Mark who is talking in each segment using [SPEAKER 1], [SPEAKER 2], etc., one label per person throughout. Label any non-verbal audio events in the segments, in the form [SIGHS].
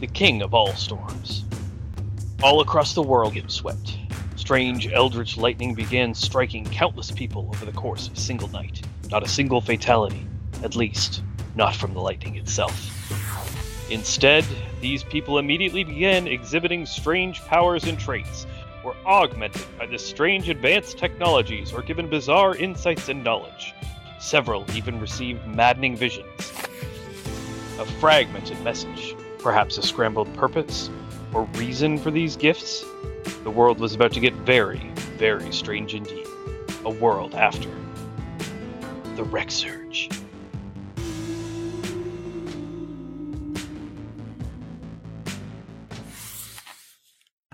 [SPEAKER 1] the king of all storms. All across the world get swept. Strange eldritch lightning began striking countless people over the course of a single night. Not a single fatality, at least, not from the lightning itself. Instead, these people immediately began exhibiting strange powers and traits, were augmented by the strange advanced technologies, or given bizarre insights and knowledge. Several even received maddening visions. A fragmented message, perhaps a scrambled purpose, or reason for these gifts? The world was about to get very, very strange indeed. A world after the Wreck Surge.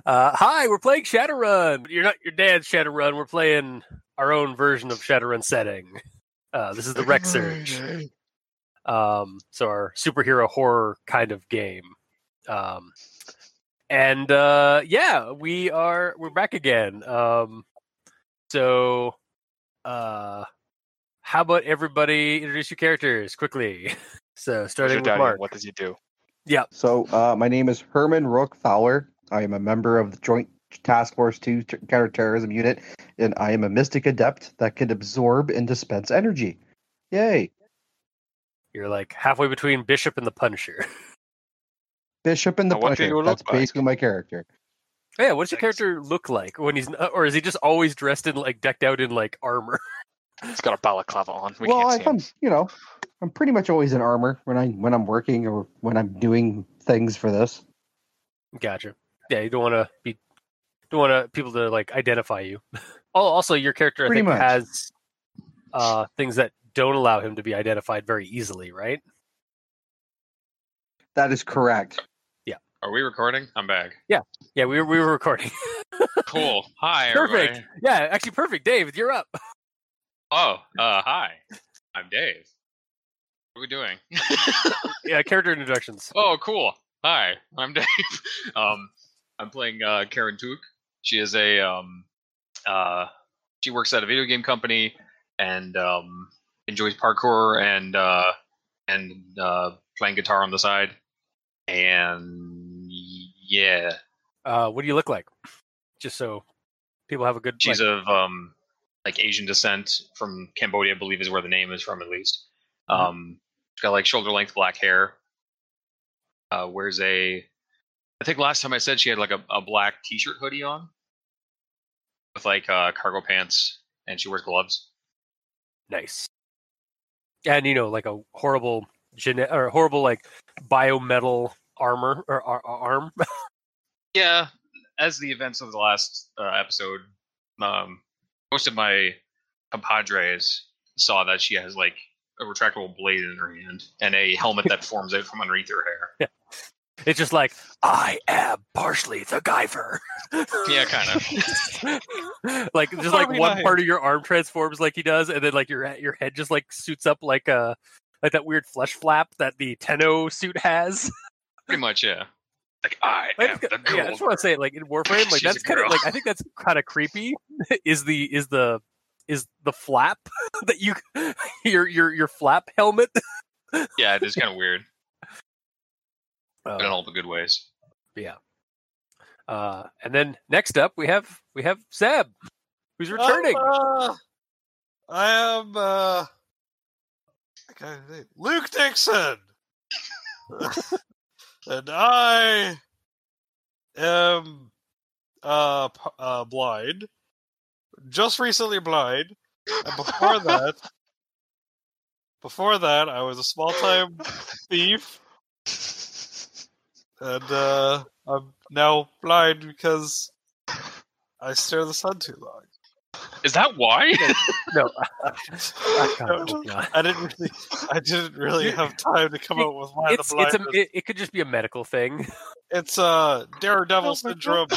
[SPEAKER 2] Uh, hi, we're playing Shadowrun. You're not your dad's Shadowrun. We're playing our own version of Shadowrun setting. Uh, this is the Wreck Surge. Um, so our superhero horror kind of game. Um, and uh, yeah, we are we're back again. Um, so, uh, how about everybody introduce your characters quickly? [LAUGHS] So
[SPEAKER 3] Who's
[SPEAKER 2] starting
[SPEAKER 3] your
[SPEAKER 2] with
[SPEAKER 3] daddy?
[SPEAKER 2] Mark.
[SPEAKER 3] What does he do?
[SPEAKER 4] So, uh, my name is Herman Rook Fowler. I am a member of the Joint Task Force 2 Ter- Counterterrorism Unit, and I am a mystic adept that can absorb and dispense energy. Yay!
[SPEAKER 2] You're like halfway between Bishop and the Punisher.
[SPEAKER 4] Bishop and the
[SPEAKER 3] Now, what do
[SPEAKER 4] Punisher.
[SPEAKER 3] you look
[SPEAKER 4] That's
[SPEAKER 3] like?
[SPEAKER 4] basically my character.
[SPEAKER 2] Oh, yeah, what does your
[SPEAKER 1] Thanks.
[SPEAKER 2] character look like when he's uh, or is he just always dressed in like decked out in like armor? [LAUGHS]
[SPEAKER 3] He's got a balaclava on. We
[SPEAKER 4] well,
[SPEAKER 3] can't
[SPEAKER 4] I,
[SPEAKER 3] see him.
[SPEAKER 4] am you know, I'm pretty much always in armor when I when I'm working or when I'm doing things for this.
[SPEAKER 2] Gotcha. Yeah, you don't want to be don't want to people to like identify you. [LAUGHS] Oh, also your character I
[SPEAKER 4] Pretty
[SPEAKER 2] think
[SPEAKER 4] much.
[SPEAKER 2] has uh things that don't allow him to be identified very easily, right?
[SPEAKER 4] That is correct.
[SPEAKER 5] Are we recording?
[SPEAKER 4] [LAUGHS]
[SPEAKER 5] I'm back.
[SPEAKER 2] Yeah, we were, we were recording. [LAUGHS]
[SPEAKER 5] Cool. Hi,
[SPEAKER 2] Perfect.
[SPEAKER 5] everybody.
[SPEAKER 2] yeah, actually perfect. Dave, you're up.
[SPEAKER 5] Oh, uh, hi. I'm Dave. What are we doing?
[SPEAKER 2] [LAUGHS] Yeah, character introductions.
[SPEAKER 5] oh, cool. Hi, I'm [LAUGHS] Dave. Um, I'm playing uh, Karen Took. She is a um, uh, she works at a video game company and um, enjoys parkour and uh, and uh, playing guitar on the side. And yeah,
[SPEAKER 2] Uh what do you look like? Just so people have a good
[SPEAKER 5] She's
[SPEAKER 2] like,
[SPEAKER 5] of um, like Asian descent from Cambodia, I believe is where the name is from at least. Um, she's got like shoulder length black hair. Uh, wears a, I think last time I said she had like a, a black t-shirt hoodie on, with like uh, cargo pants, and she wears gloves.
[SPEAKER 2] Nice. And you know, like a horrible gene- or horrible like biometal armor or, ar- ar- arm. [LAUGHS]
[SPEAKER 5] Yeah, as the events of the last uh, episode, um, most of my compadres saw that she has like a retractable blade in her hand and a helmet that forms out from underneath her hair.
[SPEAKER 2] It's just like I am partially the Guyver. [LAUGHS]
[SPEAKER 5] Yeah, kind
[SPEAKER 3] [LAUGHS]
[SPEAKER 5] of.
[SPEAKER 2] of. like just like
[SPEAKER 5] Harvey
[SPEAKER 2] one
[SPEAKER 5] Knight.
[SPEAKER 2] part of your arm transforms like he does, and then like your your head just like suits up like a like that weird flesh flap that the Tenno suit has. [LAUGHS]
[SPEAKER 5] Pretty much, yeah. Like I
[SPEAKER 2] Like,
[SPEAKER 5] am the
[SPEAKER 2] yeah, I
[SPEAKER 5] girl.
[SPEAKER 2] just want to say like in Warframe,
[SPEAKER 5] [LAUGHS]
[SPEAKER 2] like
[SPEAKER 5] She's a
[SPEAKER 2] that's kind of
[SPEAKER 5] girl.
[SPEAKER 2] like I think that's kind of creepy. [LAUGHS] is the is the is the flap [LAUGHS] that you your your your flap helmet? [LAUGHS]
[SPEAKER 5] yeah, it is kind of weird,
[SPEAKER 2] Uh,
[SPEAKER 5] but in all the good ways.
[SPEAKER 2] Uh, and then next up, we have we have Zeb, who's
[SPEAKER 6] Oh,
[SPEAKER 2] returning.
[SPEAKER 6] I'm, uh, I am. Uh, I can't even think. Luke Dixon, [LAUGHS] and I am uh, p- uh, blind. Just recently blind, and before that, before that, I was a small-time thief, and uh, I'm now blind because I stare at the sun too long.
[SPEAKER 5] Is that why? [LAUGHS]
[SPEAKER 2] no, [LAUGHS] I
[SPEAKER 6] No,
[SPEAKER 2] can't, hope not.
[SPEAKER 6] I didn't really, I didn't really have time to come up with why
[SPEAKER 2] It's
[SPEAKER 6] the
[SPEAKER 2] it's
[SPEAKER 6] blindness.
[SPEAKER 2] a, it, it could just be a medical thing. [LAUGHS]
[SPEAKER 6] It's uh Daredevil syndrome.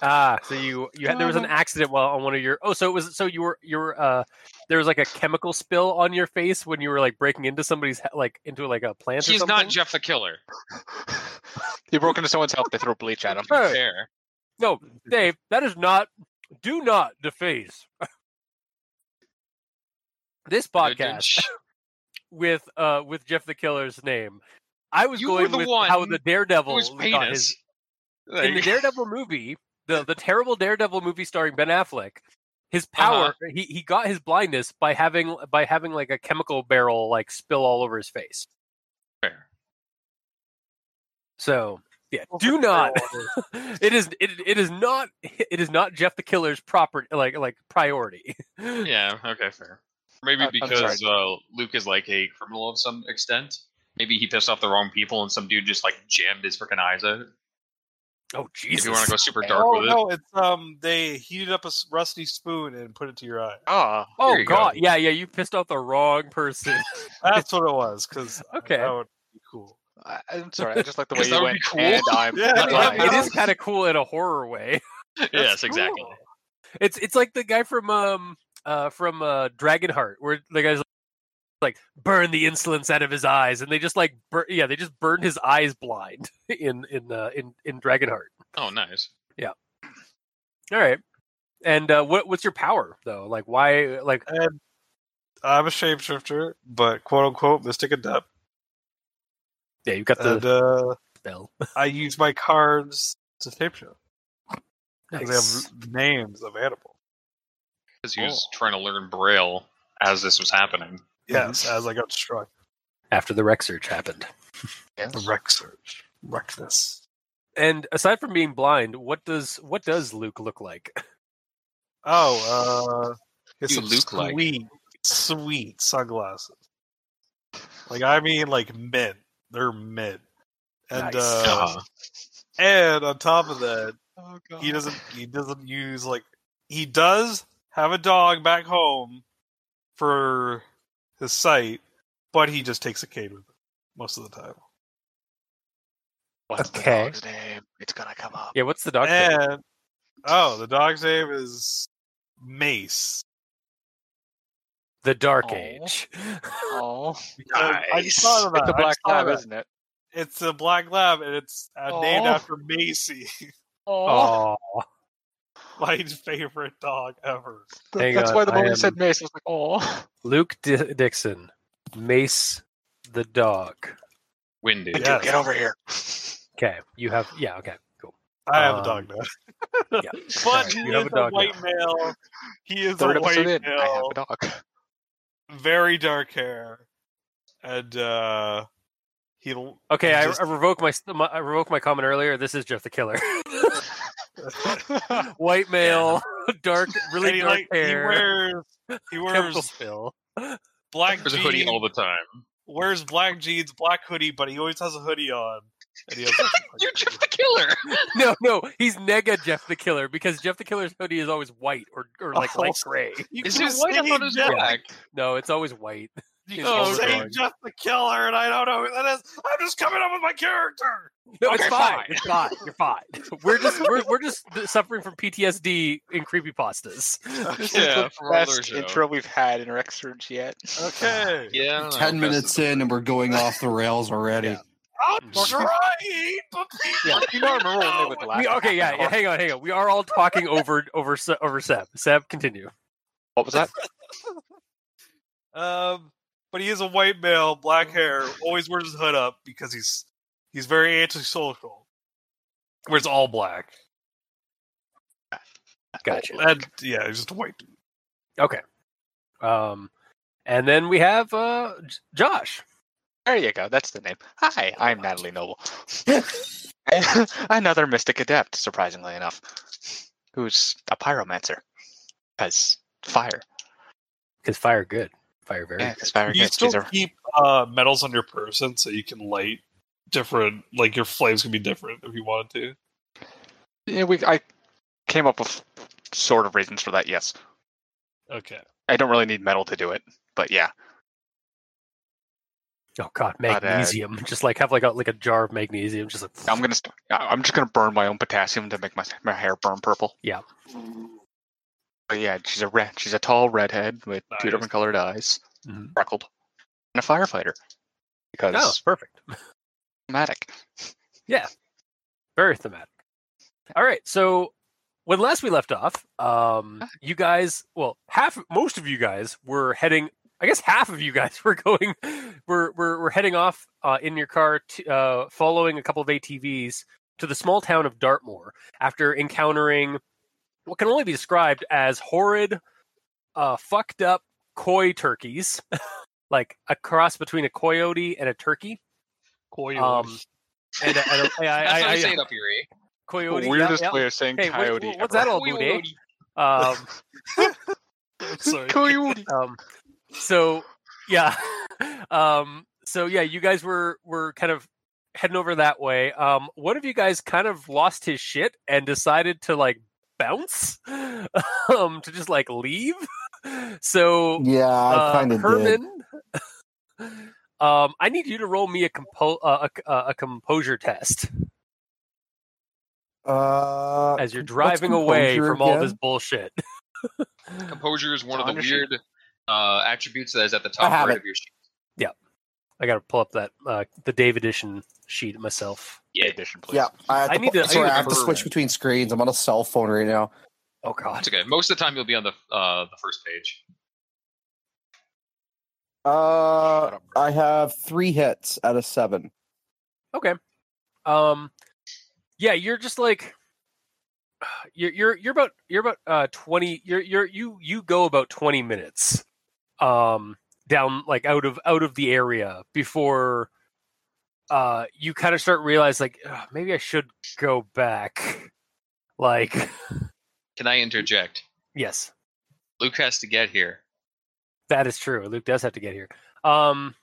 [SPEAKER 2] Ah, so you you had there was an accident while on one of your oh so it was so you were you were uh there was like a chemical spill on your face when you were like breaking into somebody's he- like into like a plant. or
[SPEAKER 5] He's
[SPEAKER 2] something?
[SPEAKER 5] not Jeff the Killer.
[SPEAKER 3] [LAUGHS] He broke into someone's house. They throw bleach at him.
[SPEAKER 2] Hey.
[SPEAKER 5] Fair.
[SPEAKER 2] no Dave. That is not. Do not deface [LAUGHS] this podcast. with uh with Jeff the Killer's name I was
[SPEAKER 5] You were
[SPEAKER 2] going
[SPEAKER 5] the
[SPEAKER 2] with
[SPEAKER 5] one
[SPEAKER 2] how the Daredevil
[SPEAKER 5] Who's
[SPEAKER 2] got
[SPEAKER 5] penis?
[SPEAKER 2] his in
[SPEAKER 5] [LAUGHS]
[SPEAKER 2] the
[SPEAKER 5] Like,
[SPEAKER 2] Daredevil movie, the the terrible Daredevil movie starring Ben Affleck, his power
[SPEAKER 5] Uh-huh.
[SPEAKER 2] he, he got his blindness by having by having like a chemical barrel like spill all over his face.
[SPEAKER 5] fair.
[SPEAKER 2] So yeah,
[SPEAKER 6] Well,
[SPEAKER 2] do
[SPEAKER 6] for
[SPEAKER 2] not. [LAUGHS] it is it, it is not it is not Jeff the Killer's proper like like priority.
[SPEAKER 5] [LAUGHS]
[SPEAKER 2] [LAUGHS] Oh,
[SPEAKER 5] Yeah, okay, fair. Maybe
[SPEAKER 3] I- I'm
[SPEAKER 5] because uh, Luke is like a criminal of some extent. Maybe he pissed off the wrong people and some dude just like jammed his freaking eyes out.
[SPEAKER 2] Oh
[SPEAKER 5] If
[SPEAKER 2] Jesus!
[SPEAKER 5] you want to go super dark
[SPEAKER 6] Oh
[SPEAKER 5] with it.
[SPEAKER 6] no, it's um they heated up a s- rusty spoon and put it to your eye.
[SPEAKER 3] Ah,
[SPEAKER 2] oh
[SPEAKER 5] Here you go.
[SPEAKER 2] God! Yeah, yeah, you pissed off the wrong person.
[SPEAKER 6] That's what it was. Because
[SPEAKER 2] Okay.
[SPEAKER 6] that would be cool.
[SPEAKER 3] I, I'm sorry. I just like the way
[SPEAKER 5] Guess that
[SPEAKER 3] you
[SPEAKER 5] would be
[SPEAKER 3] went.
[SPEAKER 5] cool.
[SPEAKER 3] And I'm
[SPEAKER 6] Yeah,
[SPEAKER 2] I mean, I
[SPEAKER 3] lying.
[SPEAKER 2] mean, it is kind of cool in a horror way.
[SPEAKER 5] [LAUGHS]
[SPEAKER 2] [LAUGHS]
[SPEAKER 5] yes, exactly.
[SPEAKER 2] cool. It's it's like the guy from um uh from uh Dragonheart where the guy's like burn the insolence out of his eyes and they just like bur- yeah they just burned his eyes blind [LAUGHS] in in uh, in in Dragonheart.
[SPEAKER 5] Oh, nice.
[SPEAKER 2] All right. And uh what what's your power though? Like why like
[SPEAKER 6] And I'm a shapeshifter, but quote unquote mystic adept,
[SPEAKER 2] yeah, you've got the
[SPEAKER 6] and uh,
[SPEAKER 2] spell.
[SPEAKER 6] I use my cards to shapeshift because
[SPEAKER 2] Nice.
[SPEAKER 6] they have names of animals.
[SPEAKER 5] Because he was trying to learn Braille as this was happening.
[SPEAKER 2] Mm-hmm.
[SPEAKER 6] Yes, as I got struck.
[SPEAKER 2] After the wreck search happened.
[SPEAKER 3] Yes.
[SPEAKER 6] Wreck search, wreckness.
[SPEAKER 2] And aside from being blind, what does what does Luke look like? [LAUGHS]
[SPEAKER 6] Oh, uh, it's
[SPEAKER 5] You
[SPEAKER 6] some
[SPEAKER 5] look like-
[SPEAKER 6] sweet, sweet sunglasses. Like I mean, like mint. They're mint. And
[SPEAKER 2] Nice.
[SPEAKER 6] uh,
[SPEAKER 5] Uh-huh.
[SPEAKER 6] and on top of that,
[SPEAKER 3] Oh, God.
[SPEAKER 6] he doesn't he doesn't use like he does have a dog back home for his sight, but he just takes a cane with him most of the time.
[SPEAKER 3] What's
[SPEAKER 2] Okay.
[SPEAKER 3] the dog's name? It's gonna come up.
[SPEAKER 2] Yeah, what's the dog? thing?
[SPEAKER 6] and oh, the dog's name is Mace.
[SPEAKER 2] The Dark
[SPEAKER 3] Aw.
[SPEAKER 2] Age.
[SPEAKER 3] Oh,
[SPEAKER 6] I just thought of
[SPEAKER 3] It's
[SPEAKER 6] that.
[SPEAKER 3] a
[SPEAKER 6] I
[SPEAKER 3] black
[SPEAKER 6] just thought of
[SPEAKER 3] lab,
[SPEAKER 6] that.
[SPEAKER 3] isn't it?
[SPEAKER 6] It's a black lab, and it's uh, named
[SPEAKER 3] Aw.
[SPEAKER 6] after Macy,
[SPEAKER 3] Oh,
[SPEAKER 2] Oh,
[SPEAKER 6] my favorite dog ever.
[SPEAKER 2] Hang
[SPEAKER 3] that's
[SPEAKER 2] on,
[SPEAKER 3] why the
[SPEAKER 2] I
[SPEAKER 3] moment you
[SPEAKER 2] am-
[SPEAKER 3] said Mace, I was like, oh.
[SPEAKER 2] [LAUGHS] Luke Di- Dixon, Mace the dog.
[SPEAKER 5] Windy.
[SPEAKER 6] Yeah. Yes.
[SPEAKER 3] Get over here.
[SPEAKER 2] Okay, you have yeah. Okay, cool.
[SPEAKER 6] I have
[SPEAKER 2] Um,
[SPEAKER 6] a dog now.
[SPEAKER 2] yeah.
[SPEAKER 6] [LAUGHS] But he
[SPEAKER 2] You have a
[SPEAKER 6] is a,
[SPEAKER 2] dog now.
[SPEAKER 6] white male. He is
[SPEAKER 3] Third
[SPEAKER 6] a white
[SPEAKER 3] episode in, I have
[SPEAKER 6] male.
[SPEAKER 3] a dog. [LAUGHS]
[SPEAKER 6] Very dark hair, and uh, he.
[SPEAKER 2] Okay, I,
[SPEAKER 6] Just-
[SPEAKER 2] I revoke my, st- my I revoke my comment earlier. This is Jeff the Killer, [LAUGHS] white male, [LAUGHS] dark,
[SPEAKER 6] and
[SPEAKER 2] really
[SPEAKER 6] he,
[SPEAKER 2] dark
[SPEAKER 6] like, he
[SPEAKER 2] hair,
[SPEAKER 6] wears
[SPEAKER 2] [LAUGHS]
[SPEAKER 6] he [LAUGHS]
[SPEAKER 2] chemical
[SPEAKER 6] wears
[SPEAKER 2] spill.
[SPEAKER 6] black
[SPEAKER 5] There's a hoodie all
[SPEAKER 6] jeans,
[SPEAKER 5] the time.
[SPEAKER 6] wears black jeans, black hoodie, but he always has a hoodie on. And he has
[SPEAKER 5] You're
[SPEAKER 2] [LAUGHS]
[SPEAKER 5] Jeff the Killer!
[SPEAKER 2] No, no, he's nega Jeff the Killer because Jeff the Killer's hoodie is always white or or like
[SPEAKER 6] [LAUGHS]
[SPEAKER 2] light
[SPEAKER 6] Oh.
[SPEAKER 2] gray.
[SPEAKER 6] You
[SPEAKER 5] Is
[SPEAKER 6] keep
[SPEAKER 5] it white? I
[SPEAKER 6] saying
[SPEAKER 5] thought it was
[SPEAKER 6] Jeff-
[SPEAKER 5] black.
[SPEAKER 2] No, it's always white.
[SPEAKER 6] You
[SPEAKER 2] Oh,
[SPEAKER 6] keep saying
[SPEAKER 2] God.
[SPEAKER 6] Jeff the Killer, and I don't know who that is. I'm just coming up with my character.
[SPEAKER 2] No, it's
[SPEAKER 5] Okay,
[SPEAKER 2] fine.
[SPEAKER 5] fine.
[SPEAKER 2] It's fine. You're fine. [LAUGHS] We're just we're, we're just suffering from PTSD in creepypastas.
[SPEAKER 3] This
[SPEAKER 5] Yeah,
[SPEAKER 3] is the
[SPEAKER 5] from our other
[SPEAKER 3] best
[SPEAKER 5] show.
[SPEAKER 3] intro we've had in Rex Surge yet.
[SPEAKER 6] Okay.
[SPEAKER 5] Yeah. I don't
[SPEAKER 4] Ten
[SPEAKER 5] know, Oh, that's-
[SPEAKER 4] minutes in, and we're going off the rails already.
[SPEAKER 3] Yeah.
[SPEAKER 6] I'm [LAUGHS]
[SPEAKER 2] Mark-
[SPEAKER 6] trying, but
[SPEAKER 3] [LAUGHS] yeah, you know, I remember when they would laugh. [LAUGHS]
[SPEAKER 2] We,
[SPEAKER 3] at
[SPEAKER 2] okay,
[SPEAKER 3] half
[SPEAKER 2] yeah,
[SPEAKER 3] an
[SPEAKER 2] yeah.
[SPEAKER 3] hour.
[SPEAKER 2] Hang on, hang on. We are all talking over over Se- over Seb. Seb, continue.
[SPEAKER 3] What was that?
[SPEAKER 6] Um, but he is a white male, black hair, always wears his hood up because he's he's very antisocial. Wears all black,
[SPEAKER 2] Gotcha.
[SPEAKER 6] and yeah, he's just a white. Dude.
[SPEAKER 2] Um, and then we have uh J- Josh.
[SPEAKER 3] There you go. That's the name. Hi, I'm Natalie [LAUGHS] Noble. Another mystic adept, surprisingly enough, who's a pyromancer. Because fire.
[SPEAKER 2] Because fire good, fire very.
[SPEAKER 3] Yeah, because fire
[SPEAKER 6] You
[SPEAKER 3] gets
[SPEAKER 6] still
[SPEAKER 3] these are
[SPEAKER 6] keep uh, metals on your person so you can light different. Like your flames can be different if you wanted to.
[SPEAKER 3] Yeah, we, I came up with sort of reasons for that, yes.
[SPEAKER 6] Okay.
[SPEAKER 3] I don't really need metal to do it, but yeah.
[SPEAKER 2] Good. Oh God,
[SPEAKER 3] But, uh,
[SPEAKER 2] magnesium. just like have like a like a jar of magnesium. Just like
[SPEAKER 3] I'm gonna. St- I- I'm just gonna burn my own potassium to make my my hair burn purple.
[SPEAKER 2] Yeah.
[SPEAKER 3] But yeah, she's a red. She's a tall redhead with two
[SPEAKER 6] Nice.
[SPEAKER 3] different colored eyes,
[SPEAKER 2] Mhm.
[SPEAKER 3] freckled, and a firefighter because
[SPEAKER 2] [LAUGHS] oh, perfect.
[SPEAKER 3] thematic.
[SPEAKER 2] Very thematic. All right, so when last we left off, um, you guys, well, half most of you guys were heading I guess half of you guys [LAUGHS] were going, we're we're, we're heading off uh, in your car, to, uh, following a couple of ATVs to the small town of Dartmoor after encountering what can only be described as horrid, uh, fucked up koi turkeys, [LAUGHS] like a cross between a coyote and a turkey.
[SPEAKER 6] Coyote.
[SPEAKER 2] [LAUGHS] Um, and a, and a, I, I,
[SPEAKER 5] [LAUGHS] That's
[SPEAKER 2] I,
[SPEAKER 5] what I,
[SPEAKER 2] I,
[SPEAKER 5] say it up here, eh?
[SPEAKER 2] coyote. yeah,
[SPEAKER 3] Weirdest
[SPEAKER 2] yeah.
[SPEAKER 3] way of saying
[SPEAKER 2] Hey, what-
[SPEAKER 3] coyote.
[SPEAKER 2] what's
[SPEAKER 3] ever.
[SPEAKER 2] that all about, eh?
[SPEAKER 7] [LAUGHS]
[SPEAKER 2] Um, [LAUGHS]
[SPEAKER 6] Sorry.
[SPEAKER 3] Coyote.
[SPEAKER 2] um so yeah [LAUGHS] um so yeah you guys were were kind of heading over that way um one of you guys kind of lost his shit and decided to like bounce [LAUGHS] um to just like leave [LAUGHS] so
[SPEAKER 7] Yeah, I
[SPEAKER 2] uh,
[SPEAKER 7] kind of did.
[SPEAKER 2] herman [LAUGHS] um i need you to roll me a compo- uh, a, a composure test
[SPEAKER 7] Uh,
[SPEAKER 2] as you're
[SPEAKER 7] what's
[SPEAKER 2] driving away
[SPEAKER 7] composure
[SPEAKER 2] from all
[SPEAKER 7] again?
[SPEAKER 2] this bullshit
[SPEAKER 5] Composure is one of the
[SPEAKER 3] Understood.
[SPEAKER 5] weird uh, attributes that is at the top
[SPEAKER 7] have
[SPEAKER 5] right
[SPEAKER 7] it.
[SPEAKER 5] of your sheet.
[SPEAKER 2] i gotta pull up that uh the dave edition sheet myself
[SPEAKER 3] Yeah, edition, please.
[SPEAKER 7] Yeah, I, have
[SPEAKER 2] I
[SPEAKER 7] to,
[SPEAKER 2] need
[SPEAKER 7] pu-
[SPEAKER 2] to- I
[SPEAKER 7] sorry,
[SPEAKER 2] need
[SPEAKER 7] I
[SPEAKER 2] to
[SPEAKER 7] have to
[SPEAKER 2] burn.
[SPEAKER 7] switch between screens. I'm on a cell phone right now.
[SPEAKER 2] oh god
[SPEAKER 5] That's okay. Most of the time, you'll be on the uh, the first page.
[SPEAKER 7] Uh, I have three hits out of seven.
[SPEAKER 2] Okay. Um yeah, you're just like [SIGHS] you're you're you're about you're about uh 20 you're you're you you go about 20 minutes um down like out of out of the area before uh you kind of start realize like "Ugh, maybe I should go back. Like [LAUGHS]
[SPEAKER 5] Can I interject?
[SPEAKER 2] yes,
[SPEAKER 5] Luke has to get here.
[SPEAKER 2] that is true. Luke does have to get here. Um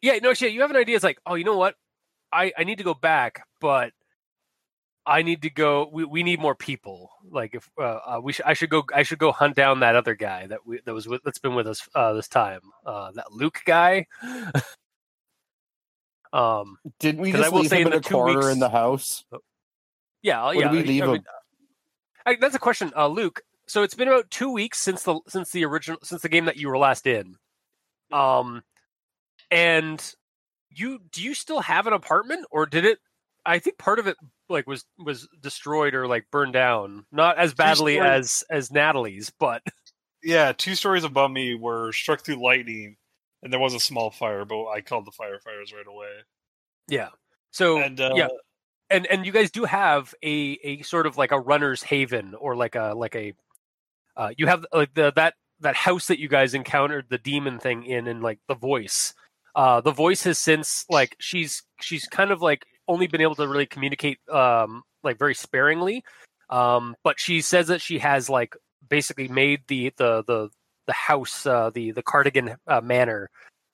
[SPEAKER 2] yeah, no shit, you have an idea it's like, "Oh, you know what? I I need to go back, but I need to go. We, we need more people. Like if uh, uh, we should, I should go. I should go hunt down that other guy that we that was with, that's been with us uh, this time. Uh, that Luke guy. [LAUGHS] um.
[SPEAKER 7] Didn't we
[SPEAKER 2] 'Cause I
[SPEAKER 7] just
[SPEAKER 2] will
[SPEAKER 7] leave
[SPEAKER 2] say
[SPEAKER 7] him
[SPEAKER 2] in
[SPEAKER 7] in
[SPEAKER 2] the
[SPEAKER 7] a
[SPEAKER 2] two
[SPEAKER 7] corner
[SPEAKER 2] weeks-
[SPEAKER 7] in the house?
[SPEAKER 2] Yeah. uh,
[SPEAKER 7] Where
[SPEAKER 2] yeah.
[SPEAKER 7] did we leave
[SPEAKER 2] I
[SPEAKER 7] him?
[SPEAKER 2] mean, I, that's a question, uh, Luke. So it's been about two weeks since the since the original since the game that you were last in. Um, and you do you still have an apartment or did it? I think part of it like was was destroyed or like burned down, not as badly
[SPEAKER 6] stories.
[SPEAKER 2] as as Natalie's, but
[SPEAKER 6] yeah, two stories above me were struck through lightning, and there was a small fire, but I called the firefighters right away.
[SPEAKER 2] yeah. So
[SPEAKER 6] And uh,
[SPEAKER 2] Oh, yeah, and and you guys do have a a sort of like a runner's haven or like a like a uh, you have like the that that house that you guys encountered the demon thing in and like the voice uh the voice has since like she's she's kind of like only been able to really communicate um like very sparingly um but she says that she has like basically made the the the the house uh the the cardigan uh, manor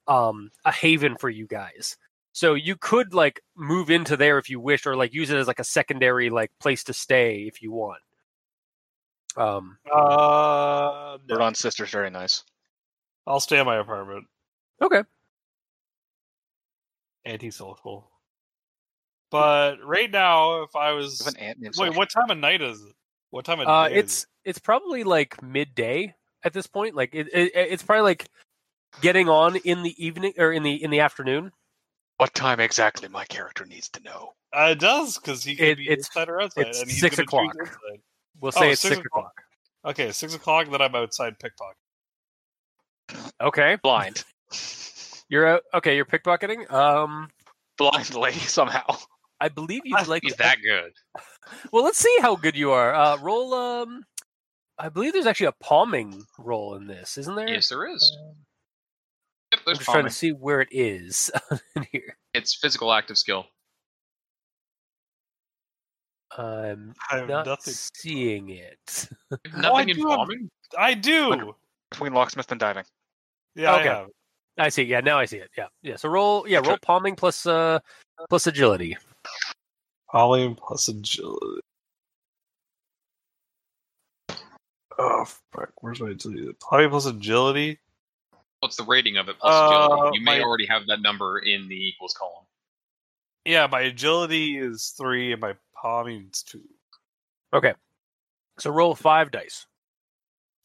[SPEAKER 2] um a haven for you guys so you could like move into there if you wish, or like use it as like a secondary like place to stay if you want. Um.
[SPEAKER 6] uh, no.
[SPEAKER 3] Verdon's sister's very nice.
[SPEAKER 6] I'll stay in my apartment.
[SPEAKER 2] Okay.
[SPEAKER 6] Antisocial. But right now, if I
[SPEAKER 3] You
[SPEAKER 6] was
[SPEAKER 3] have an aunt named
[SPEAKER 6] wait,
[SPEAKER 3] Sasha.
[SPEAKER 6] what time of night is it? What time of
[SPEAKER 2] Uh,
[SPEAKER 6] day? is
[SPEAKER 2] it's it's probably like midday at this point. Like it, it it's probably like getting on in the evening or in the in the afternoon.
[SPEAKER 3] What time exactly my character needs to know?
[SPEAKER 6] it? Uh, it does because he could
[SPEAKER 2] It-
[SPEAKER 6] be
[SPEAKER 2] it's-
[SPEAKER 6] inside or outside,
[SPEAKER 2] it's
[SPEAKER 6] and he's
[SPEAKER 2] six
[SPEAKER 6] gonna
[SPEAKER 2] o'clock.
[SPEAKER 6] choose inside.
[SPEAKER 2] We'll say
[SPEAKER 6] Oh,
[SPEAKER 2] it's
[SPEAKER 6] six
[SPEAKER 2] six,
[SPEAKER 6] o'clock.
[SPEAKER 2] o'clock.
[SPEAKER 6] Okay, six o'clock. Then I'm outside pickpocket.
[SPEAKER 2] Okay,
[SPEAKER 3] [LAUGHS] Blind.
[SPEAKER 2] you're out. Okay, you're pickpocketing. Um,
[SPEAKER 3] Blindly, somehow.
[SPEAKER 2] I believe you'd like
[SPEAKER 5] He's
[SPEAKER 2] to-
[SPEAKER 5] that good.
[SPEAKER 2] Well, let's see how good you are. Uh, roll. Um, I believe there's actually a palming roll in this, isn't there?
[SPEAKER 5] Yes, there is. Yep,
[SPEAKER 2] I'm
[SPEAKER 5] there's
[SPEAKER 2] just trying
[SPEAKER 5] farming.
[SPEAKER 2] to see where it is [LAUGHS] in here.
[SPEAKER 5] It's physical active skill.
[SPEAKER 2] I'm
[SPEAKER 6] I have
[SPEAKER 2] not
[SPEAKER 6] nothing.
[SPEAKER 2] seeing it. [LAUGHS]
[SPEAKER 5] Nothing
[SPEAKER 6] I
[SPEAKER 5] in
[SPEAKER 6] do have-
[SPEAKER 5] farming.
[SPEAKER 6] I do.
[SPEAKER 3] Between locksmith and diving.
[SPEAKER 6] Yeah,
[SPEAKER 2] Okay.
[SPEAKER 6] I have.
[SPEAKER 2] I see. Yeah, now I see it. Yeah, yeah. So roll. Yeah,
[SPEAKER 3] Okay.
[SPEAKER 2] roll palming plus uh plus agility.
[SPEAKER 6] Poly plus agility. Oh fuck! Where's my agility? Poly plus agility.
[SPEAKER 5] What's the rating of it? Plus agility.
[SPEAKER 6] Uh,
[SPEAKER 5] You may
[SPEAKER 6] my-
[SPEAKER 5] already have that number in the equals column.
[SPEAKER 6] Yeah, my agility is three, and my palming is two.
[SPEAKER 2] So roll five dice.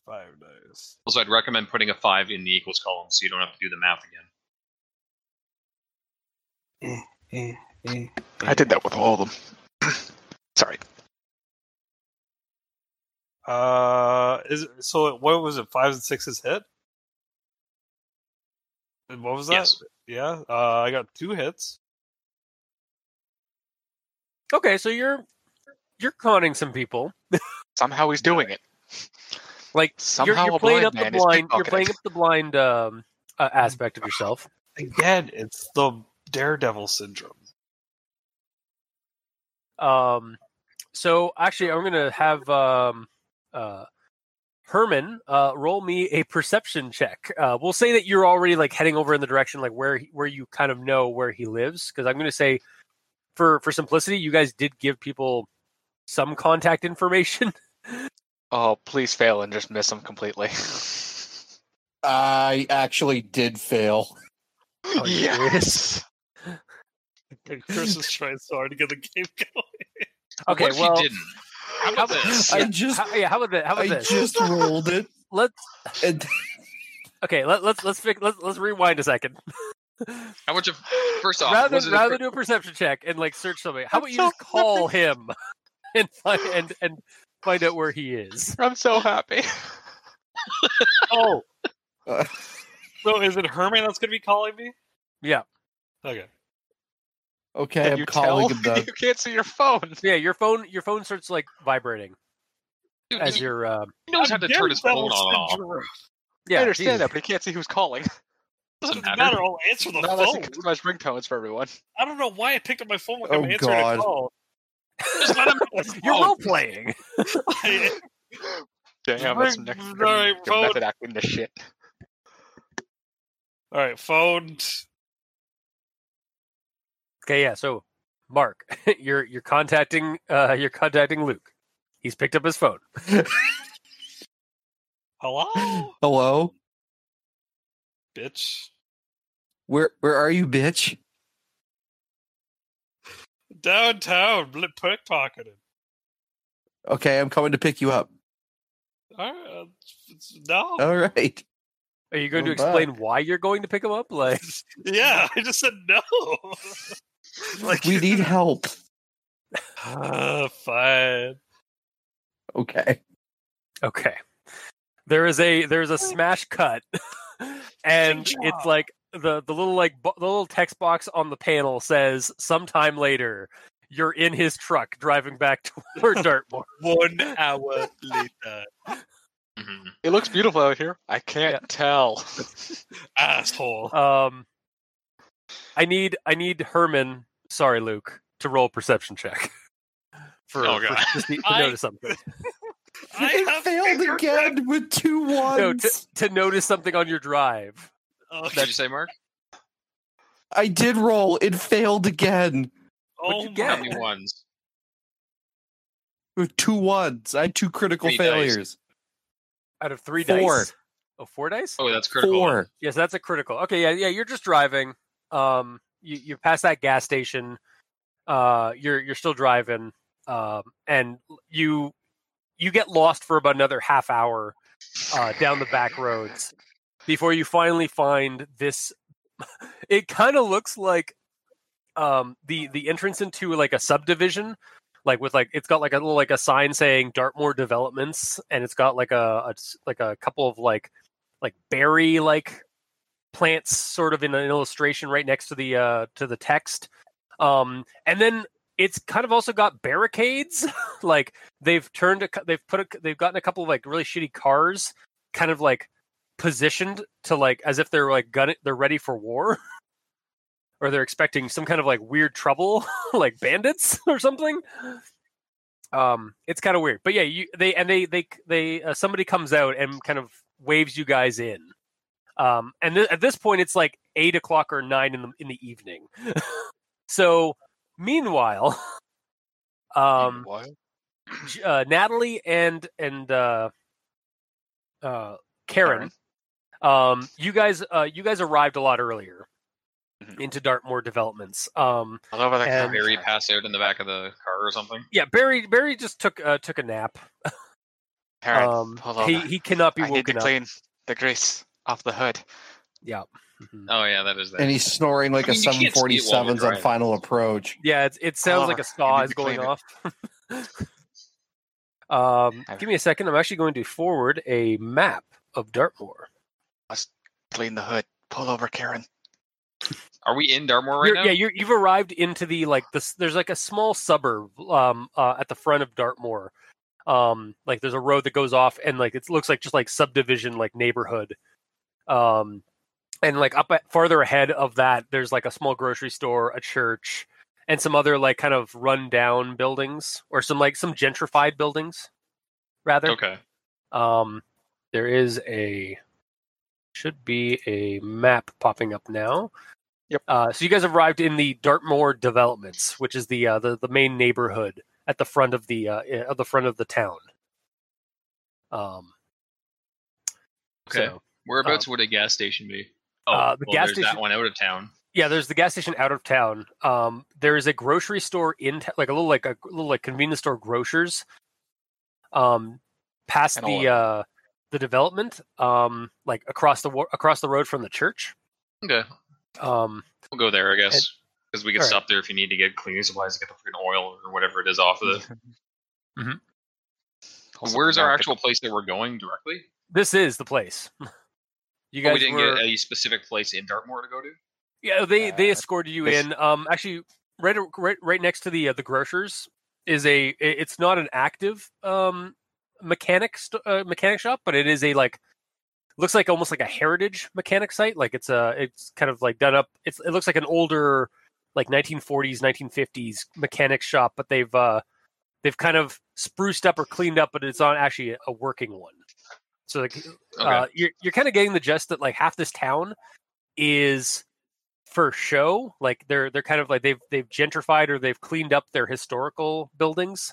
[SPEAKER 6] Five dice.
[SPEAKER 5] Also, I'd recommend putting a five in the equals column so you don't have to do the math again.
[SPEAKER 3] I did that with all of them. [CLEARS THROAT] Sorry.
[SPEAKER 6] Uh, is it, so. What was it? Fives and sixes hit. What was that?
[SPEAKER 5] Yes.
[SPEAKER 6] Yeah, uh, I got two hits.
[SPEAKER 2] Okay, so you're you're conning some people.
[SPEAKER 3] Somehow he's doing it.
[SPEAKER 2] Like, You're,
[SPEAKER 3] somehow
[SPEAKER 2] you're
[SPEAKER 3] a
[SPEAKER 2] playing
[SPEAKER 3] blind
[SPEAKER 2] up the
[SPEAKER 3] man is
[SPEAKER 2] blind. You're
[SPEAKER 3] pickpocketing.
[SPEAKER 2] playing up the blind um,
[SPEAKER 3] [LAUGHS]
[SPEAKER 2] uh, aspect of yourself.
[SPEAKER 6] Again, it's the daredevil syndrome.
[SPEAKER 2] Um, so actually, I'm gonna have um, uh, Herman uh, roll me a perception check. Uh, we'll say that you're already like heading over in the direction like where he- where you kind of know where he lives because I'm gonna say for for simplicity, you guys did give people some contact information. [LAUGHS]
[SPEAKER 3] Oh, please fail and just miss him completely. [LAUGHS]
[SPEAKER 7] I actually did fail.
[SPEAKER 2] Are you
[SPEAKER 3] Oh, yes.
[SPEAKER 7] [LAUGHS]
[SPEAKER 6] Chris is trying so hard to get the game going.
[SPEAKER 2] Okay,
[SPEAKER 5] what if
[SPEAKER 2] well,
[SPEAKER 5] he didn't?
[SPEAKER 2] [LAUGHS]
[SPEAKER 5] How about
[SPEAKER 2] how-
[SPEAKER 5] this?
[SPEAKER 2] I-
[SPEAKER 7] I just
[SPEAKER 2] how, yeah, how about that? How about
[SPEAKER 7] I
[SPEAKER 2] this?
[SPEAKER 7] just rolled it.
[SPEAKER 2] Let's
[SPEAKER 7] And
[SPEAKER 2] [LAUGHS] okay. Let, let's let's fix, let's let's rewind a second.
[SPEAKER 5] How much of first off?
[SPEAKER 2] rather
[SPEAKER 5] was
[SPEAKER 2] than,
[SPEAKER 5] it a
[SPEAKER 2] rather
[SPEAKER 5] per-
[SPEAKER 2] than do a perception check and like search somebody, how
[SPEAKER 7] I'm
[SPEAKER 2] about you
[SPEAKER 7] so
[SPEAKER 2] just call him [LAUGHS] and find and, and find out where he is?
[SPEAKER 3] [LAUGHS] I'm so happy.
[SPEAKER 2] Oh,
[SPEAKER 7] uh,
[SPEAKER 6] So is it Herman that's going to be calling me?
[SPEAKER 2] Yeah.
[SPEAKER 6] Okay.
[SPEAKER 7] okay,
[SPEAKER 3] Can
[SPEAKER 7] I'm
[SPEAKER 3] you
[SPEAKER 7] calling
[SPEAKER 3] [LAUGHS] tell?
[SPEAKER 7] him then.
[SPEAKER 3] You can't see your phone.
[SPEAKER 2] yeah, your phone your phone starts like vibrating
[SPEAKER 5] Dude,
[SPEAKER 2] as
[SPEAKER 5] he
[SPEAKER 2] your um,
[SPEAKER 5] knows how to turn his phone on
[SPEAKER 6] Daredevil
[SPEAKER 5] and off.
[SPEAKER 6] syndrome.
[SPEAKER 2] yeah.
[SPEAKER 3] I understand
[SPEAKER 2] Jesus.
[SPEAKER 3] that, but he can't see who's calling.
[SPEAKER 5] Doesn't
[SPEAKER 6] Doesn't
[SPEAKER 5] matter.
[SPEAKER 6] matter. I'll answer the
[SPEAKER 3] Not unless he
[SPEAKER 6] phone.
[SPEAKER 3] customized ringtones for everyone.
[SPEAKER 6] I don't know why I picked up my phone when
[SPEAKER 7] Oh,
[SPEAKER 6] I'm answering
[SPEAKER 7] God.
[SPEAKER 6] a call. [LAUGHS]
[SPEAKER 5] Just let him have his
[SPEAKER 2] You're
[SPEAKER 5] phone.
[SPEAKER 2] role playing.
[SPEAKER 7] [LAUGHS]
[SPEAKER 6] I-
[SPEAKER 3] Damn, that's
[SPEAKER 6] Ring-
[SPEAKER 3] next.
[SPEAKER 6] sorry,
[SPEAKER 3] your
[SPEAKER 6] phone.
[SPEAKER 3] method acting to shit.
[SPEAKER 6] All right, phone.
[SPEAKER 2] Okay, yeah. So, Mark, [LAUGHS] you're you're contacting uh you're contacting Luke. He's picked up his phone.
[SPEAKER 6] Hello,
[SPEAKER 7] Hello,
[SPEAKER 6] bitch.
[SPEAKER 7] where where are you, bitch?
[SPEAKER 6] Downtown, bl- pickpocketed.
[SPEAKER 7] Okay, I'm coming to pick you up.
[SPEAKER 6] All right, uh, it's- no.
[SPEAKER 7] All right.
[SPEAKER 2] Are you going to
[SPEAKER 4] I'm back.
[SPEAKER 2] explain why you're going to pick him up? Like,
[SPEAKER 6] yeah, I just said no. [LAUGHS] like
[SPEAKER 7] We
[SPEAKER 6] [LAUGHS]
[SPEAKER 7] need help.
[SPEAKER 6] Uh, fine.
[SPEAKER 7] Okay.
[SPEAKER 2] Okay. There is a there's a smash cut, [LAUGHS] and it's like the the little like bo- the little text box on the panel says, "Sometime later, you're in his truck driving back [LAUGHS] toward Dartmoor."
[SPEAKER 6] One hour later,
[SPEAKER 5] Mhm.
[SPEAKER 3] It looks beautiful out here. I can't tell.
[SPEAKER 6] asshole.
[SPEAKER 2] Um, I need I need Herman. Sorry, Luke, to roll a perception check [LAUGHS] for,
[SPEAKER 5] Oh,
[SPEAKER 2] for
[SPEAKER 5] God.
[SPEAKER 2] just
[SPEAKER 5] [LAUGHS]
[SPEAKER 2] to, to
[SPEAKER 6] I-
[SPEAKER 2] notice something.
[SPEAKER 6] I
[SPEAKER 7] I [LAUGHS]
[SPEAKER 6] have
[SPEAKER 7] failed
[SPEAKER 6] finger
[SPEAKER 7] again with two ones.
[SPEAKER 2] No, to, to notice something on your drive.
[SPEAKER 6] Oh,
[SPEAKER 5] Did you say Mark?
[SPEAKER 7] I did roll. It failed again
[SPEAKER 2] What'd you
[SPEAKER 6] my
[SPEAKER 5] How
[SPEAKER 2] get?
[SPEAKER 5] many ones?
[SPEAKER 7] with two ones. I had two critical
[SPEAKER 5] Three dice.
[SPEAKER 7] failures.
[SPEAKER 2] Out of three
[SPEAKER 7] Four.
[SPEAKER 2] dice. Oh, four dice.
[SPEAKER 5] Oh, that's critical.
[SPEAKER 7] Four.
[SPEAKER 2] Yes, that's a critical. Okay, yeah, yeah. You're just driving. Um, you you pass that gas station. Uh, you're you're still driving. Um, and you you get lost for about another half hour, uh, down the back roads before you finally find this. [LAUGHS] It kind of looks like, um, the the entrance into like a subdivision. Like with like it's got like a little like a sign saying Dartmoor Developments, and it's got like a, a s- like a couple of like like berry like plants sort of in an illustration right next to the uh to the text um and then it's kind of also got barricades [LAUGHS] like they've turned a, cou- they've put a, they've gotten a couple of like really shitty cars kind of like positioned to like as if they're like gun they're ready for war [LAUGHS] or they're expecting some kind of like weird trouble [LAUGHS] like bandits [LAUGHS] or something um it's kind of weird but yeah you they and they they they uh, somebody comes out and kind of waves you guys in um and th- at this point it's like eight o'clock or nine in the in the evening [LAUGHS] so meanwhile [LAUGHS] [LAUGHS] um
[SPEAKER 3] What?
[SPEAKER 2] J- uh, natalie and and uh uh karen, um you guys uh you guys arrived a lot earlier
[SPEAKER 3] Mhm.
[SPEAKER 2] into dartmoor developments um
[SPEAKER 3] I love how that
[SPEAKER 2] And-
[SPEAKER 3] car
[SPEAKER 5] Barry passed out in the back of the car or something.
[SPEAKER 2] yeah barry barry just took uh took a nap
[SPEAKER 3] Karen,
[SPEAKER 2] um
[SPEAKER 3] hold on.
[SPEAKER 2] he he cannot be
[SPEAKER 3] I need to
[SPEAKER 2] woken up
[SPEAKER 3] clean the grease off the hood.
[SPEAKER 2] Yeah. Mhm.
[SPEAKER 5] Oh yeah, that is that.
[SPEAKER 7] And he's snoring like
[SPEAKER 5] I mean,
[SPEAKER 7] a
[SPEAKER 5] you can't see it while you're
[SPEAKER 7] 747's on
[SPEAKER 5] driving.
[SPEAKER 7] final approach.
[SPEAKER 2] Yeah, it, it sounds like
[SPEAKER 3] Oliver,
[SPEAKER 2] a saw
[SPEAKER 3] you need
[SPEAKER 2] is
[SPEAKER 3] to
[SPEAKER 2] going
[SPEAKER 3] clean it.
[SPEAKER 2] off.
[SPEAKER 3] [LAUGHS]
[SPEAKER 2] [LAUGHS] um,
[SPEAKER 3] I-
[SPEAKER 2] give me a second. I'm actually going to forward a map of Dartmoor.
[SPEAKER 3] Clean the hood, Pull over, Karen.
[SPEAKER 5] Are we in Dartmoor right
[SPEAKER 2] You're-
[SPEAKER 5] now?
[SPEAKER 2] Yeah, you're, you've arrived into the like this. There's like a small suburb um, uh, at the front of Dartmoor. Um, like there's a road that goes off, and like it looks like just like subdivision, like neighborhood. Um, and like up at, farther ahead of that, there's like a small grocery store, a church, and some other like kind of run down buildings, or some like some gentrified buildings, rather.
[SPEAKER 5] Okay.
[SPEAKER 2] Um, there is a should be a map popping up now.
[SPEAKER 3] Yep.
[SPEAKER 2] Uh, so you guys arrived in the Dartmoor Developments, which is the uh, the the main neighborhood at the front of the uh, eh, at the front of the town. Um.
[SPEAKER 5] Okay.
[SPEAKER 2] so, um,
[SPEAKER 5] Whereabouts would a gas station be? Oh,
[SPEAKER 2] Uh, the
[SPEAKER 5] well,
[SPEAKER 2] gas
[SPEAKER 5] there's
[SPEAKER 2] station-
[SPEAKER 5] that one out of town.
[SPEAKER 2] yeah, there's the gas station out of town. Um, there is a grocery store in t- like a little like a little like convenience store grocers. Um, past
[SPEAKER 3] And
[SPEAKER 2] the
[SPEAKER 3] all-
[SPEAKER 2] uh the development, um, like across the wa- across the road from the church.
[SPEAKER 5] Okay,
[SPEAKER 2] Um,
[SPEAKER 5] we'll go there, I guess, because we can
[SPEAKER 2] All right.
[SPEAKER 5] stop there if you need to get cleaning supplies, get the freaking oil or whatever it is off of
[SPEAKER 2] [LAUGHS]
[SPEAKER 5] it.
[SPEAKER 3] Also,
[SPEAKER 5] Where's our
[SPEAKER 3] American-
[SPEAKER 5] actual place that we're going directly?
[SPEAKER 2] this is the place. [LAUGHS] You
[SPEAKER 5] Oh,
[SPEAKER 2] guys
[SPEAKER 5] we didn't
[SPEAKER 2] were,
[SPEAKER 5] get a specific place in Dartmoor to go to.
[SPEAKER 2] yeah, they they
[SPEAKER 7] uh,
[SPEAKER 2] escorted you
[SPEAKER 7] this-
[SPEAKER 2] in. Um, actually, right right right next to the uh, the grocers is a i- it's not an active um mechanic st- uh, mechanic shop, but it is a like looks like almost like a heritage mechanic site. Like it's a it's kind of like done up. It's it looks like an older like 1940s 1950s mechanic shop, but they've uh they've kind of spruced up or cleaned up, but it's not actually a working one. So like
[SPEAKER 5] Okay.
[SPEAKER 2] uh, you're you're kind of getting the gist that like half this town is for show. Like they're they're kind of like they've they've gentrified or they've cleaned up their historical buildings,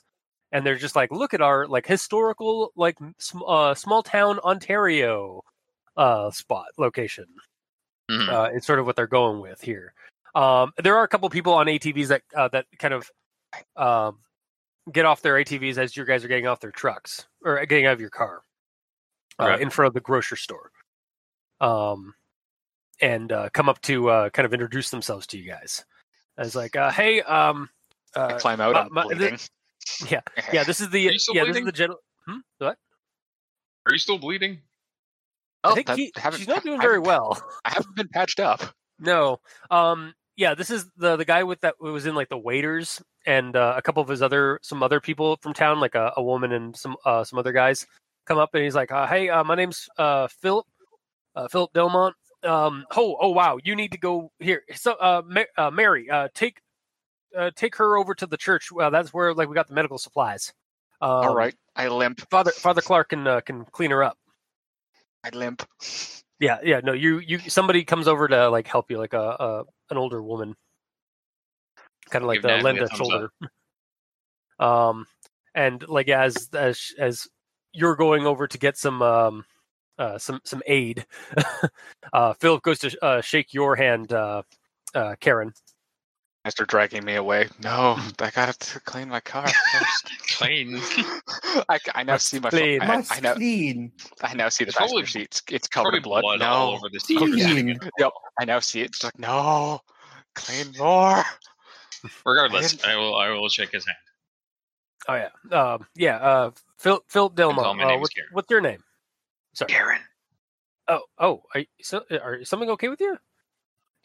[SPEAKER 2] and they're just like, look at our like historical like sm- uh, small town Ontario uh, spot location.
[SPEAKER 5] Mhm.
[SPEAKER 3] Hmm.
[SPEAKER 2] Uh, it's sort of what they're going with here. Um, there are a couple people on ATVs that uh, that kind of um, get off their ATVs as you guys are getting off their trucks or getting out of your car uh,
[SPEAKER 5] Okay.
[SPEAKER 2] in front of the grocery store, um, and uh, come up to uh, kind of introduce themselves to you guys. As like, uh, hey, um,
[SPEAKER 3] I
[SPEAKER 2] uh,
[SPEAKER 3] climb out.
[SPEAKER 2] my-
[SPEAKER 3] I'm
[SPEAKER 2] my- the-
[SPEAKER 3] bleeding. [LAUGHS]
[SPEAKER 2] yeah, yeah, this is the
[SPEAKER 5] Are you still
[SPEAKER 2] yeah, this is
[SPEAKER 5] bleeding?
[SPEAKER 2] the general. Hmm? What?
[SPEAKER 5] Are you still bleeding?
[SPEAKER 3] Oh,
[SPEAKER 2] I think
[SPEAKER 3] that-
[SPEAKER 2] he-
[SPEAKER 3] haven't-
[SPEAKER 2] she's not doing
[SPEAKER 3] I
[SPEAKER 2] very
[SPEAKER 3] haven't-
[SPEAKER 2] well.
[SPEAKER 3] I haven't been patched up.
[SPEAKER 2] No. Um yeah, this is the the guy with that who was in like the waiters and uh, a couple of his other some other people from town like a, a woman and some uh, some other guys come up and he's like, uh, "Hey, uh, my name's uh Philip uh, Philip Delmont. Um oh, oh wow, you need to go here. So uh, Ma- uh Mary, uh take uh, take her over to the church. Well, that's where like we got the medical supplies. Um,
[SPEAKER 3] All right, I limp.
[SPEAKER 2] Father Father Clark can uh, can clean her up.
[SPEAKER 3] I limp.
[SPEAKER 2] Yeah, yeah, no, you you somebody comes over to like help you, like a, a an older woman, kind of like
[SPEAKER 5] Give
[SPEAKER 2] the lend
[SPEAKER 5] Natalie a
[SPEAKER 2] a
[SPEAKER 5] thumbs
[SPEAKER 2] shoulder. [LAUGHS] um, and like as as as you're going over to get some um uh some some aid, [LAUGHS] uh Philip goes to uh, shake your hand, uh, uh Karen.
[SPEAKER 3] After dragging me away. No, I gotta t- clean
[SPEAKER 2] [LAUGHS]
[SPEAKER 3] my car first.
[SPEAKER 5] Clean.
[SPEAKER 3] [LAUGHS] I, c- I now
[SPEAKER 2] Must
[SPEAKER 3] see my.
[SPEAKER 2] clean.
[SPEAKER 3] I,
[SPEAKER 4] Must
[SPEAKER 3] I now
[SPEAKER 4] clean.
[SPEAKER 3] I now see the
[SPEAKER 5] It's
[SPEAKER 3] passenger
[SPEAKER 5] probably-
[SPEAKER 3] seat. It's, it's covered
[SPEAKER 5] Probably
[SPEAKER 3] in blood.
[SPEAKER 5] blood
[SPEAKER 3] no,
[SPEAKER 5] all over this
[SPEAKER 4] Clean.
[SPEAKER 5] conversation.
[SPEAKER 3] I now see it. It's like no, clean more.
[SPEAKER 5] Regardless,
[SPEAKER 3] didn't-
[SPEAKER 5] I will. I will shake his hand.
[SPEAKER 2] Oh yeah, um yeah, uh Phil Philip
[SPEAKER 5] all
[SPEAKER 2] Delmont.
[SPEAKER 5] my
[SPEAKER 2] Uh,
[SPEAKER 5] name's
[SPEAKER 2] what,
[SPEAKER 5] Karen.
[SPEAKER 2] what's your name? Sorry.
[SPEAKER 5] Karen.
[SPEAKER 2] Oh oh, are you, so, are is something okay with you?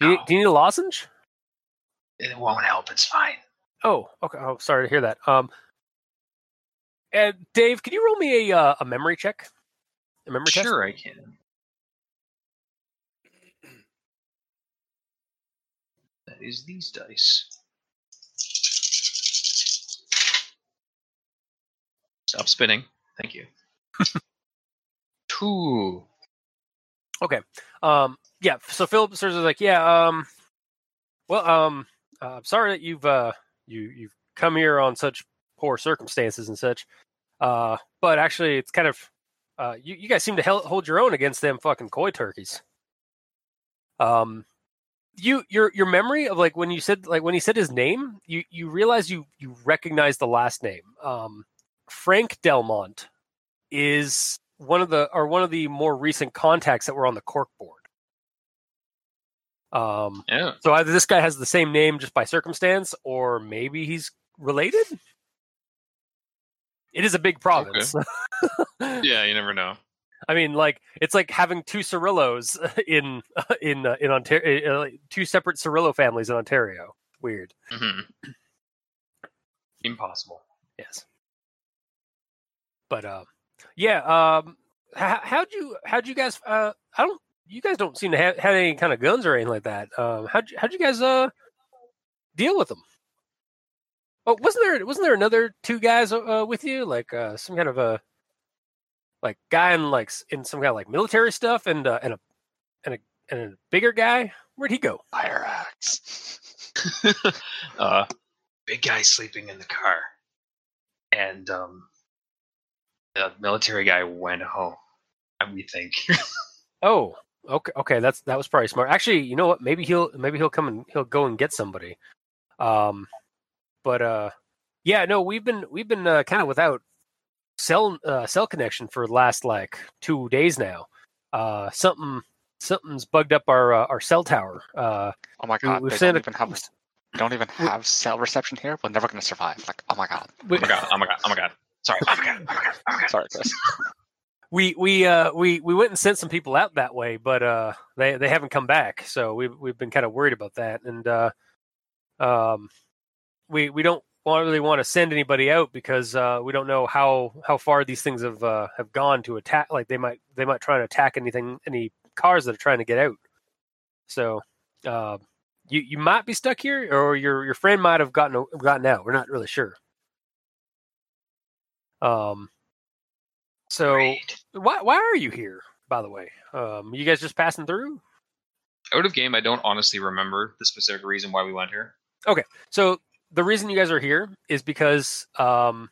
[SPEAKER 2] Do you, do you need a lozenge?
[SPEAKER 5] It won't help. It's fine.
[SPEAKER 2] Oh, okay. Oh, sorry to hear that. Um, and Dave, can you roll me a uh, a memory check? A memory test?
[SPEAKER 5] Sure, I can. That is these dice. Stop spinning.
[SPEAKER 2] [LAUGHS]
[SPEAKER 5] Thank you. Two.
[SPEAKER 2] Um, yeah. So Philip sort of like, yeah. Um, well, um, uh, sorry that you've uh you you've come here on such poor circumstances and such. Uh, but actually, it's kind of uh you you guys seem to hel- hold your own against them fucking koi turkeys. Um. You your your memory of like when you said like when he said his name, you you realize you you recognize the last name. Um, Frank Delmont is one of the or one of the more recent contacts that were on the cork board. Um,
[SPEAKER 5] Yeah.
[SPEAKER 2] so either this guy has the same name just by circumstance, or maybe he's related. It is a big province.
[SPEAKER 5] Yeah, you never know.
[SPEAKER 2] [LAUGHS] I mean, like it's like having two Cirillos [LAUGHS] in in uh, in Ontario, uh, like, two separate Cirillo families in Ontario. Weird.
[SPEAKER 5] Mhm. Impossible.
[SPEAKER 2] Yes. But um, yeah. Um, how, how'd you how'd you guys? Uh, I don't. You guys don't seem to have had any kind of guns or anything like that. Um, how'd you, how'd you guys uh deal with them? Oh, wasn't there wasn't there another two guys uh, with you? Like uh, some kind of a like guy in like s- in some kind of like military stuff and uh, and a and a and a bigger guy. Where'd he go?
[SPEAKER 3] Fire axe.
[SPEAKER 5] [LAUGHS] uh, big guy sleeping in the car, and um, the military guy went home. and We think. [LAUGHS]
[SPEAKER 2] Oh, okay, okay. That's that was probably smart. Actually, you know what? Maybe he'll maybe he'll come and he'll go and get somebody. Um, but uh, yeah, no, we've been we've been uh, kind of without cell uh, cell connection for the last like two days now. Uh, something something's bugged up our uh, our cell tower. Uh,
[SPEAKER 3] Oh my
[SPEAKER 2] we-
[SPEAKER 3] god,
[SPEAKER 2] we've
[SPEAKER 3] they
[SPEAKER 2] sent
[SPEAKER 3] don't
[SPEAKER 2] a-
[SPEAKER 3] even have they don't even have cell reception here. We're never gonna survive. Like, oh my god.
[SPEAKER 2] we-
[SPEAKER 5] Oh my god! Oh my god! Oh my god! Sorry. Oh my god! Oh my god! Oh my god!
[SPEAKER 3] Sorry, Chris.
[SPEAKER 2] we we uh we we went and sent some people out that way but uh they they haven't come back so we've we've been kind of worried about that and uh um we we don't want, really want to send anybody out because uh we don't know how how far these things have uh have gone to attack like they might they might try and attack anything any cars that are trying to get out so uh you you might be stuck here or your your friend might have gotten gotten out we're not really sure um so
[SPEAKER 5] Great.
[SPEAKER 2] why why are you here by the way um you guys just passing through
[SPEAKER 5] Out of game. I don't honestly remember the specific reason why we went here.
[SPEAKER 2] so the reason you guys are here is because um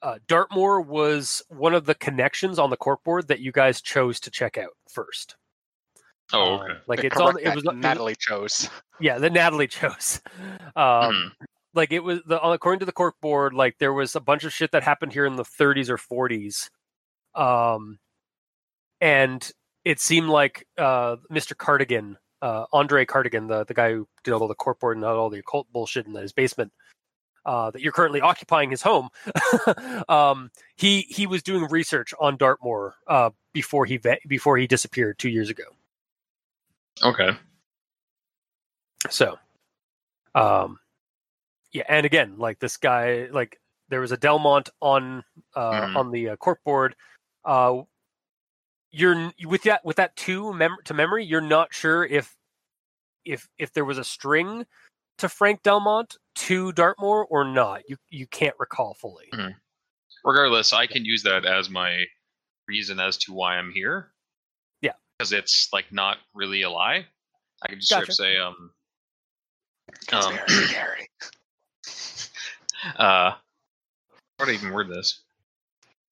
[SPEAKER 2] uh, dartmoor was one of the connections on the cork board that you guys chose to check out first
[SPEAKER 5] Oh,
[SPEAKER 2] Um,
[SPEAKER 5] okay.
[SPEAKER 2] like
[SPEAKER 3] The
[SPEAKER 2] it's on
[SPEAKER 3] correct
[SPEAKER 2] it was,
[SPEAKER 3] that
[SPEAKER 2] it was-
[SPEAKER 3] Natalie chose.
[SPEAKER 2] yeah that natalie [LAUGHS] chose um
[SPEAKER 5] Mhm.
[SPEAKER 2] like it was the according to the cork board like there was a bunch of shit that happened here in the 30s or 40s um and it seemed like uh mr cardigan uh andre cardigan the the guy who did all the cork board and all the occult bullshit in his basement uh, that you're currently occupying his home. [LAUGHS] um, he he was doing research on Dartmoor uh, before he ve- before he disappeared two years ago.
[SPEAKER 5] Okay.
[SPEAKER 2] So, um, yeah, and again, like this guy, like there was a Delmont on uh,
[SPEAKER 5] Mhm.
[SPEAKER 2] on the uh, cork board. Uh, you're n- with that with that two mem- to memory. You're not sure if if if there was a string to Frank Delmont to Dartmoor or not. You you can't recall fully.
[SPEAKER 5] Regardless, I can use that as my reason as to why I'm here.
[SPEAKER 2] Yeah.
[SPEAKER 5] Because it's like not really a lie. I can just
[SPEAKER 2] Gotcha.
[SPEAKER 5] straight up say, um, um,
[SPEAKER 3] Conspiracy theory.
[SPEAKER 5] [CLEARS THROAT] uh, how do I even word this?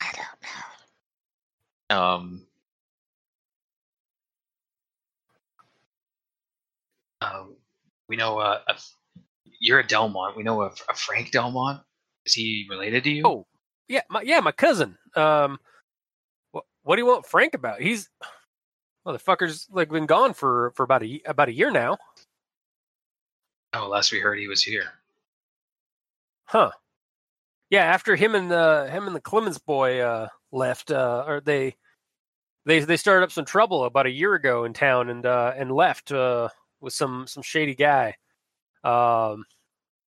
[SPEAKER 3] I don't know.
[SPEAKER 5] Um, um, we know uh, a, you're a Delmont. We know a, a Frank Delmont. Is he related to you?
[SPEAKER 2] Oh. Yeah, my yeah, my cousin. Um, what what do you want Frank about? He's motherfucker's like been gone for for about a ye- about a year now.
[SPEAKER 5] oh, last we heard, he was here.
[SPEAKER 2] Huh. Yeah, after him and the him and the Clemens boy uh left, uh or they they they started up some trouble about a year ago in town and uh and left uh with some some shady guy. Um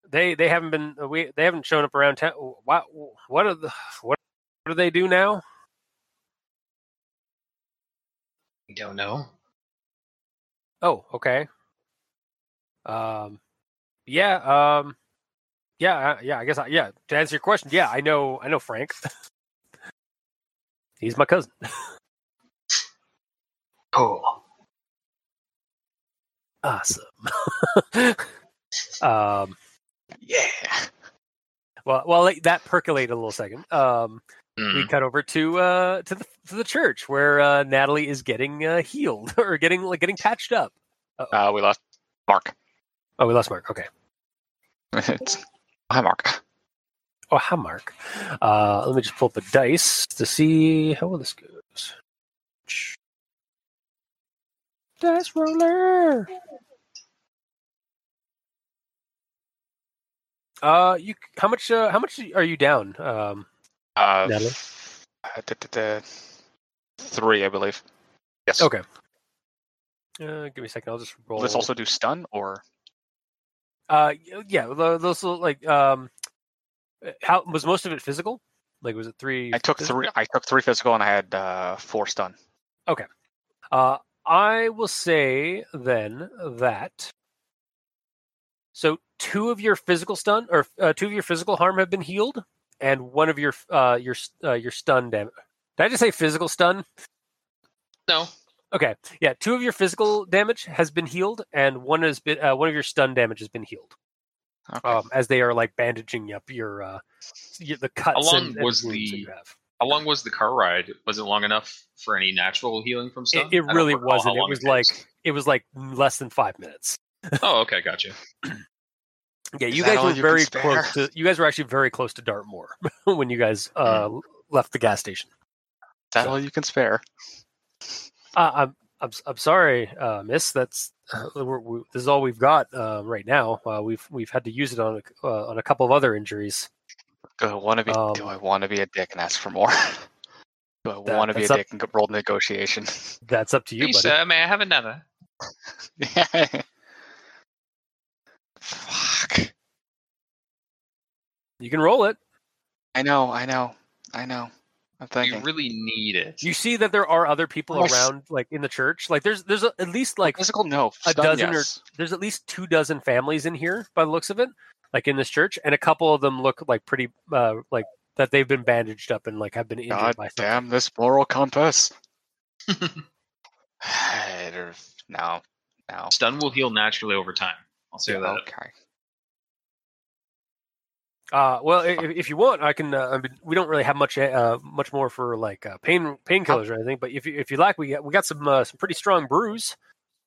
[SPEAKER 2] they they haven't been uh, we they haven't shown up around town. What what are the [SIGHS] what what do they do now?
[SPEAKER 5] We don't know.
[SPEAKER 2] Oh, okay. Um, yeah, um, yeah, uh, yeah. I guess, I, yeah. To answer your question, yeah, I know, I know Frank. [LAUGHS] He's my cousin.
[SPEAKER 5] Cool. Oh,
[SPEAKER 2] Awesome. [LAUGHS] um,
[SPEAKER 3] Yeah.
[SPEAKER 2] well, well, let that percolate a little second. Um,
[SPEAKER 5] Mm.
[SPEAKER 2] we cut over to uh to the to the church where uh, Natalie is getting uh, healed [LAUGHS] or getting like getting patched up.
[SPEAKER 3] Uh, we lost Mark. [LAUGHS]
[SPEAKER 2] Oh, we lost Mark. Okay.
[SPEAKER 3] It's- Hi, Mark.
[SPEAKER 2] Oh, hi, Mark. Uh, let me just pull up a dice to see how well this goes. Dice roller. Uh, you how much? Uh, how much are you down? Um,
[SPEAKER 3] Uh,
[SPEAKER 2] Natalie?
[SPEAKER 3] uh, da- da- da- Three, I believe. Yes.
[SPEAKER 2] Okay. Uh, give me a second. I'll just roll.
[SPEAKER 3] Let's also do stun or
[SPEAKER 2] Uh, y- yeah, tho- those little, like um, uh, how was most of it physical? Like, was it three?
[SPEAKER 3] I took
[SPEAKER 2] physical?
[SPEAKER 3] three. I took three physical and I had uh, four stun.
[SPEAKER 2] Uh, I will say then that. So two of your physical stun or uh, two of your physical harm have been healed, and one of your uh, your uh, your stun damage. Did I just say physical stun?
[SPEAKER 5] No.
[SPEAKER 2] Okay, yeah, two of your physical damage has been healed, and one has been uh, one of your stun damage has been healed.
[SPEAKER 3] Okay.
[SPEAKER 2] Um, as they are like bandaging up your uh, y- the cuts.
[SPEAKER 5] How long
[SPEAKER 2] and- and wounds
[SPEAKER 5] was
[SPEAKER 2] that
[SPEAKER 5] the-
[SPEAKER 2] you have.
[SPEAKER 5] How long was the car ride? Was it long enough for any natural healing from
[SPEAKER 2] It,
[SPEAKER 5] stuff?
[SPEAKER 2] it really wasn't. It was like it was like less than five minutes.
[SPEAKER 5] oh, okay, gotcha.
[SPEAKER 2] Yeah,
[SPEAKER 3] Is
[SPEAKER 2] you
[SPEAKER 3] that
[SPEAKER 2] guys
[SPEAKER 3] all
[SPEAKER 2] were
[SPEAKER 3] you can
[SPEAKER 2] very
[SPEAKER 3] spare?
[SPEAKER 2] close to. You guys were actually very close to Dartmoor [LAUGHS] when you guys uh, left the gas station.
[SPEAKER 3] That all you can spare.
[SPEAKER 2] Uh, I'm, I'm s- I'm sorry, uh, Miss. That's uh, we're, we, this is all we've got uh, right now. Uh, we've we've had to use it on a, c- uh, on a couple of other injuries.
[SPEAKER 3] Do I want to be? do
[SPEAKER 2] Um,
[SPEAKER 3] I want to be a dick and ask for more? [LAUGHS] do I
[SPEAKER 2] That-
[SPEAKER 3] want to be a
[SPEAKER 2] that's up-
[SPEAKER 3] dick and roll negotiation? [LAUGHS]
[SPEAKER 2] That's up to you,
[SPEAKER 5] Hey,
[SPEAKER 2] buddy.
[SPEAKER 5] sir, may I have another?
[SPEAKER 3] Fuck.
[SPEAKER 2] You can roll it.
[SPEAKER 3] I know. I know. I know.
[SPEAKER 5] You
[SPEAKER 3] I'm thinking.
[SPEAKER 5] really need it.
[SPEAKER 2] You see that there are other people
[SPEAKER 3] Nice.
[SPEAKER 2] around, like in the church. Like there's there's a, at least like
[SPEAKER 3] physical? No.
[SPEAKER 2] a
[SPEAKER 3] Stun,
[SPEAKER 2] dozen or-
[SPEAKER 3] yes.
[SPEAKER 2] there's at least two dozen families in here by the looks of it like in this church and a couple of them look like pretty uh like that they've been bandaged up and like have been injured
[SPEAKER 3] God
[SPEAKER 2] by something.
[SPEAKER 3] damn this moral compass.
[SPEAKER 2] [LAUGHS]
[SPEAKER 3] [SIGHS] There- no. No.
[SPEAKER 5] Stun will heal naturally over time. I'll say that.
[SPEAKER 3] Okay.
[SPEAKER 2] uh well i- if, if you want i can uh, I mean, we don't really have much uh much more for like uh, pain painkillers or anything but if you if you like we got, we got some uh, some pretty strong brews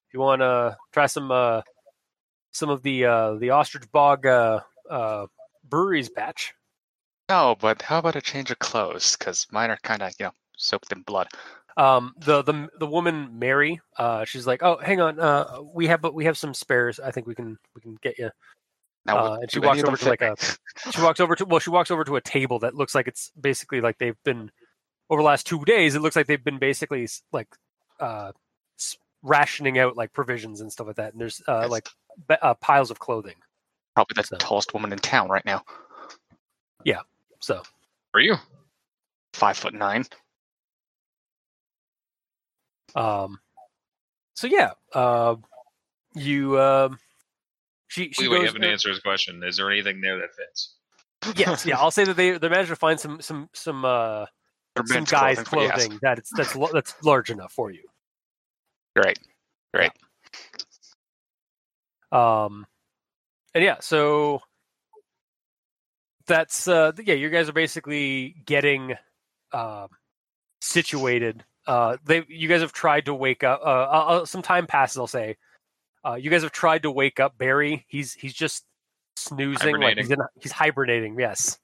[SPEAKER 2] if you want to try some uh some of the uh the ostrich bog uh uh breweries batch
[SPEAKER 3] No, but how about a change of clothes? Because mine are kind of, you know, soaked in blood.
[SPEAKER 2] um the the the woman mary uh she's like oh hang on uh we have but we have some spares i think we can we can get you
[SPEAKER 3] Now,
[SPEAKER 2] Uh,
[SPEAKER 3] would-
[SPEAKER 2] and she
[SPEAKER 3] do
[SPEAKER 2] walks
[SPEAKER 3] any of them
[SPEAKER 2] over to, like,
[SPEAKER 3] fit
[SPEAKER 2] she walks over to well she walks over to a table that looks like it's basically like they've been over the last two days it looks like they've been basically s- like uh s- rationing out like provisions and stuff like that and there's uh
[SPEAKER 3] That's
[SPEAKER 2] like ba- uh, piles of clothing
[SPEAKER 3] probably the
[SPEAKER 2] so.
[SPEAKER 3] tallest woman in town right now.
[SPEAKER 2] so
[SPEAKER 5] For you?
[SPEAKER 3] Five foot nine.
[SPEAKER 2] um so yeah um you um she she
[SPEAKER 5] We we
[SPEAKER 2] goes
[SPEAKER 5] haven't answered his question. Is there anything there that fits?
[SPEAKER 2] [LAUGHS] yes
[SPEAKER 3] [LAUGHS]
[SPEAKER 2] yeah i'll say that they they managed to find some some some uh
[SPEAKER 3] Or
[SPEAKER 2] some
[SPEAKER 3] men's
[SPEAKER 2] guy's
[SPEAKER 3] but yes.
[SPEAKER 2] clothing that it's that's lo- that's large enough for you.
[SPEAKER 3] Great. Great.
[SPEAKER 2] Um, and yeah, so that's uh, yeah, you guys are basically getting um situated. Uh, they you guys have tried to wake up. Uh, uh, uh, some time passes, I'll say. Uh, you guys have tried to wake up Barry. He's he's just snoozing, like
[SPEAKER 5] Hibernating.
[SPEAKER 2] he's in, he's hibernating. Yes.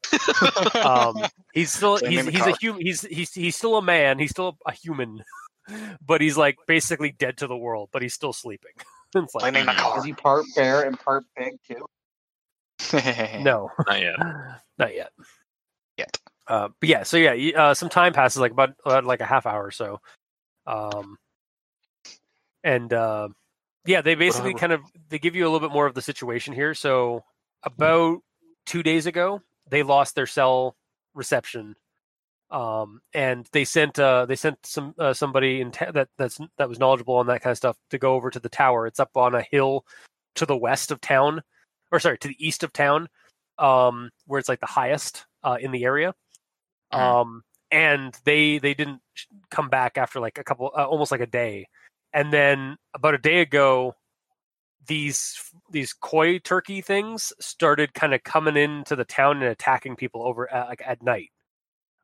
[SPEAKER 2] um, he's still
[SPEAKER 3] Same
[SPEAKER 2] he's,
[SPEAKER 3] in the
[SPEAKER 2] he's
[SPEAKER 3] car.
[SPEAKER 2] a human he's, he's he's still a man he's still a human [LAUGHS] but he's like basically dead to the world but he's still sleeping [LAUGHS] it's like,
[SPEAKER 3] Blaming the
[SPEAKER 4] Is
[SPEAKER 3] [LAUGHS]
[SPEAKER 4] he part bear and part pig too?
[SPEAKER 3] car.
[SPEAKER 2] no
[SPEAKER 5] Not yet.
[SPEAKER 2] not yet
[SPEAKER 3] Yet.
[SPEAKER 2] uh, but yeah so yeah you- uh, some time passes like about uh, like a half hour or so um and uh, yeah they basically
[SPEAKER 3] Whatever.
[SPEAKER 2] kind of they give you a little bit more of the situation here so about two days ago they lost their cell reception um and they sent uh they sent some uh, somebody in ta- that that's that was knowledgeable on that kind of stuff to go over to the tower it's up on a hill to the west of town or sorry to the east of town um where it's like the highest uh in the area
[SPEAKER 3] Mhm.
[SPEAKER 2] um and they they didn't sh- come back after like a couple uh, almost like a day and then about a day ago these these koi turkey things started kind of coming into the town and attacking people over at, like at night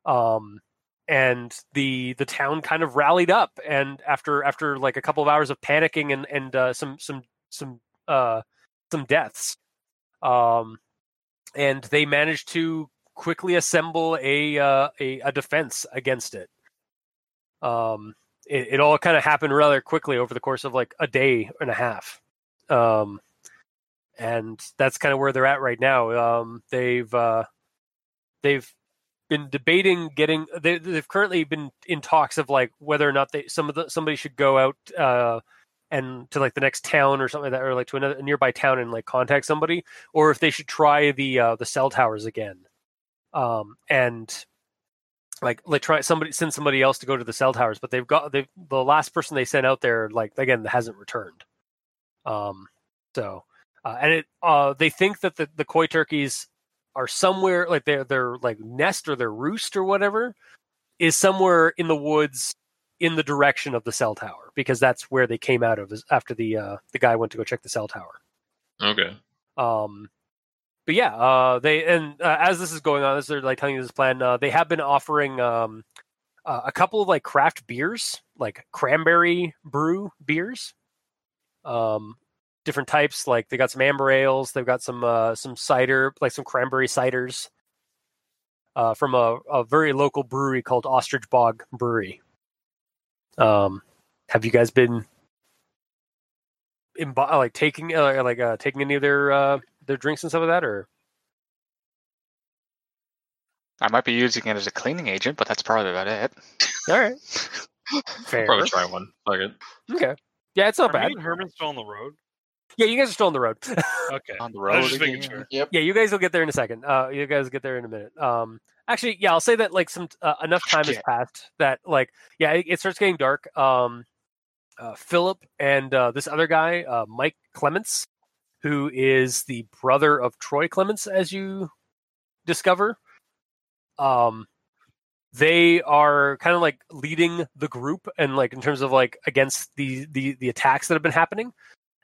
[SPEAKER 2] um and the the town kind of rallied up and after after like a couple of hours of panicking and and uh, some some some uh some deaths um and they managed to quickly assemble a uh, a, a defense against it um it, it all kind of happened rather quickly over the course of like a day and a half um and that's kind of where they're at right now um they've uh they've been debating getting. They, they've currently been in talks of like whether or not they some of the somebody should go out uh, and to like the next town or something like that, or like to another a nearby town and like contact somebody, or if they should try the uh, the cell towers again, um, and like like try somebody send somebody else to go to the cell towers, but they've got they the last person they sent out there like again hasn't returned, um, so. Uh, and it, uh, they think that the, the koi turkeys are somewhere like their their like nest or their roost or whatever is somewhere in the woods in the direction of the cell tower because that's where they came out of is after the uh, the guy went to go check the cell tower.
[SPEAKER 5] Okay.
[SPEAKER 2] Um, but yeah, uh, they and uh, as this is going on, as they're like telling you this plan, uh, they have been offering um, uh, a couple of like craft beers, like cranberry brew beers, um, different types. Like they got some amber ales, they've got some uh, some cider, like some cranberry ciders, uh, from a, a very local brewery called Ostrich Bog Brewery. Um, have you guys been imbi- like taking uh, like uh, taking any of their uh, their drinks and stuff like that, or
[SPEAKER 3] I might be using it as a cleaning agent, but that's probably about it.
[SPEAKER 2] all right, fair.
[SPEAKER 5] Probably try one. Fuck it.
[SPEAKER 2] Okay, yeah, it's not
[SPEAKER 6] Are
[SPEAKER 2] bad.
[SPEAKER 6] me and Herman still on the road?
[SPEAKER 2] Yeah, you guys are still on the road. [LAUGHS]
[SPEAKER 6] Okay.
[SPEAKER 2] Um,
[SPEAKER 3] On the
[SPEAKER 6] I
[SPEAKER 3] road
[SPEAKER 6] was just making
[SPEAKER 3] again.
[SPEAKER 6] sure.
[SPEAKER 7] Yep.
[SPEAKER 2] yeah, you guys will get there in a second. Uh, you guys get there in a minute. Um, actually, yeah, I'll say that like some uh, enough time has
[SPEAKER 3] Shit.
[SPEAKER 2] passed that like yeah, it, it starts getting dark. Um, uh, Philip and uh, this other guy, uh, Mike Clements, who is the brother of Troy Clements, as you discover. Um, they are kind of like leading the group and like in terms of like against the the the attacks that have been happening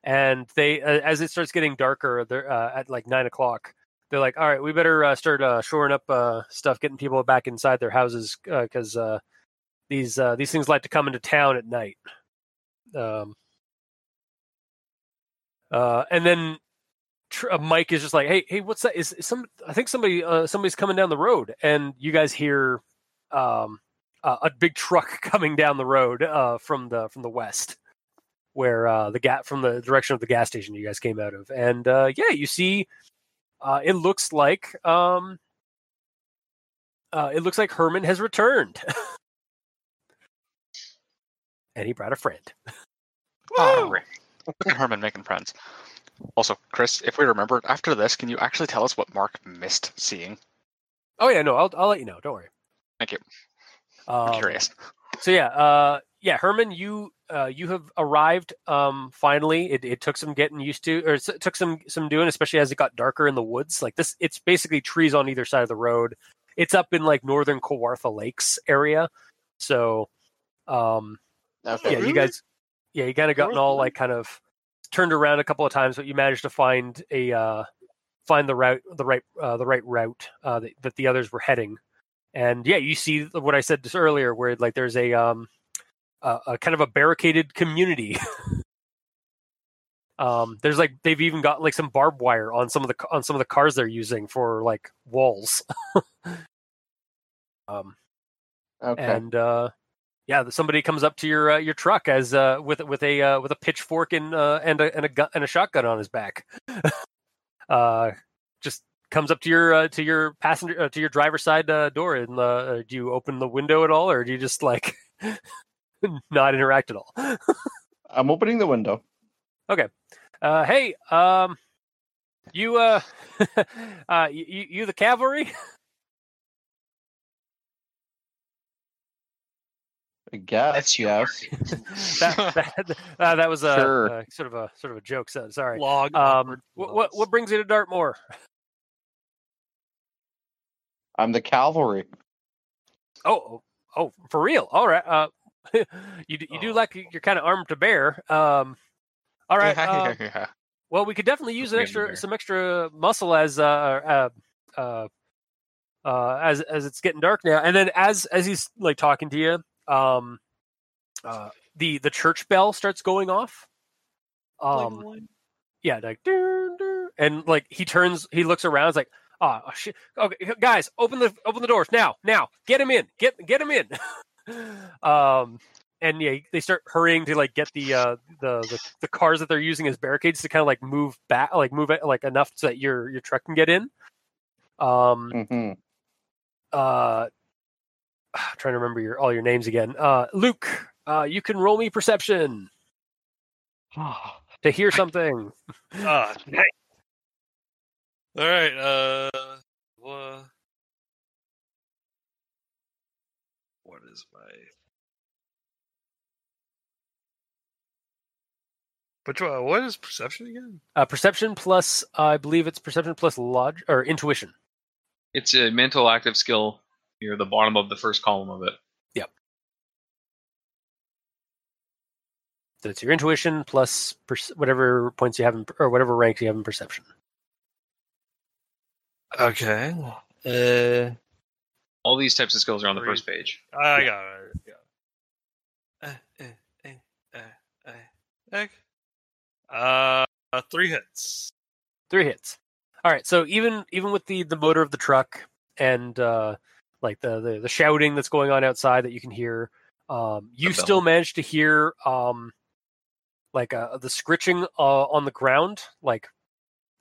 [SPEAKER 2] and they uh, as it starts getting darker they're uh, at like nine o'clock they're like all right we better uh, start uh, shoring up uh, stuff getting people back inside their houses because uh, these uh, these things like to come into town at night um, uh, and then tr- uh, Mike is just like, "Hey, hey, what's that? Is, is some? I think somebody, uh, somebody's coming down the road." And you guys hear um, uh, a big truck [LAUGHS] coming down the road uh, from the from the west, where uh, the gap from the direction of the gas station you guys came out of. And uh, yeah, you see, uh, it looks like um, uh, it looks like Herman has returned, [LAUGHS] and he brought a friend.
[SPEAKER 3] All right. Oh, Look at Herman making friends. Also, Chris, if we remember, after this, can you actually tell us what Mark missed seeing?
[SPEAKER 2] Oh yeah, no, I'll I'll let you know. Don't worry.
[SPEAKER 3] Thank you. I'm
[SPEAKER 2] Um,
[SPEAKER 3] curious.
[SPEAKER 2] so yeah, uh, yeah, Herman, you uh, you have arrived um, finally. It, it took some getting used to, or it took some some doing, especially as it got darker in the woods. Like this, it's basically trees on either side of the road. It's up in like northern Kawartha Lakes area, so um,
[SPEAKER 7] Okay.
[SPEAKER 2] yeah, you guys, yeah, you kind of gotten all like kind of turned around a couple of times, but you managed to find a uh, find the route, the right, uh, the right route uh, that, that the others were heading. And yeah, you see what I said just earlier, where like there's a um, a, a kind of a barricaded community. [LAUGHS] um, there's like they've even got like some barbed wire on some of the on some of the cars they're using for like walls. [LAUGHS] um,
[SPEAKER 7] Okay.
[SPEAKER 2] and uh yeah th- somebody comes up to your uh, your truck as uh with with a uh, with a pitchfork and uh and a and a gun and a shotgun on his back [LAUGHS] uh just comes up to your uh, to your passenger uh, to your driver's side uh, door and uh, uh, do you open the window at all or do you just like [LAUGHS] not interact at all
[SPEAKER 4] I'm opening the window.
[SPEAKER 2] uh hey um you uh [LAUGHS] uh you, you you the cavalry [LAUGHS]
[SPEAKER 4] I guess.
[SPEAKER 5] That's
[SPEAKER 4] yes.
[SPEAKER 2] [LAUGHS] that
[SPEAKER 3] [LAUGHS]
[SPEAKER 2] that, uh, that was a,
[SPEAKER 4] Sure.
[SPEAKER 2] uh, sort of a sort of a joke so sorry
[SPEAKER 6] Log.
[SPEAKER 2] um
[SPEAKER 6] awkward
[SPEAKER 2] what, what what brings you to dartmoor
[SPEAKER 4] I'm the cavalry.
[SPEAKER 2] Oh, oh, for real? All right. Uh, [LAUGHS] you d- you do
[SPEAKER 6] Oh.
[SPEAKER 2] like you- you're kind of armed to bear. Um, all right. uh, [LAUGHS]
[SPEAKER 3] yeah.
[SPEAKER 2] well, we could definitely use an
[SPEAKER 5] Armed to
[SPEAKER 2] extra
[SPEAKER 5] bear.
[SPEAKER 2] some extra muscle as uh, uh uh uh as as it's getting dark now. And then as as he's like talking to you, um, uh, the the church bell starts going off. Um, yeah, like "Dun, dun," and like he turns, he looks around, it's like, ah, oh, shit. Okay, h- guys, open the open the doors now, now, get him in, get get him in. [LAUGHS] um, and yeah, they start hurrying to like get the uh the the, the cars that they're using as barricades to kind of like move back,
[SPEAKER 7] Mm. Mm-hmm.
[SPEAKER 2] like move it like enough so that your your truck can get in. Um,
[SPEAKER 4] hmm
[SPEAKER 2] uh trying to remember your all your names again. Uh Luke, uh you can roll me perception to hear something.
[SPEAKER 6] Ah, All right. Uh, wha- what is my? But uh, what is perception again?
[SPEAKER 2] Uh perception plus I believe it's perception plus log or intuition.
[SPEAKER 5] It's a mental active skill near the bottom of the first column of it.
[SPEAKER 2] So it's your intuition plus per- whatever points you have in, or whatever ranks you have in perception.
[SPEAKER 6] Okay. Uh,
[SPEAKER 5] All these types of skills are on the
[SPEAKER 6] Three.
[SPEAKER 5] first page.
[SPEAKER 6] Ah, I got it. Yeah. Uh, uh, uh, uh, uh, okay. Uh, uh, three hits.
[SPEAKER 2] three hits all right so even even with the the motor of the truck and uh like the the, the shouting that's going on outside that you can hear um you
[SPEAKER 5] bell.
[SPEAKER 2] still manage to hear um like uh the scritching uh, on the ground like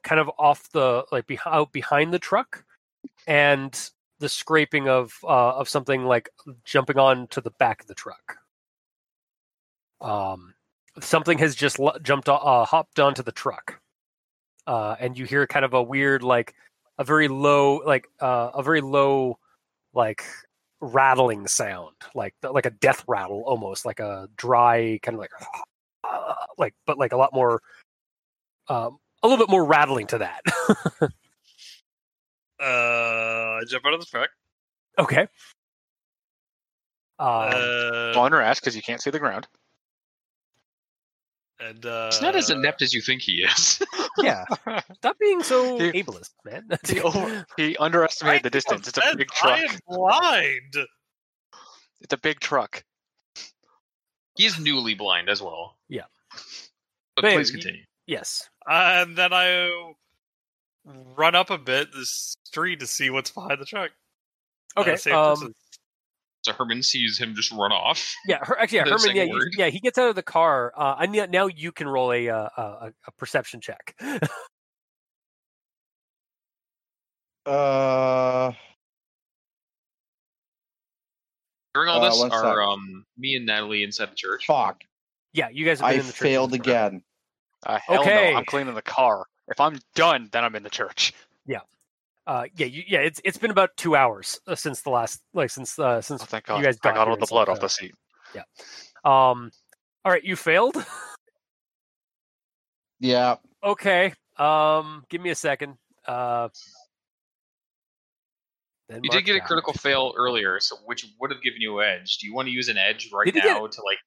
[SPEAKER 2] kind of off the like beh out behind the truck and the scraping of uh of something like jumping on to the back of the truck um something has just l- jumped o- uh, hopped onto the truck uh, and you hear kind of a weird like a very low like uh, a very low like rattling sound like like a death rattle almost like a dry kind of like [LAUGHS] like but like a lot more um, a little bit more rattling to that [LAUGHS]
[SPEAKER 6] Uh, I jump out of the truck.
[SPEAKER 2] okay
[SPEAKER 3] Um,
[SPEAKER 2] uh,
[SPEAKER 6] Uh,
[SPEAKER 3] On her ass because you can't see the ground.
[SPEAKER 6] and uh,
[SPEAKER 5] He's not as inept as you think he is. [LAUGHS]
[SPEAKER 2] yeah stop Um, being so
[SPEAKER 3] He-
[SPEAKER 2] ableist man [LAUGHS]
[SPEAKER 3] He, over- he underestimated the distance. It's a big truck.
[SPEAKER 6] I am blind.
[SPEAKER 3] It's a big truck.
[SPEAKER 5] He's newly blind as well.
[SPEAKER 2] Yeah.
[SPEAKER 5] But
[SPEAKER 2] Man,
[SPEAKER 5] please
[SPEAKER 2] you-
[SPEAKER 5] continue.
[SPEAKER 2] yes
[SPEAKER 6] And then I run up a bit the street to see what's behind the truck. Uh,
[SPEAKER 2] okay
[SPEAKER 6] safe
[SPEAKER 2] um,
[SPEAKER 6] distance.
[SPEAKER 5] So Herman sees him just run off.
[SPEAKER 2] Yeah, her, actually, yeah,
[SPEAKER 5] The
[SPEAKER 2] Herman.
[SPEAKER 5] second
[SPEAKER 2] Yeah, you-
[SPEAKER 5] word.
[SPEAKER 2] yeah, he gets out of the car. Uh, and yet now you can roll a uh, a, a- a perception check.
[SPEAKER 4] Uh,
[SPEAKER 5] During all
[SPEAKER 4] Uh,
[SPEAKER 5] this,
[SPEAKER 4] one sec.
[SPEAKER 5] are um, me and Natalie inside the church?
[SPEAKER 4] fuck.
[SPEAKER 2] yeah, you guys. Have been
[SPEAKER 4] I
[SPEAKER 2] in the church
[SPEAKER 4] failed
[SPEAKER 2] since forever.
[SPEAKER 4] again.
[SPEAKER 3] Uh, hell
[SPEAKER 2] Okay.
[SPEAKER 3] no! I'm cleaning the car. If I'm done, then I'm in the church.
[SPEAKER 2] Uh, yeah, you, yeah. It's it's been about two hours uh, since the last like since uh, since
[SPEAKER 3] Oh, thank God!
[SPEAKER 2] guys
[SPEAKER 3] I
[SPEAKER 2] got
[SPEAKER 3] got
[SPEAKER 2] here
[SPEAKER 3] all the
[SPEAKER 2] and
[SPEAKER 3] blood
[SPEAKER 2] stuff,
[SPEAKER 3] off
[SPEAKER 2] uh,
[SPEAKER 3] the seat.
[SPEAKER 2] um. All right, you failed. [LAUGHS]
[SPEAKER 4] Yeah.
[SPEAKER 2] okay. Um, give me a second. Uh. then
[SPEAKER 5] You
[SPEAKER 2] mark
[SPEAKER 5] did get a
[SPEAKER 2] down.
[SPEAKER 5] critical fail earlier, so which would have given you edge. Do you want to use an edge right
[SPEAKER 2] Did he get
[SPEAKER 5] now to like?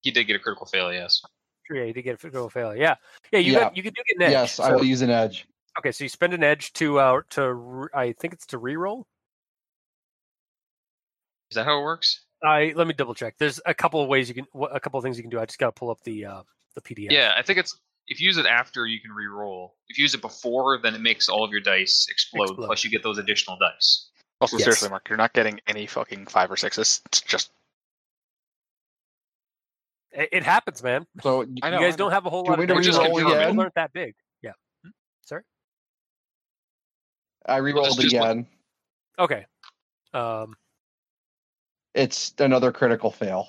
[SPEAKER 5] He did get a critical fail, yes.
[SPEAKER 2] Yeah, you did get a critical fail. Yeah, yeah. You
[SPEAKER 4] Yeah.
[SPEAKER 2] got you could do get an edge.
[SPEAKER 4] Yes, I
[SPEAKER 2] so-
[SPEAKER 4] will use an edge.
[SPEAKER 2] Okay, so you spend an edge to uh to re- I think it's to reroll.
[SPEAKER 5] Is that how it works?
[SPEAKER 2] I let me double check. There's a couple of ways you can, wh- a couple of things you can do. I just got to pull up the uh, the PDF.
[SPEAKER 5] Yeah. I think it's if you use it after, you can re-roll. If you use it before, then it makes all of your dice explode.
[SPEAKER 2] Explode.
[SPEAKER 5] Plus, you get those additional dice.
[SPEAKER 3] Also,
[SPEAKER 2] Yes.
[SPEAKER 3] seriously, Mark, you're not getting any fucking five or sixes. It's just
[SPEAKER 2] it, it happens, man.
[SPEAKER 4] So
[SPEAKER 3] I
[SPEAKER 2] You
[SPEAKER 3] know,
[SPEAKER 2] guys
[SPEAKER 3] I know.
[SPEAKER 2] don't have a whole
[SPEAKER 4] Do
[SPEAKER 2] lot.
[SPEAKER 4] we
[SPEAKER 2] of
[SPEAKER 4] need to
[SPEAKER 2] dice.
[SPEAKER 5] re-roll
[SPEAKER 2] Your people
[SPEAKER 4] again?
[SPEAKER 2] aren't that big. Yeah. Hmm? Sorry.
[SPEAKER 4] I
[SPEAKER 5] Just-
[SPEAKER 4] rerolled
[SPEAKER 5] just
[SPEAKER 4] again.
[SPEAKER 2] Okay. Um.
[SPEAKER 4] It's another critical fail.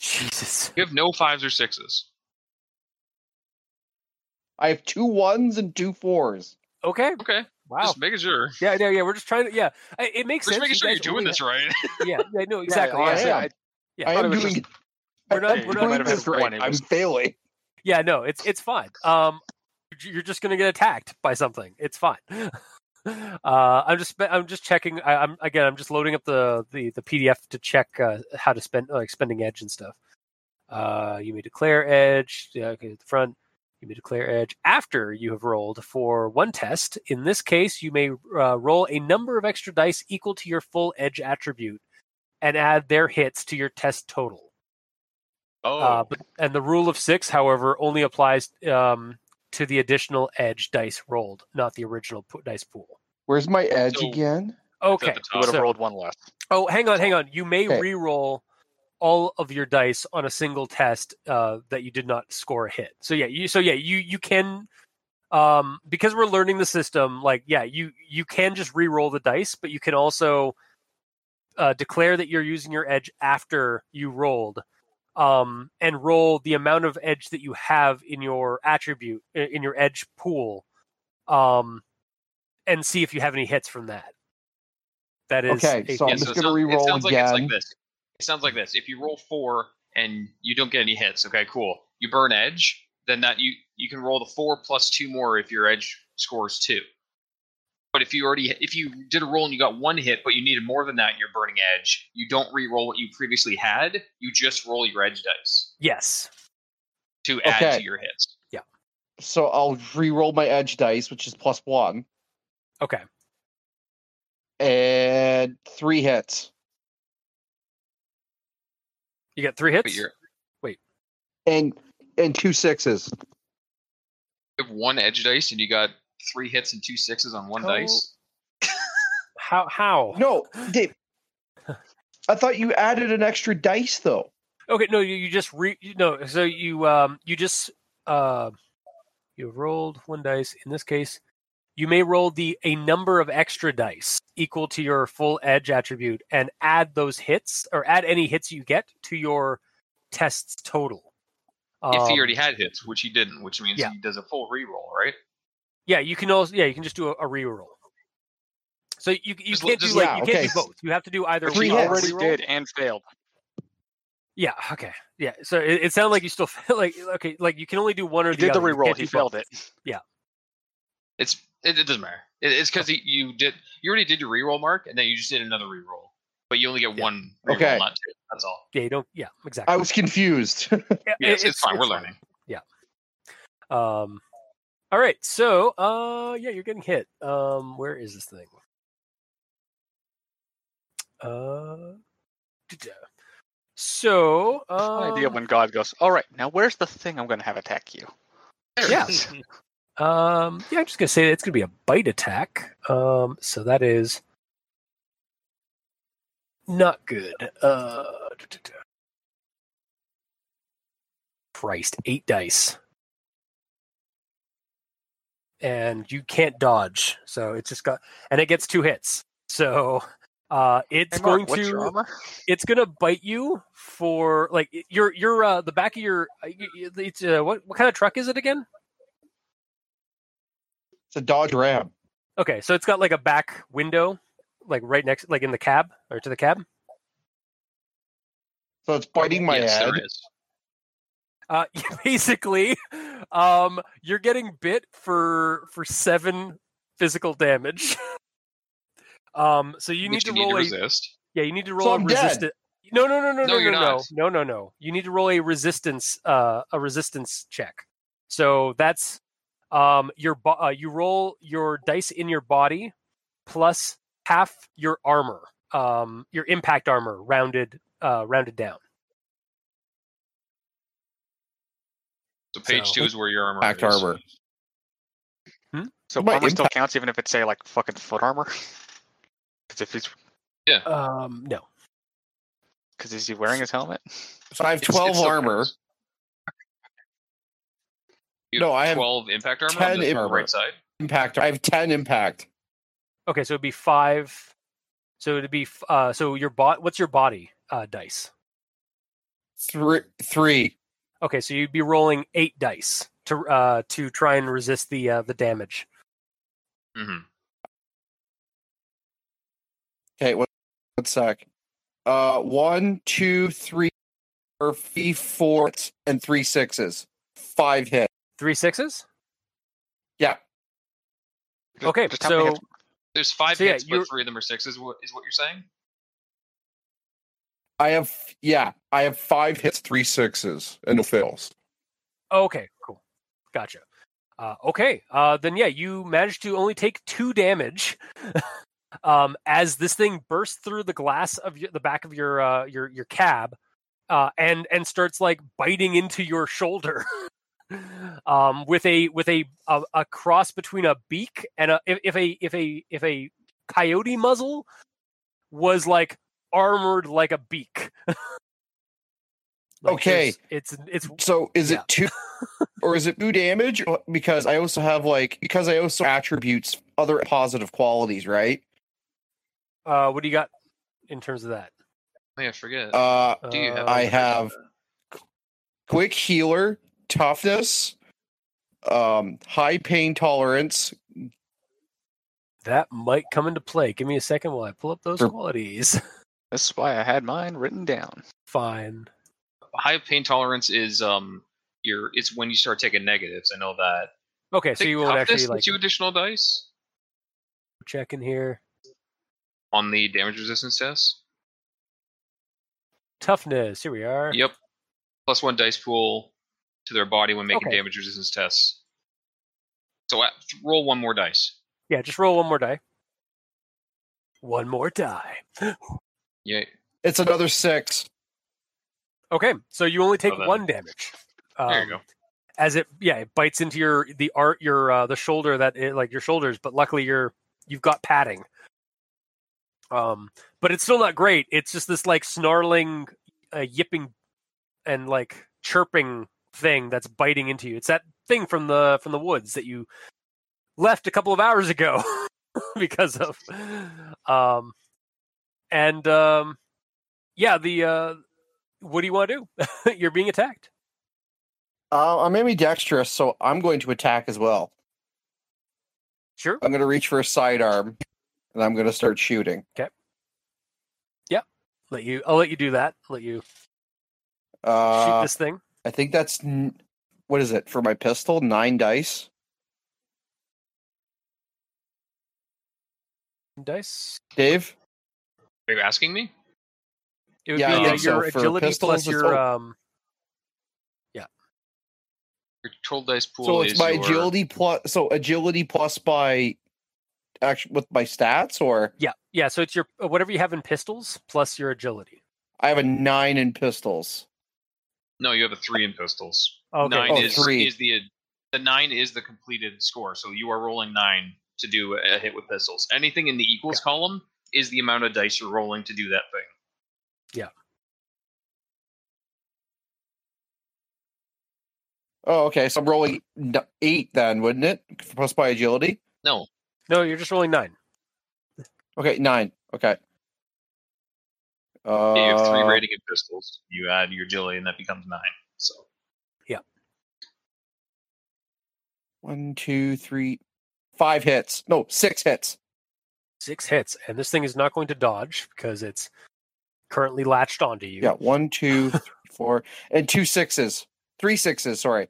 [SPEAKER 2] Jesus.
[SPEAKER 5] You have no fives or sixes.
[SPEAKER 4] I have two ones and two fours.
[SPEAKER 2] Okay.
[SPEAKER 5] Okay,
[SPEAKER 2] Wow.
[SPEAKER 5] just making sure.
[SPEAKER 2] yeah. Yeah. Yeah. We're just trying to. Yeah. I- It makes
[SPEAKER 5] We're just
[SPEAKER 2] sense.
[SPEAKER 5] making
[SPEAKER 2] you
[SPEAKER 5] sure
[SPEAKER 2] guys
[SPEAKER 5] you're doing
[SPEAKER 2] really-
[SPEAKER 5] this
[SPEAKER 2] [LAUGHS]
[SPEAKER 5] right.
[SPEAKER 2] Yeah. Yeah. No. Exactly. Yeah.
[SPEAKER 4] honestly,
[SPEAKER 2] yeah.
[SPEAKER 4] I-
[SPEAKER 2] Yeah.
[SPEAKER 4] I am
[SPEAKER 3] Thought it was
[SPEAKER 4] doing.
[SPEAKER 2] We're not-
[SPEAKER 4] I am
[SPEAKER 2] we're not
[SPEAKER 4] doing
[SPEAKER 3] even
[SPEAKER 4] this
[SPEAKER 3] at
[SPEAKER 4] right.
[SPEAKER 3] one, it
[SPEAKER 4] I'm
[SPEAKER 3] was-
[SPEAKER 4] failing.
[SPEAKER 2] Yeah, No. It's it's fine. Um. You're just gonna get attacked by something. It's fine. [LAUGHS] Uh, I'm just spe- I'm just checking. I, I'm again. I'm just loading up the the, the PDF to check uh, how to spend like spending edge and stuff. Uh, you may declare edge. Yeah, okay, at the front. You may declare edge after you have rolled for one test. In this case, you may uh, roll a number of extra dice equal to your full edge attribute, and add their hits to your test total.
[SPEAKER 5] Oh,
[SPEAKER 2] Uh, but, and the rule of six, however, only applies um, to the additional edge dice rolled, not the original po- dice pool.
[SPEAKER 4] Where's my edge
[SPEAKER 5] So-
[SPEAKER 4] again?
[SPEAKER 5] at
[SPEAKER 2] Okay.
[SPEAKER 5] the
[SPEAKER 3] you
[SPEAKER 5] top.
[SPEAKER 3] would have
[SPEAKER 2] so-
[SPEAKER 3] rolled one less.
[SPEAKER 2] oh, hang on, hang on. You may
[SPEAKER 4] Okay.
[SPEAKER 2] re-roll all of your dice on a single test uh, that you did not score a hit. So yeah, you so yeah, you you can um because we're learning the system, like yeah, you you can just re-roll the dice, but you can also uh, declare that you're using your edge after you rolled, um, and roll the amount of edge that you have in your attribute i- in your edge pool, um, and see if you have any hits from that. That is
[SPEAKER 4] Okay,
[SPEAKER 2] a-
[SPEAKER 4] so I'm
[SPEAKER 5] Yeah, so
[SPEAKER 4] just gonna
[SPEAKER 5] it sounds-
[SPEAKER 4] re-roll
[SPEAKER 5] It sounds like it's
[SPEAKER 4] again.
[SPEAKER 5] like this. It sounds like this. If you roll four and you don't get any hits, okay, cool. You burn edge, then that you you can roll the four plus two more if your edge scores two. But if you already if you did a roll and you got one hit, but you needed more than that, and you're burning edge. You don't re-roll what you previously had. You just roll your edge dice
[SPEAKER 2] yes.
[SPEAKER 5] to add
[SPEAKER 4] Okay.
[SPEAKER 5] to your hits.
[SPEAKER 4] So I'll re-roll my edge dice, which is plus one,
[SPEAKER 2] Okay.
[SPEAKER 4] and three hits.
[SPEAKER 2] You get three
[SPEAKER 5] But
[SPEAKER 2] hits.
[SPEAKER 5] you're
[SPEAKER 4] And and two sixes.
[SPEAKER 5] you have one edge dice and you got three hits and two sixes on one
[SPEAKER 2] Oh.
[SPEAKER 5] dice.
[SPEAKER 2] How? How?
[SPEAKER 4] No, Dave. I thought you added an extra dice though.
[SPEAKER 2] Okay, no, you, you just re you- no, so you um you just uh you rolled one dice. In this case, you may roll the a number of extra dice equal to your full edge attribute and add those hits or add any hits you get to your test's total.
[SPEAKER 5] if
[SPEAKER 2] Um,
[SPEAKER 5] he already had hits, which he didn't, which means
[SPEAKER 2] yeah.
[SPEAKER 5] he does a full re-roll, right?
[SPEAKER 2] Yeah, you can also yeah, you can just do a, a reroll. So you you
[SPEAKER 5] Just l-
[SPEAKER 2] can't
[SPEAKER 5] just
[SPEAKER 2] do like
[SPEAKER 4] yeah,
[SPEAKER 2] you
[SPEAKER 4] okay.
[SPEAKER 2] can't do both. You have to do either
[SPEAKER 4] Three
[SPEAKER 3] He
[SPEAKER 2] a
[SPEAKER 4] hits.
[SPEAKER 3] already
[SPEAKER 2] reroll-
[SPEAKER 3] did and failed.
[SPEAKER 2] Yeah, okay. Yeah. So it, it sounded like you still [LAUGHS] feel like okay, like you can only do one or
[SPEAKER 3] He
[SPEAKER 2] the
[SPEAKER 3] did the
[SPEAKER 2] other. You
[SPEAKER 3] reroll.
[SPEAKER 2] can't
[SPEAKER 3] He
[SPEAKER 2] do both.
[SPEAKER 3] failed it.
[SPEAKER 5] It's it, it doesn't matter. It, it's because you did you already did your reroll mark, and then you just did another reroll, but you only get
[SPEAKER 2] Yeah.
[SPEAKER 5] one. Reroll,
[SPEAKER 4] Okay.
[SPEAKER 5] not two. That's all.
[SPEAKER 2] Yeah, you don't. Yeah, exactly.
[SPEAKER 4] I was confused. [LAUGHS]
[SPEAKER 2] Yeah,
[SPEAKER 5] Yeah,
[SPEAKER 2] it-
[SPEAKER 5] it's, it's fine. We're learning.
[SPEAKER 2] fine. Um, all right. So, uh, yeah, you're getting hit. Um, where is this thing? Uh, duh-duh. so,
[SPEAKER 3] Fun
[SPEAKER 2] uh,
[SPEAKER 3] idea when God goes, all right, now where's the thing I'm going to have attack you? There it
[SPEAKER 2] Yeah.
[SPEAKER 6] [LAUGHS]
[SPEAKER 3] is.
[SPEAKER 2] um, yeah, I'm just gonna say that it's gonna be a bite attack. Um, so that is not good. Uh, duh-duh-duh. Christ, eight dice. And you can't dodge, so it's just got, and it gets two hits. So uh, it's
[SPEAKER 3] Hey, Mark,
[SPEAKER 2] going
[SPEAKER 3] what's your
[SPEAKER 2] to
[SPEAKER 3] armor?
[SPEAKER 2] it's gonna bite you for like y- your your uh, the back of your uh, y- y- it's uh, what what kind of truck is it again?
[SPEAKER 4] It's a Dodge Ram.
[SPEAKER 2] Okay, so it's got like a back window, like right next, like in the cab or to the cab.
[SPEAKER 4] So it's biting my
[SPEAKER 5] yes,
[SPEAKER 4] head.
[SPEAKER 5] there is.
[SPEAKER 2] Uh, [LAUGHS] basically, um, you're getting bit for for seven physical damage. [LAUGHS] um, so you need
[SPEAKER 5] Which
[SPEAKER 2] to roll a
[SPEAKER 5] resist.
[SPEAKER 2] yeah, you need to roll
[SPEAKER 4] So
[SPEAKER 2] a
[SPEAKER 4] I'm dead.
[SPEAKER 2] resistance. No, no, no, no,
[SPEAKER 5] No,
[SPEAKER 2] no, no,
[SPEAKER 5] you're
[SPEAKER 2] no,
[SPEAKER 5] not.
[SPEAKER 2] no, no, no. You need to roll a resistance, uh, a resistance check. So that's um your bo- uh, you roll your dice in your body plus half your armor, um, your impact armor rounded, uh, rounded down.
[SPEAKER 5] So page
[SPEAKER 2] So-
[SPEAKER 5] two is where your armor.
[SPEAKER 7] Act
[SPEAKER 5] is.
[SPEAKER 7] armor.
[SPEAKER 3] So
[SPEAKER 7] My
[SPEAKER 3] armor still counts even if it's, say, like fucking foot armor? Because if he's,
[SPEAKER 2] Um, no.
[SPEAKER 3] cause is he wearing his helmet?
[SPEAKER 7] So I have
[SPEAKER 5] It's- it's
[SPEAKER 7] 12
[SPEAKER 5] still
[SPEAKER 7] armor.
[SPEAKER 5] counts. You
[SPEAKER 7] No, I have
[SPEAKER 5] twelve impact armor.
[SPEAKER 7] 10
[SPEAKER 5] on the
[SPEAKER 7] armor.
[SPEAKER 5] right side.
[SPEAKER 7] Impact. I have 10 impact.
[SPEAKER 2] Okay, so it'd be five. So it'd be f- uh, so your bot. What's your body uh, dice?
[SPEAKER 7] Three. Three.
[SPEAKER 2] Okay, so you'd be rolling eight dice to uh, to try and resist the uh, the damage.
[SPEAKER 5] hmm
[SPEAKER 7] Okay. One, one sec. Uh, one, two, three, four, three, four, and three sixes. Five hit.
[SPEAKER 2] Three sixes.
[SPEAKER 7] Yeah.
[SPEAKER 2] [LAUGHS]
[SPEAKER 3] Just-
[SPEAKER 2] Okay,
[SPEAKER 3] just tell me
[SPEAKER 2] so-
[SPEAKER 3] if-
[SPEAKER 5] There's five
[SPEAKER 2] So yeah,
[SPEAKER 5] hits,
[SPEAKER 2] you're-
[SPEAKER 5] but three of them are sixes. wha- Is what you're saying?
[SPEAKER 7] I have, yeah, I have five hits, three sixes, and no fails.
[SPEAKER 2] Okay, cool. Gotcha. Uh, okay, uh, then yeah, you managed to only take two damage [LAUGHS] um, as this thing bursts through the glass of your, the back of your uh, your your cab uh, and and starts like biting into your shoulder [LAUGHS] um, with a with a, a a cross between a beak and a if, if a if a if a coyote muzzle was like armored like a beak. [LAUGHS] Like,
[SPEAKER 7] Okay.
[SPEAKER 2] it's it's, it's
[SPEAKER 7] So is
[SPEAKER 2] Yeah.
[SPEAKER 7] it two or is it two damage? Because I also have like because I also attributes other positive qualities, right?
[SPEAKER 2] uh, what do you got? in terms of that?
[SPEAKER 5] Yeah, I forget.
[SPEAKER 7] Uh,
[SPEAKER 5] Do you have?
[SPEAKER 2] Uh,
[SPEAKER 7] I have quick healer, toughness, um, high pain tolerance,
[SPEAKER 2] that might come into play. Give me a second while I pull up those
[SPEAKER 7] For-
[SPEAKER 2] qualities. [LAUGHS]
[SPEAKER 3] This is why I had mine written down.
[SPEAKER 2] Fine.
[SPEAKER 5] high pain tolerance is um your it's when you start taking negatives. I know that.
[SPEAKER 2] Okay,
[SPEAKER 5] I
[SPEAKER 2] so
[SPEAKER 5] think
[SPEAKER 2] you won't
[SPEAKER 5] toughness
[SPEAKER 2] actually
[SPEAKER 5] gets
[SPEAKER 2] like
[SPEAKER 5] you additional dice
[SPEAKER 2] check in here.
[SPEAKER 5] on the damage resistance test.
[SPEAKER 2] Toughness. Here we are.
[SPEAKER 5] Yep. Plus one dice pool to their body when making
[SPEAKER 2] Okay.
[SPEAKER 5] damage resistance tests. So uh, roll one more dice.
[SPEAKER 2] Yeah, just roll one more die. One more die.
[SPEAKER 5] Yeah.
[SPEAKER 7] It's another six.
[SPEAKER 2] Okay, so you only take
[SPEAKER 5] Oh, that-
[SPEAKER 2] one damage. Um,
[SPEAKER 5] There you go.
[SPEAKER 2] As it, yeah, it bites into your the art your uh, the shoulder that it, like your shoulders, but luckily you're you've got padding. Um, but it's still not great. It's just this like snarling, uh, yipping, and like chirping thing that's biting into you. It's that thing from the from the woods that you left a couple of hours ago [LAUGHS] because of, um, and um, yeah, the uh, what do you want to do? [LAUGHS] you're being attacked.
[SPEAKER 7] Uh, I'm ambidextrous, so I'm going to attack as well.
[SPEAKER 2] Sure.
[SPEAKER 7] I'm going to reach for a sidearm, and I'm going to start shooting.
[SPEAKER 2] Let you. I'll let you do that. Let you shoot
[SPEAKER 7] Uh,
[SPEAKER 2] this thing.
[SPEAKER 7] I think that's n- what is it for my pistol? Nine dice.
[SPEAKER 2] Dice.
[SPEAKER 7] Dave,
[SPEAKER 5] Are you asking me?
[SPEAKER 2] It would
[SPEAKER 7] Yeah, I
[SPEAKER 2] be uh,
[SPEAKER 7] think so.
[SPEAKER 2] your
[SPEAKER 7] For
[SPEAKER 2] agility
[SPEAKER 7] pistols,
[SPEAKER 2] plus
[SPEAKER 7] it's
[SPEAKER 2] your
[SPEAKER 7] all-
[SPEAKER 2] um.
[SPEAKER 5] Your total dice pool
[SPEAKER 7] so it's
[SPEAKER 5] is
[SPEAKER 7] my
[SPEAKER 5] your-
[SPEAKER 7] agility plus. So agility plus by action with my stats, or
[SPEAKER 2] Yeah, yeah. So it's your uh, whatever you have in pistols plus your agility.
[SPEAKER 7] I have a nine in pistols.
[SPEAKER 5] No, you have a three in pistols.
[SPEAKER 2] Okay.
[SPEAKER 5] Nine
[SPEAKER 7] Oh,
[SPEAKER 5] is,
[SPEAKER 7] three.
[SPEAKER 5] is the the nine is the completed score. So you are rolling nine to do a hit with pistols. Anything in the equals column is the amount of dice you're rolling to do that thing.
[SPEAKER 7] Oh, okay. So I'm rolling n- eight then, wouldn't it? Plus by agility.
[SPEAKER 5] No,
[SPEAKER 2] No, you're just rolling nine.
[SPEAKER 7] Okay, nine. Okay. Uh,
[SPEAKER 5] you have three rating in pistols. You add your agility, and that becomes nine. So
[SPEAKER 7] One, two, three, five hits. No, six hits.
[SPEAKER 2] Six hits, and this thing is not going to dodge because it's currently latched onto you.
[SPEAKER 7] Yeah,
[SPEAKER 2] [LAUGHS]
[SPEAKER 7] one, two, three, four, and two sixes. Three sixes, sorry.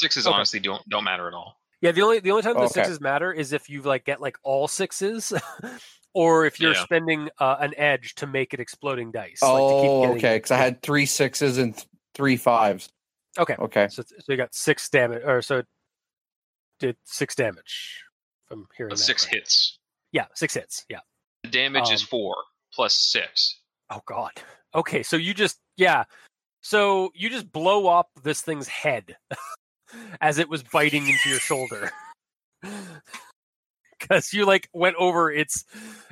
[SPEAKER 5] sixes
[SPEAKER 2] Okay.
[SPEAKER 5] honestly don't don't matter at all.
[SPEAKER 2] Yeah, the only the only time the
[SPEAKER 7] Okay.
[SPEAKER 2] sixes matter is if you like get like all sixes, [LAUGHS] or if you're
[SPEAKER 5] Yeah.
[SPEAKER 2] spending uh, an edge to make it exploding dice.
[SPEAKER 7] oh,
[SPEAKER 2] like, to keep getting-
[SPEAKER 7] okay. Because I had three sixes and th- three fives.
[SPEAKER 2] Okay.
[SPEAKER 7] Okay.
[SPEAKER 2] So, so you got six damage, or so it did six damage from hearing
[SPEAKER 5] But
[SPEAKER 2] that
[SPEAKER 5] six
[SPEAKER 2] right.
[SPEAKER 5] hits.
[SPEAKER 2] Yeah, six hits. Yeah.
[SPEAKER 5] The damage is
[SPEAKER 2] Um,
[SPEAKER 5] four plus six.
[SPEAKER 2] Oh God. Okay, so you just yeah, so you just blow up this thing's head [LAUGHS] as it was biting into your shoulder [LAUGHS] because you like went over its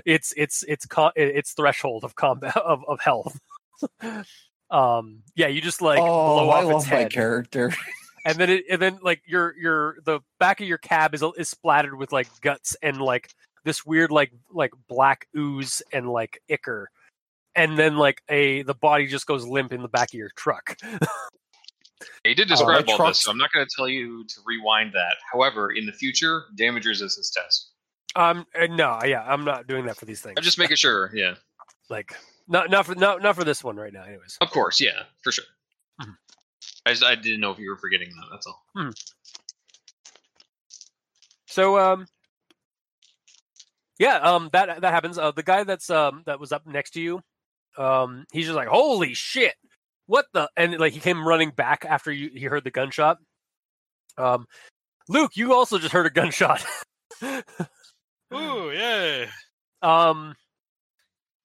[SPEAKER 2] its its its co- its threshold of combat of of health. [LAUGHS] um. Yeah, you just like
[SPEAKER 7] oh,
[SPEAKER 2] blow
[SPEAKER 7] I
[SPEAKER 2] off
[SPEAKER 7] love
[SPEAKER 2] its
[SPEAKER 7] my
[SPEAKER 2] head.
[SPEAKER 7] character. [LAUGHS]
[SPEAKER 2] and then it, and then like your your the back of your cab is is splattered with like guts and like this weird like like black ooze and like ichor and then like a the body just goes limp in the back of your truck
[SPEAKER 5] He did
[SPEAKER 7] Oh, my
[SPEAKER 5] describe all
[SPEAKER 7] trucks-
[SPEAKER 5] this, so I'm not going to tell you to rewind that. However, in the future, damage resistance test.
[SPEAKER 2] um uh, no yeah i'm not doing that for these things
[SPEAKER 5] I'm just making sure. Yeah,
[SPEAKER 2] like not not for not not for this one right now anyways
[SPEAKER 5] of course. Yeah, for sure.
[SPEAKER 2] Mhm.
[SPEAKER 5] I, just, I didn't know if you were forgetting that. That's all.
[SPEAKER 2] so um yeah um that that happens uh the guy that's um that was up next to you um he's just like holy shit what the and like he came running back after you he heard the gunshot um luke you also just heard a gunshot [LAUGHS]
[SPEAKER 6] Ooh, yeah. Um,
[SPEAKER 2] um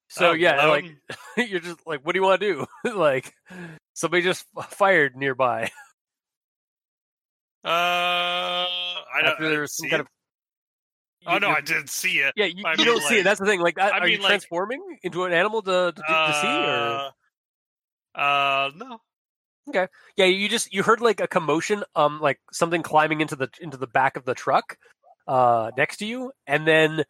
[SPEAKER 2] so
[SPEAKER 6] Out
[SPEAKER 2] yeah like [LAUGHS]
[SPEAKER 6] loud.
[SPEAKER 2] you're just like what do [LAUGHS] you want to do like somebody just f- fired nearby
[SPEAKER 6] uh, I don't.
[SPEAKER 2] after there was some
[SPEAKER 6] see
[SPEAKER 2] kind
[SPEAKER 6] it.
[SPEAKER 2] of
[SPEAKER 6] Oh
[SPEAKER 2] you-
[SPEAKER 6] no,
[SPEAKER 2] you-
[SPEAKER 6] I didn't see it.
[SPEAKER 2] yeah you,
[SPEAKER 6] I
[SPEAKER 2] you
[SPEAKER 6] mean,
[SPEAKER 2] don't see it
[SPEAKER 6] like-
[SPEAKER 2] that's the thing like that,
[SPEAKER 6] I
[SPEAKER 2] are you
[SPEAKER 6] mean, like-
[SPEAKER 2] transforming into an animal to, to, to see or
[SPEAKER 6] Uh, uh, no.
[SPEAKER 2] yeah you just you heard like a commotion um like something climbing into the into the back of the truck uh next to you and then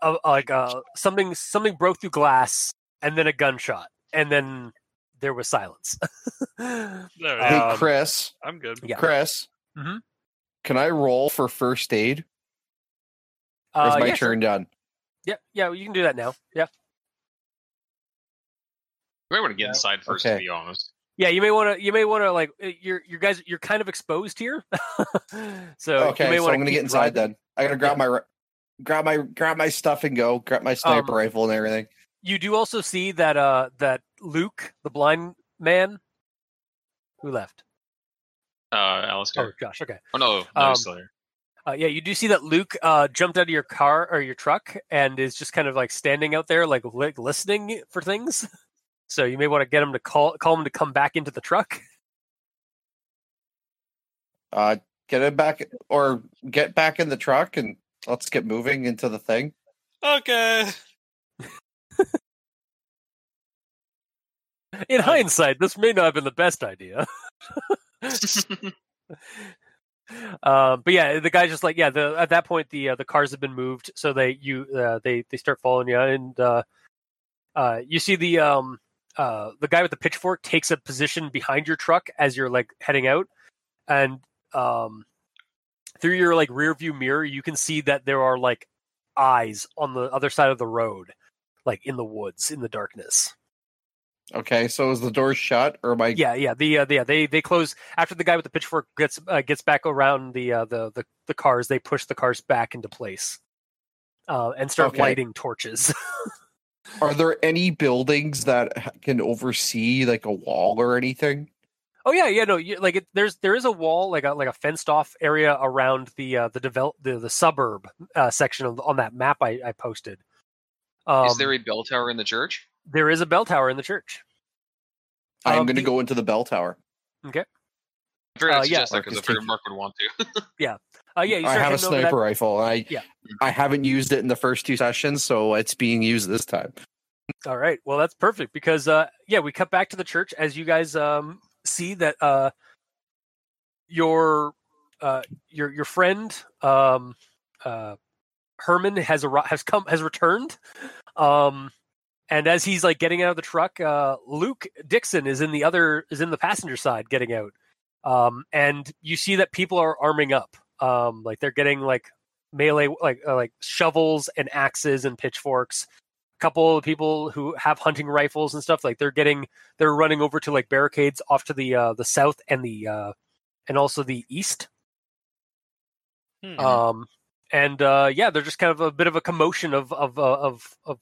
[SPEAKER 2] uh, like uh, something something broke through glass, and then a gunshot, and then there was silence. [LAUGHS]
[SPEAKER 6] There it
[SPEAKER 7] Hey,
[SPEAKER 6] is.
[SPEAKER 2] Um,
[SPEAKER 7] Chris.
[SPEAKER 6] I'm good.
[SPEAKER 2] yeah. Mm-hmm.
[SPEAKER 7] Chris.
[SPEAKER 5] Mhm.
[SPEAKER 7] Can I roll for first aid? Or is
[SPEAKER 2] Uh,
[SPEAKER 7] my
[SPEAKER 2] yeah, sure.
[SPEAKER 7] turn done?
[SPEAKER 2] Yeah, yeah, you can do that now. Yeah,
[SPEAKER 5] You might want to get inside first, to
[SPEAKER 7] Okay.
[SPEAKER 5] be honest.
[SPEAKER 2] yeah. You may want to. You may want to like. uh, You're you guys. You're kind of exposed here, [LAUGHS] so You
[SPEAKER 7] okay,
[SPEAKER 2] may
[SPEAKER 7] so
[SPEAKER 2] wanna
[SPEAKER 7] I'm gonna
[SPEAKER 2] keep
[SPEAKER 7] get
[SPEAKER 2] riding.
[SPEAKER 7] inside then. I gotta grab my my grab my grab my stuff and go. Grab my sniper
[SPEAKER 2] Um,
[SPEAKER 7] rifle and everything.
[SPEAKER 2] You do also see that uh that Luke, the blind man, who left.
[SPEAKER 5] Uh, Alistair.
[SPEAKER 2] Oh, Josh. Okay.
[SPEAKER 5] Oh, no, no,
[SPEAKER 2] Um,
[SPEAKER 5] he's still here.
[SPEAKER 2] Uh, yeah, you do see that Luke uh, jumped out of your car or your truck and is just kind of like standing out there, like li- listening for things. [LAUGHS] So you may want to get him to call call him to come back into the truck.
[SPEAKER 7] Uh, get it back or get back in the truck and let's get moving into the thing.
[SPEAKER 6] Okay.
[SPEAKER 2] [LAUGHS] In hindsight, this may not have been the best idea. um, but yeah, the guy's just like, yeah. The at that point, the uh, the cars have been moved, so they you uh, they they start following you, and uh, uh, you see the um uh the guy with the pitchfork takes a position behind your truck as you're like heading out, and um through your like rear view mirror, you can see that there are like eyes on the other side of the road, like in the woods in the darkness.
[SPEAKER 7] Okay, so is the door shut or am I?
[SPEAKER 2] Yeah, yeah. The uh, yeah they they close after the guy with the pitchfork gets uh, gets back around the uh, the the the cars. They push the cars back into place uh, and start
[SPEAKER 7] Okay.
[SPEAKER 2] lighting torches. [LAUGHS]
[SPEAKER 7] Are there any buildings that ha- can oversee like a wall or anything?
[SPEAKER 2] oh yeah, yeah. No, you, like it, there's there is a wall like a like a fenced off area around the uh, the develop the the suburb uh, section of, on that map I, I posted. Um,
[SPEAKER 5] is there a bell tower in the church?
[SPEAKER 2] there is a bell tower in the church.
[SPEAKER 7] I am
[SPEAKER 2] Um,
[SPEAKER 7] going to
[SPEAKER 2] the-
[SPEAKER 7] go into the bell tower.
[SPEAKER 5] I figured
[SPEAKER 2] Uh,
[SPEAKER 5] I'd
[SPEAKER 2] yeah.
[SPEAKER 5] suggest that
[SPEAKER 7] Mark
[SPEAKER 5] because I
[SPEAKER 7] is
[SPEAKER 5] figured
[SPEAKER 7] taking-
[SPEAKER 5] Mark would want to.
[SPEAKER 2] Uh, yeah, you
[SPEAKER 7] I
[SPEAKER 2] start
[SPEAKER 7] have a
[SPEAKER 2] heading over that-
[SPEAKER 7] sniper rifle. And I
[SPEAKER 2] Yeah.
[SPEAKER 7] I haven't used it in the first two sessions, so it's being used this time.
[SPEAKER 2] All right. Well, that's perfect because uh yeah, we cut back to the church as you guys um see that uh your uh your your friend um uh Herman has arri- has come has returned. Um and as he's like getting out of the truck, uh Luke Dixon is in the other is in the passenger side getting out. Um and you see that people are arming up. Um like they're getting like melee like uh, like shovels and axes and pitchforks couple of people who have hunting rifles and stuff like they're getting they're running over to like barricades off to the uh the south and the uh and also the east
[SPEAKER 6] Hmm.
[SPEAKER 2] um and uh yeah they're just kind of a bit of a commotion of of uh, of of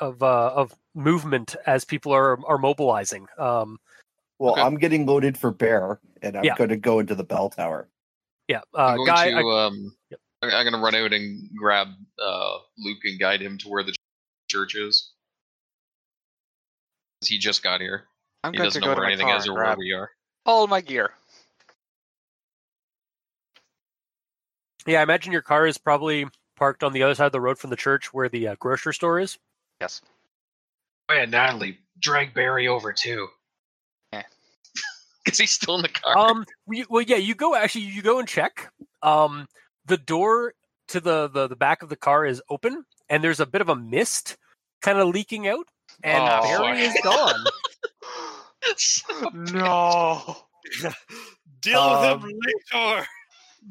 [SPEAKER 2] of uh of movement as people are are mobilizing um
[SPEAKER 7] Well,
[SPEAKER 5] Okay.
[SPEAKER 7] I'm getting loaded for bear, and I'm
[SPEAKER 2] Yeah.
[SPEAKER 7] going to go into the bell tower.
[SPEAKER 2] yeah uh
[SPEAKER 5] I'm going
[SPEAKER 2] guy
[SPEAKER 5] to,
[SPEAKER 2] I-
[SPEAKER 5] um, I'm, I'm going to run out and grab uh, Luke and guide him to where the church is. 'Cause He just got here.
[SPEAKER 3] I'm
[SPEAKER 5] He
[SPEAKER 3] going
[SPEAKER 5] doesn't
[SPEAKER 3] to
[SPEAKER 5] know
[SPEAKER 3] go to
[SPEAKER 5] where
[SPEAKER 3] my
[SPEAKER 5] anything
[SPEAKER 3] car
[SPEAKER 5] is
[SPEAKER 3] and
[SPEAKER 5] or where
[SPEAKER 3] grab
[SPEAKER 5] we are.
[SPEAKER 3] all my gear.
[SPEAKER 2] yeah i imagine your car is probably parked on the other side of the road from the church where the uh, grocery store is
[SPEAKER 3] Yes.
[SPEAKER 5] Oh, yeah, Natalie, drag Barry over too. [LAUGHS]
[SPEAKER 3] Yeah.
[SPEAKER 5] Because he's still in the car.
[SPEAKER 2] um we- well yeah you go actually you go and check um the door to the, the the back of the car is open and there's a bit of a mist kind of leaking out and
[SPEAKER 3] Oh,
[SPEAKER 2] barry
[SPEAKER 5] fuck.
[SPEAKER 2] is gone Oh,
[SPEAKER 3] [LAUGHS]
[SPEAKER 6] No. Deal
[SPEAKER 2] Um,
[SPEAKER 6] with him later.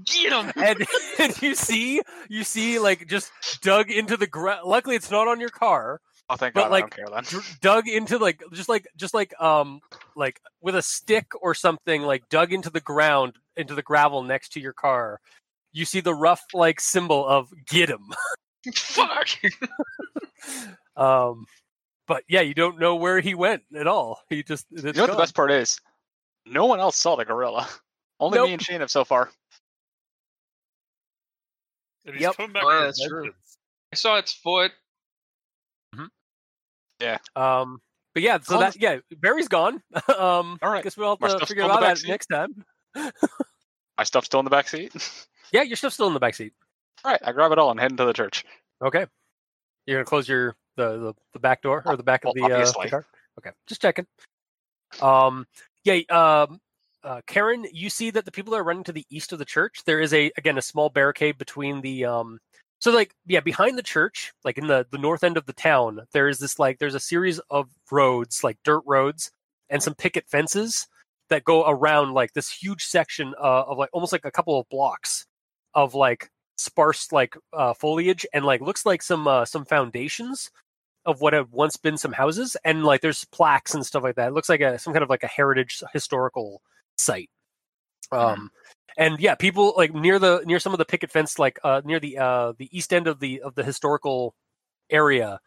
[SPEAKER 5] Get him!
[SPEAKER 2] and, [LAUGHS] and you see you see like just dug into the ground luckily it's not on your car
[SPEAKER 3] Oh, thank
[SPEAKER 2] But,
[SPEAKER 3] God,
[SPEAKER 2] like,
[SPEAKER 3] I don't care then.
[SPEAKER 2] dr- dug into like just like just like um like with a stick or something like dug into the ground into the gravel next to your car you see the rough like symbol of get him
[SPEAKER 5] [LAUGHS] Fuck!
[SPEAKER 2] Um, but yeah, you don't know where he went at all. He just it's
[SPEAKER 3] You know what
[SPEAKER 2] gone.
[SPEAKER 3] the best part is? No one else saw the gorilla. [LAUGHS] Only
[SPEAKER 2] Nope.
[SPEAKER 3] me and Shane have so far.
[SPEAKER 6] And he's
[SPEAKER 2] Yep.
[SPEAKER 6] coming back
[SPEAKER 5] Oh, yeah,
[SPEAKER 6] with a
[SPEAKER 5] that's true.
[SPEAKER 6] vengeance.
[SPEAKER 5] I saw its foot.
[SPEAKER 2] Um, but yeah, so
[SPEAKER 3] Call
[SPEAKER 2] that yeah, Barry's gone. [LAUGHS] um,
[SPEAKER 3] All right.
[SPEAKER 2] guess we'll
[SPEAKER 3] My
[SPEAKER 2] have to
[SPEAKER 3] stuff's
[SPEAKER 2] figure
[SPEAKER 3] still in
[SPEAKER 2] out
[SPEAKER 3] the
[SPEAKER 2] that
[SPEAKER 3] backseat.
[SPEAKER 2] next time.
[SPEAKER 3] My stuff's still in the back seat. [LAUGHS]
[SPEAKER 2] Yeah, your stuff's still in the backseat.
[SPEAKER 3] all right, I grab it all and head into the church.
[SPEAKER 2] Okay, you're gonna close your the the, the back door or the back
[SPEAKER 3] Well,
[SPEAKER 2] of the, uh, the
[SPEAKER 3] obviously.
[SPEAKER 2] car. Okay, just checking. Um, yeah, um. Uh, Karen, you see that the people that are running to the east of the church. There is a again a small barricade between the um So like yeah, behind the church, like in the the north end of the town, there is this like there's a series of roads, like dirt roads, and some picket fences that go around like this huge section uh, of like almost like a couple of blocks of like sparse like uh, foliage and like looks like some uh, some foundations of what have once been some houses and like there's plaques and stuff like that. It looks like a some kind of like a heritage historical site. Um, and yeah, people like near the near some of the picket fence, like uh, near the uh, the east end of the of the historical area,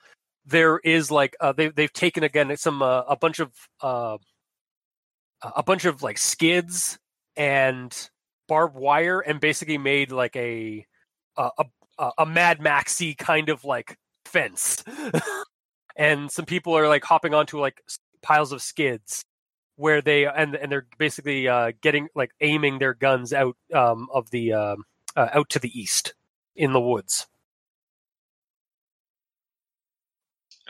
[SPEAKER 2] there is like uh, they they've taken again some uh, a bunch of uh, a bunch of like skids and barbed wire and basically made like a a a, a Mad Maxy kind of like fence, [LAUGHS] and some people are like hopping onto like s- piles of skids where they and and they're basically uh, getting like aiming their guns out um, of the um, uh, out to the east in the woods.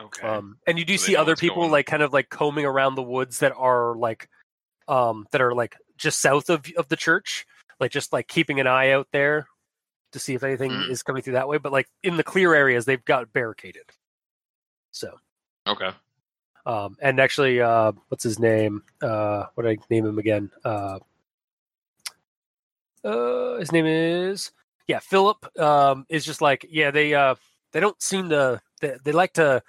[SPEAKER 5] Okay.
[SPEAKER 2] Um, and you do
[SPEAKER 5] So they
[SPEAKER 2] see
[SPEAKER 5] know
[SPEAKER 2] other
[SPEAKER 5] what's
[SPEAKER 2] people
[SPEAKER 5] going on.
[SPEAKER 2] like kind of like combing around the woods that are like um that are like just south of of the church, like just like keeping an eye out there to see if anything
[SPEAKER 5] Mm.
[SPEAKER 2] is coming through that way. But like in the clear areas, they've got barricaded. So
[SPEAKER 5] okay.
[SPEAKER 2] um, and actually, uh, what's his name? Uh, what did I name him again? Uh, uh, his name is yeah, Philip. Um, is just like yeah, they uh, they don't seem to they, they like to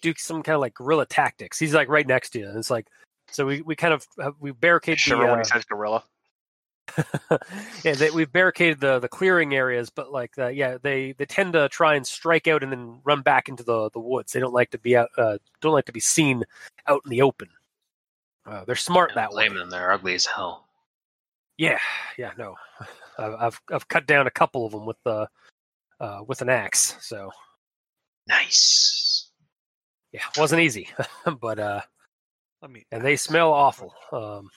[SPEAKER 2] do some kind of like guerrilla tactics. He's like right next to you. And it's like so we, we kind of have, we barricade
[SPEAKER 3] Shiver
[SPEAKER 2] the,
[SPEAKER 3] when
[SPEAKER 2] uh,
[SPEAKER 3] he says gorilla.
[SPEAKER 2] [LAUGHS] yeah, they, we've barricaded the the clearing areas, but like the, yeah, they they tend to try and strike out and then run back into the the woods. They don't like to be out, uh, don't like to be seen out in the open. Uh, they're smart that way.
[SPEAKER 5] Layman, they're ugly as hell.
[SPEAKER 2] Yeah, yeah, no, [LAUGHS] I've I've, I've cut down a couple of them with the uh, with an axe. So
[SPEAKER 5] Nice.
[SPEAKER 2] yeah, wasn't easy, [LAUGHS] but uh,
[SPEAKER 6] Let me.
[SPEAKER 2] and they smell awful. Um,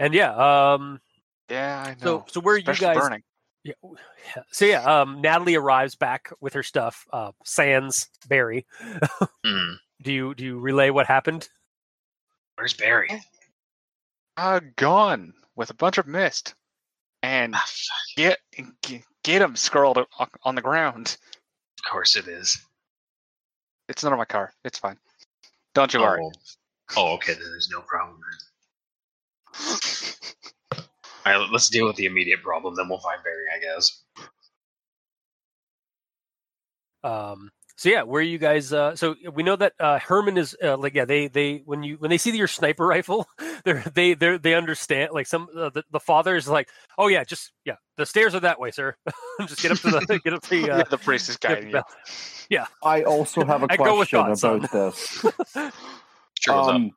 [SPEAKER 2] and yeah, um,
[SPEAKER 3] Yeah, I know.
[SPEAKER 2] so so where are you
[SPEAKER 3] Especially
[SPEAKER 2] guys?
[SPEAKER 3] burning.
[SPEAKER 2] Yeah. w- yeah. So yeah, um, Natalie arrives back with her stuff. Uh, Sans Barry.
[SPEAKER 5] Hmm.
[SPEAKER 2] Do you do you relay what happened?
[SPEAKER 5] Where's Barry?
[SPEAKER 3] Uh, gone with a bunch of mist, and
[SPEAKER 5] Ah, fuck,
[SPEAKER 3] get get, get him scrawled o- on the ground.
[SPEAKER 5] of course it is.
[SPEAKER 3] It's not on my car. It's fine. Don't you worry.
[SPEAKER 5] Oh. oh, okay. Then there's no problem. then. All right, let's deal with the immediate problem. Then we'll find Barry, I guess.
[SPEAKER 2] Um, so yeah, where you guys? Uh, so we know that uh, Herman is uh, like yeah they they when you when they see your sniper rifle, [LAUGHS] they're, they they they understand like some uh, the, the father is like oh yeah just yeah the stairs are that way sir [LAUGHS] just get up to the [LAUGHS] get up to [LAUGHS] the,
[SPEAKER 3] [LAUGHS] Yeah,
[SPEAKER 2] uh,
[SPEAKER 3] the priest is guiding you.
[SPEAKER 2] bell.
[SPEAKER 7] I also have a
[SPEAKER 2] [LAUGHS] I go with
[SPEAKER 7] question
[SPEAKER 2] thoughts on-
[SPEAKER 5] [LAUGHS]
[SPEAKER 7] about this.
[SPEAKER 5] Sure, what's up?
[SPEAKER 7] Um,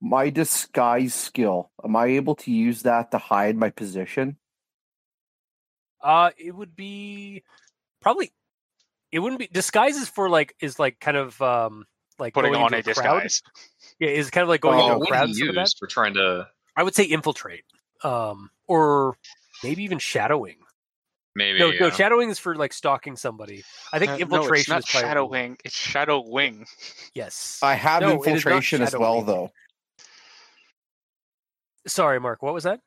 [SPEAKER 7] my disguise skill. Am I able to use that to hide my position?
[SPEAKER 2] Uh, it would be probably. It wouldn't be disguises for like is like kind of um like
[SPEAKER 3] Putting
[SPEAKER 2] going
[SPEAKER 3] on
[SPEAKER 2] into
[SPEAKER 3] a
[SPEAKER 2] crowd.
[SPEAKER 3] disguise.
[SPEAKER 2] Yeah, is kind of like going
[SPEAKER 7] Oh,
[SPEAKER 5] Oh,
[SPEAKER 2] into a
[SPEAKER 5] what
[SPEAKER 2] crowd.
[SPEAKER 5] do
[SPEAKER 2] and
[SPEAKER 5] you
[SPEAKER 2] stuff like that.
[SPEAKER 5] use for trying to
[SPEAKER 2] I would say infiltrate, um, or maybe even shadowing.
[SPEAKER 5] maybe?
[SPEAKER 2] No, no,
[SPEAKER 5] uh,
[SPEAKER 2] shadowing is for like stalking somebody. I think
[SPEAKER 3] Uh,
[SPEAKER 2] infiltration
[SPEAKER 3] no, it's not
[SPEAKER 2] is probably-
[SPEAKER 3] shadow wing. It's shadow wing.
[SPEAKER 2] Yes,
[SPEAKER 7] I have
[SPEAKER 2] No, it is not
[SPEAKER 7] infiltration as
[SPEAKER 2] shadow
[SPEAKER 7] well,
[SPEAKER 2] wing.
[SPEAKER 7] though.
[SPEAKER 2] Sorry, Mark. What was that?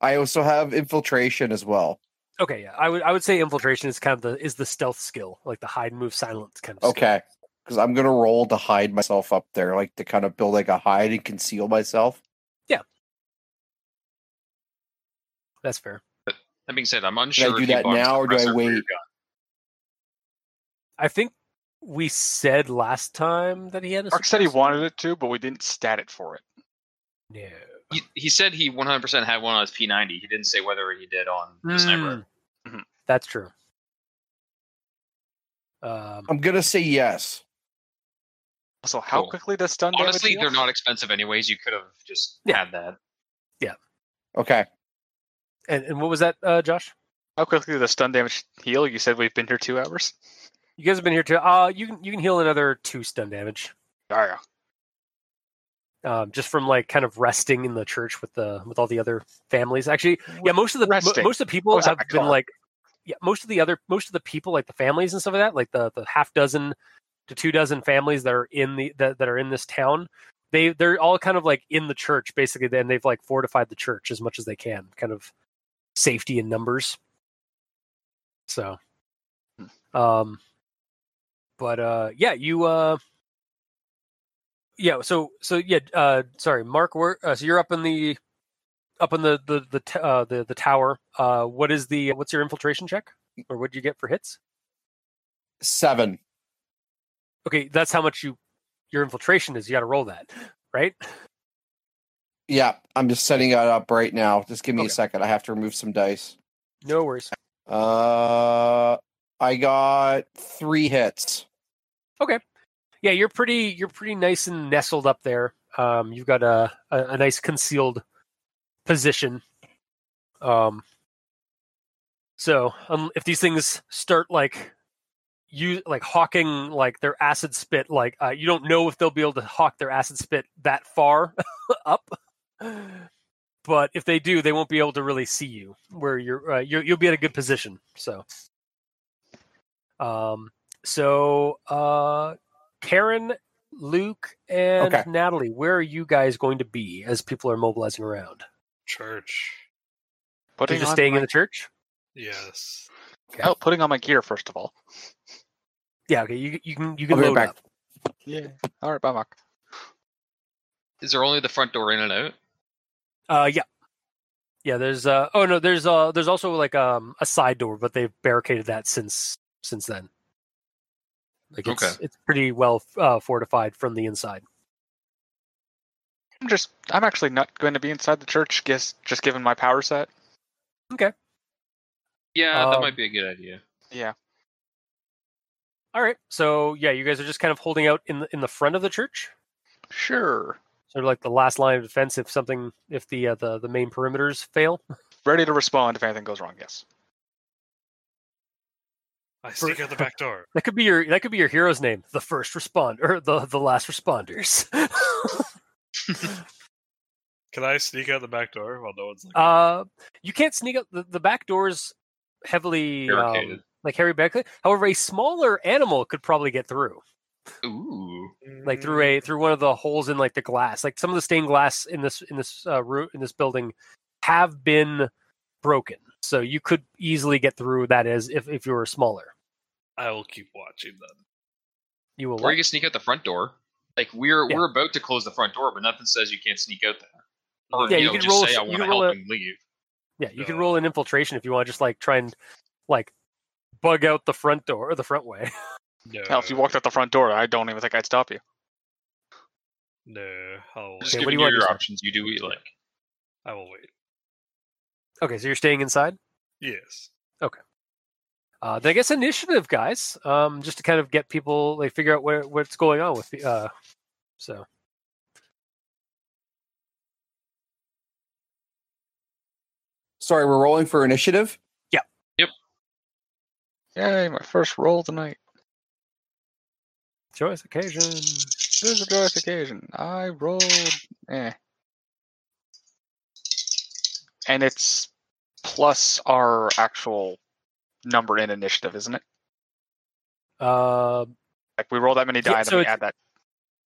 [SPEAKER 7] I also have infiltration as well.
[SPEAKER 2] Okay, yeah, I would I would say infiltration is kind of the is the stealth skill, like the hide, move, silent kind of. skill.
[SPEAKER 7] Okay. Because I'm gonna roll to hide myself up there, like to kind of build like a hide and conceal myself.
[SPEAKER 2] that's fair.
[SPEAKER 5] That being said, I'm unsure.
[SPEAKER 7] do
[SPEAKER 5] if you
[SPEAKER 7] that
[SPEAKER 5] bought a
[SPEAKER 7] now, or do I
[SPEAKER 5] suppressor for your
[SPEAKER 7] wait?
[SPEAKER 5] gun.
[SPEAKER 2] I think we said last time that he had a.
[SPEAKER 3] Mark said he
[SPEAKER 2] suppressor.
[SPEAKER 3] wanted it to, but we didn't stat it for it.
[SPEAKER 2] No.
[SPEAKER 5] He, he said he 100% had one on his P90. He didn't say whether he did on the
[SPEAKER 2] Mm.
[SPEAKER 5] sniper.
[SPEAKER 3] Mhm.
[SPEAKER 2] That's true. Um,
[SPEAKER 7] I'm gonna say yes.
[SPEAKER 3] Also, how
[SPEAKER 5] Cool.
[SPEAKER 3] quickly does stun damage
[SPEAKER 5] Honestly,
[SPEAKER 3] heal?
[SPEAKER 5] they're not expensive anyways. You could have just
[SPEAKER 2] Yeah.
[SPEAKER 5] had that.
[SPEAKER 7] Okay.
[SPEAKER 2] and, and what was that, uh, Josh?
[SPEAKER 3] How quickly does stun damage heal? You said we've been here two hours.
[SPEAKER 2] You guys have been here too. Uh, you can you can heal another two stun damage,
[SPEAKER 3] Yeah.
[SPEAKER 2] um, just from like kind of resting in the church with the with all the other families. Actually, yeah, most of the mo-
[SPEAKER 3] Resting.
[SPEAKER 2] most of the people
[SPEAKER 3] I was at
[SPEAKER 2] have
[SPEAKER 3] my
[SPEAKER 2] been
[SPEAKER 3] car.
[SPEAKER 2] like, yeah, most of the other most of the people like the families and stuff like that, like the the half dozen to two dozen families that are in the that, that are in this town. They they're all kind of like in the church basically. Then they've like fortified the church as much as they can, kind of safety in numbers. So,
[SPEAKER 3] Hmm.
[SPEAKER 2] um, but uh, yeah, you uh, yeah. So so yeah. Uh, sorry, Mark. Where uh, so you're up in the up in the the the t- uh, the, the tower. Uh, what is the what's your infiltration check or what'd you get for hits?
[SPEAKER 7] Seven.
[SPEAKER 2] Okay, that's how much you your infiltration is. You got to roll that, right?
[SPEAKER 7] Yeah, I'm just setting it up right now. Just give me
[SPEAKER 2] Okay.
[SPEAKER 7] a second. I have to remove some dice.
[SPEAKER 2] No worries.
[SPEAKER 7] Uh, I got three hits.
[SPEAKER 2] yeah you're pretty you're pretty nice and nestled up there um you've got a a, a nice concealed position um so um, if these things start like you like hawking like their acid spit like uh, you don't know if they'll be able to hawk their acid spit that far [LAUGHS] up but if they do they won't be able to really see you where you're uh, you you'll be at a good position so um so uh Karen, Luke, and
[SPEAKER 7] Okay.
[SPEAKER 2] Natalie, where are you guys going to be as people are mobilizing around?
[SPEAKER 6] Church.
[SPEAKER 2] Are you
[SPEAKER 3] Putting
[SPEAKER 2] just
[SPEAKER 3] on
[SPEAKER 2] staying
[SPEAKER 3] my,
[SPEAKER 2] in the church?
[SPEAKER 6] Yes.
[SPEAKER 3] no, putting on my gear first of all.
[SPEAKER 2] Yeah, okay. You, you can you
[SPEAKER 7] I'll
[SPEAKER 2] can
[SPEAKER 7] be right
[SPEAKER 2] load
[SPEAKER 7] back.
[SPEAKER 2] up.
[SPEAKER 3] Yeah. All right, bye, Mark.
[SPEAKER 5] Is there only the front door in and out?
[SPEAKER 2] Uh, yeah, yeah. There's uh oh no, there's uh there's also like um a side door, but they've barricaded that since since then. Like it's
[SPEAKER 5] Okay.
[SPEAKER 2] it's pretty well uh, fortified from the inside.
[SPEAKER 3] I'm just. I'm actually not going to be inside the church. Guess just given my power set.
[SPEAKER 5] Yeah, that
[SPEAKER 2] Um,
[SPEAKER 5] might be a good idea.
[SPEAKER 3] Yeah.
[SPEAKER 2] All right, so yeah, you guys are just kind of holding out in the, in the front of the church.
[SPEAKER 3] Sure.
[SPEAKER 2] Sort of like the last line of defense if something if the uh, the the main perimeters fail.
[SPEAKER 3] Ready to respond if anything goes wrong. Yes.
[SPEAKER 6] I sneak out the back door.
[SPEAKER 2] That could be your that could be your hero's name, the first responder or the the last responders. [LAUGHS]
[SPEAKER 6] Can I sneak out the back door while no one's looking?
[SPEAKER 2] uh you can't sneak up the, the back doors heavily um,
[SPEAKER 5] Barricaded.
[SPEAKER 2] like Harry Beckley. However, a smaller animal could probably get through.
[SPEAKER 5] Ooh.
[SPEAKER 2] Like through
[SPEAKER 5] Mm.
[SPEAKER 2] a through one of the holes in like the glass. Like some of the stained glass in this in this uh roo in this building have been broken. So you could easily get through that is if if you were smaller.
[SPEAKER 6] I will keep watching them.
[SPEAKER 2] You will
[SPEAKER 5] Or you can sneak out the front door. Like we're
[SPEAKER 2] Yeah.
[SPEAKER 5] we're about to close the front door, but nothing says you can't sneak out there. Or
[SPEAKER 2] Yeah,
[SPEAKER 5] you,
[SPEAKER 2] you
[SPEAKER 5] know,
[SPEAKER 2] can
[SPEAKER 5] just
[SPEAKER 2] roll a-
[SPEAKER 5] say I
[SPEAKER 2] you
[SPEAKER 5] want to
[SPEAKER 2] can roll
[SPEAKER 5] help
[SPEAKER 2] a-
[SPEAKER 5] and leave.
[SPEAKER 2] Yeah, you can
[SPEAKER 6] Uh,
[SPEAKER 2] roll an infiltration if you want to just like try and like bug out the front door or the front way.
[SPEAKER 6] No.
[SPEAKER 3] Hell, if you walked out the front door, I don't even think I'd stop you.
[SPEAKER 6] No. I'll
[SPEAKER 5] Just
[SPEAKER 2] Okay,
[SPEAKER 6] wait.
[SPEAKER 2] what do you
[SPEAKER 5] giving you
[SPEAKER 2] want to
[SPEAKER 5] your
[SPEAKER 2] do?
[SPEAKER 5] options. You do what you like.
[SPEAKER 6] I will wait.
[SPEAKER 2] Okay, so you're staying inside.
[SPEAKER 6] Yes.
[SPEAKER 2] Uh, then I guess initiative, guys, um, just to kind of get people like figure out where what's going on with the. Uh, so
[SPEAKER 7] Sorry, we're rolling for initiative.
[SPEAKER 3] Yay! My first roll tonight.
[SPEAKER 2] choice occasion.
[SPEAKER 3] This is a joyous occasion. I rolled. Eh. And it's plus our actual number in initiative, isn't it?
[SPEAKER 2] Uh,
[SPEAKER 3] Like we roll that many
[SPEAKER 2] Yeah,
[SPEAKER 3] die,
[SPEAKER 2] so
[SPEAKER 3] then we
[SPEAKER 2] it's-
[SPEAKER 3] add that.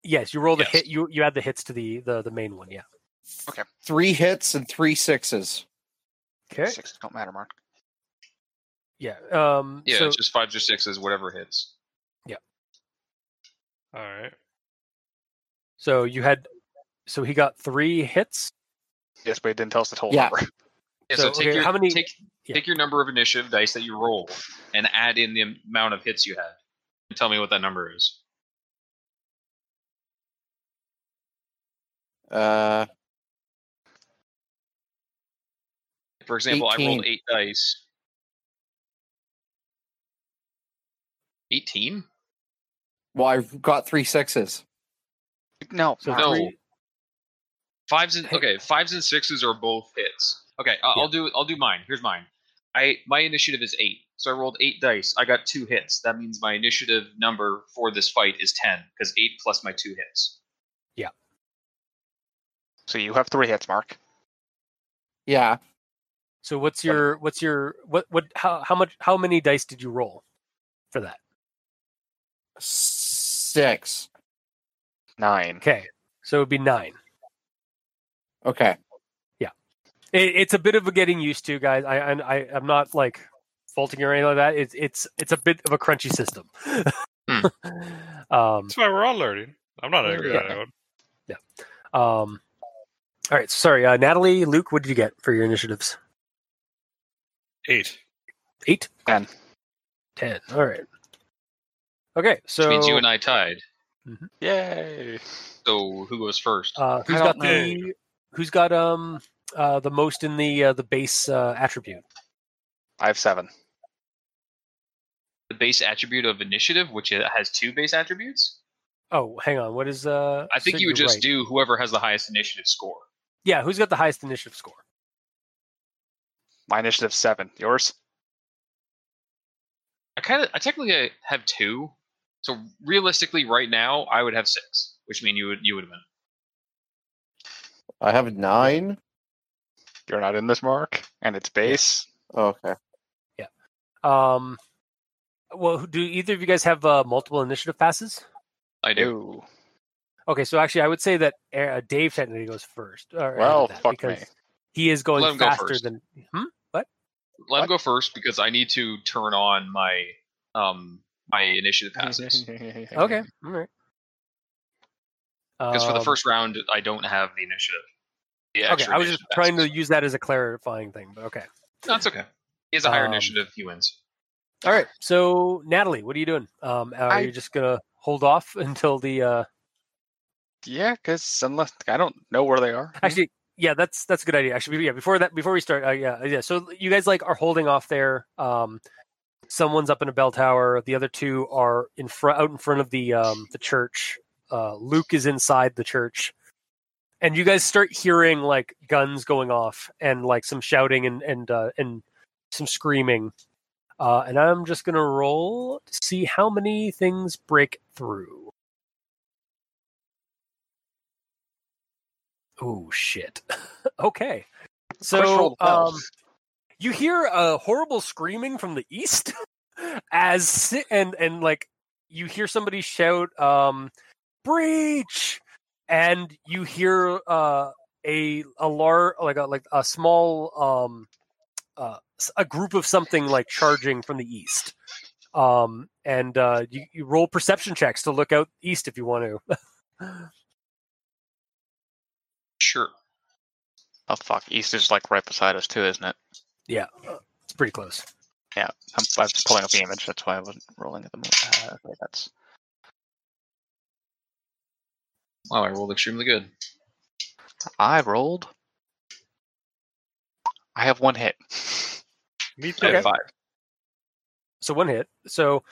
[SPEAKER 2] yes, you roll the
[SPEAKER 5] Yes.
[SPEAKER 2] hit. You you add the hits to the the the main one. Yeah.
[SPEAKER 7] Three hits and three sixes.
[SPEAKER 2] Okay.
[SPEAKER 3] Six don't matter, Mark.
[SPEAKER 2] Yeah. Um.
[SPEAKER 5] Yeah,
[SPEAKER 2] so-
[SPEAKER 5] it's just fives or sixes, whatever hits.
[SPEAKER 6] All right.
[SPEAKER 2] so you had. So he got three hits.
[SPEAKER 3] Yes, but it didn't tell us the total
[SPEAKER 7] Yeah.
[SPEAKER 2] [LAUGHS]
[SPEAKER 3] number.
[SPEAKER 5] Yeah, so,
[SPEAKER 2] So,
[SPEAKER 5] take
[SPEAKER 2] okay,
[SPEAKER 5] your
[SPEAKER 2] how many-
[SPEAKER 5] take,
[SPEAKER 2] yeah.
[SPEAKER 5] take your number of initiative dice that you roll and add in the amount of hits you had. And tell me what that number is.
[SPEAKER 7] Uh,
[SPEAKER 5] For example, I rolled
[SPEAKER 7] 18.
[SPEAKER 5] eight dice. Eighteen?
[SPEAKER 7] well, I've got three sixes.
[SPEAKER 3] [LAUGHS] No,
[SPEAKER 2] So
[SPEAKER 3] Mark.
[SPEAKER 5] No.
[SPEAKER 2] three-
[SPEAKER 5] Fives and okay, fives and sixes are both hits. Okay, I- I'll do I'll do mine. Here's mine. I my initiative is eight, so I rolled eight dice. I got two hits. That means my initiative number for this fight is ten because eight plus my two hits.
[SPEAKER 3] So you have three hits, Mark.
[SPEAKER 7] Yeah,
[SPEAKER 2] So what's your what's your what what how how much how many dice did you roll for that?
[SPEAKER 7] six.
[SPEAKER 3] Nine.
[SPEAKER 2] Okay. So it would be nine.
[SPEAKER 7] Okay.
[SPEAKER 2] it, it's a bit of a getting used to, guys. I, I, I I'm not like faulting or anything like that. It's it's it's a bit of a crunchy system.
[SPEAKER 5] Hmm.
[SPEAKER 2] [LAUGHS] um,
[SPEAKER 6] That's why we're all learning. I'm not angry at
[SPEAKER 2] Yeah.
[SPEAKER 6] anyone.
[SPEAKER 2] um, all right, sorry, uh, Natalie, Luke, what did you get for your initiatives?
[SPEAKER 6] Eight. [LAUGHS]
[SPEAKER 2] Eight,
[SPEAKER 3] Ten.
[SPEAKER 2] ten. All right. Okay, so
[SPEAKER 5] Which means you and I tied.
[SPEAKER 3] Yay!
[SPEAKER 5] So who goes first?
[SPEAKER 2] uh, who's
[SPEAKER 3] I
[SPEAKER 2] got
[SPEAKER 3] don't
[SPEAKER 2] the who's got um uh, the most in the uh, the base uh, attribute?
[SPEAKER 3] I have seven.
[SPEAKER 5] the base attribute of initiative, which it has two base attributes.
[SPEAKER 2] Oh, hang on. What is uh?
[SPEAKER 5] I think
[SPEAKER 2] so
[SPEAKER 5] you would
[SPEAKER 2] you're
[SPEAKER 5] just
[SPEAKER 2] right.
[SPEAKER 5] do whoever has the highest initiative score.
[SPEAKER 2] Yeah, who's got the highest initiative score?
[SPEAKER 3] My initiative seven. Yours?
[SPEAKER 5] I kind of, I technically uh, have two. So realistically, right now, I would have six, which mean you would you would have been.
[SPEAKER 7] I have nine.
[SPEAKER 3] You're not in this mark, and it's base.
[SPEAKER 7] Okay.
[SPEAKER 2] Um, well, who- do either of you guys have uh, multiple initiative passes?
[SPEAKER 5] I do.
[SPEAKER 3] Ew.
[SPEAKER 2] Okay, so actually, I would say that uh, Dave technically goes first. or ahead of
[SPEAKER 3] Well,
[SPEAKER 2] that,
[SPEAKER 3] fuck
[SPEAKER 2] because
[SPEAKER 3] me.
[SPEAKER 2] He is going
[SPEAKER 5] Let him go
[SPEAKER 2] faster
[SPEAKER 5] first.
[SPEAKER 2] than. Hmm?
[SPEAKER 5] Let him go first because I need to turn on my um
[SPEAKER 2] [LAUGHS]
[SPEAKER 5] my initiative
[SPEAKER 3] [LAUGHS]
[SPEAKER 5] passes
[SPEAKER 2] Okay, all right.
[SPEAKER 5] because for the
[SPEAKER 2] Um,
[SPEAKER 5] first round I don't have the initiative. The
[SPEAKER 2] okay,
[SPEAKER 5] extra
[SPEAKER 2] I was just
[SPEAKER 5] initiative
[SPEAKER 2] trying to
[SPEAKER 5] passes.
[SPEAKER 2] use that as a clarifying thing, but okay.
[SPEAKER 5] That's okay. He has a higher
[SPEAKER 2] Um,
[SPEAKER 5] initiative. He wins.
[SPEAKER 2] All right, so Natalie, what are you doing? Um, are
[SPEAKER 3] I-
[SPEAKER 2] you just gonna hold off [LAUGHS] until the? Uh,
[SPEAKER 3] Yeah, because unless I don't know where they
[SPEAKER 2] [LAUGHS]
[SPEAKER 3] are.
[SPEAKER 2] actually, yeah, that's that's a good idea. Actually, yeah, before that, before we start, uh, yeah, yeah. So you guys like are holding off there. Um, someone's up in a bell tower. The other two are in front, out in front of the um the church. Uh, Luke is inside the church, and you guys start hearing like guns going off and like some shouting and and uh, and some screaming. Uh, and I'm just gonna roll to see how many things break through. Oh shit! [LAUGHS] okay, so
[SPEAKER 3] roll well.
[SPEAKER 2] um, you hear a horrible screaming from the east [LAUGHS] as si- and and like you hear somebody shout um breach and you hear uh a a lar like a like a small um uh s- a group of something like charging from the east um and uh you, you roll perception checks to look out east if you want to [LAUGHS]
[SPEAKER 5] Sure.
[SPEAKER 3] Oh fuck, East is like right beside us too, isn't it?
[SPEAKER 2] yeah it's pretty close
[SPEAKER 3] Yeah, I'm, I'm pulling up the image. That's why I wasn't rolling at the moment. Uh, okay, that's
[SPEAKER 5] Wow, I rolled extremely good.
[SPEAKER 3] I rolled. I have one hit. [LAUGHS]
[SPEAKER 6] Me too.
[SPEAKER 5] I
[SPEAKER 2] Okay.
[SPEAKER 5] have five.
[SPEAKER 2] so one hit so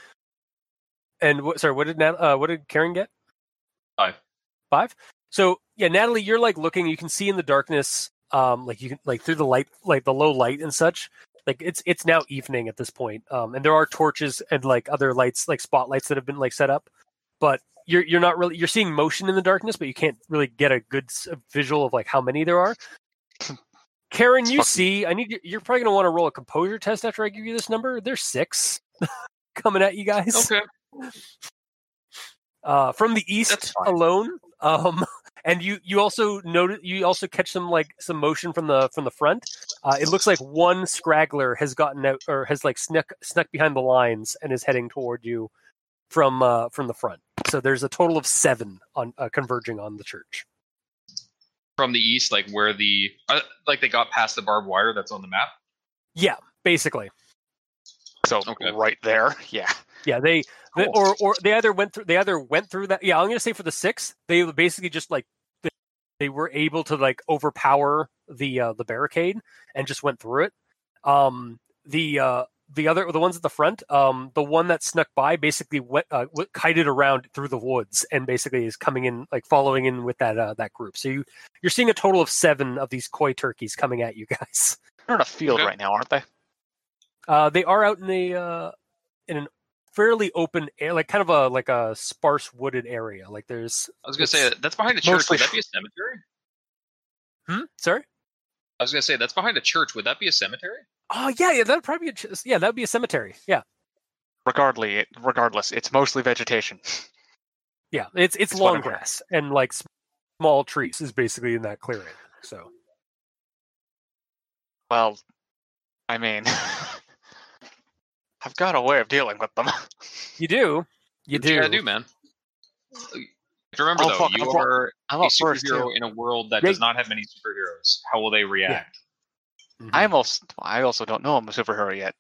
[SPEAKER 2] and what sorry what did Nat, uh what did karen get
[SPEAKER 5] Five.
[SPEAKER 2] five. So yeah, Natalie, you're like looking. You can see in the darkness, um, like you can like through the light, like the low light and such. Like it's it's now evening at this point, um, and there are torches and like other lights, like spotlights that have been like set up. But you're you're not really you're seeing motion in the darkness, but you can't really get a good s- visual of like how many there are. Karen, you
[SPEAKER 3] Fuck.
[SPEAKER 2] see, I need you- you're probably gonna want to roll a composure test after I give you this number. There's six coming at you guys
[SPEAKER 5] Okay.
[SPEAKER 2] uh, from the east
[SPEAKER 5] That's fine.
[SPEAKER 2] alone. Um, [LAUGHS] and you you also notice you also catch some like some motion from the from the front. Uh, it looks like one scraggler has gotten out or has like snuck snuck behind the lines and is heading toward you from uh, from the front. So there's a total of seven on uh, converging on the church.
[SPEAKER 5] From the east, like where the uh, like they got past the barbed wire that's on the map.
[SPEAKER 2] Yeah, basically.
[SPEAKER 3] So
[SPEAKER 5] Okay.
[SPEAKER 3] right there. [LAUGHS] Yeah.
[SPEAKER 2] Yeah, they, they
[SPEAKER 3] Cool.
[SPEAKER 2] or or they either went through they either went through that. Yeah, I'm gonna say for the six, they basically just like they, they were able to like overpower the uh, the barricade and just went through it. Um, the uh, the other the ones at the front, um, the one that snuck by basically went uh, w- kited around through the woods and basically is coming in like following in with that uh, that group. So you you're seeing a total of seven of these koi turkeys coming at you guys.
[SPEAKER 3] They're in a field
[SPEAKER 5] Okay.
[SPEAKER 3] right now, aren't they?
[SPEAKER 2] Uh, they are out in the uh, in an fairly open air, like kind of a like a sparse wooded area. Like there's
[SPEAKER 5] I was gonna say
[SPEAKER 2] It's
[SPEAKER 5] that's behind a church.
[SPEAKER 3] mostly-
[SPEAKER 5] Would that be a cemetery?
[SPEAKER 2] hmm? sorry.
[SPEAKER 5] I was gonna say that's behind a church. Would that be a cemetery?
[SPEAKER 2] Oh yeah, yeah, that'd probably be a, ch- yeah, that'd be a cemetery. Yeah,
[SPEAKER 3] Regardless, regardless, it's mostly vegetation.
[SPEAKER 2] yeah. It's it's,
[SPEAKER 3] It's what
[SPEAKER 2] long
[SPEAKER 3] I'm hearing.
[SPEAKER 2] grass and like s- small trees is basically in that clearing. So
[SPEAKER 3] Well, I mean, [LAUGHS] I've got a way of dealing with them. [LAUGHS]
[SPEAKER 2] You do. You
[SPEAKER 5] That's what
[SPEAKER 2] do.
[SPEAKER 5] you gotta do, man. Remember
[SPEAKER 3] I'll
[SPEAKER 5] though,
[SPEAKER 3] fuck-
[SPEAKER 5] you
[SPEAKER 3] I'll fuck-
[SPEAKER 5] are
[SPEAKER 3] I'm
[SPEAKER 5] a
[SPEAKER 3] up first.
[SPEAKER 5] superhero
[SPEAKER 3] too.
[SPEAKER 5] in a world that
[SPEAKER 2] Yeah.
[SPEAKER 5] does not have many superheroes. How will they react?
[SPEAKER 2] mm-hmm.
[SPEAKER 3] I'm also. I also don't know I'm a superhero yet.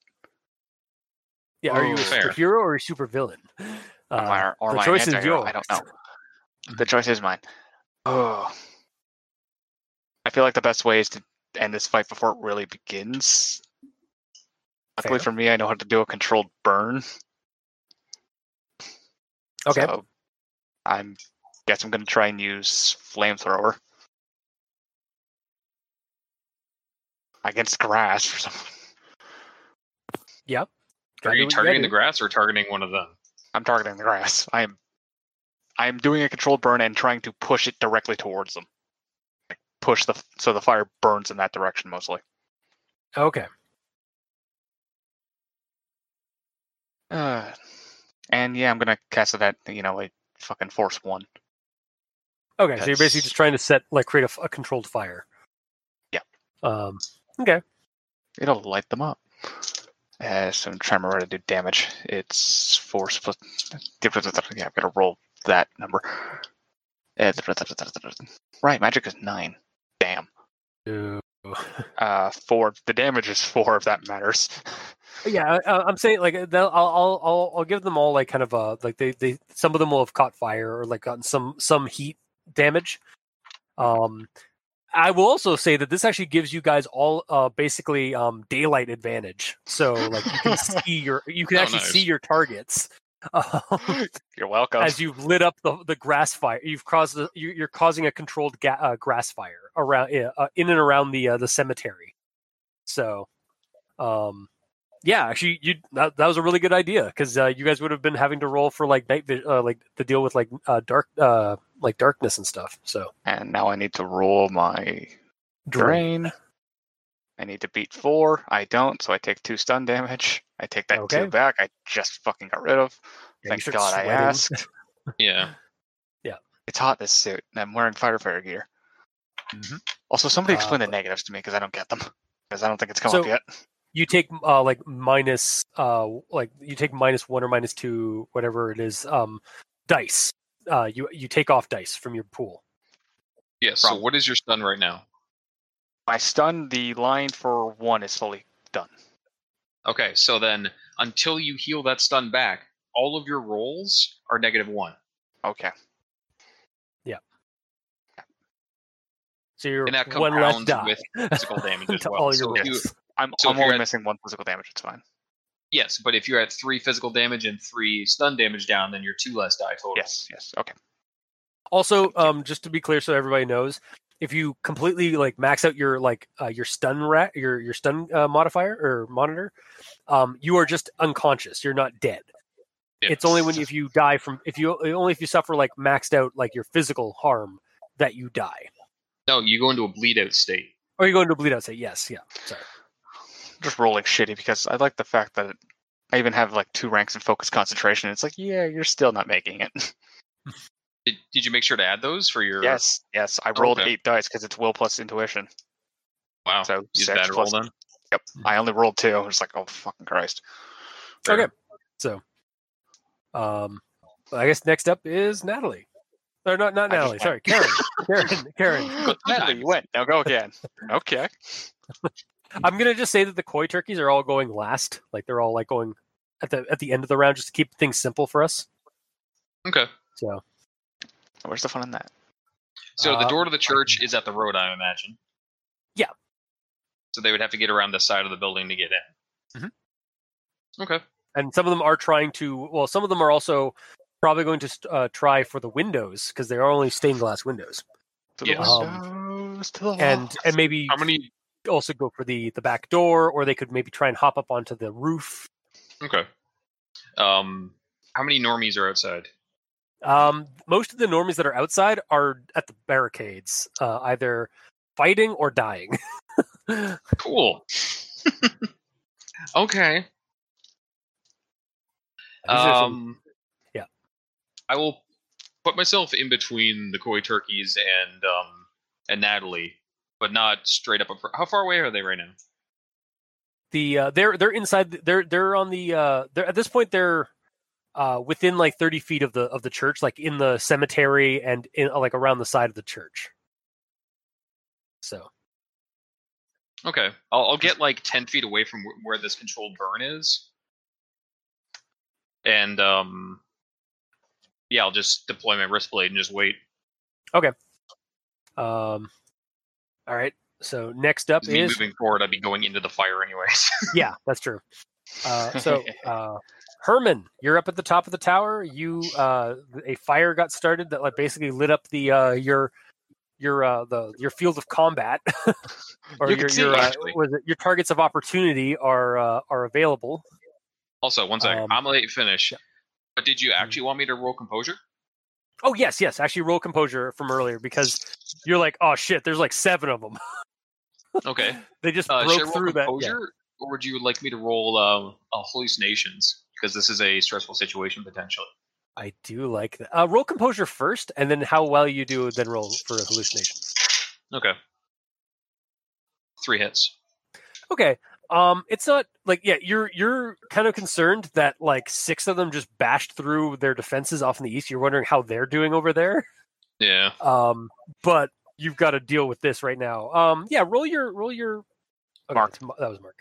[SPEAKER 2] Yeah, are you a
[SPEAKER 5] Oh. Fair.
[SPEAKER 2] superhero or a supervillain? Uh,
[SPEAKER 3] or or
[SPEAKER 2] the
[SPEAKER 3] my
[SPEAKER 2] choice is
[SPEAKER 3] anti-hero, I don't know. The choice is mine. Oh. I feel like the best way is to end this fight before it really begins. Luckily
[SPEAKER 2] Fair.
[SPEAKER 3] for me, I know how to do a controlled burn.
[SPEAKER 2] okay.
[SPEAKER 3] So I'm guess I'm gonna try and use flamethrower against grass for some.
[SPEAKER 5] Are
[SPEAKER 2] gotta do
[SPEAKER 5] you
[SPEAKER 2] what
[SPEAKER 5] targeting the
[SPEAKER 2] gotta
[SPEAKER 5] grass or targeting one of them?
[SPEAKER 3] I'm targeting the grass. [LAUGHS] I am. I am doing a controlled burn and trying to push it directly towards them. Like push the so the fire burns in that direction mostly.
[SPEAKER 2] do. Okay.
[SPEAKER 3] Uh, and yeah, I'm gonna cast it at you know a fucking force one.
[SPEAKER 2] Okay. So you're basically
[SPEAKER 3] That's-
[SPEAKER 2] just trying to set like create a f- a, controlled fire.
[SPEAKER 3] Yep.
[SPEAKER 2] Um.
[SPEAKER 3] It'll light them up. Uh, so I'm trying to remember how to do damage. It's force plus. [LAUGHS] Yeah, I'm gonna roll that number. [LAUGHS] Uh, Right, magic is nine. Damn.
[SPEAKER 2] so- [LAUGHS]
[SPEAKER 3] Uh, four. The damage is four, if that matters. [LAUGHS]
[SPEAKER 2] Yeah, I, I- I'm saying like they'll, I'll, I'll I'll I'll give them all like kind of a like they they some of them will have caught fire or like gotten some some heat damage. Um, I will also say that this actually gives you guys all uh basically um daylight advantage. So like you
[SPEAKER 5] [LAUGHS]
[SPEAKER 2] can see your you can
[SPEAKER 5] Oh,
[SPEAKER 2] actually
[SPEAKER 5] nice.
[SPEAKER 2] see your targets. [LAUGHS] Um,
[SPEAKER 3] You're welcome.
[SPEAKER 2] as you've lit up the, the grass fire, you've caused the, you, you're causing a controlled ga- uh, grass fire around yeah, uh, in and around the uh, the cemetery. So, um, yeah, actually, you that, that was a really good idea because uh, you guys would have been having to roll for like night vision, uh, like to deal with like uh, dark, uh, like darkness and stuff. So,
[SPEAKER 3] and now I need to roll my
[SPEAKER 2] drain.
[SPEAKER 3] drain. I need to beat four. I don't, so I take two stun damage. I take that
[SPEAKER 2] Okay.
[SPEAKER 3] two back. I just fucking got rid of.
[SPEAKER 2] Yeah, you
[SPEAKER 3] Thank
[SPEAKER 2] start
[SPEAKER 3] God I
[SPEAKER 2] sweating.
[SPEAKER 3] asked.
[SPEAKER 5] Yeah.
[SPEAKER 3] It's hot this suit, and I'm wearing firefighter gear.
[SPEAKER 5] Mhm.
[SPEAKER 3] Also, somebody
[SPEAKER 2] Uh,
[SPEAKER 3] explain the negatives to me because I don't get them because I don't think it's come
[SPEAKER 2] So-
[SPEAKER 3] up yet.
[SPEAKER 2] [LAUGHS] You take uh, like minus uh, like you take minus one or minus two, whatever it is, um, dice. Uh, you you take off dice from your pool.
[SPEAKER 5] Yeah. So
[SPEAKER 3] Problem.
[SPEAKER 5] what is your stun right now?
[SPEAKER 3] My stun, the line for one is fully.
[SPEAKER 5] Okay. So then, until you heal that stun back, all of your rolls are negative one,
[SPEAKER 3] Okay.
[SPEAKER 2] So you're
[SPEAKER 5] and that
[SPEAKER 2] one less
[SPEAKER 5] compounds
[SPEAKER 2] die
[SPEAKER 5] with physical damage
[SPEAKER 2] [LAUGHS]
[SPEAKER 5] as
[SPEAKER 2] to
[SPEAKER 5] well.
[SPEAKER 2] all your
[SPEAKER 5] So if you-
[SPEAKER 2] rolls.
[SPEAKER 3] I'm,
[SPEAKER 5] So
[SPEAKER 3] I'm
[SPEAKER 5] if you're
[SPEAKER 3] only
[SPEAKER 5] at-
[SPEAKER 3] missing one physical damage. It's fine.
[SPEAKER 5] yes, but if you're at three physical damage and three stun damage down, then you're two less die total.
[SPEAKER 3] Yes. Yes. Okay.
[SPEAKER 2] Also, um, just to be clear, so everybody knows, if you completely like max out your like uh, your stun rat your your stun uh, modifier or monitor, um, you are just unconscious. You're not dead. It's only when if you die from if you uh, only if you suffer like maxed out like your physical harm that you die
[SPEAKER 5] no, you go into a bleed out state.
[SPEAKER 2] or you go into a bleed out. Say yes, yeah. Sorry.
[SPEAKER 3] Just rolling shitty because I like the fact that I even have like two ranks in focus concentration. It's like, yeah, you're still not making it. [LAUGHS]
[SPEAKER 5] Did, did you make sure to add those for your?
[SPEAKER 3] yes. Yes. I rolled
[SPEAKER 5] Okay.
[SPEAKER 3] eight dice because it's will plus intuition.
[SPEAKER 5] Wow.
[SPEAKER 3] So
[SPEAKER 5] Is
[SPEAKER 3] six
[SPEAKER 5] that a roll
[SPEAKER 3] plus-
[SPEAKER 5] then? Hmm.
[SPEAKER 3] Yep. I only rolled two. I was like, oh
[SPEAKER 2] [GASPS]
[SPEAKER 3] fucking Christ.
[SPEAKER 5] Fair.
[SPEAKER 2] Okay. So, um, I guess next up is Natalie. Or not, not
[SPEAKER 3] I just
[SPEAKER 2] Natalie.
[SPEAKER 3] went.
[SPEAKER 2] Sorry, Karen.
[SPEAKER 5] [LAUGHS]
[SPEAKER 2] Karen. Karen.
[SPEAKER 3] Good Natalie, you went. Now go again. okay.
[SPEAKER 2] I'm gonna just say that the koi turkeys are all going last. Like they're all like going at the at the end of the round, just to keep things simple for us.
[SPEAKER 5] Okay.
[SPEAKER 2] So
[SPEAKER 3] Where's the fun in that?
[SPEAKER 5] So the
[SPEAKER 2] Uh,
[SPEAKER 5] door to the church is at the road, I imagine.
[SPEAKER 2] Yeah.
[SPEAKER 5] So they would have to get around the side of the building to get in. Okay.
[SPEAKER 2] and some of them are trying to. Well, some of them are also probably going to st- uh, try for the windows because they are only stained glass windows,
[SPEAKER 3] To
[SPEAKER 5] Yeah.
[SPEAKER 3] windows, to the
[SPEAKER 2] Um, and and maybe
[SPEAKER 5] How many?
[SPEAKER 2] also go for the the back door, or they could maybe try and hop up onto the roof.
[SPEAKER 5] Okay. Um, how many normies are outside?
[SPEAKER 2] Um, most of the normies that are outside are at the barricades, uh, either fighting or dying. [LAUGHS]
[SPEAKER 5] Cool. [LAUGHS] okay.
[SPEAKER 2] These are some-
[SPEAKER 5] Um,
[SPEAKER 2] Yeah.
[SPEAKER 5] I will put myself in between the koi turkeys and um and Natalie, but not straight up. Appro- How far away are they right now?
[SPEAKER 2] the uh, they're they're inside. They're they're on the uh, they're at this point they're uh, within like thirty feet of the of the church, like in the cemetery and in like around the side of the church. So
[SPEAKER 5] Okay, I'll, I'll get like ten feet away from wh- where this controlled burn is, and um, yeah, I'll just deploy my wrist blade and just wait.
[SPEAKER 2] Um, all right. So next up
[SPEAKER 5] 'Cause Me
[SPEAKER 2] is
[SPEAKER 5] moving forward, I'd be going into the fire anyways. [LAUGHS]
[SPEAKER 2] yeah, that's true. Uh, so uh, Herman, you're up at the top of the tower. You uh, a fire got started that like basically lit up the uh, your your uh, the your field of combat, [LAUGHS] or
[SPEAKER 5] You can
[SPEAKER 2] your
[SPEAKER 5] see,
[SPEAKER 2] your, uh,
[SPEAKER 5] actually.
[SPEAKER 2] was it, your targets of opportunity are uh, are available.
[SPEAKER 5] also, one second,
[SPEAKER 2] Um, Mm-hmm.
[SPEAKER 5] I'm late finish. But did you actually want me to roll
[SPEAKER 2] [LAUGHS]
[SPEAKER 5] composure?
[SPEAKER 2] Oh yes, yes. Actually, roll composure from earlier because you're like, oh shit, there's like seven of them.
[SPEAKER 5] Okay,
[SPEAKER 2] [LAUGHS] They just
[SPEAKER 5] uh, should I
[SPEAKER 2] broke
[SPEAKER 5] roll
[SPEAKER 2] through that. yeah.
[SPEAKER 5] composure, or would you like me to roll um, uh, hallucinations because this is a stressful situation potentially?
[SPEAKER 2] I do like that. Uh, roll composure first, and then how well you do, then roll for hallucinations.
[SPEAKER 5] Okay, three hits.
[SPEAKER 2] Okay. Um, it's not like yeah, you're you're kind of concerned that like six of them just bashed through their defenses off in the east. You're wondering how they're doing over there.
[SPEAKER 5] Yeah.
[SPEAKER 2] Um, but you've got to deal with this right now. Um, yeah, roll your roll your okay,
[SPEAKER 5] Mark.
[SPEAKER 2] it's Ma- That was Mark.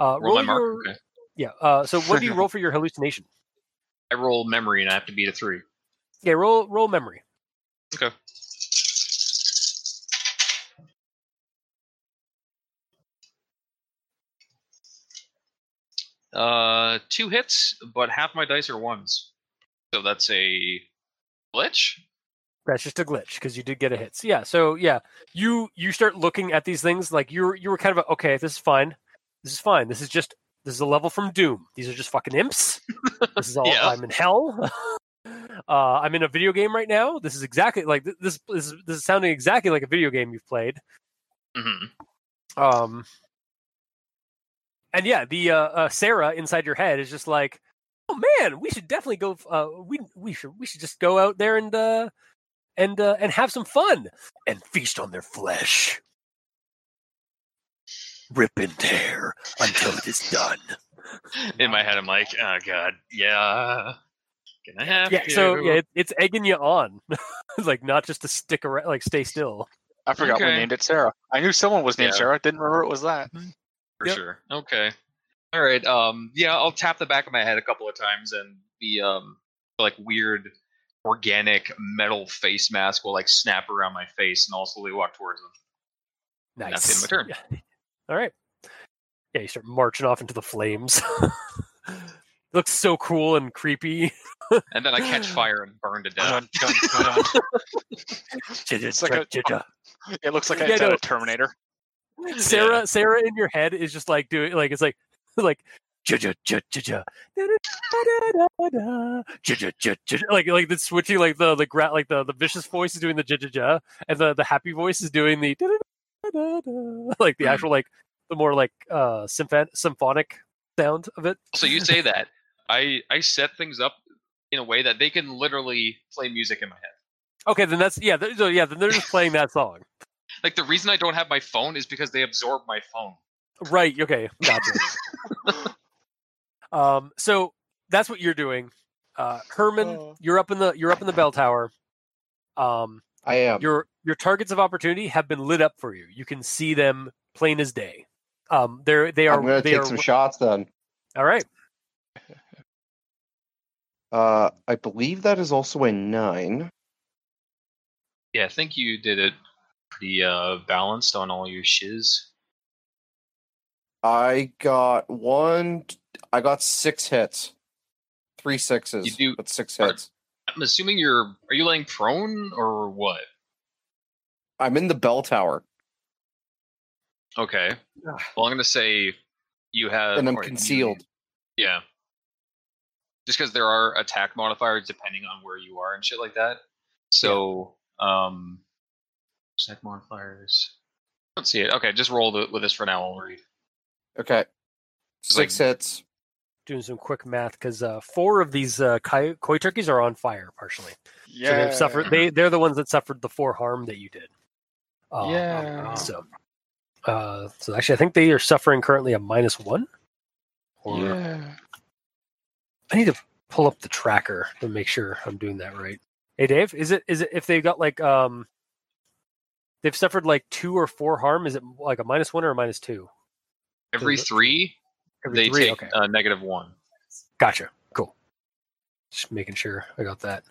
[SPEAKER 2] Uh,
[SPEAKER 5] Roll,
[SPEAKER 2] roll,
[SPEAKER 5] my mark.
[SPEAKER 2] your
[SPEAKER 5] Okay.
[SPEAKER 2] yeah. Uh, so what do
[SPEAKER 5] [LAUGHS]
[SPEAKER 2] you roll for your hallucination?
[SPEAKER 5] I roll memory and I have to beat a three.
[SPEAKER 2] Yeah, roll roll memory.
[SPEAKER 5] Okay. Uh, two hits, but half my dice are ones, so that's a glitch.
[SPEAKER 2] That's just a glitch because you did get a hit. So, yeah. So yeah, you you start looking at these things like you were you were kind of a, okay. This is fine. This is fine. This is just this is a level from Doom. These are just fucking imps. This is all.
[SPEAKER 5] Yeah.
[SPEAKER 2] I'm in hell. [LAUGHS] uh, I'm in a video game right now. This is exactly like th- this. This is, this is sounding exactly like a video game you've played.
[SPEAKER 5] hmm
[SPEAKER 2] Um, and yeah, the uh, uh, Sarah inside your head is just like, oh man, we should definitely go. f- Uh, we we should we should just go out there and uh, and uh, and have some fun and feast on their flesh, rip and tear until it is done.
[SPEAKER 5] In my head, I'm like, oh god, yeah, gonna have
[SPEAKER 2] yeah,
[SPEAKER 5] to.
[SPEAKER 2] so yeah, it, it's egging you on, [LAUGHS] like not just to stick around, like stay still.
[SPEAKER 3] I forgot
[SPEAKER 5] Okay.
[SPEAKER 3] we named it Sarah. I knew someone was named
[SPEAKER 5] Yeah.
[SPEAKER 3] Sarah. I didn't remember it was that.
[SPEAKER 5] for
[SPEAKER 2] Yep.
[SPEAKER 5] sure. Okay. All right. Um. Yeah, I'll tap the back of my head a couple of times, and the um, like weird organic metal face mask will like snap around my face, and I'll slowly walk towards them.
[SPEAKER 2] Nice.
[SPEAKER 5] That's the end of my
[SPEAKER 2] All right. Yeah, you start marching off into the flames. [LAUGHS] Looks so cool and creepy.
[SPEAKER 5] And then I
[SPEAKER 2] [LAUGHS]
[SPEAKER 5] catch fire and burn to
[SPEAKER 2] Uh-huh.
[SPEAKER 5] death.
[SPEAKER 3] Dun, dun, dun, dun.
[SPEAKER 2] It's
[SPEAKER 3] like a- [LAUGHS] it looks like I
[SPEAKER 2] Yeah,
[SPEAKER 3] did
[SPEAKER 2] no.
[SPEAKER 3] a Terminator. uh,
[SPEAKER 2] Sarah Sarah in your head is just like doing like [LAUGHS] it's like like ja, ja, ja, [LAUGHS] ja, ja, da, da, da, da, da, ja, ja, ja, ja, ja. like like the switching like the the gra- like the, the vicious voice is doing the ja, ja, ja, and the, the happy voice is doing the [LAUGHS] da, da, da, da, da, like the
[SPEAKER 3] Hmm.
[SPEAKER 5] Mhm.
[SPEAKER 2] actual like the more like uh symphon- symphonic sound of it.
[SPEAKER 5] So you say that I I set things up in a way that they can literally play music in my head.
[SPEAKER 2] Okay, then that's yeah, th- so yeah, then they're just playing that song.
[SPEAKER 5] Like the reason I don't have my phone is because they absorb my phone.
[SPEAKER 2] Right. Okay. Gotcha. um. So that's what you're doing, uh, Herman.
[SPEAKER 3] Oh.
[SPEAKER 2] You're up in the you're up in the bell tower. Um.
[SPEAKER 4] I am.
[SPEAKER 2] Your your targets of opportunity have been lit up for you. You can see them plain as day. Um. They're they are
[SPEAKER 4] I'm gonna
[SPEAKER 2] they
[SPEAKER 4] take
[SPEAKER 2] are
[SPEAKER 4] some shots then.
[SPEAKER 2] all right.
[SPEAKER 4] Uh, I believe that is also a nine.
[SPEAKER 5] Yeah, I think you did it pretty uh balanced on all your shiz.
[SPEAKER 7] I got one. I got six hits, three sixes,
[SPEAKER 5] You do-
[SPEAKER 7] but six
[SPEAKER 5] Or-
[SPEAKER 7] hits.
[SPEAKER 5] I'm assuming you're are you laying prone or what?
[SPEAKER 7] I'm in the bell tower,
[SPEAKER 5] Okay.
[SPEAKER 7] Yeah.
[SPEAKER 5] Well, I'm gonna say you have
[SPEAKER 7] and I'm
[SPEAKER 5] Uh, or you-
[SPEAKER 7] concealed.
[SPEAKER 5] yeah. Just because there are attack modifiers depending on where you are and shit like that. So um attack modifiers. I don't see it. Okay, just roll the, with this for now. I'll read.
[SPEAKER 7] Okay,
[SPEAKER 5] It's like-
[SPEAKER 7] six hits.
[SPEAKER 2] Doing some quick math because uh, four of these uh, koi, koi turkeys are on fire partially. So they've suffered. They they're the ones that suffered the four harm that you did. Um,
[SPEAKER 3] Yeah.
[SPEAKER 2] Oh, So Uh, so actually, I think they are suffering currently a minus one. Or
[SPEAKER 3] Yeah.
[SPEAKER 2] I need to pull up the tracker to make sure I'm doing that right. Hey Dave, is it is it if they've got like um they've suffered like two or four harm, is it like a minus one or a minus two?
[SPEAKER 5] Every
[SPEAKER 2] Does it-
[SPEAKER 5] three,
[SPEAKER 2] Every
[SPEAKER 5] they
[SPEAKER 2] three,
[SPEAKER 5] take
[SPEAKER 2] okay.
[SPEAKER 5] uh, negative one.
[SPEAKER 2] Gotcha. Cool. Just making sure I got that.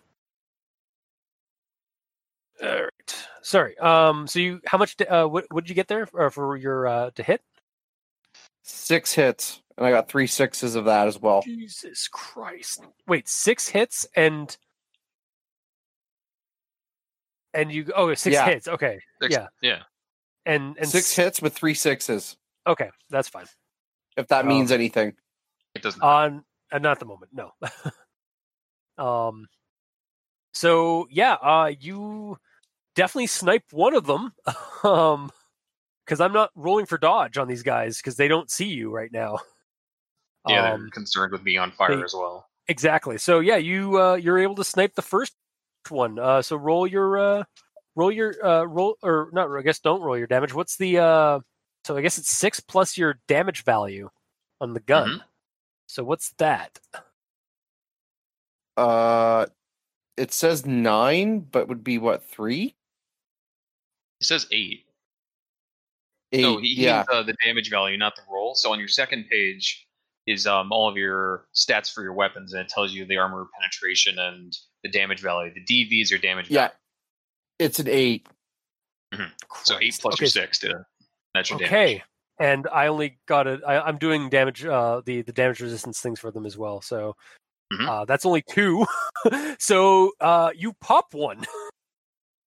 [SPEAKER 2] All right. Sorry. Um. So you, how much? d- Uh. What? What did you get there for, for your uh to hit?
[SPEAKER 7] Six hits, and I got three sixes of that as well.
[SPEAKER 2] Jesus Christ! Wait, six hits and and you. Oh, six
[SPEAKER 7] Yeah.
[SPEAKER 2] hits. Okay.
[SPEAKER 5] Six-
[SPEAKER 2] Yeah.
[SPEAKER 5] yeah.
[SPEAKER 2] And and
[SPEAKER 7] Six
[SPEAKER 2] s-
[SPEAKER 7] hits with three sixes,
[SPEAKER 2] Okay, that's fine.
[SPEAKER 7] if that
[SPEAKER 2] Oh.
[SPEAKER 7] means anything.
[SPEAKER 5] It doesn't.
[SPEAKER 2] on uh, not at the moment no [LAUGHS] um so yeah uh you definitely snipe one of them [LAUGHS] um because i'm not rolling for dodge on these guys because they don't see you right now
[SPEAKER 5] yeah, they're
[SPEAKER 2] um
[SPEAKER 5] concerned with being on fire
[SPEAKER 2] they-
[SPEAKER 5] as well.
[SPEAKER 2] exactly so yeah you uh you're able to snipe the first one uh so roll your uh roll your uh roll or not i guess don't roll your damage what's the uh so i guess it's six plus your damage value on the gun
[SPEAKER 5] Mm-hmm.
[SPEAKER 2] so what's that
[SPEAKER 7] Uh, it says nine, but would be what three?
[SPEAKER 5] It says eight.
[SPEAKER 7] Eight.
[SPEAKER 5] No, he, he
[SPEAKER 7] yeah.
[SPEAKER 5] means, uh, the damage value, not the roll. So on your second page is um, all of your stats for your weapons, and it tells you the armor penetration and the damage value. The DV is your damage
[SPEAKER 7] Yeah.
[SPEAKER 5] value.
[SPEAKER 7] It's an eight.
[SPEAKER 5] So eight
[SPEAKER 2] Christ.
[SPEAKER 5] plus
[SPEAKER 2] okay,
[SPEAKER 5] your six to that's your damage.
[SPEAKER 2] Okay, and I only got it. I, I'm doing damage, uh, the the damage resistance things for them as well. So
[SPEAKER 5] Mhm.
[SPEAKER 2] uh, that's only two. [LAUGHS] so uh, you pop one. [LAUGHS]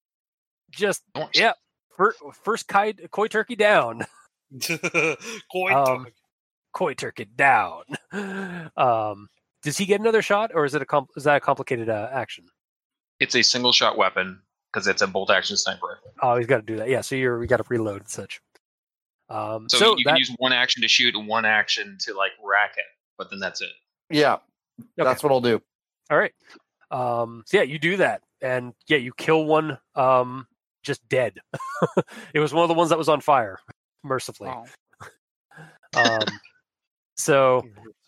[SPEAKER 2] Just
[SPEAKER 5] Nice.
[SPEAKER 2] yeah, fir- first koi, koi turkey down, [LAUGHS]
[SPEAKER 6] Quite
[SPEAKER 2] Um,
[SPEAKER 6] tough.
[SPEAKER 2] koi turkey down. [LAUGHS] Um, does he get another shot, or is it a com- is that a complicated uh, action?
[SPEAKER 5] It's a single shot weapon because it's a bolt action sniper rifle.
[SPEAKER 2] Oh, he's got to do that. Yeah, so you're we got to reload and such. Um,
[SPEAKER 5] So,
[SPEAKER 2] so,
[SPEAKER 5] you
[SPEAKER 2] that,
[SPEAKER 5] can use one action to shoot and one action to like rack it, but then that's it.
[SPEAKER 7] Yeah.
[SPEAKER 2] okay.
[SPEAKER 7] That's what
[SPEAKER 2] [LAUGHS]
[SPEAKER 7] I'll do.
[SPEAKER 2] All right. Um, so yeah, you do that, and yeah, you kill one um, just dead. [LAUGHS] it was one of the ones that was on fire, mercifully.
[SPEAKER 3] Oh.
[SPEAKER 2] Um, so,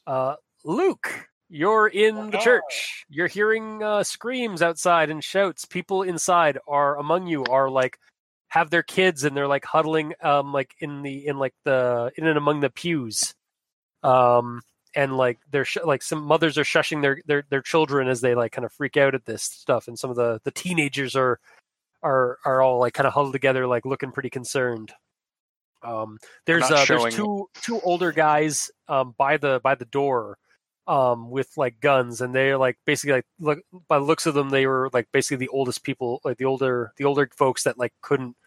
[SPEAKER 2] uh, Luke, you're in the
[SPEAKER 6] Ah.
[SPEAKER 2] church. You're hearing uh, screams outside and shouts. People inside are among you are like have their kids and they're like huddling um like in the in like the in and among the pews um and like they're sh- like some mothers are shushing their, their their children as they like kind of freak out at this stuff and some of the the teenagers are are are all like kind of huddled together like looking pretty concerned um there's
[SPEAKER 7] not
[SPEAKER 2] uh
[SPEAKER 7] showing-
[SPEAKER 2] there's two two older guys um by the by the door um with like guns and they're like basically like look by the looks of them they were like basically the oldest people like the older the older folks that like couldn't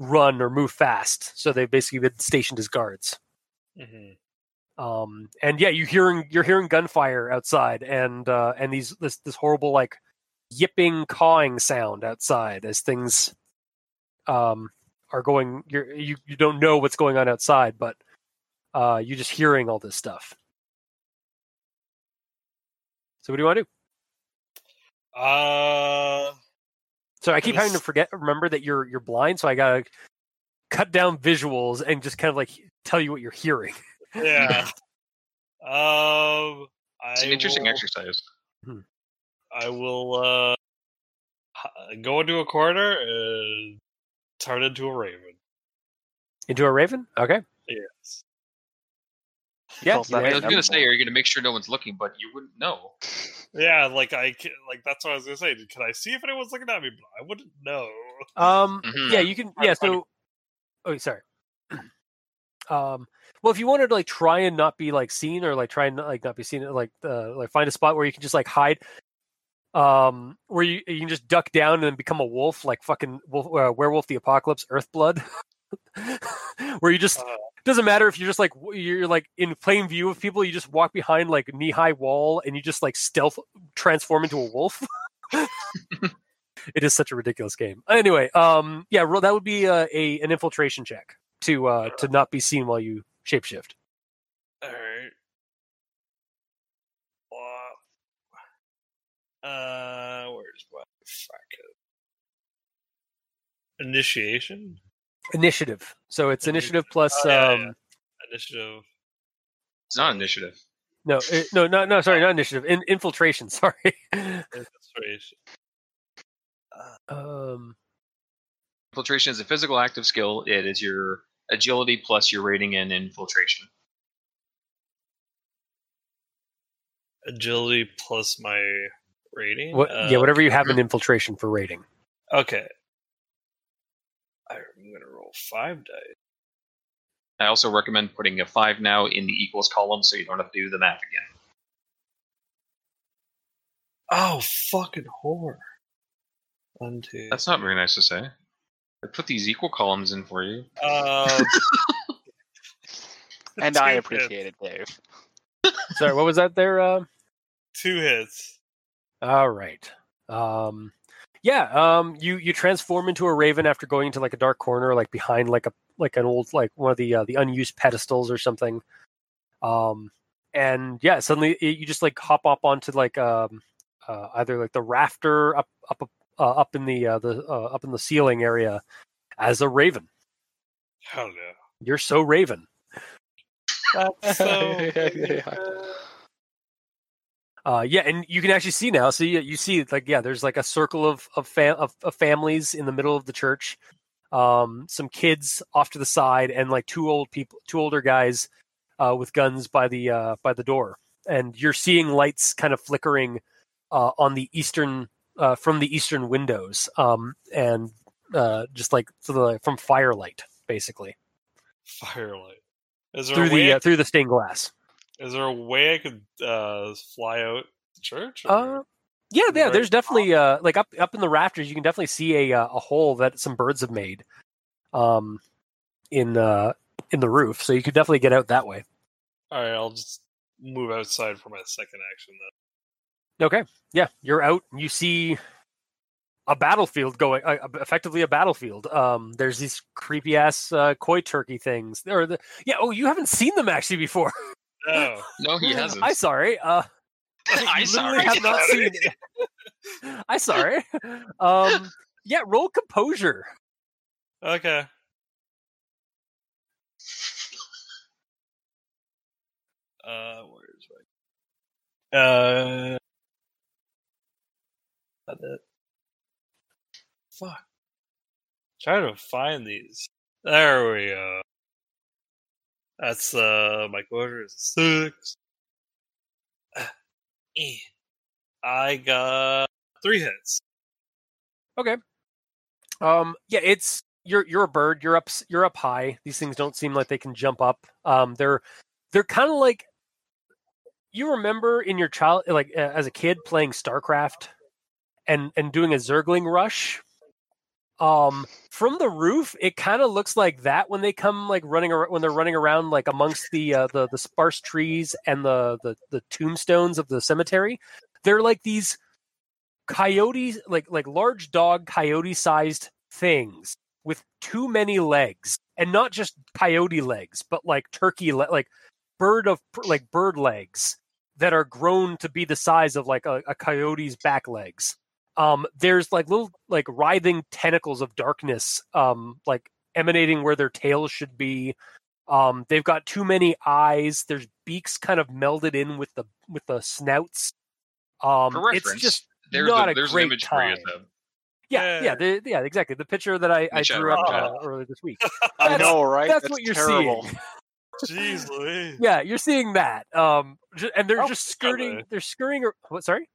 [SPEAKER 2] run or move fast so they've basically been stationed as guards um and yeah you're hearing you're hearing gunfire outside and uh and these this this horrible like yipping cawing sound outside as things um are going you're you, you don't know what's going on outside but uh you're just hearing all this stuff so what do you want to do
[SPEAKER 6] Uh,
[SPEAKER 2] so i keep
[SPEAKER 6] Yes.
[SPEAKER 2] having to forget remember that you're you're blind so i gotta cut down visuals and just kind of like tell you what you're hearing [LAUGHS]
[SPEAKER 6] yeah.
[SPEAKER 5] [LAUGHS]
[SPEAKER 6] um, I
[SPEAKER 5] It's an interesting
[SPEAKER 6] will,
[SPEAKER 5] exercise.
[SPEAKER 6] I will uh, h- go into a corner and turn into a raven.
[SPEAKER 2] into a raven okay
[SPEAKER 6] Yes.
[SPEAKER 2] yeah
[SPEAKER 4] Calls
[SPEAKER 2] you
[SPEAKER 4] that
[SPEAKER 5] I
[SPEAKER 2] may-
[SPEAKER 5] was gonna say, are you gonna make sure no one's looking? But you wouldn't know.
[SPEAKER 6] Yeah, like I ca- like that's what I was gonna say. Can I see if anyone's looking at me? But I wouldn't know.
[SPEAKER 2] Um,
[SPEAKER 5] Mhm.
[SPEAKER 2] yeah, you can.
[SPEAKER 6] Try to
[SPEAKER 2] Yeah,
[SPEAKER 6] find
[SPEAKER 2] so. Oh, sorry. [CLEARS THROAT] um, well, if you wanted to like try and not be like seen, or like try and like not be seen, or, like uh, like find a spot where you can just like hide, um, where you you can just duck down and then become a wolf, like fucking wolf, uh, werewolf, the apocalypse, Earthblood, [LAUGHS] where you just
[SPEAKER 6] Uh.
[SPEAKER 2] doesn't matter if you're just like w- you're like in plain view of people, you just walk behind like knee high wall and you just like stealth transform into a wolf. it is such a ridiculous game. Anyway, um, yeah, ro- that would be uh, a an infiltration check to uh, to not be seen while you shapeshift.
[SPEAKER 6] All right. Uh, where's my fuck? Initiation.
[SPEAKER 2] Initiative. So it's initiative plus.
[SPEAKER 8] Oh, yeah,
[SPEAKER 2] um,
[SPEAKER 8] yeah. Initiative.
[SPEAKER 5] It's not initiative.
[SPEAKER 2] No, it, no, no, no. Sorry, not initiative. In, infiltration. [LAUGHS] Sorry.
[SPEAKER 8] Infiltration.
[SPEAKER 2] um,
[SPEAKER 5] Infiltration is a physical active skill. It is your agility plus your rating in infiltration.
[SPEAKER 8] Agility plus my rating.
[SPEAKER 2] what,
[SPEAKER 8] Uh,
[SPEAKER 2] yeah, whatever you have in infiltration for rating.
[SPEAKER 8] Okay. I'm gonna roll five dice.
[SPEAKER 5] I also recommend putting a five now in the equals column so you don't have to do the math again.
[SPEAKER 8] Oh fucking whore! One two.
[SPEAKER 5] That's not very nice to say. I put these equal columns in for you.
[SPEAKER 8] Um,
[SPEAKER 3] [LAUGHS]
[SPEAKER 8] [LAUGHS]
[SPEAKER 2] [LAUGHS]
[SPEAKER 3] And I
[SPEAKER 8] two
[SPEAKER 3] appreciate it, Dave.
[SPEAKER 2] Sorry, what was that there? Um,
[SPEAKER 8] hits. two hits.
[SPEAKER 2] All right. Um yeah, um you you transform into a raven after going into like a dark corner like behind like a like an old like one of the uh, the unused pedestals or something. Um and yeah, suddenly y- you just like hop up onto like um uh, either like the rafter up up uh, up in the uh, the uh, up in the ceiling area as a raven.
[SPEAKER 8] Hell yeah.
[SPEAKER 2] You're so raven. [LAUGHS]
[SPEAKER 8] That's so.
[SPEAKER 2] Uh, yeah, and you can actually see now. So you, you see, like, yeah, there's like a circle of of, fam- of of families in the middle of the church, um, some kids off to the side, and like two old people, two older guys uh, with guns by the uh, by the door. And you're seeing lights kind of flickering uh, on the eastern uh, from the eastern windows, um, and uh, just like to the, from firelight, basically
[SPEAKER 8] firelight. Is there
[SPEAKER 2] through
[SPEAKER 8] a way?
[SPEAKER 2] the uh, through the stained glass.
[SPEAKER 8] is there a way I could uh, fly out the church?
[SPEAKER 2] Uh,
[SPEAKER 8] or-
[SPEAKER 2] yeah,
[SPEAKER 8] the
[SPEAKER 2] yeah.
[SPEAKER 8] right
[SPEAKER 2] There's definitely
[SPEAKER 5] um,
[SPEAKER 2] uh, like up up in the rafters, you can definitely see a uh, a hole that some birds have made, um, in uh in the roof. So you could definitely get out that way.
[SPEAKER 8] All right, I'll just move outside for my second action then.
[SPEAKER 2] Okay. Yeah, you're out. and You see a battlefield going, uh, effectively a battlefield. Um, there's these creepy ass uh, koi turkey things. Or the yeah. Oh, you haven't seen them actually before.
[SPEAKER 8] No,
[SPEAKER 2] [LAUGHS]
[SPEAKER 5] No, he hasn't.
[SPEAKER 2] I sorry. Uh,
[SPEAKER 5] [LAUGHS] I
[SPEAKER 2] you
[SPEAKER 5] sorry.
[SPEAKER 2] literally have not seen. [LAUGHS] I
[SPEAKER 5] [LAUGHS]
[SPEAKER 2] sorry. Um, yeah, roll composure.
[SPEAKER 8] okay. Uh, where's my? Uh, got it. Fuck. Trying to find these. There we go. That's uh, my quarter is six. [SIGHS] Ah, eh. I got three hits.
[SPEAKER 2] Um, yeah, it's you're you're a bird. You're up s- you're up high. These things don't seem like they can jump up. Um, they're they're kind of like you remember in your child like a- as a kid playing StarCraft and and doing a zergling rush. Um, from the roof, it kind of looks like that when they come like running around when they're running around like amongst the uh, the the sparse trees and the the the tombstones of the cemetery. They're like these coyotes like like large dog coyote sized things with too many legs and not just coyote legs but like turkey le- like bird of like bird legs that are grown to be the size of like a, a coyote's back legs um there's like little like writhing tentacles of darkness um like emanating where their tails should be um they've got too many eyes there's beaks kind of melded in with the with the snouts um
[SPEAKER 5] For reference,
[SPEAKER 2] it's just
[SPEAKER 5] there's,
[SPEAKER 2] not
[SPEAKER 5] a,
[SPEAKER 2] a
[SPEAKER 5] there's
[SPEAKER 2] great
[SPEAKER 5] an image for you
[SPEAKER 2] time.
[SPEAKER 5] though.
[SPEAKER 2] yeah, yeah, the, yeah, exactly. The picture that I, I
[SPEAKER 5] chat
[SPEAKER 2] drew
[SPEAKER 5] room,
[SPEAKER 2] up
[SPEAKER 8] chat.
[SPEAKER 2] uh, earlier this
[SPEAKER 5] [LAUGHS]
[SPEAKER 2] week.
[SPEAKER 3] I
[SPEAKER 2] [LAUGHS] That's-
[SPEAKER 3] know, right?
[SPEAKER 2] that's what you're
[SPEAKER 3] terrible. [LAUGHS]
[SPEAKER 2] seeing.
[SPEAKER 8] Jeez Louise.
[SPEAKER 2] Yeah, you're seeing that. Um, ju- and they're
[SPEAKER 8] How
[SPEAKER 2] just
[SPEAKER 8] big are
[SPEAKER 2] skirting.
[SPEAKER 8] they?
[SPEAKER 2] They're skirting. ar- What? Sorry,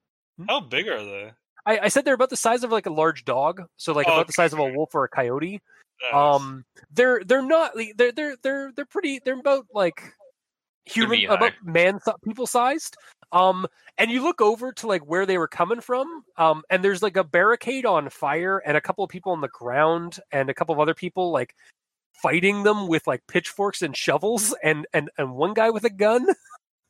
[SPEAKER 8] How big are they?
[SPEAKER 2] I, I said they're about the size of like a large dog, so like
[SPEAKER 8] Oh,
[SPEAKER 2] about the size of a
[SPEAKER 8] okay.
[SPEAKER 2] wolf or a coyote.
[SPEAKER 8] Nice.
[SPEAKER 2] Um, they're they're not. like, They're they're they're they're pretty. They're about like human,
[SPEAKER 5] knee-high.
[SPEAKER 2] about man si- people sized. Um, and you look over to like where they were coming from. Um, and there's like a barricade on fire, and a couple of people on the ground, and a couple of other people like fighting them with like pitchforks and shovels, and and and one guy with a gun.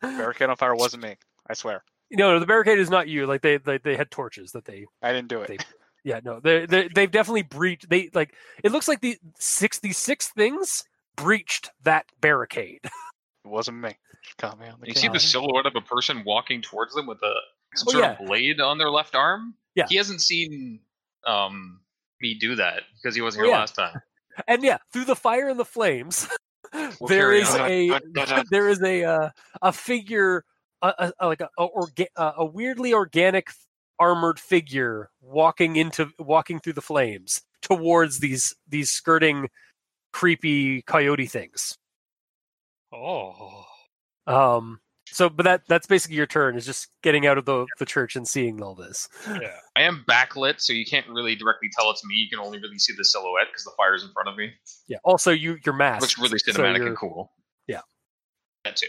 [SPEAKER 3] Barricade on fire wasn't me. I swear,
[SPEAKER 2] No, no, the barricade is not you. Like they, they, they had torches that they.
[SPEAKER 3] I didn't do it.
[SPEAKER 2] They- Yeah, no, they, they, they've definitely breached. They like it looks like the six, these six things breached that barricade. [LAUGHS]
[SPEAKER 3] It wasn't me. Caught me on the
[SPEAKER 5] You see
[SPEAKER 3] camera.
[SPEAKER 5] the silhouette of a person walking towards them with a
[SPEAKER 2] uh,
[SPEAKER 5] some
[SPEAKER 2] Oh,
[SPEAKER 5] sort
[SPEAKER 2] yeah.
[SPEAKER 5] of blade on their left arm.
[SPEAKER 2] Yeah.
[SPEAKER 5] he hasn't seen um, me do that because he wasn't
[SPEAKER 2] Oh,
[SPEAKER 5] here
[SPEAKER 2] yeah.
[SPEAKER 5] last time.
[SPEAKER 2] and yeah, through the fire and the flames,
[SPEAKER 5] We'll
[SPEAKER 2] there
[SPEAKER 5] carry
[SPEAKER 2] is
[SPEAKER 5] on.
[SPEAKER 2] a
[SPEAKER 8] [LAUGHS]
[SPEAKER 2] [LAUGHS] there is a uh, a figure, a, a- a, like a a, orga- a a weirdly organic armored figure walking into walking through the flames towards these these skirting creepy coyote things.
[SPEAKER 8] Oh.
[SPEAKER 2] Um, so, but that that's basically your turn is just getting out of the the church and seeing all this.
[SPEAKER 5] I am backlit, so you can't really directly tell it's me. You can only really see the silhouette because the fire's in front of me.
[SPEAKER 2] Yeah. Also, you your mask
[SPEAKER 5] looks really
[SPEAKER 2] so
[SPEAKER 5] cinematic
[SPEAKER 2] you're-
[SPEAKER 5] and cool.
[SPEAKER 2] Yeah.
[SPEAKER 5] That too.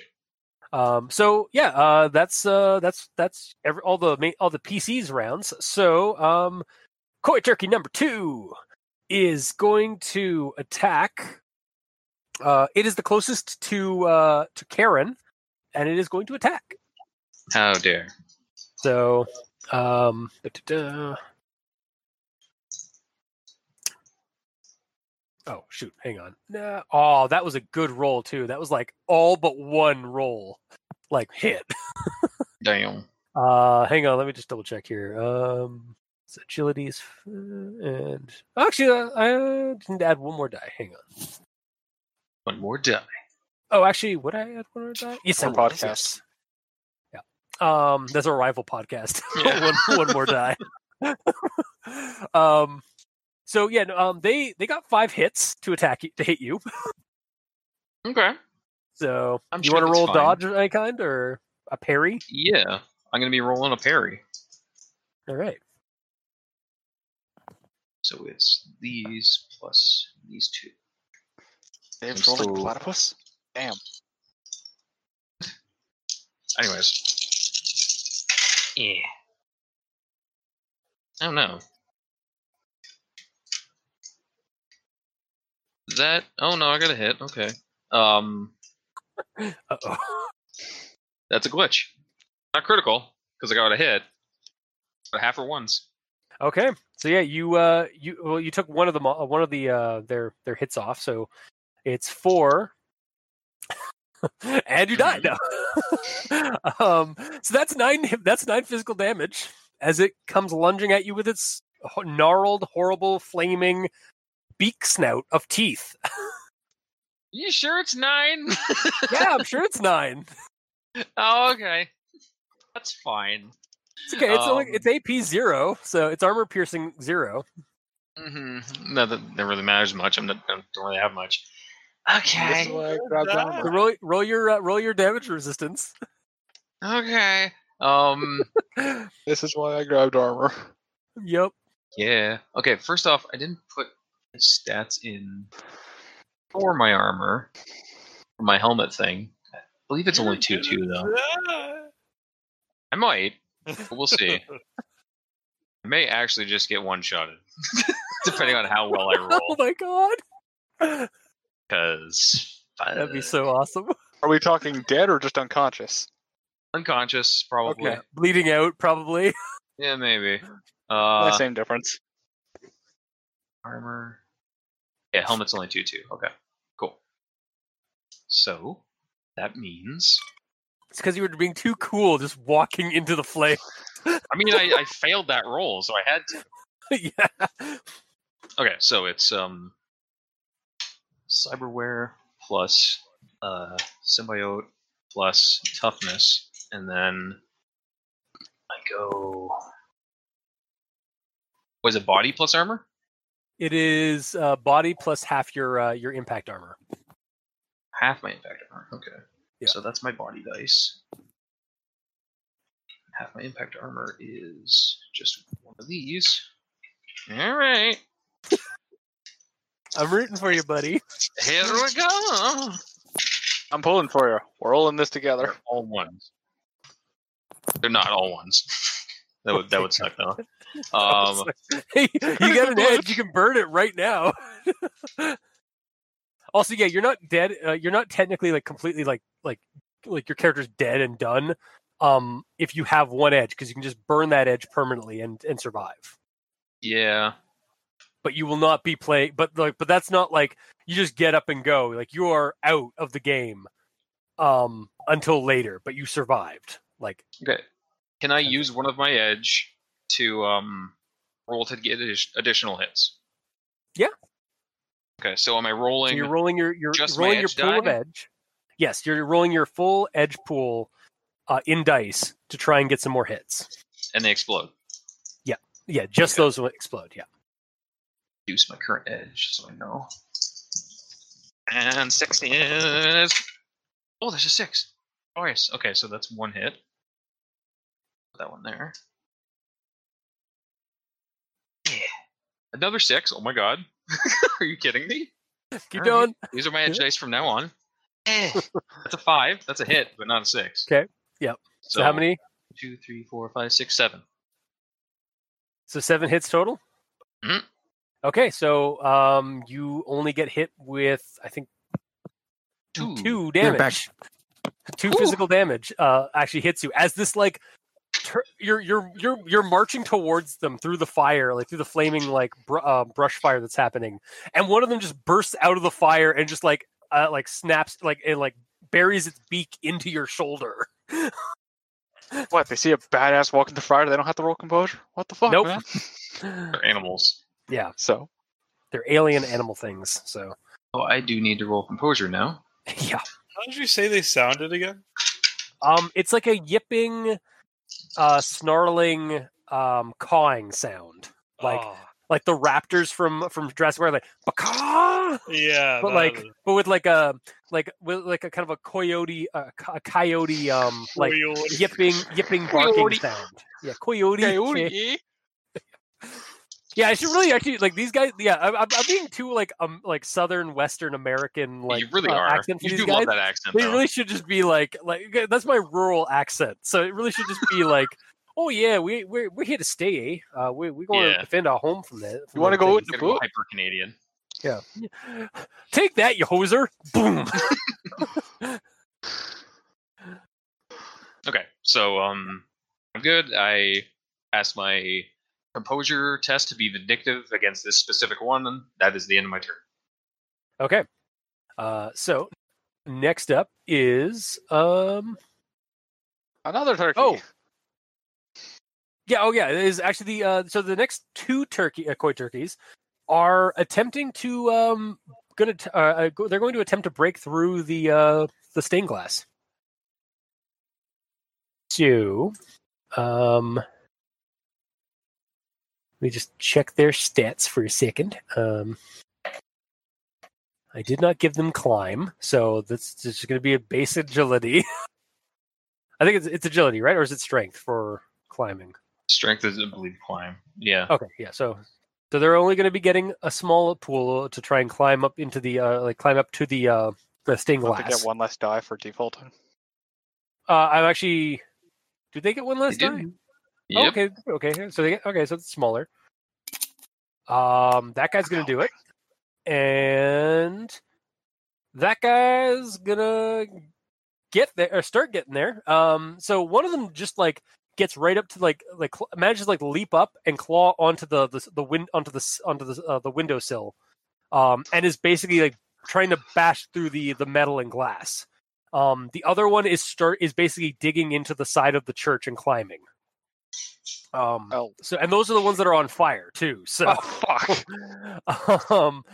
[SPEAKER 2] Um, so yeah, uh, that's uh, that's that's every, all the ma- all the PCs rounds. So um, Koi Turkey number two is going to attack. Uh, it is the closest to uh, to Karen, and it is going to attack.
[SPEAKER 5] How dare.
[SPEAKER 2] So, um, da-da-da. oh shoot, hang on. Nah. Oh, that was a good roll too. That was like all but one roll, like hit.
[SPEAKER 5] Damn.
[SPEAKER 2] Uh, hang on, let me just double check here. Um, so agility is f- and actually, uh, I didn't add one more die. Hang on.
[SPEAKER 5] One more die.
[SPEAKER 2] Oh, actually, would I add one more die? Yes, I
[SPEAKER 3] Or
[SPEAKER 2] would,
[SPEAKER 3] podcast.
[SPEAKER 2] yes. Yeah. Um, that's our rival podcast. [LAUGHS]
[SPEAKER 5] Yeah.
[SPEAKER 2] one, one more
[SPEAKER 5] [LAUGHS]
[SPEAKER 2] die. [LAUGHS] um, so yeah, no, um, they they got five hits to attack you, to hit you.
[SPEAKER 5] Okay.
[SPEAKER 2] So
[SPEAKER 5] I'm
[SPEAKER 2] you
[SPEAKER 5] sure
[SPEAKER 2] want to
[SPEAKER 5] that's
[SPEAKER 2] roll a
[SPEAKER 5] fine.
[SPEAKER 2] dodge of any kind or a parry?
[SPEAKER 5] Yeah. I'm gonna be rolling a parry.
[SPEAKER 2] All right.
[SPEAKER 5] So it's these plus these two.
[SPEAKER 3] Dave's
[SPEAKER 5] I'm
[SPEAKER 3] rolling
[SPEAKER 5] still-
[SPEAKER 3] platypus. Damn.
[SPEAKER 5] Anyways. Yeah. Oh no. That oh no, I got a hit. Okay. Um
[SPEAKER 2] Uh oh.
[SPEAKER 5] that's a glitch. Not critical, because I got a hit. But half or ones.
[SPEAKER 2] Okay. So yeah, you uh you well you took one of them o- one of the uh their their hits off, so it's four. [LAUGHS] and you died now. [LAUGHS] um so that's nine that's nine physical damage as it comes lunging at you with its ho- gnarled horrible flaming beak snout of teeth. [LAUGHS]
[SPEAKER 5] You sure it's nine? [LAUGHS]
[SPEAKER 2] yeah, I'm sure it's nine.
[SPEAKER 5] oh, okay. That's fine.
[SPEAKER 2] It's okay. It's only,
[SPEAKER 5] Um,
[SPEAKER 2] it's AP 0, so it's armor piercing 0.
[SPEAKER 5] Mm-hmm. No, that, that really matters much. I'm not, I don't really have much.
[SPEAKER 8] This is
[SPEAKER 5] Okay.
[SPEAKER 8] why I grabbed
[SPEAKER 6] Yeah.
[SPEAKER 8] armor.
[SPEAKER 2] So roll roll your uh, roll your damage resistance. [LAUGHS]
[SPEAKER 5] Okay. Um.
[SPEAKER 8] This is why I grabbed armor.
[SPEAKER 2] yep.
[SPEAKER 5] Yeah. Okay, first off, I didn't put stats in for my armor, for my helmet thing. I believe it's only 2 2, though.
[SPEAKER 8] [LAUGHS]
[SPEAKER 5] I might, but
[SPEAKER 2] [LAUGHS]
[SPEAKER 5] we'll see. I may actually just get one shotted, [LAUGHS] depending on
[SPEAKER 2] [LAUGHS]
[SPEAKER 5] how well I
[SPEAKER 2] Oh
[SPEAKER 5] roll.
[SPEAKER 2] my god.
[SPEAKER 5] Because
[SPEAKER 2] That'd be so awesome.
[SPEAKER 8] Are we talking dead or just unconscious?
[SPEAKER 5] unconscious, [LAUGHS] probably.
[SPEAKER 2] Okay. Bleeding out, probably. [LAUGHS]
[SPEAKER 5] Yeah, maybe.
[SPEAKER 8] Uh,
[SPEAKER 5] Uh,
[SPEAKER 8] same difference.
[SPEAKER 5] armor. Yeah, helmet's only two two. Okay, cool. So that means
[SPEAKER 2] It's because you were being too cool just walking into the flame. [LAUGHS]
[SPEAKER 5] I mean I, I failed that roll, so I had to.
[SPEAKER 2] yeah.
[SPEAKER 5] Okay, so it's um cyberware plus uh symbiote plus toughness, and then I go. Was it body plus armor?
[SPEAKER 2] It is uh, body plus half your uh, your impact armor.
[SPEAKER 5] Half my impact armor. Okay.
[SPEAKER 2] Yeah.
[SPEAKER 5] So that's my body dice. Half my impact armor is just one of these. All right.
[SPEAKER 2] I'm rooting for you, buddy. [LAUGHS]
[SPEAKER 5] Here we go.
[SPEAKER 8] I'm pulling for you. We're all in this together. [LAUGHS]
[SPEAKER 5] They're all ones. They're not all ones. [LAUGHS] that would [LAUGHS] that would suck though. Um,
[SPEAKER 2] [LAUGHS] hey,
[SPEAKER 5] [LAUGHS]
[SPEAKER 2] you got an edge. You can burn it right now. [LAUGHS] also, yeah, you're not dead. Uh, you're not technically like completely like like like your character's dead and done. Um, if you have one edge, because you can just burn that edge permanently and and survive.
[SPEAKER 5] yeah.
[SPEAKER 2] But you will not be play. But like, but that's not like you just get up and go. Like you are out of the game um until later. But you survived. Like
[SPEAKER 5] Okay. Can I use one of my edge to um roll to get addi- additional hits?
[SPEAKER 2] Yeah.
[SPEAKER 5] Okay, so am I
[SPEAKER 2] So
[SPEAKER 5] rolling?
[SPEAKER 2] you're rolling your you're
[SPEAKER 5] just my
[SPEAKER 2] rolling your
[SPEAKER 5] edge
[SPEAKER 2] pool of
[SPEAKER 5] die?
[SPEAKER 2] edge. Yes, you're rolling your full edge pool uh, in dice to try and get some more hits.
[SPEAKER 5] and they explode.
[SPEAKER 2] Yeah, just
[SPEAKER 5] Okay.
[SPEAKER 2] those will explode. Yeah.
[SPEAKER 5] Reduce my current edge, so I know. And six is. Oh, there's a six. Oh yes. Okay, so that's one hit. Put that one there. Yeah. Another six. Oh my god. [LAUGHS] Are you kidding me?
[SPEAKER 2] Keep
[SPEAKER 5] All right.
[SPEAKER 2] going.
[SPEAKER 5] These are my edge dice from
[SPEAKER 2] [LAUGHS]
[SPEAKER 5] now on. Eh, that's a five. That's a hit, but not a six.
[SPEAKER 2] 'Kay, yep. So, how many?
[SPEAKER 5] Two, three, four, five, six, seven.
[SPEAKER 2] So seven hits total.
[SPEAKER 5] Mhm.
[SPEAKER 2] Okay, so um, you only get hit with I think
[SPEAKER 5] Two.
[SPEAKER 2] two
[SPEAKER 7] You're
[SPEAKER 2] damage.
[SPEAKER 7] back.
[SPEAKER 2] Two physical damage uh, actually hits you as this like tur you're you're you're you're marching towards them through the fire, like through the flaming like br- uh, brush fire that's happening, and one of them just bursts out of the fire and just like uh, like snaps like and like buries its beak into your shoulder. [LAUGHS]
[SPEAKER 3] What? They see a badass walk into fire. They don't have to roll composure. What the fuck,
[SPEAKER 2] Nope.
[SPEAKER 3] man?
[SPEAKER 5] They're animals.
[SPEAKER 8] [LAUGHS]
[SPEAKER 3] So
[SPEAKER 2] They're alien animal things, so [LAUGHS]
[SPEAKER 5] Oh, I do need to roll composure now.
[SPEAKER 2] yeah.
[SPEAKER 8] How did you say they sounded again?
[SPEAKER 2] Um, it's like a yipping, uh, snarling, um, cawing sound, like
[SPEAKER 8] Oh,
[SPEAKER 2] like the raptors from from Jurassic Park, like "Baka!"
[SPEAKER 8] yeah,
[SPEAKER 2] but
[SPEAKER 8] that
[SPEAKER 2] like
[SPEAKER 8] was
[SPEAKER 2] but with like a like with like a kind of a coyote, uh, co- a coyote, um, like
[SPEAKER 8] real-
[SPEAKER 2] yipping, yipping, barking
[SPEAKER 5] Coyote.
[SPEAKER 2] sound. Yeah, coyote.
[SPEAKER 3] Coyote,
[SPEAKER 2] okay. [LAUGHS] Yeah, I should really actually like these guys. Yeah, I'm, I'm I'm being too like um like southern Western American like
[SPEAKER 5] you really
[SPEAKER 2] uh,
[SPEAKER 5] are.
[SPEAKER 2] accent for
[SPEAKER 5] You
[SPEAKER 2] these
[SPEAKER 5] do
[SPEAKER 2] guys.
[SPEAKER 5] love that accent,
[SPEAKER 2] They
[SPEAKER 5] though.
[SPEAKER 2] really should just be like, like okay, that's my rural accent. So it really should just
[SPEAKER 3] [LAUGHS]
[SPEAKER 2] be like, oh yeah, we we're, we're here to stay. Eh? Uh, we we going to
[SPEAKER 5] Yeah.
[SPEAKER 2] defend our home from that.
[SPEAKER 3] You wanna go
[SPEAKER 5] It's gonna go hyper Canadian.
[SPEAKER 2] [GASPS] Take that, you hoser! Boom. [LAUGHS]
[SPEAKER 5] Okay, so um, I'm good. I passed my composure test to be vindictive against this specific one. And that is the end of my turn.
[SPEAKER 2] okay. Uh, so next up is um
[SPEAKER 3] another turkey.
[SPEAKER 2] Oh. yeah oh yeah it is actually the uh so the next two turkey uh, koi turkeys are attempting to um gonna t- uh, uh, go, they're going to attempt to break through the uh the stained glass so um let me just check their stats for a second um i did not give them climb so that's just going to be a base agility [LAUGHS] i think it's, it's agility right or is it strength for climbing
[SPEAKER 5] Strength is, I believe, climb. Yeah.
[SPEAKER 2] Okay, yeah. So, so they're only going to be getting a small pool to try and climb up into the uh, like climb up to the uh, the stained
[SPEAKER 3] Don't have to
[SPEAKER 2] glass.
[SPEAKER 3] get one less die for default.
[SPEAKER 2] Uh, I'm actually. Did they get one last
[SPEAKER 5] did.
[SPEAKER 2] time? Oh,
[SPEAKER 5] Yep.
[SPEAKER 2] Okay, okay. yeah, So they get, okay, so it's smaller. Um, that guy's going to do it, and that guy's gonna get there or start getting there. Um, so one of them just like gets right up to like like cl- manages to, like leap up and claw onto the the, the wind onto the s- onto the uh, the windowsill, um, and is basically like trying to bash through the the metal and glass. Um, the other one is start is basically digging into the side of the church and climbing. Um,
[SPEAKER 3] Oh.
[SPEAKER 2] so and those are the ones that are on fire too. [LAUGHS] So
[SPEAKER 3] Oh
[SPEAKER 2] [LAUGHS]
[SPEAKER 3] fuck!
[SPEAKER 2] um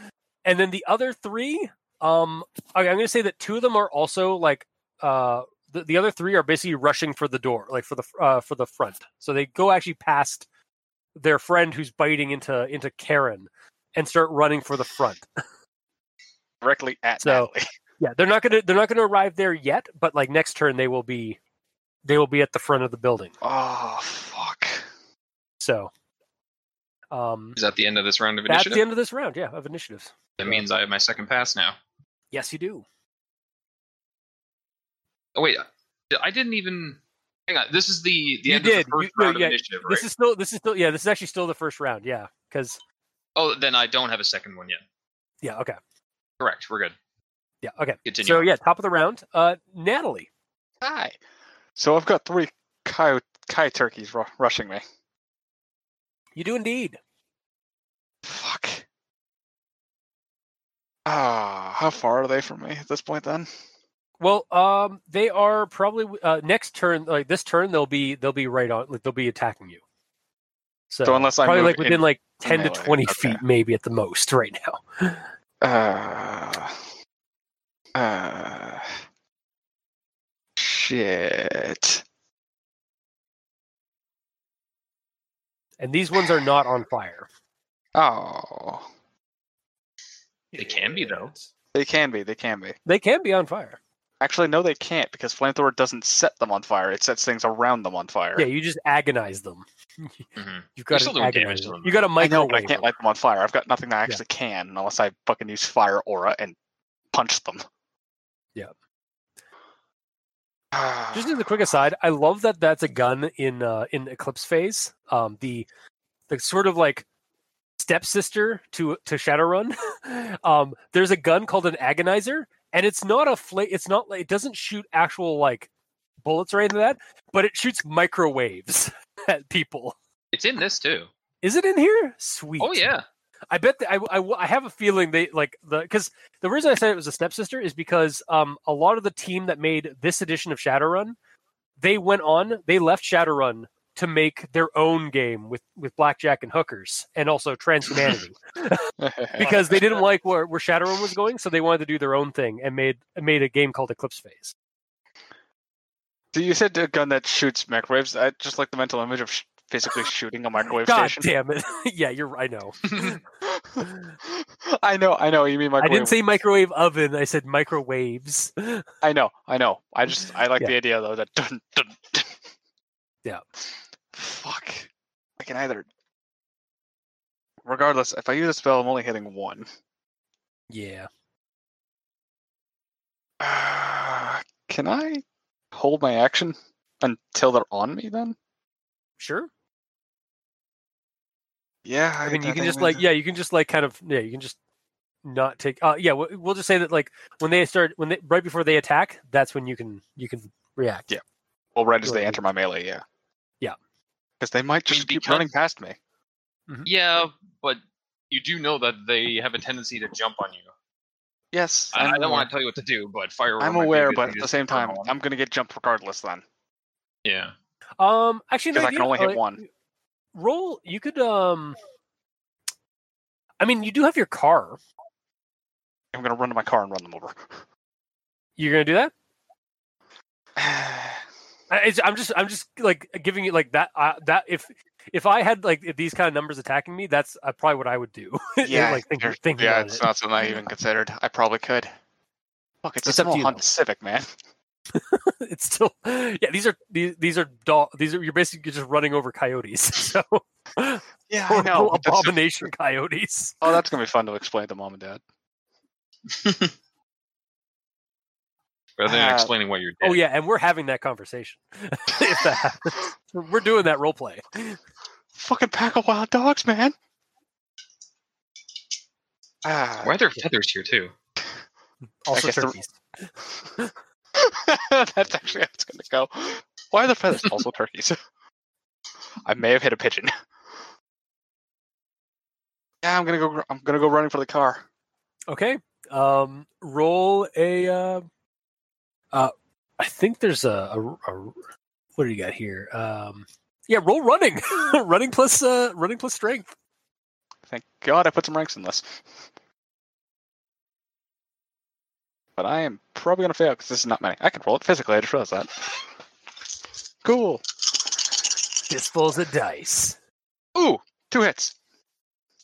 [SPEAKER 2] and then the other three um I- i'm gonna say that two of them are also like uh the, the other three are basically rushing for the door like for the uh for the front so they go actually past their friend who's biting into into karen and start running for the front
[SPEAKER 3] Directly at
[SPEAKER 2] So-
[SPEAKER 3] Natalie. [LAUGHS]
[SPEAKER 2] yeah they're not gonna they're not gonna arrive there yet but like next turn they will be they will be at the front of the building
[SPEAKER 3] Oh fuck!
[SPEAKER 2] so um
[SPEAKER 5] Is that the end of this round of
[SPEAKER 2] that's
[SPEAKER 5] initiative?
[SPEAKER 2] the end of this round yeah of initiatives
[SPEAKER 5] that means I have my second pass now.
[SPEAKER 2] yes you do
[SPEAKER 5] Oh wait, I didn't even. Hang on. This is the the
[SPEAKER 2] You
[SPEAKER 5] end
[SPEAKER 2] did.
[SPEAKER 5] of the first
[SPEAKER 2] You- no,
[SPEAKER 5] round
[SPEAKER 2] yeah,
[SPEAKER 5] of initiative, right?
[SPEAKER 2] this is still this is still yeah this is actually still the first round yeah because
[SPEAKER 5] Oh, then I don't have a second one yet.
[SPEAKER 2] yeah okay
[SPEAKER 5] Correct. We're good.
[SPEAKER 2] yeah okay
[SPEAKER 5] Continue.
[SPEAKER 2] so yeah top of the round uh natalie
[SPEAKER 3] Hi. So I've got three coyote coy turkeys ru- rushing me.
[SPEAKER 2] you do indeed
[SPEAKER 3] Fuck. Ah, how far are they from me at this point? Then
[SPEAKER 2] well um they are probably uh next turn like this turn they'll be they'll be right on like they'll be attacking you so,
[SPEAKER 3] So unless I
[SPEAKER 2] probably
[SPEAKER 3] move
[SPEAKER 2] like within
[SPEAKER 3] in-
[SPEAKER 2] like 10 to
[SPEAKER 3] melee,
[SPEAKER 2] 20
[SPEAKER 3] okay.
[SPEAKER 2] feet maybe at the most right now
[SPEAKER 3] Uh, uh, shit.
[SPEAKER 2] And these ones are not on fire.
[SPEAKER 3] Oh,
[SPEAKER 5] They can
[SPEAKER 8] [LAUGHS]
[SPEAKER 5] be, though.
[SPEAKER 3] they can be. They can be.
[SPEAKER 2] They can be on fire.
[SPEAKER 3] Actually, no, they can't because flamethrower doesn't set them on fire. It sets things around them on fire.
[SPEAKER 2] Yeah, you just agonize them. [LAUGHS]
[SPEAKER 5] Mhm.
[SPEAKER 2] You've got
[SPEAKER 5] still
[SPEAKER 2] to
[SPEAKER 5] doing damage
[SPEAKER 2] agonize
[SPEAKER 5] to
[SPEAKER 2] them.
[SPEAKER 5] them.
[SPEAKER 2] You got to
[SPEAKER 3] I know,
[SPEAKER 2] microwave.
[SPEAKER 3] but I can't
[SPEAKER 2] them.
[SPEAKER 3] light them on fire. I've got nothing that I actually can unless I fucking use fire aura and punch them. [LAUGHS]
[SPEAKER 2] Yep.
[SPEAKER 3] Ah,
[SPEAKER 2] Just as a quick aside, I love that that's a gun in uh, in Eclipse Phase. Um, the the sort of like stepsister to to Shadowrun. [LAUGHS] um, there's a gun called an agonizer, and it's not a fla- It's not like it doesn't shoot actual like bullets or anything like that, but it shoots microwaves [LAUGHS] at people.
[SPEAKER 5] It's in this too.
[SPEAKER 2] Is it in here? Sweet.
[SPEAKER 5] Oh yeah.
[SPEAKER 2] I bet that I, I, I have a feeling they like the because the reason I said it was a stepsister is because um a lot of the team that made this edition of Shadowrun, they went on they left Shadowrun to make their own game with with blackjack and hookers and also
[SPEAKER 3] [LAUGHS]
[SPEAKER 2] transhumanity because they didn't like where, where Shadowrun was going, so they wanted to do their own thing and made made a game called Eclipse Phase.
[SPEAKER 3] So you said a gun that shoots microwaves. I just like the mental image of sh- physically shooting a microwave
[SPEAKER 2] God
[SPEAKER 3] station.
[SPEAKER 2] damn it! [LAUGHS] yeah, you're. I know.
[SPEAKER 3] [LAUGHS] I know, I know. You mean
[SPEAKER 2] I
[SPEAKER 3] microwave?
[SPEAKER 2] didn't say microwave oven. I said microwaves.
[SPEAKER 3] I know, I know. I just I like
[SPEAKER 2] Yeah.
[SPEAKER 3] the idea though that. Dun, dun, dun.
[SPEAKER 2] Yeah.
[SPEAKER 3] Fuck. I can either. Regardless, if I use a spell, I'm only hitting one.
[SPEAKER 2] Yeah.
[SPEAKER 3] Uh, can I hold my action until they're on me? Then.
[SPEAKER 2] Sure.
[SPEAKER 3] Yeah.
[SPEAKER 2] I mean, you
[SPEAKER 3] I
[SPEAKER 2] can
[SPEAKER 3] think
[SPEAKER 2] just
[SPEAKER 3] we-
[SPEAKER 2] like yeah, you can just like kind of yeah, you can just not take. Uh, yeah, we'll, we'll just say that like when they start when they right before they attack, that's when you can you can react.
[SPEAKER 3] Yeah. Well, right as
[SPEAKER 2] Go ahead.
[SPEAKER 3] they enter my melee, yeah.
[SPEAKER 2] Yeah.
[SPEAKER 3] Because they might just keep
[SPEAKER 5] because-
[SPEAKER 3] running past me.
[SPEAKER 5] Yeah, but you do know that they have a tendency to jump on you.
[SPEAKER 3] Yes.
[SPEAKER 5] I, I
[SPEAKER 3] I'm
[SPEAKER 5] don't
[SPEAKER 3] aware.
[SPEAKER 5] want to tell you what to do, but fire.
[SPEAKER 3] I'm aware, but at the same time, I'm gonna get jumped regardless. Then.
[SPEAKER 5] yeah.
[SPEAKER 2] Um, actually, no,
[SPEAKER 3] Because I can
[SPEAKER 2] you-
[SPEAKER 3] only hit
[SPEAKER 2] uh,
[SPEAKER 3] one.
[SPEAKER 2] Roll. You could um. I mean, you do have your car.
[SPEAKER 3] I'm gonna run to my car and run them [SIGHS] over.
[SPEAKER 2] You're gonna do that. I, it's- I'm just I'm just like giving you like that uh, that if if I had like if these kind of numbers attacking me, that's uh, probably what I would do. [LAUGHS] like thinking,
[SPEAKER 3] you're-
[SPEAKER 2] thinking
[SPEAKER 3] yeah,
[SPEAKER 2] about
[SPEAKER 3] it's
[SPEAKER 2] it.
[SPEAKER 3] not something I even considered. I probably could. Look, it's,
[SPEAKER 2] It's
[SPEAKER 3] a
[SPEAKER 2] up to
[SPEAKER 3] small
[SPEAKER 2] you,
[SPEAKER 3] Honda
[SPEAKER 2] though.
[SPEAKER 3] Civic, man.
[SPEAKER 2] it's still yeah these are these, these are dog these are you're basically just running over coyotes [LAUGHS] so
[SPEAKER 3] [LAUGHS] Yeah, I know.
[SPEAKER 2] horrible
[SPEAKER 3] but that's-
[SPEAKER 2] abomination coyotes
[SPEAKER 3] oh, that's gonna be fun to explain to mom and dad.
[SPEAKER 5] Rather than
[SPEAKER 3] Uh,
[SPEAKER 5] explaining why you're dead.
[SPEAKER 2] oh yeah and we're having that conversation [LAUGHS] if that happens We're- we're doing that role play
[SPEAKER 3] Fucking pack of wild dogs, man. Ah,
[SPEAKER 5] Why are there feathers here too?
[SPEAKER 2] also
[SPEAKER 3] guess the-
[SPEAKER 2] turkeys
[SPEAKER 3] [LAUGHS] That's actually how it's going to go. Why are the feathers [LAUGHS] also turkeys? I may have hit a pigeon. Yeah, I'm gonna go. gr- I'm gonna go running for the car.
[SPEAKER 2] okay um roll a uh uh i think there's a, a- a- what do you got here um yeah roll running [LAUGHS] running plus uh running plus strength
[SPEAKER 3] Thank God I put some ranks in this. But I am probably gonna fail because this is not many. I can roll it physically. I just realized that. Cool.
[SPEAKER 2] fistfuls of dice
[SPEAKER 3] Ooh, two hits.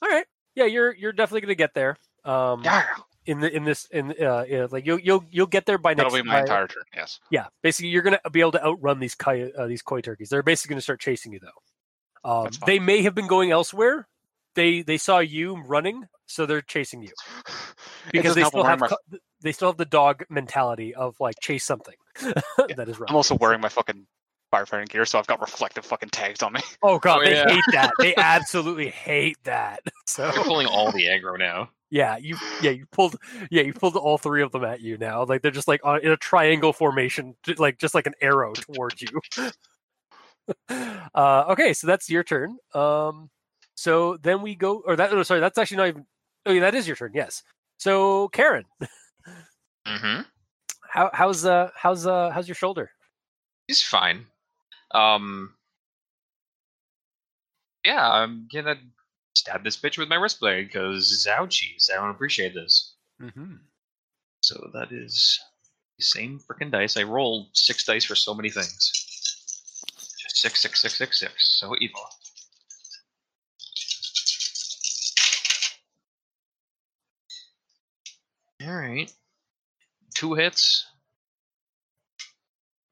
[SPEAKER 2] all right yeah you're you're definitely gonna get there um
[SPEAKER 3] Yeah,
[SPEAKER 2] in the in this in uh yeah, like you'll you'll you'll get there by next
[SPEAKER 3] that'll be my
[SPEAKER 2] by-
[SPEAKER 3] entire turn. Yes.
[SPEAKER 2] yeah basically you're gonna be able to outrun these coy uh, these koi turkeys they're basically gonna start chasing you though um
[SPEAKER 3] That's fine.
[SPEAKER 2] they may have been going elsewhere they they saw you running so they're chasing you
[SPEAKER 3] It
[SPEAKER 2] because
[SPEAKER 3] doesn't
[SPEAKER 2] they
[SPEAKER 3] help I'm
[SPEAKER 2] still have
[SPEAKER 3] wearing my-
[SPEAKER 2] co- they still have the dog mentality of like chase something [LAUGHS] that is right
[SPEAKER 3] I'm also wearing my fucking firefighting gear, so I've got reflective fucking tags on me.
[SPEAKER 2] oh god
[SPEAKER 5] Oh,
[SPEAKER 2] they
[SPEAKER 5] yeah.
[SPEAKER 2] hate that
[SPEAKER 3] [LAUGHS]
[SPEAKER 2] they absolutely hate that [LAUGHS] so
[SPEAKER 5] They're pulling all the aggro now.
[SPEAKER 2] Yeah, you yeah you pulled yeah you pulled all three of them at you now. Like they're just like on, in a triangle formation, j- like just like an arrow towards you. [LAUGHS] uh, okay, so that's your turn. Um, so then we go, or that no, sorry, that's actually not even. Oh yeah, that is your turn. Yes. So Karen,
[SPEAKER 5] Mm-hmm.
[SPEAKER 2] how, how's uh how's uh how's your shoulder?
[SPEAKER 5] He's fine. Um. Yeah, I'm gonna stab this bitch with my wrist blade because ouchies, I don't appreciate this.
[SPEAKER 2] Mm-hmm.
[SPEAKER 5] So that is the same freaking dice. I rolled six dice for so many things. Just six, six, six, six, six. So evil. All right, two hits.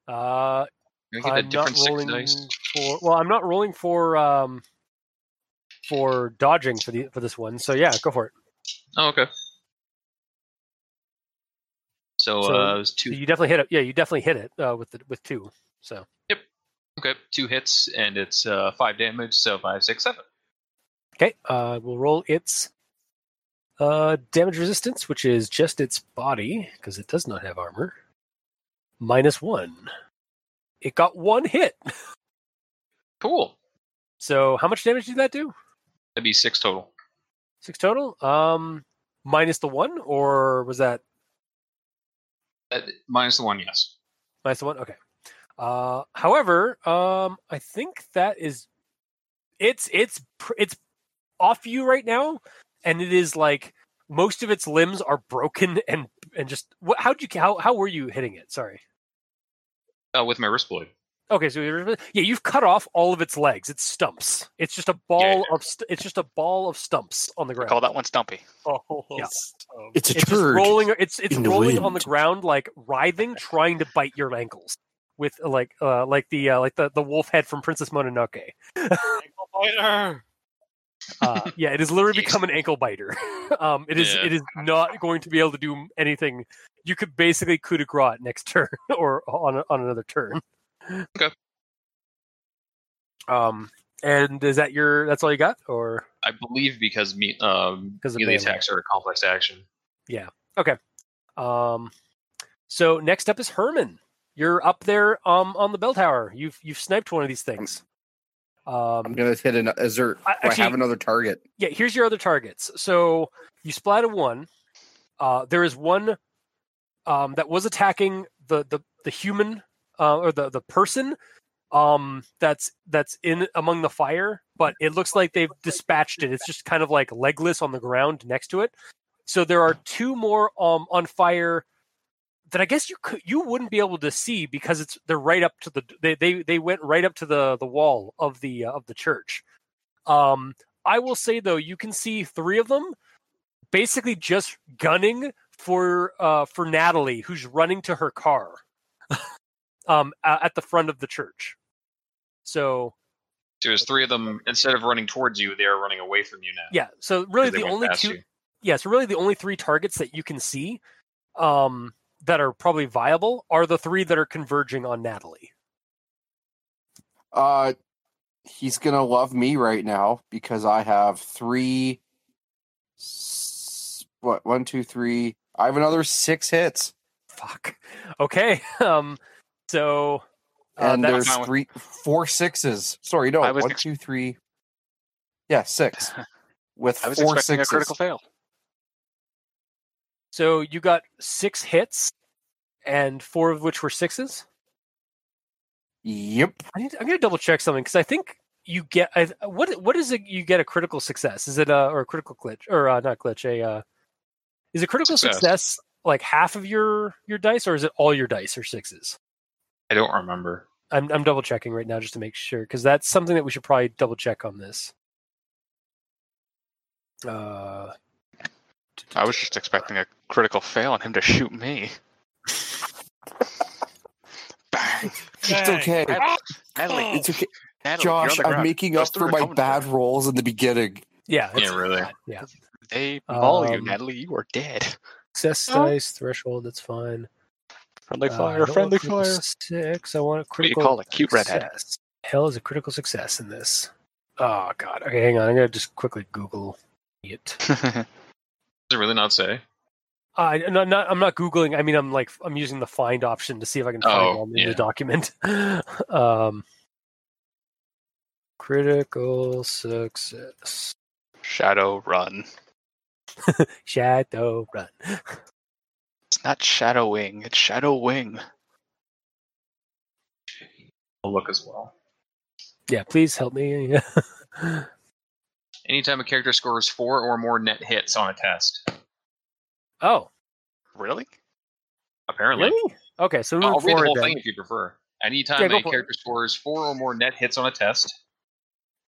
[SPEAKER 2] Uh,
[SPEAKER 5] Can I get a
[SPEAKER 2] I'm not
[SPEAKER 5] different six
[SPEAKER 2] rolling
[SPEAKER 5] dice?
[SPEAKER 2] for. Well, I'm not rolling for um for dodging for the for this one. So yeah, go for it.
[SPEAKER 5] Oh, okay. So,
[SPEAKER 2] So-
[SPEAKER 5] uh, it was two.
[SPEAKER 2] You definitely hit it. Yeah, you definitely hit it uh, with the, with two. So
[SPEAKER 5] Okay, two hits, and it's uh, five damage. So five, six, seven.
[SPEAKER 2] okay, uh, we'll roll its uh damage resistance, which is just its body because it does not have armor. Minus one. It got one hit.
[SPEAKER 5] Cool.
[SPEAKER 2] So how much damage did that do?
[SPEAKER 5] That'd be six total.
[SPEAKER 2] Six total. Um, minus the one, or was that
[SPEAKER 5] Uh, minus the one, yes.
[SPEAKER 2] Minus the one. Okay. Uh, however, um, I think that is, it's it's pr- it's off you right now, and it is like most of its limbs are broken [LAUGHS] and and just what, how'd you how how were you hitting it? Sorry.
[SPEAKER 5] Uh, with my wrist blade.
[SPEAKER 2] Okay, so you're- yeah, you've cut off all of its legs. It's stumps. It's just a ball of st- it's just a ball of stumps on the
[SPEAKER 3] I
[SPEAKER 2] ground.
[SPEAKER 3] call that one Stumpy.
[SPEAKER 8] Oh,
[SPEAKER 2] Yeah.
[SPEAKER 8] stop.
[SPEAKER 9] It's a
[SPEAKER 2] it's just
[SPEAKER 9] turd.
[SPEAKER 2] rolling it's it's
[SPEAKER 9] in the
[SPEAKER 2] rolling on the
[SPEAKER 9] wind.
[SPEAKER 2] ground like writhing trying to bite your ankles with uh, like uh like the uh, like the, the wolf head from princess mononoke
[SPEAKER 8] Ankle biter.
[SPEAKER 2] uh yeah it has literally become an ankle biter [LAUGHS] um it is
[SPEAKER 5] Yeah.
[SPEAKER 2] it is not going to be able to do anything you could basically coup de grace it next [LAUGHS] turn or on a- on another turn
[SPEAKER 5] Okay.
[SPEAKER 2] um and is that your that's all you got or
[SPEAKER 5] I believe because me, um,
[SPEAKER 2] 'Cause of melee.
[SPEAKER 5] melee attacks are a complex action.
[SPEAKER 2] Um, so next up is Herman. You're up there um, on the bell tower. You've you've sniped one of these things.
[SPEAKER 7] I'm
[SPEAKER 2] Um,
[SPEAKER 7] gonna hit an. Is there?
[SPEAKER 2] I-
[SPEAKER 7] do I
[SPEAKER 2] actually-
[SPEAKER 7] have another target?
[SPEAKER 2] yeah, here's your other targets. So you splat a one. Uh, there is one um, that was attacking the the the human uh, or the the person um, that's that's in among the fire, but it looks like they've dispatched it. It's just kind of like legless on the ground next to it. So there are two more um, on fire that I guess you could you wouldn't be able to see because it's they're right up to the they they, they went right up to the the wall of the uh, of the church. Um, I will say though, you can see three of them basically just gunning for uh, for Natalie, who's running to her
[SPEAKER 5] [LAUGHS]
[SPEAKER 2] car um, a- at the front of the church. So
[SPEAKER 5] So there's three of them. Instead of running towards you, they are running away from you now.
[SPEAKER 2] yeah, so
[SPEAKER 5] 'cause
[SPEAKER 2] really
[SPEAKER 5] they
[SPEAKER 2] the
[SPEAKER 5] went
[SPEAKER 2] only
[SPEAKER 5] past
[SPEAKER 2] two,
[SPEAKER 5] you.
[SPEAKER 2] yeah, so really the only three targets that you can see um, that are probably viable are the three that are converging on Natalie.
[SPEAKER 7] Uh, he's gonna love me right now because I have three. s- What one, two, three? I have another six hits,
[SPEAKER 2] Fuck. [LAUGHS] Okay. Um. So. uh,
[SPEAKER 7] and
[SPEAKER 2] that-
[SPEAKER 7] there's
[SPEAKER 3] fine with-
[SPEAKER 7] three, four sixes. Sorry, no,
[SPEAKER 3] I was
[SPEAKER 7] one,
[SPEAKER 3] ex-
[SPEAKER 7] two, three. Yeah,
[SPEAKER 3] [LAUGHS]
[SPEAKER 7] six with
[SPEAKER 3] I was
[SPEAKER 7] four
[SPEAKER 3] expecting
[SPEAKER 7] sixes.
[SPEAKER 3] a critical fail.
[SPEAKER 2] so you got six hits, and four of which were sixes.
[SPEAKER 7] Yep.
[SPEAKER 2] I need, I'm going to double check something because I think you get I, what what is it? You get a critical success? Is it a or a critical glitch or uh, not glitch? A uh, is a critical
[SPEAKER 5] Success.
[SPEAKER 2] success. like half of your your dice, or is it all your dice or sixes?
[SPEAKER 5] I don't remember.
[SPEAKER 2] I'm I'm double checking right now just to make sure because that's something that we should probably double check on this. Uh,
[SPEAKER 3] I was just expecting a critical fail and him to shoot me. Bang!
[SPEAKER 7] It's okay.
[SPEAKER 3] Natalie, Natalie,
[SPEAKER 7] It's okay.
[SPEAKER 3] Natalie, you're on
[SPEAKER 7] Josh,
[SPEAKER 3] the
[SPEAKER 7] I'm
[SPEAKER 3] ground.
[SPEAKER 7] making
[SPEAKER 3] Those
[SPEAKER 7] up
[SPEAKER 3] three
[SPEAKER 7] for
[SPEAKER 3] are
[SPEAKER 7] my
[SPEAKER 3] coming
[SPEAKER 7] bad
[SPEAKER 3] for
[SPEAKER 7] rolls in the beginning.
[SPEAKER 2] yeah, it's
[SPEAKER 5] yeah, really.
[SPEAKER 3] you. They
[SPEAKER 7] uh,
[SPEAKER 3] maul you,
[SPEAKER 2] Um,
[SPEAKER 3] Natalie. You are dead.
[SPEAKER 2] success dice threshold. That's fine.
[SPEAKER 3] Friendly
[SPEAKER 2] Uh, I
[SPEAKER 3] fire,
[SPEAKER 2] don't want
[SPEAKER 3] friendly
[SPEAKER 2] critical
[SPEAKER 3] fire.
[SPEAKER 2] Six. I want a
[SPEAKER 3] do you
[SPEAKER 2] critical.
[SPEAKER 3] call it? Cute redhead.
[SPEAKER 2] success. Hell is a critical success in this. Oh god. Okay, hang on. I'm gonna just quickly Google it. Uh,
[SPEAKER 5] Does it really not say?
[SPEAKER 2] I no, not, I'm not googling. I mean, I'm like I'm using the find option to see if I can find
[SPEAKER 5] Oh,
[SPEAKER 2] one in
[SPEAKER 5] yeah.
[SPEAKER 2] the document. [LAUGHS] um, critical success.
[SPEAKER 3] [LAUGHS] Shadow run.
[SPEAKER 2] Shadow run. [LAUGHS]
[SPEAKER 3] It's not shadow wing. It's shadow wing.
[SPEAKER 5] I'll look as well.
[SPEAKER 2] Yeah, please help me.
[SPEAKER 5] Anytime a character scores four or more net hits on a test.
[SPEAKER 2] [LAUGHS] Oh,
[SPEAKER 3] Really?
[SPEAKER 5] Apparently.
[SPEAKER 2] really? Okay, so
[SPEAKER 5] Oh, I'll
[SPEAKER 2] moving
[SPEAKER 5] read the
[SPEAKER 2] forward
[SPEAKER 5] whole
[SPEAKER 2] then.
[SPEAKER 5] thing if you prefer. Anytime
[SPEAKER 2] Yeah, go
[SPEAKER 5] a
[SPEAKER 2] for it.
[SPEAKER 5] character scores four or more net hits on a test,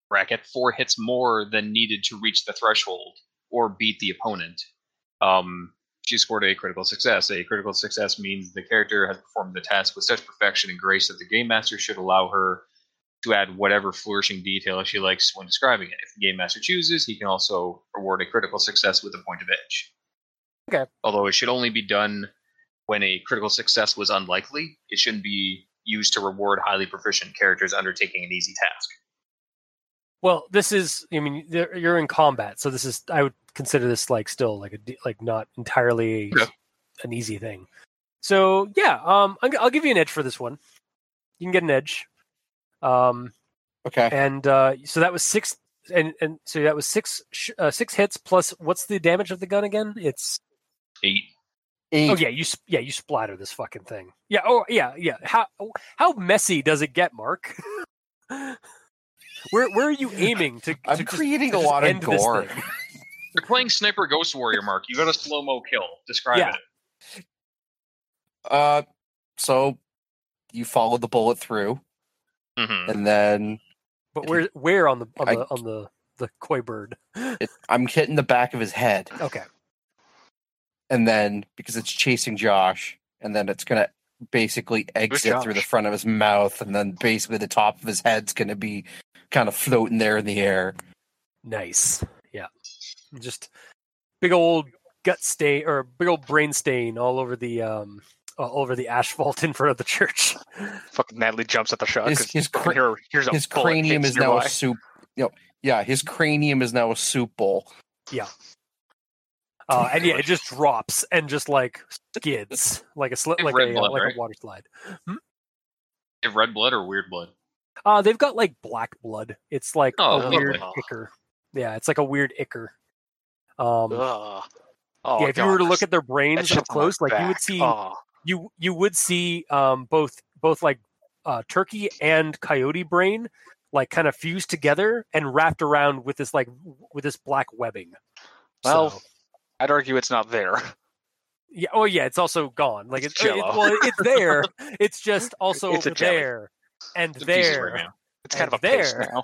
[SPEAKER 5] bracket four hits more than needed to reach the threshold or beat the opponent, um, she scored a critical success. A critical success means the character has performed the task with such perfection and grace that the game master should allow her to add whatever flourishing detail she likes when describing it. If the game master chooses, he can also award a critical success with a point of edge.
[SPEAKER 2] Okay.
[SPEAKER 5] Although it should only be done when a critical success was unlikely, it shouldn't be used to reward highly proficient characters undertaking an easy task.
[SPEAKER 2] Well, this is. I mean, there- you're in combat, so this is. I would consider this like still like a d- like not entirely
[SPEAKER 5] Yeah.
[SPEAKER 2] an easy thing. So yeah, um, I'm, g- I'll give you an edge for this one. You can get an edge. Um,
[SPEAKER 3] Oh,
[SPEAKER 7] Okay.
[SPEAKER 2] and uh, so that was six, and and so that was six sh- uh, six hits plus what's the damage of the gun again? It's
[SPEAKER 5] Eight.
[SPEAKER 7] Eight.
[SPEAKER 2] oh yeah, you sp- yeah you splatter this fucking thing. Yeah oh yeah yeah. How how messy does it get, Mark? [LAUGHS] where where are you aiming to?
[SPEAKER 7] I'm
[SPEAKER 2] to just-
[SPEAKER 7] creating
[SPEAKER 2] to
[SPEAKER 7] a
[SPEAKER 2] just
[SPEAKER 7] lot of
[SPEAKER 2] end this
[SPEAKER 7] gore.
[SPEAKER 2] thing?
[SPEAKER 5] You're playing Sniper Ghost Warrior, Mark. You got a slow mo kill. Describe
[SPEAKER 2] Yeah.
[SPEAKER 5] it.
[SPEAKER 7] Uh, so you follow the bullet through,
[SPEAKER 5] Mm-hmm.
[SPEAKER 7] and then
[SPEAKER 2] But where where on the on
[SPEAKER 7] I-
[SPEAKER 2] the on the the koi bird?
[SPEAKER 7] it, I'm hitting the back of his head,
[SPEAKER 2] Okay.
[SPEAKER 7] and then because it's chasing Josh, and then it's gonna basically exit through the
[SPEAKER 3] Josh?
[SPEAKER 7] front of his mouth, and then basically the top of his head's gonna be kind of floating there in the air.
[SPEAKER 2] Nice. Yeah. Just big old gut stain or big old brain stain all over the um all over the asphalt in front of the church.
[SPEAKER 3] Fucking Natalie jumps at the shot.
[SPEAKER 7] His-
[SPEAKER 3] Uh, 'cause
[SPEAKER 7] his
[SPEAKER 3] fucking
[SPEAKER 7] cra-
[SPEAKER 3] here- here's a
[SPEAKER 7] his
[SPEAKER 3] bullet
[SPEAKER 7] cranium
[SPEAKER 3] hits
[SPEAKER 7] is
[SPEAKER 3] your
[SPEAKER 7] now
[SPEAKER 3] eye.
[SPEAKER 7] a soup. Yep. Yeah, his cranium is now a soup bowl.
[SPEAKER 2] Uh, and yeah, it just drops and just like skids like a sli-
[SPEAKER 5] Big
[SPEAKER 2] like
[SPEAKER 5] red
[SPEAKER 2] a uh,
[SPEAKER 5] blood,
[SPEAKER 2] like
[SPEAKER 5] right?
[SPEAKER 2] a water slide.
[SPEAKER 5] They have red blood or weird blood?
[SPEAKER 2] Uh they've got like black blood. It's like a
[SPEAKER 5] Oh,
[SPEAKER 2] weird
[SPEAKER 5] lovely.
[SPEAKER 2] ichor. Yeah, it's like a weird ichor. Um
[SPEAKER 3] Ugh. Oh,
[SPEAKER 2] yeah, if you were to look at their brains
[SPEAKER 3] shit's
[SPEAKER 2] up
[SPEAKER 3] on my
[SPEAKER 2] close, like you would
[SPEAKER 3] back.
[SPEAKER 2] see
[SPEAKER 3] Oh,
[SPEAKER 2] you you would see um both both like uh turkey and coyote brain like kind of fused together and wrapped around with this like w- with this black webbing
[SPEAKER 3] well,
[SPEAKER 2] So-
[SPEAKER 3] I'd argue it's not there. [LAUGHS]
[SPEAKER 2] yeah oh yeah it's also gone like it's
[SPEAKER 3] It's
[SPEAKER 2] it, it-
[SPEAKER 3] jello.
[SPEAKER 2] well it's
[SPEAKER 3] [LAUGHS]
[SPEAKER 2] there it's just also
[SPEAKER 3] It's a jelly.
[SPEAKER 2] there and
[SPEAKER 5] It's in pieces right
[SPEAKER 2] there
[SPEAKER 5] now.
[SPEAKER 3] It's kind
[SPEAKER 2] And
[SPEAKER 3] of a paste
[SPEAKER 2] there.
[SPEAKER 3] now.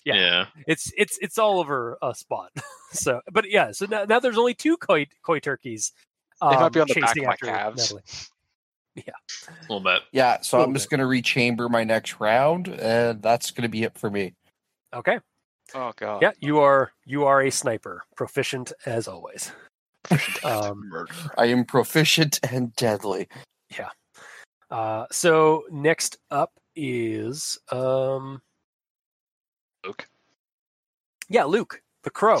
[SPEAKER 2] [LAUGHS] yeah it's it's it's all over a spot [LAUGHS] so but yeah so now, now there's only two koi koi turkeys um,
[SPEAKER 3] might be on the back
[SPEAKER 2] chasing
[SPEAKER 3] of my
[SPEAKER 2] after
[SPEAKER 3] calves.
[SPEAKER 2] Natalie.
[SPEAKER 5] a little bit.
[SPEAKER 7] Yeah, so
[SPEAKER 2] Little
[SPEAKER 7] I'm just gonna rechamber my next round, and that's gonna be it for me.
[SPEAKER 2] okay
[SPEAKER 3] Oh god.
[SPEAKER 2] yeah you are you are a sniper proficient as always
[SPEAKER 3] [LAUGHS]
[SPEAKER 2] um
[SPEAKER 7] I am proficient and deadly.
[SPEAKER 2] uh so next up is um
[SPEAKER 3] Luke.
[SPEAKER 2] yeah luke the crow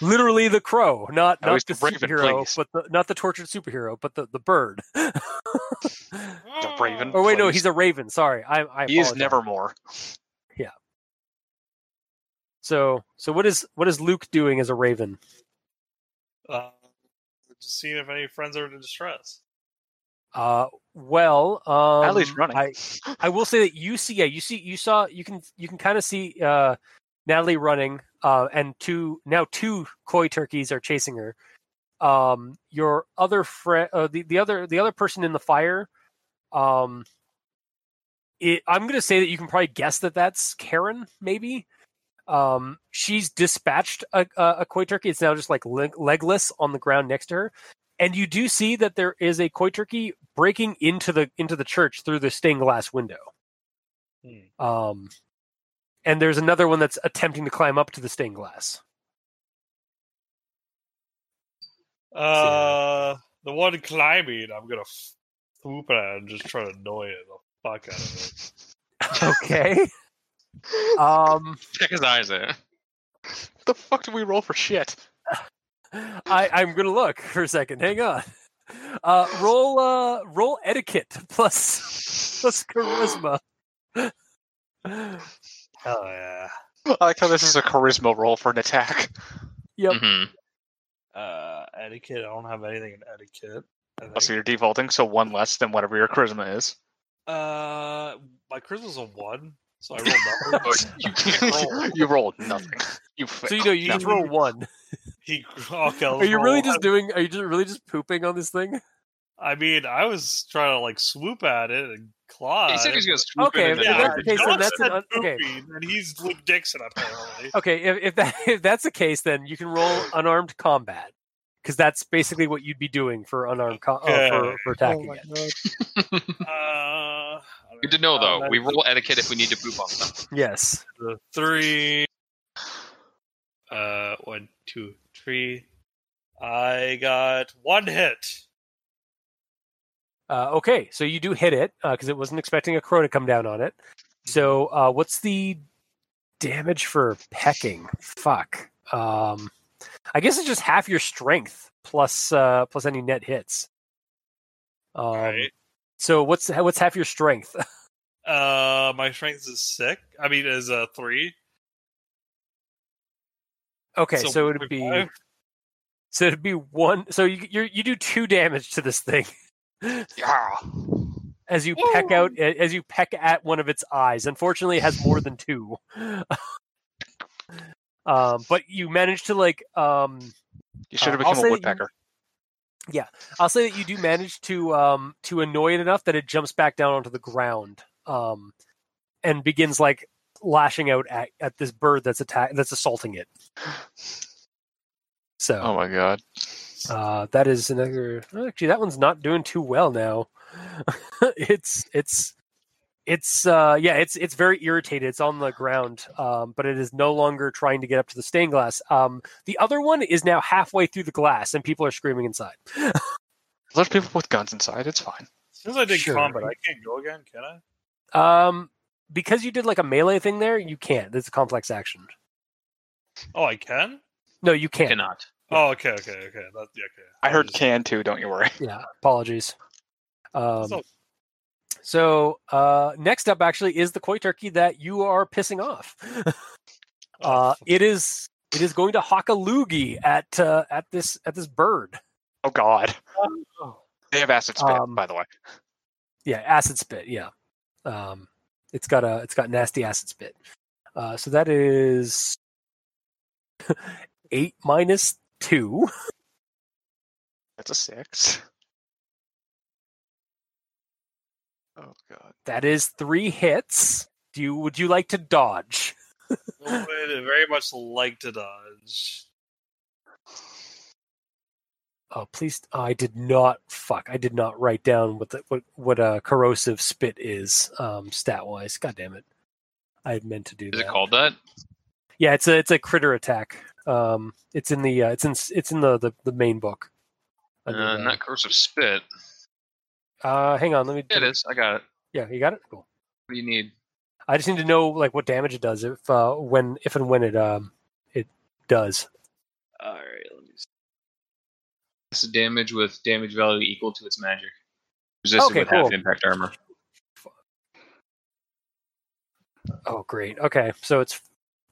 [SPEAKER 2] literally the crow not
[SPEAKER 3] At
[SPEAKER 2] not
[SPEAKER 3] least
[SPEAKER 2] the
[SPEAKER 3] the raven,
[SPEAKER 2] superhero
[SPEAKER 3] please.
[SPEAKER 2] but the, not the tortured superhero but the the bird [LAUGHS]
[SPEAKER 8] Ah.
[SPEAKER 3] The Raven.
[SPEAKER 2] or wait no
[SPEAKER 3] please.
[SPEAKER 2] he's a raven sorry i i
[SPEAKER 3] He is
[SPEAKER 2] apologize.
[SPEAKER 3] nevermore.
[SPEAKER 2] so so what is what is luke doing as a raven
[SPEAKER 8] Uh, just seeing if any friends are in distress.
[SPEAKER 2] uh well um
[SPEAKER 3] At least running. [LAUGHS]
[SPEAKER 2] I, I will say that you see, yeah, you see, you saw, you can, you can kind of see uh, Natalie running, uh, and two now two koi turkeys are chasing her. Um, your other friend, uh, the the other the other person in the fire, um, it, I'm gonna say that you can probably guess that that's Karen, maybe. Um, she's dispatched a, a, a koi turkey. It's now just like leg- legless on the ground next to her and you do see that there is a koi turkey breaking into the into the church through the stained glass window. Um, and there's another one that's attempting to climb up to the stained glass.
[SPEAKER 8] Uh, the one climbing, I'm gonna f- swoop at it and just try to annoy it the fuck out of it.
[SPEAKER 2] Okay. [LAUGHS] um,
[SPEAKER 5] Check his eyes eh? out.
[SPEAKER 3] the fuck do we roll for shit? [LAUGHS]
[SPEAKER 2] I I'm gonna look for a second. Hang on. Uh, roll uh roll etiquette [LAUGHS] plus plus charisma.
[SPEAKER 8] Hell yeah!
[SPEAKER 3] I like how this
[SPEAKER 2] [LAUGHS]
[SPEAKER 3] is a charisma roll for an attack.
[SPEAKER 2] Yep.
[SPEAKER 5] Mhm.
[SPEAKER 8] Uh, etiquette. I don't have anything in etiquette. I
[SPEAKER 3] Oh, so
[SPEAKER 8] think.
[SPEAKER 3] you're [LAUGHS] defaulting, so one less than whatever your charisma is.
[SPEAKER 8] Uh, my charisma's a one,
[SPEAKER 6] So I rolled that. one.
[SPEAKER 3] [LAUGHS] Oh, you can't roll.
[SPEAKER 8] [LAUGHS]
[SPEAKER 3] you rolled nothing. [LAUGHS] You failed.
[SPEAKER 2] So you know you
[SPEAKER 3] No.
[SPEAKER 2] just roll one.
[SPEAKER 6] He
[SPEAKER 8] oh,
[SPEAKER 6] okay.
[SPEAKER 2] Are you really just doing? Are you just really just pooping on this thing?
[SPEAKER 6] I mean, I was trying to like swoop at it and claw.
[SPEAKER 5] He
[SPEAKER 6] at
[SPEAKER 5] said
[SPEAKER 6] it,
[SPEAKER 5] he's
[SPEAKER 6] but-
[SPEAKER 5] gonna swoop
[SPEAKER 2] Okay,
[SPEAKER 5] in. and
[SPEAKER 2] if
[SPEAKER 5] then
[SPEAKER 2] that's
[SPEAKER 5] hit
[SPEAKER 2] the
[SPEAKER 5] the
[SPEAKER 2] case, then
[SPEAKER 5] dog.
[SPEAKER 6] Doug
[SPEAKER 2] that's an
[SPEAKER 6] said
[SPEAKER 2] un- okay.
[SPEAKER 6] poopy, And he's Luke Dixon
[SPEAKER 2] [LAUGHS]
[SPEAKER 6] apparently.
[SPEAKER 2] Okay, if, if that if that's the case, then you can roll unarmed combat because that's basically what you'd be doing for unarmed co- uh, for,
[SPEAKER 6] Okay.
[SPEAKER 2] for attacking it.
[SPEAKER 6] Uh, I don't
[SPEAKER 5] Good to know
[SPEAKER 6] know,
[SPEAKER 2] Oh,
[SPEAKER 5] though. We roll etiquette if we need to poop on them.
[SPEAKER 2] Yes.
[SPEAKER 6] the three. Uh, one, two, three. I got one hit.
[SPEAKER 2] Uh, okay, so you do hit it because it wasn't expecting a crow to come down on it. So uh, what's the damage for pecking? Fuck. Um, I guess it's just half your strength plus uh, plus any net hits. Um,
[SPEAKER 6] Alright.
[SPEAKER 2] So what's what's half your strength? [LAUGHS]
[SPEAKER 6] Uh, my strength is sick. I mean, is a three.
[SPEAKER 2] Okay, so,
[SPEAKER 6] So
[SPEAKER 2] it'd be
[SPEAKER 6] 1.5?
[SPEAKER 2] so it'd be one. So you you're, you do two damage to this thing [LAUGHS]
[SPEAKER 3] Yeah.
[SPEAKER 2] as you peck out as you peck at one of its eyes. Unfortunately, it has more than two. [LAUGHS] um, but you manage to like um,
[SPEAKER 3] You should have
[SPEAKER 2] Uh, I'll
[SPEAKER 3] become
[SPEAKER 2] say
[SPEAKER 3] a
[SPEAKER 2] you-
[SPEAKER 3] woodpecker.
[SPEAKER 2] I'll say that you do manage to um to annoy it enough that it jumps back down onto the ground um and begins like lashing out at, at this bird that's attack that's assaulting it. So
[SPEAKER 3] Oh my god.
[SPEAKER 2] Uh, that is another. Actually, that one's not doing too well now. [LAUGHS] it's it's it's uh yeah it's it's very irritated. It's on the ground, um, but it is no longer trying to get up to the stained glass. Um, the other one is now halfway through the glass, and people are screaming inside.
[SPEAKER 3] There's people with guns inside. It's fine.
[SPEAKER 6] Since I did
[SPEAKER 2] Sure.
[SPEAKER 6] combat, I can't go again, can I?
[SPEAKER 2] Um, because you did like a melee thing there, you can't. It's a complex action.
[SPEAKER 6] Oh, I can.
[SPEAKER 2] No, you can't.
[SPEAKER 5] Cannot.
[SPEAKER 6] Oh, okay, okay, okay. That, yeah, okay.
[SPEAKER 3] I heard
[SPEAKER 6] was-
[SPEAKER 3] can too. Don't you worry.
[SPEAKER 2] Yeah, apologies. Um,
[SPEAKER 6] So-
[SPEAKER 2] so uh, next up actually is the koi turkey that you are pissing off. [LAUGHS] Uh, it is it is going to hawk a loogie at uh, at this at this bird.
[SPEAKER 3] Oh god. They have acid spit,
[SPEAKER 2] Um,
[SPEAKER 3] by the way.
[SPEAKER 2] Yeah, acid spit. Yeah, um, it's got a it's got nasty acid spit. Uh, so that is [LAUGHS] eight minus two.
[SPEAKER 3] That's a six. Oh god.
[SPEAKER 2] That is three hits. Do you would you like to dodge?
[SPEAKER 6] would very much uh, like to dodge.
[SPEAKER 2] Oh please! I did not fuck. I did not write down what the, what what a corrosive spit is um, stat wise. God damn it! I had meant to do that.
[SPEAKER 5] Is it called that?
[SPEAKER 2] Yeah, it's a it's a critter attack. Um, it's in the uh, it's in it's in the the, the main book.
[SPEAKER 5] Uh,
[SPEAKER 2] Under the-
[SPEAKER 5] not corrosive spit.
[SPEAKER 2] uh, hang on, let me.
[SPEAKER 5] It is. I got it.
[SPEAKER 2] Yeah, you got it. Cool.
[SPEAKER 5] What do you need?
[SPEAKER 2] I just need to know like what damage it does if uh, when if and when it um it does.
[SPEAKER 5] All right. Let me. See. This is damage with damage value equal to its magic. Resisted
[SPEAKER 2] Okay,
[SPEAKER 5] with half
[SPEAKER 2] cool.
[SPEAKER 5] impact armor.
[SPEAKER 2] Oh great. Okay, so it's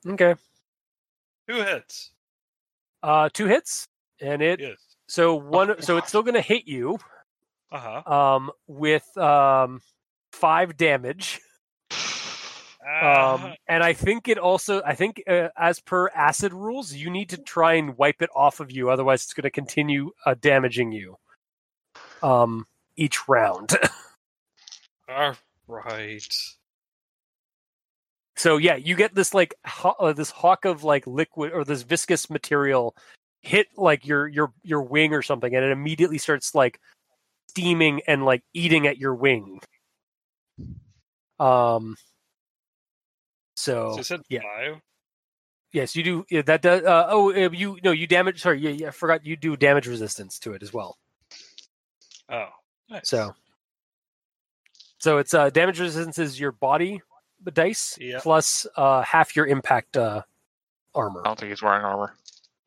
[SPEAKER 2] okay.
[SPEAKER 6] Two hits.
[SPEAKER 2] Uh, two hits and it.
[SPEAKER 6] Yes.
[SPEAKER 2] So one. so it's still gonna hit you.
[SPEAKER 6] Uh huh.
[SPEAKER 2] Um, with um five damage.
[SPEAKER 6] Uh-huh.
[SPEAKER 2] Um, and I think it also, I think, uh, as per acid rules, you need to try and wipe it off of you. Otherwise, it's going to continue uh, damaging you um, each round.
[SPEAKER 6] Ah, All right.
[SPEAKER 2] so yeah, you get this like ho- uh, this hawk of like liquid or this viscous material hit like your your your wing or something, and it immediately starts like steaming and like eating at your wing. Um. So
[SPEAKER 6] So I said
[SPEAKER 2] yeah.
[SPEAKER 6] five.
[SPEAKER 2] Yes, you do. Yeah, that does. Uh, oh, uh, you no, you damage. Sorry, yeah, yeah, I forgot. You do damage resistance to it as well.
[SPEAKER 6] Oh, nice.
[SPEAKER 2] So, so it's uh, damage resistance is your body dice
[SPEAKER 6] Yeah.
[SPEAKER 2] plus uh, half your impact uh, armor.
[SPEAKER 3] I don't think he's wearing armor.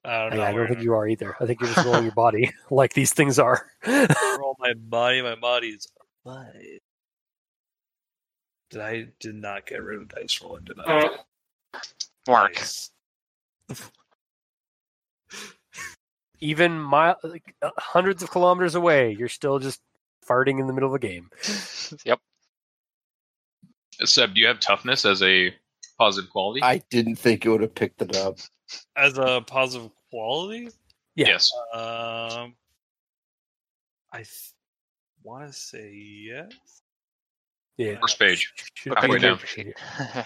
[SPEAKER 6] I don't
[SPEAKER 2] Yeah,
[SPEAKER 6] know.
[SPEAKER 2] I don't
[SPEAKER 6] where
[SPEAKER 2] think you are either. I think you're just [LAUGHS] rolling your body like these things are.
[SPEAKER 6] I roll my body. My body's alive. Did I did not get rid of dice rolling? Did I?
[SPEAKER 3] Mark.
[SPEAKER 6] Nice.
[SPEAKER 2] Even mile, like, uh, hundreds of kilometers away, you're still just farting in the middle of a game.
[SPEAKER 3] yep.
[SPEAKER 5] Seb, do you have toughness as a positive quality?
[SPEAKER 7] I didn't think it would have picked it up.
[SPEAKER 8] As a positive quality,
[SPEAKER 2] Yeah.
[SPEAKER 5] Yes.
[SPEAKER 8] um, I th- want to say yes.
[SPEAKER 2] Yeah.
[SPEAKER 5] First page.
[SPEAKER 2] Should
[SPEAKER 5] Halfway
[SPEAKER 2] be [LAUGHS]
[SPEAKER 5] down.
[SPEAKER 2] there.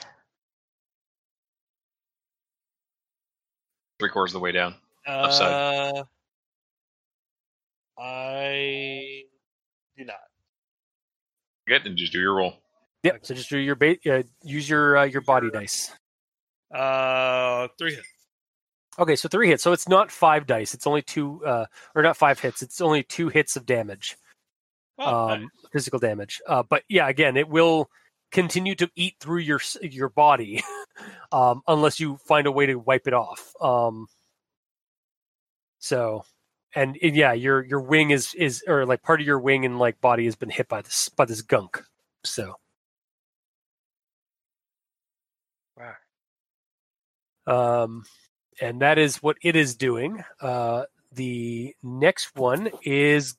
[SPEAKER 5] Three quarters of the way down. Upside.
[SPEAKER 8] Uh, I do not.
[SPEAKER 5] Good, then just do your roll.
[SPEAKER 2] Yep. So just do your bait. Uh, use your uh, your body dice.
[SPEAKER 8] Uh, three hits.
[SPEAKER 2] Okay, so three hits. So it's not five dice. It's only two, uh, or not five hits. It's only two hits of damage,
[SPEAKER 8] Oh,
[SPEAKER 2] um, physical damage. Uh, but yeah, again, it will continue to eat through your s- your body [LAUGHS] um, unless you find a way to wipe it off. Um, so, and, and yeah, your your wing is is or like part of your wing and like body has been hit by this by this gunk. So. Um, and that is what it is doing. Uh, the next one is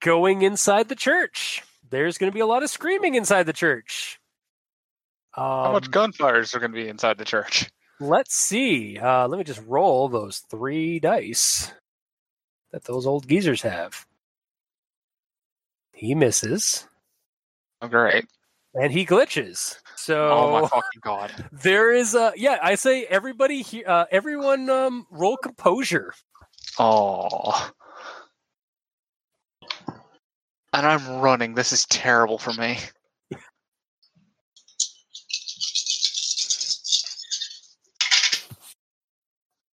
[SPEAKER 2] going inside the church. There's going to be a lot of screaming inside the church. Um,
[SPEAKER 3] How much gunfire is there going to be inside the church?
[SPEAKER 2] Let's see. Uh, let me just roll those three dice that those old geezers have. He misses
[SPEAKER 3] All right.
[SPEAKER 2] and he glitches. So
[SPEAKER 3] Oh my fucking god.
[SPEAKER 2] there is a yeah. I say everybody here, uh, everyone, um, roll composure.
[SPEAKER 3] Oh. And I'm running. This is terrible for me.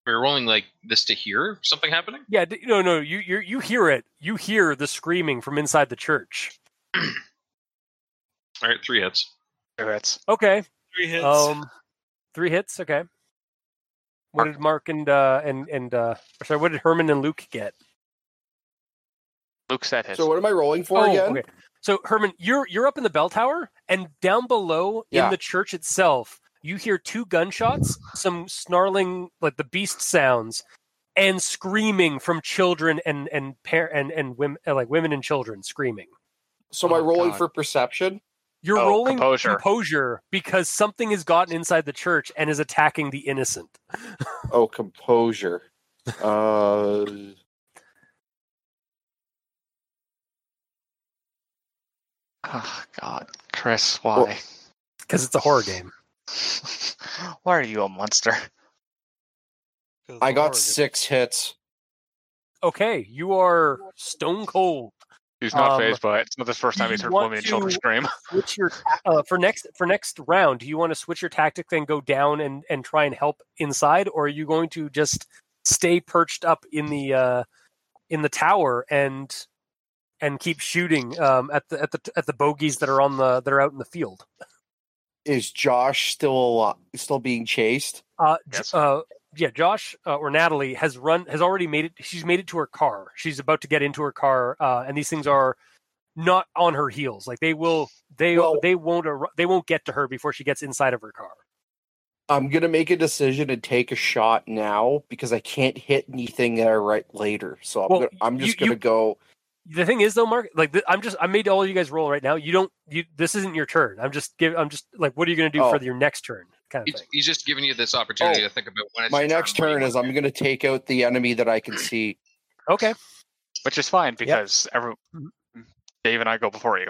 [SPEAKER 5] We're rolling like this to hear something happening.
[SPEAKER 2] Yeah, d- no, no. You you you hear it. You hear the screaming from inside the church.
[SPEAKER 5] All right, three hits.
[SPEAKER 3] That's
[SPEAKER 2] Okay.
[SPEAKER 8] three hits.
[SPEAKER 2] Um, three hits. Okay. What did Mark and uh and and uh sorry, what did Herman and Luke get?
[SPEAKER 3] Luke said hits.
[SPEAKER 7] So what am I rolling for again?
[SPEAKER 2] Oh, okay. So Herman, you're you're up in the bell tower, and down below
[SPEAKER 7] Yeah.
[SPEAKER 2] in the church itself, you hear two gunshots, some snarling like the beast sounds, and screaming from children and and par- and and women like women and children screaming.
[SPEAKER 7] So am I
[SPEAKER 3] Oh,
[SPEAKER 7] rolling
[SPEAKER 3] God.
[SPEAKER 7] for perception?
[SPEAKER 2] You're
[SPEAKER 3] Oh,
[SPEAKER 2] rolling
[SPEAKER 3] composure.
[SPEAKER 2] composure because something has gotten inside the church and is attacking the innocent.
[SPEAKER 7] Oh,
[SPEAKER 2] [LAUGHS]
[SPEAKER 7] composure. Uh,
[SPEAKER 3] oh god. Chris, why?
[SPEAKER 7] Well-
[SPEAKER 2] because it's a horror game.
[SPEAKER 3] [LAUGHS] why are you a monster?
[SPEAKER 7] I
[SPEAKER 8] 'Cause the horror
[SPEAKER 7] got
[SPEAKER 8] game.
[SPEAKER 7] six hits.
[SPEAKER 2] Okay, you are stone cold.
[SPEAKER 3] He's
[SPEAKER 2] not Um, phased
[SPEAKER 3] by it. It's not the first
[SPEAKER 2] time do he's you heard want women and children to-
[SPEAKER 3] scream.
[SPEAKER 2] Switch your ta- uh, for next for next round. Do you want to switch your tactic and go down and and try and help inside, or are you going to just stay perched up in the uh, in the tower and and keep shooting um, at the at the at the bogeys that are on the that are out in the field?
[SPEAKER 7] Is Josh still alive, still being chased?
[SPEAKER 2] Uh, J-
[SPEAKER 5] Yes.
[SPEAKER 2] uh, yeah, Josh uh, or Natalie has run has already made it. She's made it to her car. She's about to get into her car, uh, and these things are not on her heels. Like they will, they
[SPEAKER 7] Well-
[SPEAKER 2] they won't ar- they won't get to her before she gets inside of her car.
[SPEAKER 7] I'm gonna make a decision and take a shot now because I can't hit anything that I write later. So I'm
[SPEAKER 2] Well,
[SPEAKER 7] gonna, I'm just
[SPEAKER 2] you- you-
[SPEAKER 7] gonna go.
[SPEAKER 2] The thing is, though, Mark, like th- I'm just I made all you guys roll right now. You don't you this isn't your turn. I'm just give I'm just like what are you going to do
[SPEAKER 7] Oh.
[SPEAKER 2] for your next turn kind of
[SPEAKER 5] He's,
[SPEAKER 2] thing.
[SPEAKER 5] he's just giving you this opportunity
[SPEAKER 7] Oh,
[SPEAKER 5] to think about when it's
[SPEAKER 7] My
[SPEAKER 5] your
[SPEAKER 7] next
[SPEAKER 5] what do you
[SPEAKER 7] turn is
[SPEAKER 5] want
[SPEAKER 7] I'm gonna take out the enemy that I can see.
[SPEAKER 2] Okay,
[SPEAKER 3] Which is fine because every mm,
[SPEAKER 2] Mhm.
[SPEAKER 3] Dave and I go before you.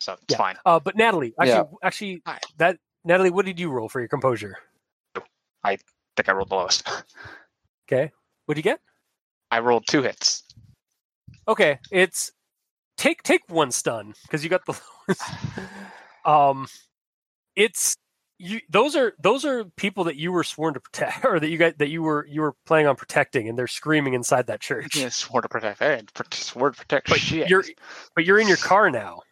[SPEAKER 3] So it's
[SPEAKER 2] Yeah.
[SPEAKER 3] fine.
[SPEAKER 2] uh, but Natalie, actually,
[SPEAKER 7] Yeah.
[SPEAKER 2] actually,
[SPEAKER 3] Hi.
[SPEAKER 2] that Natalie, what did you roll for your composure?
[SPEAKER 3] I think I rolled the lowest. [LAUGHS]
[SPEAKER 2] Okay, what did you get?
[SPEAKER 3] I rolled two hits.
[SPEAKER 2] Okay, it's take take one stun because you got the
[SPEAKER 3] [SIGHS]
[SPEAKER 2] lowest. um, it's you. Those are those are people that you were sworn to protect, [LAUGHS] or that you got that you were you were planning on protecting, and they're screaming inside that church.
[SPEAKER 3] [LAUGHS] Yeah, swore to protect. I didn't pr- swore to protect
[SPEAKER 2] But
[SPEAKER 3] shit.
[SPEAKER 2] you're but you're in your car now.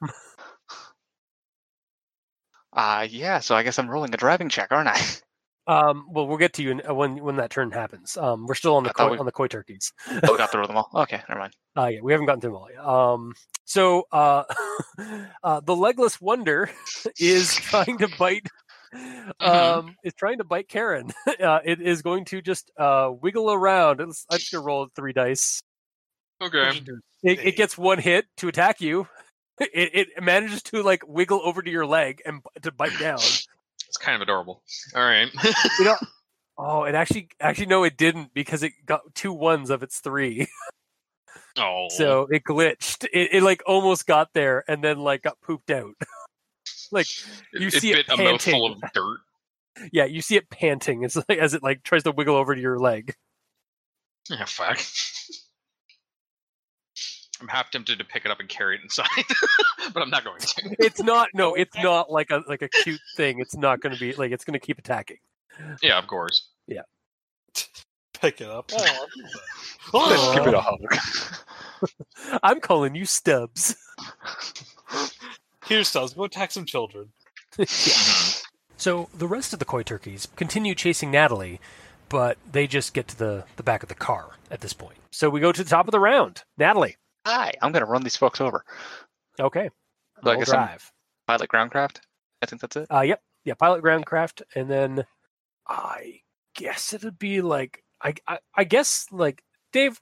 [SPEAKER 3] Uh, yeah, so I guess I'm rolling a driving check, aren't I? [LAUGHS]
[SPEAKER 2] Um, well, we'll get to you in, when when that turn happens. Um, we're still on the
[SPEAKER 3] I thought
[SPEAKER 2] koi,
[SPEAKER 3] we-
[SPEAKER 2] on the koi turkeys.
[SPEAKER 3] oh, we got through them all. Okay, never mind.
[SPEAKER 2] Uh, yeah, we haven't gotten through them all yet. Um, so uh, [LAUGHS] uh, the legless wonder [LAUGHS] is trying to
[SPEAKER 3] [LAUGHS]
[SPEAKER 2] bite. Um,
[SPEAKER 3] Mm-hmm.
[SPEAKER 2] is trying to bite Karen. [LAUGHS] Uh, it is going to just uh wiggle around. It's, I'm just gonna roll three dice.
[SPEAKER 5] to do. Okay.
[SPEAKER 2] It, it gets one hit to attack you. [LAUGHS] It, it manages to like wiggle over to your leg and b- to bite down.
[SPEAKER 5] It's kind of adorable. All right. [LAUGHS]
[SPEAKER 2] [LAUGHS] Oh, it actually actually no, it didn't because it got two ones of its three, [LAUGHS]
[SPEAKER 5] oh.
[SPEAKER 2] so it glitched. It, it like almost got there and then like got pooped out. [LAUGHS] like
[SPEAKER 5] It-
[SPEAKER 2] you
[SPEAKER 5] it,
[SPEAKER 2] see it
[SPEAKER 5] bit a mouthful of dirt.
[SPEAKER 2] yeah, you see it panting. It's like as [LAUGHS] it like tries to wiggle over to your leg.
[SPEAKER 5] Yeah, Ah, fuck. [LAUGHS] I'm half tempted to pick it up and carry it inside, [LAUGHS] but I'm not going to.
[SPEAKER 2] It's not no, it's not like a like a cute thing. It's not going to be like it's going to keep attacking.
[SPEAKER 5] Yeah, of course.
[SPEAKER 6] Pick it up.
[SPEAKER 3] Let's give it a hug.
[SPEAKER 2] I'm calling you Stubbs.
[SPEAKER 6] Here, Stubbs, go attack some children.
[SPEAKER 2] So the rest of the koi turkeys continue chasing Natalie, but they just get to the, the back of the car at this point. So we go to the top of the round. Natalie.
[SPEAKER 3] Hi, I'm gonna run these folks over.
[SPEAKER 2] Okay.
[SPEAKER 3] So I
[SPEAKER 2] roll
[SPEAKER 3] guess I'm-
[SPEAKER 2] drive.
[SPEAKER 3] Pilot groundcraft. I think that's it.
[SPEAKER 2] Uh yep. Yeah, pilot groundcraft and then I guess it'd be like I, I I guess like Dave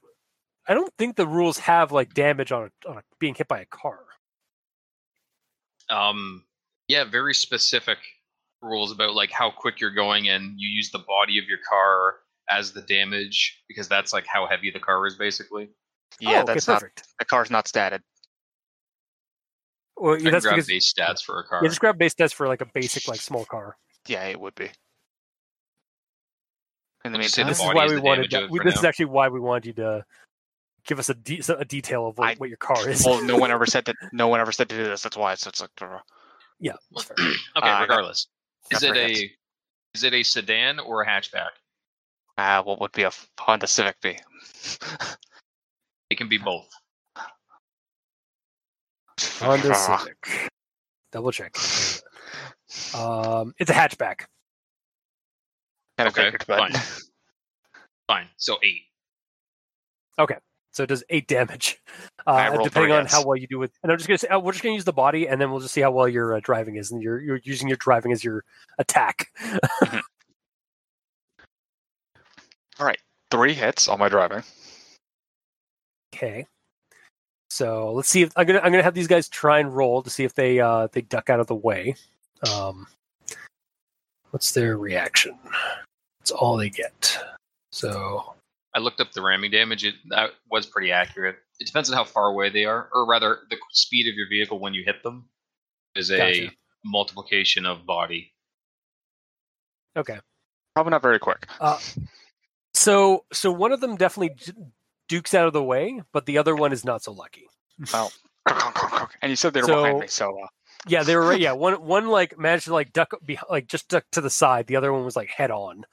[SPEAKER 2] I don't think the rules have like damage on a, on a, being hit by a car.
[SPEAKER 5] Um, yeah, very specific rules about like how quick you're going, and you use the body of your car as the damage because that's like how heavy the car is, basically.
[SPEAKER 3] Yeah,
[SPEAKER 2] Oh, okay,
[SPEAKER 3] that's not
[SPEAKER 2] perfect.
[SPEAKER 3] the car's not statted.
[SPEAKER 2] Well,
[SPEAKER 5] You
[SPEAKER 2] yeah,
[SPEAKER 5] can
[SPEAKER 2] that's
[SPEAKER 5] grab
[SPEAKER 2] because
[SPEAKER 5] base stats for a car.
[SPEAKER 2] yeah, just grab base test for like a basic like small car.
[SPEAKER 3] Yeah, it would be. In the
[SPEAKER 5] Let's just say the
[SPEAKER 3] meantime,
[SPEAKER 2] This is
[SPEAKER 5] body
[SPEAKER 2] why
[SPEAKER 5] is
[SPEAKER 2] we
[SPEAKER 5] the
[SPEAKER 2] wanted
[SPEAKER 5] damage
[SPEAKER 2] that.
[SPEAKER 5] of it
[SPEAKER 2] We,
[SPEAKER 5] for
[SPEAKER 2] this is
[SPEAKER 5] now.
[SPEAKER 2] actually why we wanted you to give us a, de- so- a detail of what,
[SPEAKER 3] I-
[SPEAKER 2] what your car is.
[SPEAKER 3] well, no one ever said that. No one ever said to do this. That's why. So it's like, uh,
[SPEAKER 2] yeah, that's fair.
[SPEAKER 5] okay,
[SPEAKER 3] Uh,
[SPEAKER 5] regardless, is
[SPEAKER 3] got
[SPEAKER 5] it
[SPEAKER 3] three
[SPEAKER 5] a is it a sedan or a hatchback?
[SPEAKER 3] ah, what would be a Honda Civic be?
[SPEAKER 5] It can be both.
[SPEAKER 2] Honda
[SPEAKER 3] [LAUGHS] Ah,
[SPEAKER 2] Civic. Double check. Um, it's a hatchback.
[SPEAKER 3] kinda
[SPEAKER 5] Okay,
[SPEAKER 3] figured, but-
[SPEAKER 5] fine. Fine. So eight.
[SPEAKER 2] so it does eight damage, [LAUGHS]
[SPEAKER 3] I
[SPEAKER 2] uh,
[SPEAKER 3] rolled
[SPEAKER 2] depending
[SPEAKER 3] three
[SPEAKER 2] on how
[SPEAKER 3] hits.
[SPEAKER 2] well you do with. And I'm just gonna say uh, we're just gonna use the body, and then we'll just see how well your uh, driving is, and you're you're using your driving as your attack.
[SPEAKER 3] [LAUGHS]
[SPEAKER 2] [LAUGHS]
[SPEAKER 3] Three hits on my driving.
[SPEAKER 2] Okay. So let's see if I'm gonna I'm gonna have these guys try and roll to see if they uh they duck out of the way. Um, what's their reaction? That's all they get. So
[SPEAKER 5] I looked up the ramming damage. It that was pretty accurate. It depends on how far away they are, or rather, the speed of your vehicle when you hit them is a
[SPEAKER 2] Gotcha.
[SPEAKER 5] multiplication of body.
[SPEAKER 2] okay.
[SPEAKER 3] Probably not very quick.
[SPEAKER 2] Uh, So so one of them definitely d- dukes out of the way, but the other one is not so lucky.
[SPEAKER 3] and you said they were
[SPEAKER 2] So-
[SPEAKER 3] behind me, so uh,
[SPEAKER 2] Yeah, they were right. Yeah, one one like managed to like duck be, like just duck to the side. The other one was like head on.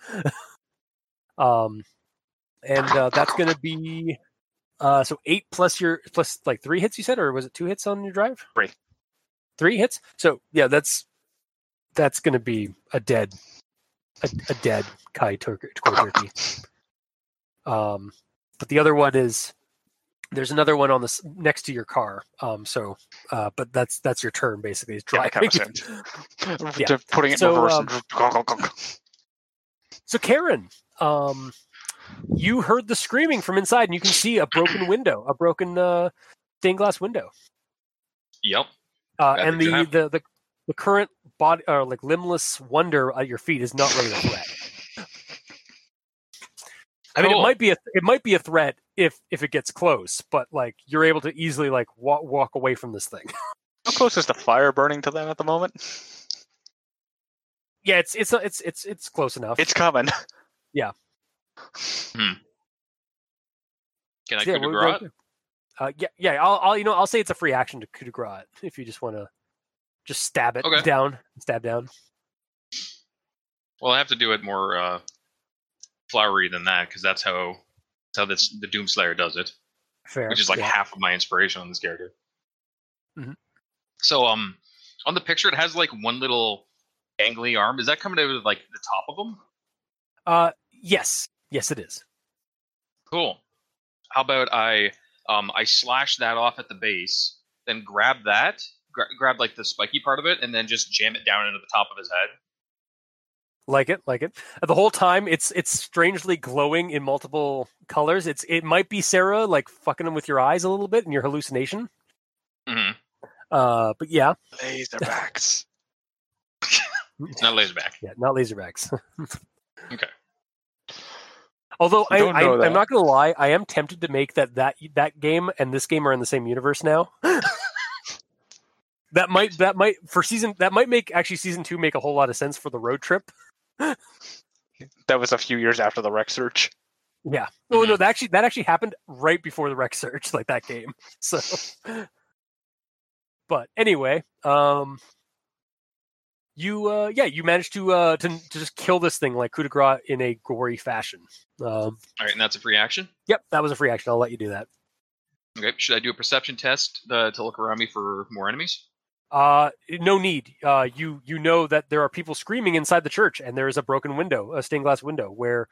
[SPEAKER 2] um, and uh, that's gonna be uh so eight plus your plus like three hits you said, or was it two hits on your drive?
[SPEAKER 3] Three.
[SPEAKER 2] Three hits. So yeah, that's that's gonna be a dead a, a dead Kai turkey. Koi turkey. Um, but the other one is there's another one on the s- next to your car. Um, so uh, but that's that's your turn basically. Is
[SPEAKER 3] yeah, I
[SPEAKER 2] driving.
[SPEAKER 3] kinda
[SPEAKER 2] [LAUGHS]
[SPEAKER 3] assumed.
[SPEAKER 2] Yeah.
[SPEAKER 3] [LAUGHS] They're Putting it
[SPEAKER 2] So,
[SPEAKER 3] in reverse.
[SPEAKER 2] um,
[SPEAKER 3] and gong, gong, gong.
[SPEAKER 2] So Karen, um, you heard the screaming from inside, and you can see a broken window, a broken uh, stained glass window,
[SPEAKER 5] Yep.
[SPEAKER 2] uh,
[SPEAKER 5] Rather
[SPEAKER 2] and the,
[SPEAKER 5] jam.
[SPEAKER 2] the the the current body or like limbless wonder at your feet is not really a threat. I mean, it
[SPEAKER 5] Cool.
[SPEAKER 2] might be a it might be a threat if if it gets close, but like you're able to easily like walk walk away from this thing. [LAUGHS]
[SPEAKER 3] How close is the fire burning to them at the moment?
[SPEAKER 2] yeah, it's it's it's it's it's close enough.
[SPEAKER 3] It's coming.
[SPEAKER 5] Can I
[SPEAKER 2] yeah,
[SPEAKER 5] coup de
[SPEAKER 2] we're-
[SPEAKER 5] grace?
[SPEAKER 2] we're- Uh, yeah, yeah. I'll, I'll, you know, I'll say it's a free action to coup de grace it, if you just want to just stab it
[SPEAKER 5] Okay.
[SPEAKER 2] down, stab down.
[SPEAKER 5] Well, I have to do it more uh, flowery than that because that's how that's how this, the Doomslayer does it,
[SPEAKER 2] Fair.
[SPEAKER 5] which is like
[SPEAKER 2] yeah.
[SPEAKER 5] half of my inspiration on this character.
[SPEAKER 2] Mhm.
[SPEAKER 5] So, um, on the picture, it has like one little angly arm. Is that coming out of like the top of him?
[SPEAKER 2] Uh, yes, yes, it is.
[SPEAKER 5] Cool. How about I um I slash that off at the base, then grab that, gra- grab like the spiky part of it, and then just jam it down into the top of his head.
[SPEAKER 2] Like it, like it. Uh, The whole time, it's it's strangely glowing in multiple colors. It's it might be Sarah like fucking him with your eyes a little bit in your hallucination.
[SPEAKER 5] Mm-hmm.
[SPEAKER 2] Uh, but yeah, [LAUGHS]
[SPEAKER 3] Laserbacks.
[SPEAKER 5] It's not Laserback.
[SPEAKER 2] yeah, not [LAUGHS] laserbacks.
[SPEAKER 5] Okay.
[SPEAKER 2] Although I,
[SPEAKER 7] Don't
[SPEAKER 2] I,
[SPEAKER 7] know
[SPEAKER 2] I'm
[SPEAKER 7] that.
[SPEAKER 2] not gonna lie, I am tempted to make that that that game and this game are in the same universe now. [LAUGHS] that might that might for season that might make actually season two make a whole lot of sense for the road trip.
[SPEAKER 3] That was a few years after the wreck search.
[SPEAKER 2] Yeah. Oh no, that actually that actually happened right before the rec search, [LAUGHS] like that game. So, [LAUGHS] but anyway, um, you uh, yeah, you managed to uh to, to just kill this thing like coup de grace in a gory fashion. Um,
[SPEAKER 5] All right, and that's a free action.
[SPEAKER 2] yep, that was a free action. I'll let you do that.
[SPEAKER 5] Okay. Should I do a perception test uh, to look around me for more enemies?
[SPEAKER 2] Uh, no need. Uh, you you know that there are people screaming inside the church, and there is a broken window, a stained glass window, where,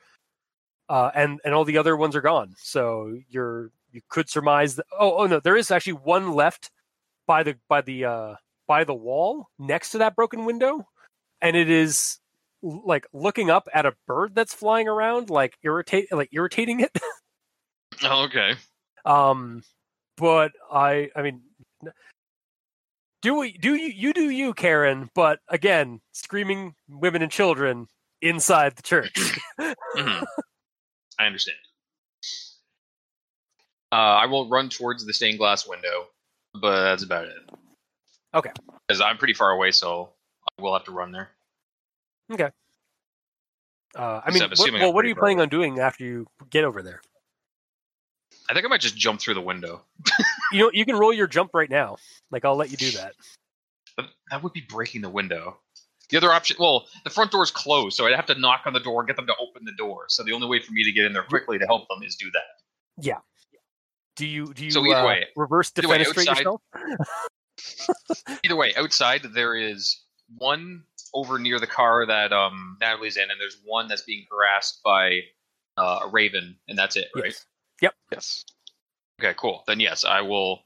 [SPEAKER 2] uh, and and all the other ones are gone. So you're you could surmise. That, oh oh no, there is actually one left by the by the uh by the wall next to that broken window, and it is l- like looking up at a bird that's flying around, like irritate like irritating it.
[SPEAKER 5] Oh, okay.
[SPEAKER 2] Um, but I, I mean, n- do we, do you, you do you, Karen? But again, screaming women and children inside the
[SPEAKER 5] [CLEARS THROAT]
[SPEAKER 2] church.
[SPEAKER 5] Mhm. [LAUGHS] I understand. Uh, I will run towards the stained glass window, but that's about it.
[SPEAKER 2] Okay.
[SPEAKER 5] Because I'm pretty far away, so I will have to run there.
[SPEAKER 2] Uh, I
[SPEAKER 5] Yes,
[SPEAKER 2] mean,
[SPEAKER 5] I'm
[SPEAKER 2] what-
[SPEAKER 5] assuming
[SPEAKER 2] well,
[SPEAKER 5] I'm
[SPEAKER 2] what are you
[SPEAKER 5] pretty
[SPEAKER 2] planning on doing after you get over there?
[SPEAKER 5] I think I might just jump through the window.
[SPEAKER 2] You know, you can roll your jump right now. Like, I'll let you do that.
[SPEAKER 5] But that would be breaking the window. The other option, well, the front door's closed, so I'd have to knock on the door, get them to open the door. So the only way for me to get in there quickly to help them is do that.
[SPEAKER 2] Do you, do you,
[SPEAKER 5] So either
[SPEAKER 2] uh,
[SPEAKER 5] way-
[SPEAKER 2] reverse
[SPEAKER 5] either way,
[SPEAKER 2] defenestrate
[SPEAKER 5] outside-
[SPEAKER 2] yourself?
[SPEAKER 5] Either way, outside there is one over near the car that um, Natalie's in, and there's one that's being harassed by uh, a raven, and that's it, right?
[SPEAKER 2] Yes.
[SPEAKER 3] Yes.
[SPEAKER 5] Okay, cool. Then yes, I will.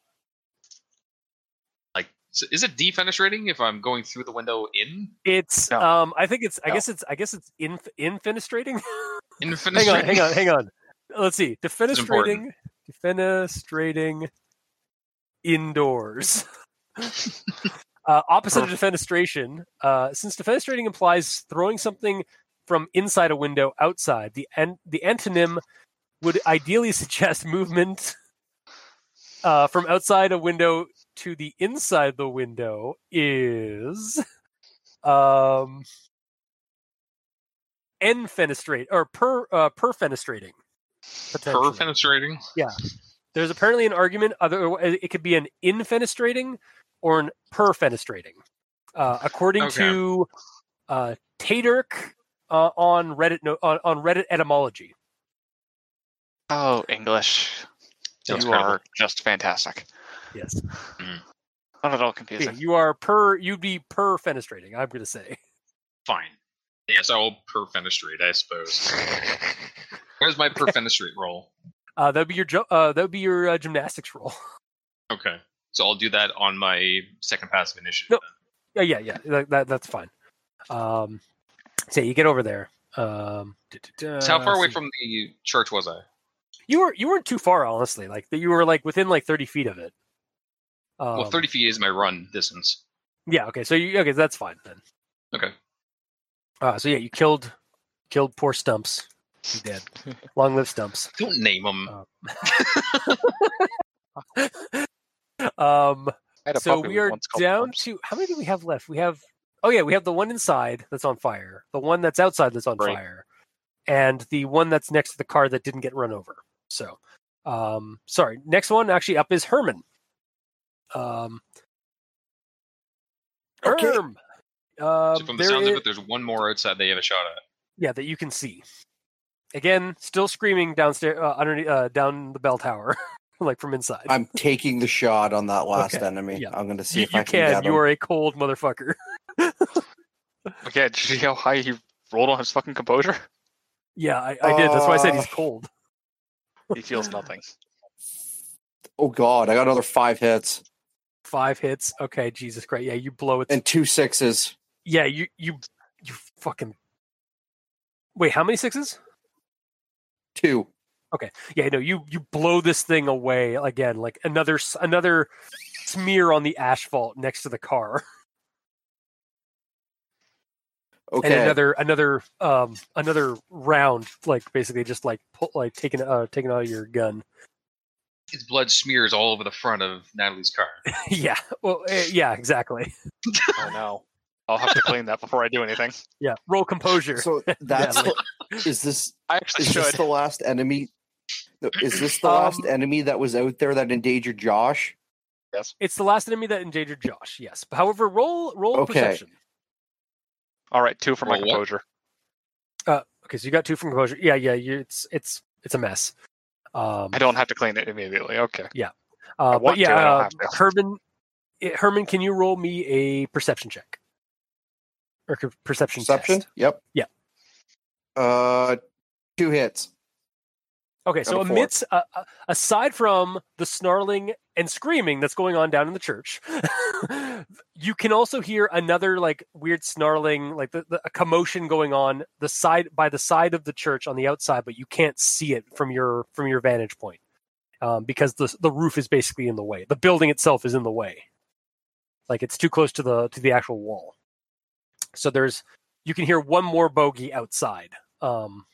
[SPEAKER 5] Like, s- is it defenestrating if I'm going through the window in?
[SPEAKER 2] It's,
[SPEAKER 3] No.
[SPEAKER 2] um, I think it's, I
[SPEAKER 3] No.
[SPEAKER 2] guess it's, I guess it's in, infenestrating. hang
[SPEAKER 5] In
[SPEAKER 2] on,
[SPEAKER 5] fenestrating?
[SPEAKER 2] hang on, hang on. Let's see. Defenestrating,
[SPEAKER 5] important.
[SPEAKER 2] defenestrating indoors. uh, opposite of defenestration, uh, since defenestrating implies throwing something from inside a window outside, the an- the antonym would ideally [LAUGHS] suggest movement uh, from outside a window to the inside the window is um enfenestrate or per uh, perfenestrating.
[SPEAKER 5] [LAUGHS] Per
[SPEAKER 2] potentially.
[SPEAKER 5] fenestrating?
[SPEAKER 2] There's apparently an argument. Other, uh, it could be an infenestrating or an perfenestrating, uh, according
[SPEAKER 5] Okay.
[SPEAKER 2] to uh, Taterk uh, on Reddit. No, on, on Reddit etymology.
[SPEAKER 3] Oh, English.
[SPEAKER 5] Sounds
[SPEAKER 3] you
[SPEAKER 5] credible.
[SPEAKER 3] are just fantastic.
[SPEAKER 2] Yes,
[SPEAKER 3] Not at all
[SPEAKER 2] yeah,
[SPEAKER 3] confusing.
[SPEAKER 2] you are per. You'd be perfenestrating. I'm going to say.
[SPEAKER 5] Fine. Yes, I will per fenestrate,
[SPEAKER 2] [LAUGHS]
[SPEAKER 5] I suppose. Where's my per fenestrate roll?
[SPEAKER 2] Uh, that'd be your. ju- Uh, that'd be your uh, gymnastics roll.
[SPEAKER 5] Okay. So I'll do that on my second pass of initiative.
[SPEAKER 2] No. [LAUGHS] yeah, yeah, yeah. That, that, that's fine. Um, so you get over there. Um,
[SPEAKER 5] then. So how far away
[SPEAKER 2] from?
[SPEAKER 5] from the church was I?
[SPEAKER 2] You were you weren't too far, honestly. Like that, you were like within like thirty feet of it. Um,
[SPEAKER 5] well, 30 feet is my run distance.
[SPEAKER 2] Yeah. Okay. So you okay? That's fine then.
[SPEAKER 5] Okay.
[SPEAKER 2] Uh, so yeah, you killed killed poor Stumps. You
[SPEAKER 5] [LAUGHS]
[SPEAKER 2] dead. Long live Stumps.
[SPEAKER 5] Don't name them.
[SPEAKER 2] Uh, Um. [LAUGHS]
[SPEAKER 3] I had a
[SPEAKER 2] So
[SPEAKER 3] puppy
[SPEAKER 2] we
[SPEAKER 3] with
[SPEAKER 2] are
[SPEAKER 3] one skull
[SPEAKER 2] down
[SPEAKER 3] bumps.
[SPEAKER 2] to how many do we have left? We have oh yeah, we have the one inside that's on fire, the one that's outside that's on
[SPEAKER 3] Right.
[SPEAKER 2] fire, and the one that's next to the car that didn't get run over. So, um, sorry, next one actually up is Herman. Um,
[SPEAKER 7] Okay.
[SPEAKER 2] Herm. Um,
[SPEAKER 5] so from the
[SPEAKER 2] there
[SPEAKER 5] sounds
[SPEAKER 2] i-
[SPEAKER 5] of it, there's one more outside they have a shot at.
[SPEAKER 2] yeah, that you can see. Again, still screaming downstairs, uh, underneath, uh, down the bell tower, [LAUGHS] like from inside.
[SPEAKER 7] I'm taking the shot on that last
[SPEAKER 2] Okay,
[SPEAKER 7] enemy.
[SPEAKER 2] yeah.
[SPEAKER 7] I'm going to see
[SPEAKER 2] you
[SPEAKER 7] if
[SPEAKER 2] you
[SPEAKER 7] I can,
[SPEAKER 2] can.
[SPEAKER 7] get him.
[SPEAKER 2] You are a cold motherfucker.
[SPEAKER 3] Yeah, did you see how high he rolled on his
[SPEAKER 2] [LAUGHS]
[SPEAKER 3] fucking composure?
[SPEAKER 2] Yeah, I, I did. That's why I said he's
[SPEAKER 7] Uh,
[SPEAKER 2] cold.
[SPEAKER 3] He feels nothing.
[SPEAKER 7] Oh God, I got another five hits
[SPEAKER 2] Five hits. Okay, Jesus Christ. Yeah, you blow it.
[SPEAKER 7] and two sixes.
[SPEAKER 2] yeah, you you you fucking. Wait, how many sixes?
[SPEAKER 7] Two.
[SPEAKER 2] Yeah, no, you you blow this thing away again. Like another s- another smear on the asphalt next to the car. and
[SPEAKER 7] Okay.
[SPEAKER 2] another another um another round like basically just like pull, like taking uh taking out of your gun [LAUGHS]
[SPEAKER 5] His blood smears all over the front of Natalie's [LAUGHS] car.
[SPEAKER 2] yeah well eh, yeah exactly [LAUGHS]
[SPEAKER 3] Oh no. I'll have to clean that before I do anything.
[SPEAKER 2] yeah roll composure [LAUGHS]
[SPEAKER 7] So that's
[SPEAKER 2] Natalie.
[SPEAKER 7] the- [LAUGHS] is this
[SPEAKER 3] I actually
[SPEAKER 7] is this
[SPEAKER 3] should.
[SPEAKER 7] the last enemy? no, Is this the
[SPEAKER 2] Um,
[SPEAKER 7] last enemy that was out there that endangered Josh?
[SPEAKER 2] it's the last enemy that endangered josh yes however roll roll
[SPEAKER 7] Okay.
[SPEAKER 2] perception
[SPEAKER 3] All right, two for my
[SPEAKER 5] Roll what?
[SPEAKER 3] composure.
[SPEAKER 2] okay so you got two from composure yeah yeah you, it's it's it's a mess um
[SPEAKER 3] I don't have to clean it immediately. Okay.
[SPEAKER 2] uh, but
[SPEAKER 3] want to, I don't
[SPEAKER 2] yeah uh,
[SPEAKER 3] have to.
[SPEAKER 2] herman eh, herman can you roll me a perception check or c- perception
[SPEAKER 7] Perception.
[SPEAKER 2] test.
[SPEAKER 7] Yep.
[SPEAKER 2] Yeah.
[SPEAKER 7] Uh, two hits.
[SPEAKER 2] Okay, so
[SPEAKER 7] Got a four.
[SPEAKER 2] amidst uh, uh, aside from the snarling and screaming that's going on down in the church, [LAUGHS] you can also hear another like weird snarling, like the, the, a commotion going on the side by the side of the church on the outside, but you can't see it from your from your vantage point um, because the the roof is basically in the way. The building itself is in the way, like it's too close to the to the actual wall. So there's you can hear one more bogey outside. Um,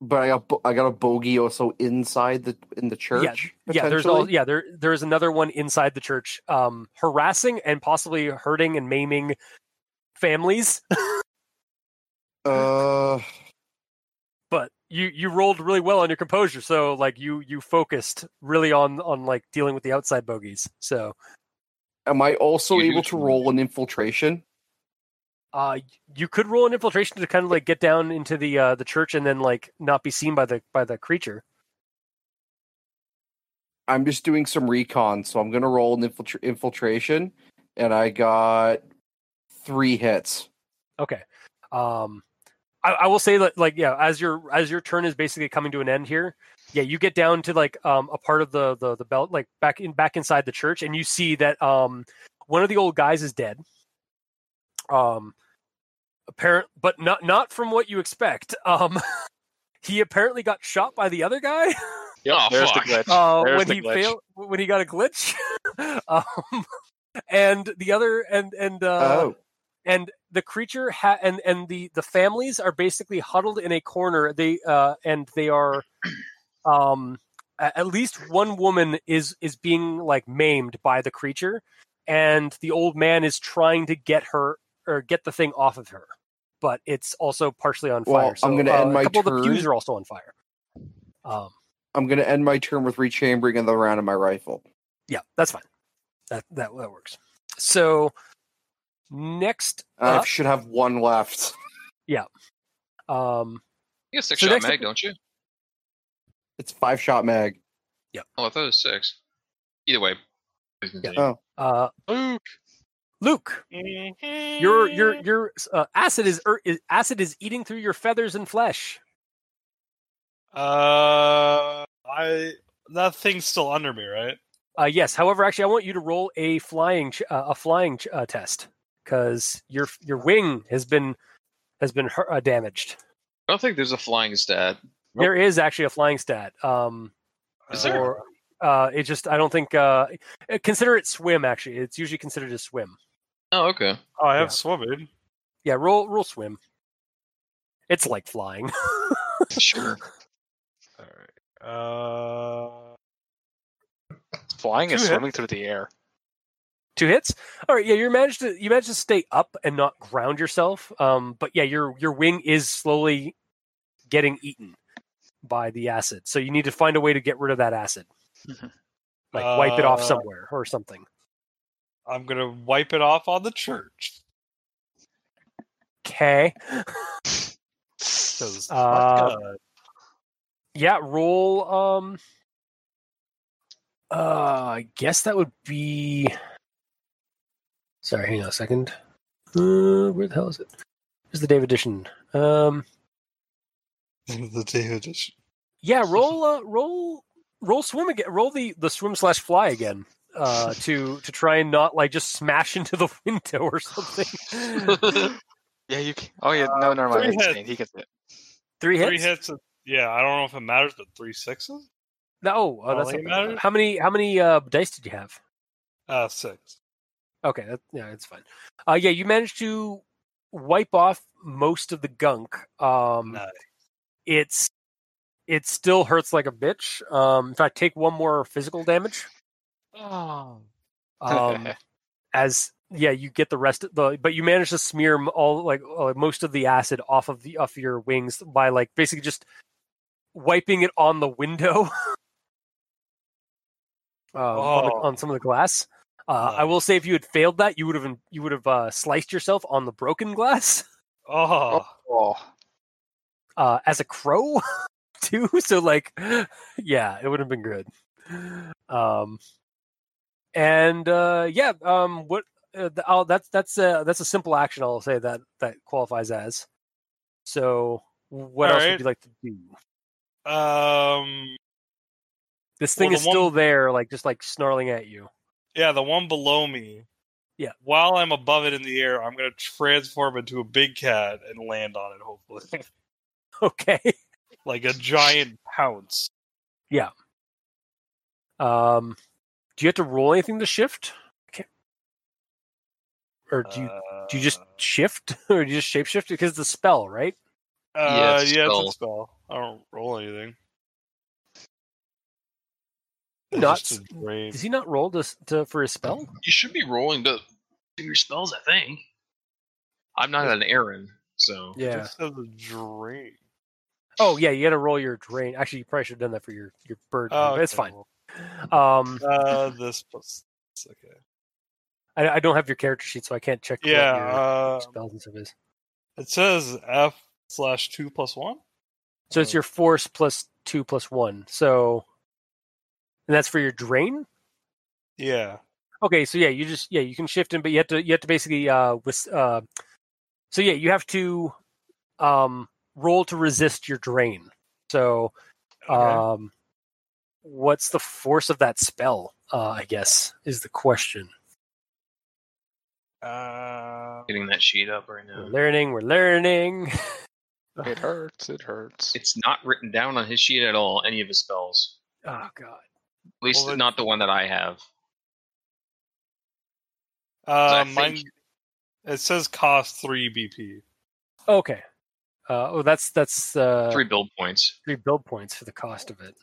[SPEAKER 7] But I got bo- I got a bogey also inside the in the church.
[SPEAKER 2] Yeah, there's all
[SPEAKER 7] potentially?
[SPEAKER 2] yeah, there there is another one inside the church um harassing and possibly hurting and maiming families,
[SPEAKER 7] Uh,
[SPEAKER 2] but you you rolled really well on your composure, so like you you focused really on on like dealing with the outside bogeys. So,
[SPEAKER 7] am I also
[SPEAKER 5] You do
[SPEAKER 7] able to
[SPEAKER 5] some-
[SPEAKER 7] roll an infiltration?
[SPEAKER 2] uh you could roll an infiltration to kind of like get down into the uh the church and then like not be seen by the by the creature.
[SPEAKER 7] I'm just doing some recon, so I'm gonna roll an infiltra- infiltration, and I got three hits.
[SPEAKER 2] Okay. Um I, I will say that like yeah, as your as your turn is basically coming to an end here, yeah, you get down to like um a part of the the the belt like back in back inside the church and you see that um one of the old guys is dead. Um apparent but not not from what you expect. Um [LAUGHS] he apparently got shot by the other guy [LAUGHS]
[SPEAKER 5] oh,
[SPEAKER 3] There's
[SPEAKER 5] fuck.
[SPEAKER 3] the glitch.
[SPEAKER 2] uh,
[SPEAKER 3] There's
[SPEAKER 2] when
[SPEAKER 3] the
[SPEAKER 2] he
[SPEAKER 3] glitch. [LAUGHS]
[SPEAKER 2] failed when he got a glitch. [LAUGHS] um and the other and and uh
[SPEAKER 7] oh,
[SPEAKER 2] and the creature ha- and and the the families are basically huddled in a corner they uh and they are um a- at least one woman is is being like maimed by the creature and the old man is trying to get her or get the thing off of her but it's also partially on
[SPEAKER 7] Well,
[SPEAKER 2] fire so
[SPEAKER 7] I'm gonna end
[SPEAKER 2] uh,
[SPEAKER 7] my
[SPEAKER 2] a couple of the
[SPEAKER 7] turn.
[SPEAKER 2] pews are also on fire um
[SPEAKER 7] I'm gonna end my turn with rechambering another round of my rifle.
[SPEAKER 2] yeah that's fine that that, that works so next
[SPEAKER 7] I
[SPEAKER 2] up,
[SPEAKER 7] should have one left. [LAUGHS]
[SPEAKER 2] um
[SPEAKER 5] You got six
[SPEAKER 2] So
[SPEAKER 5] shot
[SPEAKER 2] next
[SPEAKER 5] mag,
[SPEAKER 2] up-
[SPEAKER 5] don't you?
[SPEAKER 7] It's five shot mag.
[SPEAKER 5] Oh, I thought it was six. Either way. please continue.
[SPEAKER 7] Oh,
[SPEAKER 2] uh
[SPEAKER 3] Luke.
[SPEAKER 2] luke Your your
[SPEAKER 5] Eh.
[SPEAKER 2] your uh, acid is, er, is acid is eating through your feathers and flesh.
[SPEAKER 6] Uh, I that thing's still under me, right?
[SPEAKER 2] Uh, yes. However, actually, I want you to roll a flying ch- uh, a flying ch- uh, test because your your wing has been has been hur- uh, damaged.
[SPEAKER 5] I don't think there's a flying stat.
[SPEAKER 2] There is actually a flying stat. Um,
[SPEAKER 5] Is there?
[SPEAKER 2] or, uh, it just I don't think uh, uh, consider it swim. Actually, it's usually considered a swim.
[SPEAKER 5] Oh, okay.
[SPEAKER 6] Oh, I have
[SPEAKER 2] Yeah.
[SPEAKER 6] swimming.
[SPEAKER 2] Yeah, roll roll swim. It's like flying.
[SPEAKER 5] Sure.
[SPEAKER 6] All right. Uh.
[SPEAKER 3] Flying and
[SPEAKER 6] Two hit.
[SPEAKER 3] swimming through the air.
[SPEAKER 2] Two hits. All right. Yeah, you managed to you managed to stay up and not ground yourself. Um, but yeah, your your wing is slowly getting eaten by the acid. So you need to find a way to get rid of that
[SPEAKER 6] [LAUGHS]
[SPEAKER 2] acid, like wipe it off
[SPEAKER 6] Uh,
[SPEAKER 2] somewhere or something.
[SPEAKER 6] I'm gonna wipe it off on the church.
[SPEAKER 2] Okay.
[SPEAKER 6] 'Cause
[SPEAKER 2] Uh, [LAUGHS]
[SPEAKER 6] fuck, uh,
[SPEAKER 2] Yeah. Roll. Um. Uh, I guess that would be. Sorry, hang on a second. Uh, where the hell is it? Here's the Dave edition. Um.
[SPEAKER 6] the David is-
[SPEAKER 2] [LAUGHS] Yeah, roll uh, roll roll swim again. Roll the the swim slash fly again [LAUGHS] uh to to try and not like just smash [LAUGHS] into the window or [LAUGHS] something.
[SPEAKER 3] Yeah, you can. Oh, yeah.
[SPEAKER 2] Uh,
[SPEAKER 3] No, never mind.
[SPEAKER 6] three
[SPEAKER 3] It's
[SPEAKER 6] hits.
[SPEAKER 3] Nate. He gets it.
[SPEAKER 2] Three hits.
[SPEAKER 6] Three hits. and- yeah, I don't know if it matters, but three sixes.
[SPEAKER 2] No, oh, oh, that's
[SPEAKER 6] Volley
[SPEAKER 2] not
[SPEAKER 6] matters?
[SPEAKER 2] bad. how many how many uh, dice did you have?
[SPEAKER 6] Uh, six.
[SPEAKER 2] Okay, that, yeah, it's fine. Uh, yeah, you managed to wipe off most of the gunk. Um,
[SPEAKER 6] Nice.
[SPEAKER 2] It's it still hurts like a bitch. Um, in fact, take one more physical damage.
[SPEAKER 3] Oh.
[SPEAKER 2] Um, as yeah, you get the rest of the, but you manage to smear m- all like uh, most of the acid off of the off your wings by like basically just wiping it on the window, [LAUGHS] um, on, the,
[SPEAKER 6] Oh.
[SPEAKER 2] on some of the glass. Uh, I
[SPEAKER 6] Nice.
[SPEAKER 2] will say, if you had failed that, you would have you would have uh, sliced yourself on the broken glass [LAUGHS]
[SPEAKER 6] Oh,
[SPEAKER 3] Oh.
[SPEAKER 2] uh, as a crow [LAUGHS] too. So like, [LAUGHS] yeah, it would have been good. Um, and uh, yeah, um, what? Uh, the, oh, that's that's a that's a simple action. I'll say that that qualifies as. So what
[SPEAKER 6] All
[SPEAKER 2] else
[SPEAKER 6] right.
[SPEAKER 2] would you like to do? Oh.
[SPEAKER 6] um,
[SPEAKER 2] This thing
[SPEAKER 6] Well,
[SPEAKER 2] is
[SPEAKER 6] the one-
[SPEAKER 2] still there, like just like snarling at you. [LAUGHS]
[SPEAKER 6] yeah, the one below me.
[SPEAKER 2] Yeah.
[SPEAKER 6] While I'm above it in the air, I'm gonna transform into a big cat and land on it. Hopefully, [LAUGHS]
[SPEAKER 2] Okay.
[SPEAKER 6] like a giant pounce.
[SPEAKER 2] Um, do you have to roll anything to shift? Okay. Or do you do you just shift [LAUGHS] or do you just shapeshift because it's a spell, right?
[SPEAKER 6] Uh,
[SPEAKER 5] Yeah, it's a
[SPEAKER 6] yeah,
[SPEAKER 5] spell.
[SPEAKER 6] it's a spell. I don't roll anything.
[SPEAKER 2] You
[SPEAKER 6] It's
[SPEAKER 2] not-
[SPEAKER 6] just a dream.
[SPEAKER 2] Does he not roll to, s- to for his spell?
[SPEAKER 5] You should be rolling to do your spells, I think. I'm not an Aaron, so
[SPEAKER 6] It just says a dream.
[SPEAKER 2] Oh yeah, you got to roll your drain. Actually, you probably should have done that for your your bird.
[SPEAKER 6] Oh,
[SPEAKER 2] but it's
[SPEAKER 6] okay,
[SPEAKER 2] fine. Um,
[SPEAKER 6] well, Uh, this plus. it's Okay.
[SPEAKER 2] I, I don't have your character sheet, so I can't check. what
[SPEAKER 6] Yeah.
[SPEAKER 2] your
[SPEAKER 6] Uh,
[SPEAKER 2] spells and stuff is.
[SPEAKER 6] it says F slash two plus one.
[SPEAKER 2] So
[SPEAKER 6] uh.
[SPEAKER 2] it's your force plus two plus one. So, and that's for your drain.
[SPEAKER 6] Yeah.
[SPEAKER 2] Okay, so yeah, you just yeah you can shift in, but you have to you have to basically uh with uh, so yeah you have to um roll to resist your drain. So, um, what's the force of that spell? Uh, I guess is the question.
[SPEAKER 6] Uh,
[SPEAKER 5] getting that sheet up right
[SPEAKER 2] We're
[SPEAKER 5] now.
[SPEAKER 2] learning. We're learning. [LAUGHS]
[SPEAKER 3] It hurts. It hurts.
[SPEAKER 5] It's not written down on his sheet at all, any of his spells.
[SPEAKER 2] Oh god.
[SPEAKER 5] At least
[SPEAKER 6] Well, it-
[SPEAKER 5] not the one that I have.
[SPEAKER 6] uh,
[SPEAKER 5] think-
[SPEAKER 6] mine. It says cost three BP.
[SPEAKER 2] Okay. Uh, oh, that's that's uh,
[SPEAKER 5] Three
[SPEAKER 2] three.
[SPEAKER 5] build points.
[SPEAKER 2] build points for the cost of it.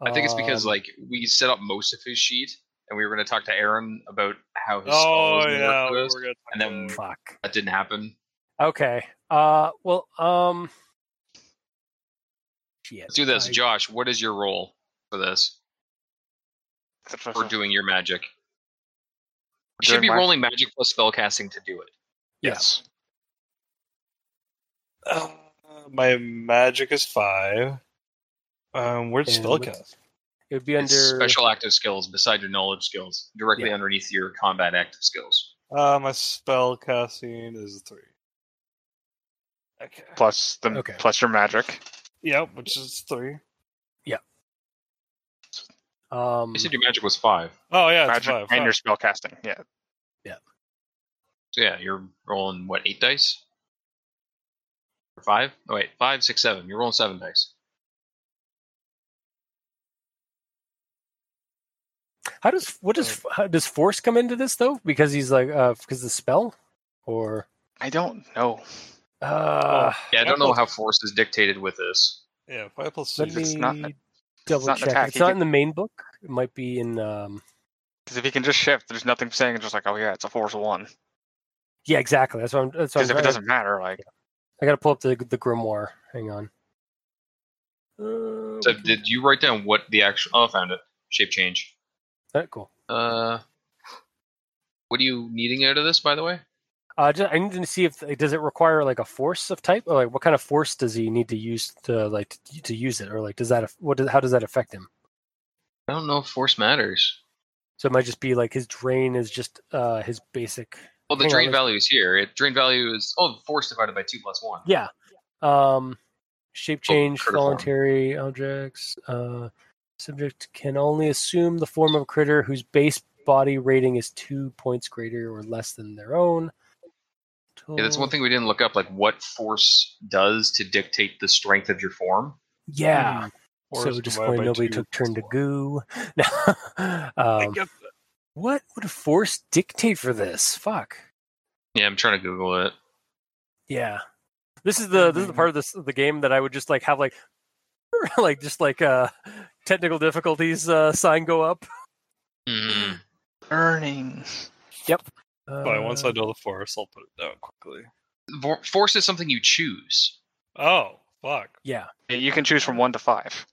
[SPEAKER 5] I think it's because
[SPEAKER 2] Um,
[SPEAKER 5] like we set up most of his sheet and we were gonna talk to Aaron about how his
[SPEAKER 6] Oh
[SPEAKER 5] spells would work
[SPEAKER 6] yeah, we
[SPEAKER 5] to
[SPEAKER 6] were
[SPEAKER 5] us.
[SPEAKER 6] gonna talk
[SPEAKER 5] and then-
[SPEAKER 6] about
[SPEAKER 2] fuck.
[SPEAKER 5] That didn't happen.
[SPEAKER 2] Okay. Uh, well, um, shit.
[SPEAKER 5] Let's do this.
[SPEAKER 2] I-
[SPEAKER 5] Josh, what is your role for this? For doing your magic. You should
[SPEAKER 3] During
[SPEAKER 5] be
[SPEAKER 3] my-
[SPEAKER 5] rolling magic plus spellcasting to do it.
[SPEAKER 2] Yeah.
[SPEAKER 3] Yes.
[SPEAKER 6] that. Uh, my magic is five. Um, where's
[SPEAKER 2] And
[SPEAKER 6] spellcast?
[SPEAKER 2] it would be under
[SPEAKER 5] It's special active skills beside your knowledge skills, directly underneath your combat active skills.
[SPEAKER 6] Uh, my spell casting is three. Okay.
[SPEAKER 3] Plus the
[SPEAKER 2] Okay.
[SPEAKER 3] plus your magic.
[SPEAKER 6] Yep, which is three.
[SPEAKER 2] um.
[SPEAKER 6] Mm-hmm.
[SPEAKER 5] You said your magic was five.
[SPEAKER 6] Oh yeah, it's
[SPEAKER 3] magic
[SPEAKER 6] five.
[SPEAKER 3] and
[SPEAKER 6] five.
[SPEAKER 3] your spell casting. Yeah.
[SPEAKER 5] So yeah, you're rolling what, eight dice? Or Five? Oh wait, five, six, seven. You're rolling seven dice.
[SPEAKER 2] How does what does how does force come into this though? Because he's like uh because the spell or
[SPEAKER 3] I don't know.
[SPEAKER 2] uh.
[SPEAKER 5] Yeah, I don't know
[SPEAKER 6] Apples.
[SPEAKER 5] how force is dictated with this.
[SPEAKER 6] yeah, five plus
[SPEAKER 2] Let
[SPEAKER 6] six.
[SPEAKER 2] me
[SPEAKER 3] it's not an-
[SPEAKER 2] double
[SPEAKER 3] not an
[SPEAKER 2] check.
[SPEAKER 3] attack,
[SPEAKER 2] If It's
[SPEAKER 3] he
[SPEAKER 2] not
[SPEAKER 3] can-
[SPEAKER 2] in the main book. It might be in um.
[SPEAKER 3] Because if he can just shift, there's nothing saying it's just like, oh yeah, it's a force one.
[SPEAKER 2] Yeah, exactly. That's what I'm. That's what I'm
[SPEAKER 3] Because if it
[SPEAKER 2] trying-
[SPEAKER 3] doesn't matter, like
[SPEAKER 2] I gotta pull up the the grimoire. Hang on. Uh,
[SPEAKER 5] So did you write down what the actual oh I found it. Shape change.
[SPEAKER 2] uh, cool.
[SPEAKER 5] Uh what are you needing out of this, by the way?
[SPEAKER 2] Uh, ju- I need to see if does it require like a force of type, or like what kind of force does he need to use to like to, to use it, or like does that aff- what does, how does that affect him?
[SPEAKER 5] I don't know if force matters.
[SPEAKER 2] So it might just be like his drain is just uh his basic.
[SPEAKER 5] Well the
[SPEAKER 2] Hang on,
[SPEAKER 5] drain
[SPEAKER 2] let's-
[SPEAKER 5] value is here. It drain value is oh force divided by two plus one.
[SPEAKER 2] Yeah. Um, shape change,
[SPEAKER 5] Oh, critter form.
[SPEAKER 2] voluntary objects. Uh, subject can only assume the form of a critter whose base body rating is two points greater or less than their own.
[SPEAKER 5] Yeah, that's one thing we didn't look up, like what force does to dictate the strength of your form.
[SPEAKER 2] Yeah. so just why nobody took turn to goo. [LAUGHS] No. um,
[SPEAKER 6] get
[SPEAKER 2] what would a force dictate for this? Fuck.
[SPEAKER 5] Yeah, I'm trying to Google it.
[SPEAKER 2] Yeah. This is the this is the part of this the game that I would just like have like [LAUGHS] like just like uh technical difficulties uh sign go up.
[SPEAKER 3] Mm-hmm.
[SPEAKER 5] Mm.
[SPEAKER 3] Earning.
[SPEAKER 2] Uh,
[SPEAKER 8] But once I know the force, I'll put it down quickly.
[SPEAKER 5] Vor- Force is something you choose.
[SPEAKER 8] Oh, fuck.
[SPEAKER 2] yeah.
[SPEAKER 3] Yeah, you can choose from one to five.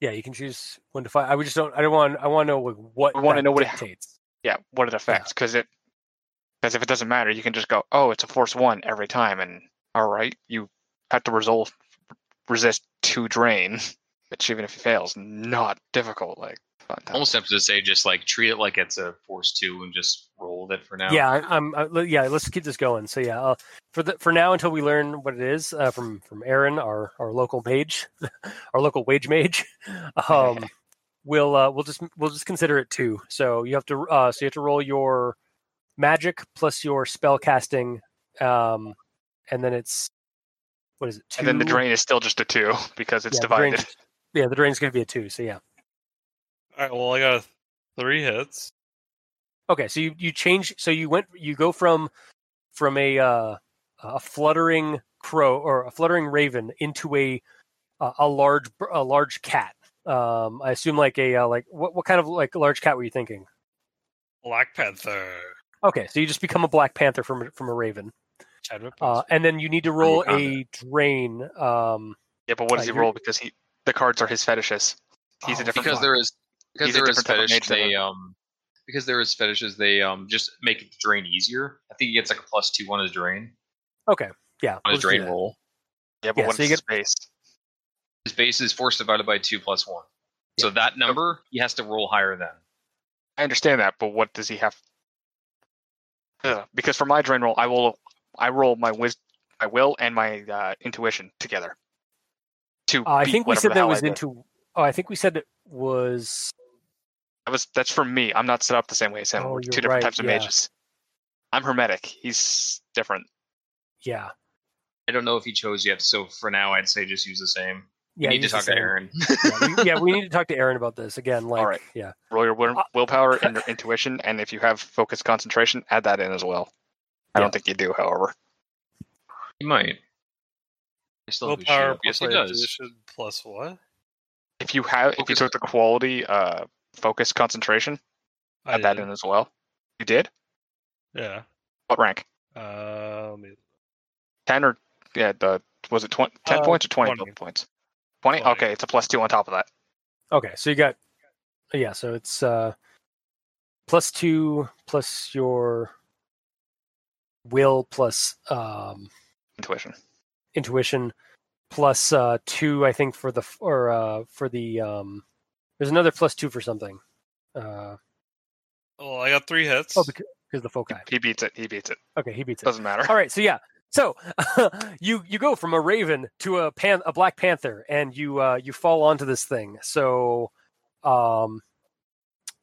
[SPEAKER 2] Yeah, you can choose one to five. I would just don't I don't want I want to know like, what
[SPEAKER 3] I wanna
[SPEAKER 2] that
[SPEAKER 3] know what it-
[SPEAKER 2] dictates.
[SPEAKER 3] Yeah, what it affects because it because if it doesn't matter, you can just go, oh, it's a force one every time, and all right, you have to resolve resist two drain, [LAUGHS] which even if it fails, not difficult. Like fun time.
[SPEAKER 5] Almost have to say just like treat it like it's a Force two and just roll with it for now.
[SPEAKER 2] Yeah, I, I'm I, yeah, let's keep this going. So yeah, uh, for the for now until we learn what it is uh, from from Aaron our our local mage, [LAUGHS] our local wage mage. [LAUGHS]
[SPEAKER 3] [LAUGHS]
[SPEAKER 2] Um we'll uh, we'll just we'll just consider it two. So you have to uh, so you have to roll your magic plus your spell casting um and then it's what is it? Two
[SPEAKER 3] and then the drain is still just a two [LAUGHS] because it's
[SPEAKER 2] Yeah, the drain-
[SPEAKER 3] divided.
[SPEAKER 2] [LAUGHS] Yeah, the drain's going to be a 2, so yeah.
[SPEAKER 8] All right, well, I got three hits.
[SPEAKER 2] Okay, so you you change. So you went. You go from from a uh, a fluttering crow or a fluttering raven into a a, a large b- a large cat. Um, I assume like a uh, like what what kind of like large cat were you thinking?
[SPEAKER 8] Black Panther.
[SPEAKER 2] Okay, so you just become a black panther from a- from a raven,
[SPEAKER 8] Chadwick
[SPEAKER 2] uh,
[SPEAKER 8] Boseman.
[SPEAKER 2] and then you need to roll a
[SPEAKER 5] Wakanda.
[SPEAKER 2] drain. Um,
[SPEAKER 3] Yeah, but what does
[SPEAKER 2] Uh,
[SPEAKER 3] he
[SPEAKER 2] you're-
[SPEAKER 3] roll? Because he the cards are his fetishes. He's
[SPEAKER 2] Oh,
[SPEAKER 3] a different
[SPEAKER 5] because
[SPEAKER 3] one.
[SPEAKER 5] there is because
[SPEAKER 3] He's a
[SPEAKER 5] there is
[SPEAKER 3] different type of
[SPEAKER 5] fetish
[SPEAKER 3] mage than
[SPEAKER 5] they
[SPEAKER 3] him.
[SPEAKER 5] um because there is fetishes they um just make the drain easier. I think he gets like a plus two on his drain
[SPEAKER 2] okay, yeah,
[SPEAKER 5] on
[SPEAKER 2] we'll just
[SPEAKER 5] his
[SPEAKER 2] do
[SPEAKER 5] drain
[SPEAKER 2] that.
[SPEAKER 5] roll.
[SPEAKER 3] yeah, but
[SPEAKER 2] yeah,
[SPEAKER 3] what is
[SPEAKER 2] so you
[SPEAKER 3] his base?
[SPEAKER 5] His base is force divided by two plus one. So that number he has to roll higher than.
[SPEAKER 3] I understand that, but what does he have? Ugh, because for my drain roll, I will I roll my wis- my will and my uh, intuition together. To
[SPEAKER 2] Uh, I
[SPEAKER 3] beat
[SPEAKER 2] think we
[SPEAKER 3] whatever
[SPEAKER 2] said
[SPEAKER 3] the
[SPEAKER 2] that
[SPEAKER 3] hell I
[SPEAKER 2] was
[SPEAKER 3] did.
[SPEAKER 2] into. Oh, I think we said it was.
[SPEAKER 3] That was that's for me. I'm not set up the same way as him.
[SPEAKER 2] Oh,
[SPEAKER 3] We're
[SPEAKER 2] you're
[SPEAKER 3] two different
[SPEAKER 2] right,
[SPEAKER 3] types of
[SPEAKER 2] yeah.
[SPEAKER 3] mages. I'm hermetic. He's different.
[SPEAKER 2] Yeah,
[SPEAKER 5] I don't know if he chose yet, so for now I'd say just use the same.
[SPEAKER 2] yeah.
[SPEAKER 5] you need
[SPEAKER 2] use
[SPEAKER 5] to
[SPEAKER 2] the
[SPEAKER 5] talk to
[SPEAKER 2] same.
[SPEAKER 5] Aaron.
[SPEAKER 2] yeah, we, yeah, we need to talk to Aaron about this again. Like,
[SPEAKER 3] right.
[SPEAKER 2] yeah,
[SPEAKER 3] Roll your will-
[SPEAKER 2] Uh, [LAUGHS]
[SPEAKER 3] willpower and your intuition, and if you have focus concentration, add that in as well. I
[SPEAKER 2] Yeah.
[SPEAKER 3] don't think you do, however.
[SPEAKER 5] he might. I still have his
[SPEAKER 8] Willpower
[SPEAKER 5] shield. Yes, he
[SPEAKER 8] plus
[SPEAKER 5] does.
[SPEAKER 8] intuition plus what?
[SPEAKER 3] If you have, if you
[SPEAKER 5] Focus-
[SPEAKER 3] took the quality uh, focus concentration,
[SPEAKER 8] I
[SPEAKER 3] add
[SPEAKER 6] Mm.
[SPEAKER 3] that
[SPEAKER 8] did.
[SPEAKER 3] in as well. You did.
[SPEAKER 8] Yeah.
[SPEAKER 3] What rank?
[SPEAKER 8] Uh, let me-
[SPEAKER 3] 10 or yeah the was it 20, 10
[SPEAKER 8] Uh,
[SPEAKER 3] points or 20,
[SPEAKER 8] 20.
[SPEAKER 3] points 20?
[SPEAKER 8] 20.
[SPEAKER 3] okay it's a plus 2 on top of that
[SPEAKER 2] okay. So you got, yeah. So it's uh, plus two plus your will plus um,
[SPEAKER 3] intuition
[SPEAKER 2] intuition plus uh, two. I think for the f- or uh, for the um, there's another plus two for something. Uh,
[SPEAKER 8] Well, I got three hits.
[SPEAKER 2] oh, because, because the foci.
[SPEAKER 3] he beats it he beats it
[SPEAKER 2] Okay, he beats it.
[SPEAKER 3] doesn't matter
[SPEAKER 2] All right, so yeah, so [LAUGHS] you you go from a raven to a pan a black panther, and you uh, you fall onto this thing. So, um,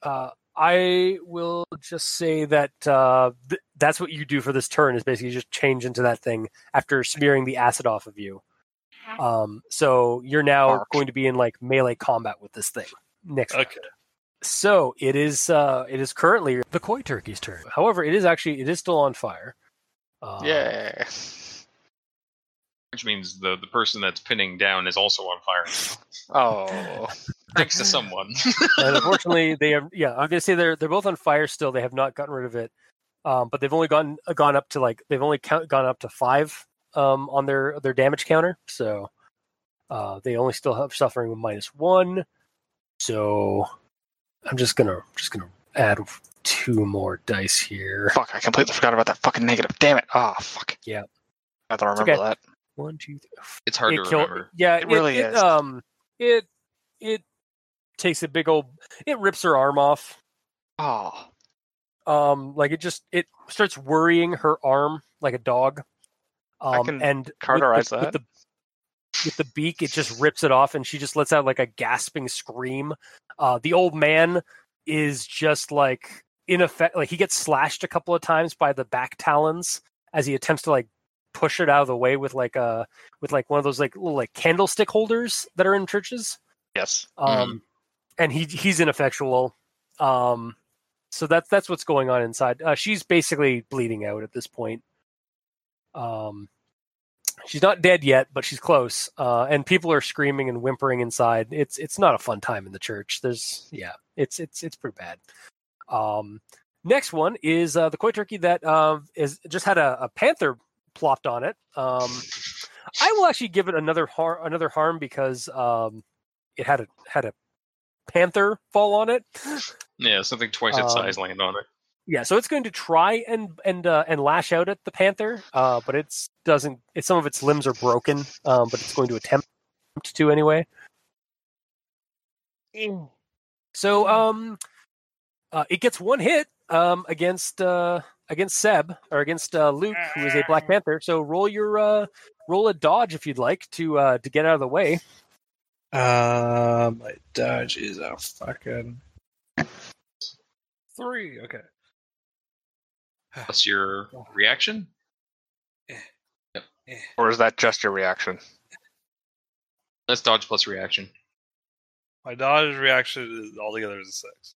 [SPEAKER 2] uh, I will just say that uh, th- that's what you do for this turn is basically you just change into that thing after smearing the acid off of you. Um, so you're now
[SPEAKER 3] Mark.
[SPEAKER 2] going to be in like melee combat with this thing next. round.
[SPEAKER 8] Okay.
[SPEAKER 2] So it is uh, it is currently the koi turkey's turn. However, it is actually it is still on fire. Uh,
[SPEAKER 3] yeah
[SPEAKER 5] Which means the the person that's pinning down is also on fire.
[SPEAKER 3] [LAUGHS]
[SPEAKER 2] [LAUGHS]
[SPEAKER 3] oh
[SPEAKER 5] Thanks to someone.
[SPEAKER 2] and unfortunately, they have. Yeah, I'm gonna say they're they're both on fire still. They have not gotten rid of it, um, but they've only gone gone up to like they've only count, gone up to five um, on their their damage counter. So uh, they only still have suffering with minus one. So I'm just gonna just gonna add two more dice here.
[SPEAKER 3] fuck i completely forgot about that fucking negative damn it oh fuck
[SPEAKER 2] Yeah.
[SPEAKER 3] i don't
[SPEAKER 2] It's
[SPEAKER 3] remember
[SPEAKER 2] okay.
[SPEAKER 3] that
[SPEAKER 2] One, two, three.
[SPEAKER 5] it's hard to
[SPEAKER 2] kill-
[SPEAKER 5] remember.
[SPEAKER 2] Yeah,
[SPEAKER 3] It really
[SPEAKER 2] it,
[SPEAKER 3] is.
[SPEAKER 2] Um, it it takes a big old. It rips her arm off.
[SPEAKER 3] oh
[SPEAKER 2] um like it just it starts worrying her arm like a dog um
[SPEAKER 3] can
[SPEAKER 2] and
[SPEAKER 3] carterize
[SPEAKER 2] with, the- with
[SPEAKER 3] that.
[SPEAKER 2] the with the beak it just rips it off and she just lets out like a gasping scream uh the old man is just like in effect like he gets slashed a couple of times by the back talons as he attempts to like push uh, it out of the way with like a with like one of those like little like candlestick holders that are in churches
[SPEAKER 3] Yes.
[SPEAKER 2] um, and he he's ineffectual. Um, so that's that's what's going on inside. Uh, she's basically bleeding out at this point. Um, she's not dead yet, but she's close. Uh, and people are screaming and whimpering inside. It's it's not a fun time in the church. There's yeah, it's it's it's pretty bad. Um, next one is uh, the koi turkey that uh, is just had a, a panther plopped on it. Um, I will actually give it another har- another harm because um, it had a had a panther fall on it.
[SPEAKER 5] Yeah, something twice its
[SPEAKER 2] Um,
[SPEAKER 5] size land on it.
[SPEAKER 2] Yeah, so it's going to try and and uh, and lash out at the panther, uh, but it's doesn't. It's, some of its limbs are broken, um, but it's going to attempt to anyway. So um, uh, it gets one hit um, against uh, against Seb or against uh, Luke, who is a Black Panther. So roll your uh, roll a dodge if you'd like to uh, to get out of the way.
[SPEAKER 8] Uh, my dodge is a fucking three. Okay.
[SPEAKER 5] Plus your reaction.
[SPEAKER 3] Or is that just your reaction?
[SPEAKER 5] That's dodge plus reaction.
[SPEAKER 8] My dodge reaction is altogether is a six.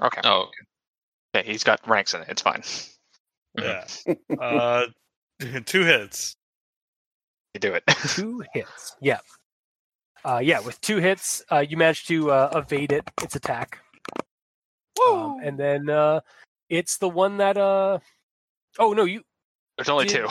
[SPEAKER 3] Okay.
[SPEAKER 5] Oh, okay.
[SPEAKER 3] Yeah, he's got ranks in it. It's fine.
[SPEAKER 5] [LAUGHS]
[SPEAKER 8] Yeah. uh, [LAUGHS] two hits.
[SPEAKER 3] You do it.
[SPEAKER 2] two hits. Yeah. Uh, yeah, with two hits, uh, you manage to uh, evade it, its attack. Um, and then uh, it's the one that. Uh... Oh, no, you.
[SPEAKER 3] [LAUGHS] There's only
[SPEAKER 2] Did-
[SPEAKER 3] two.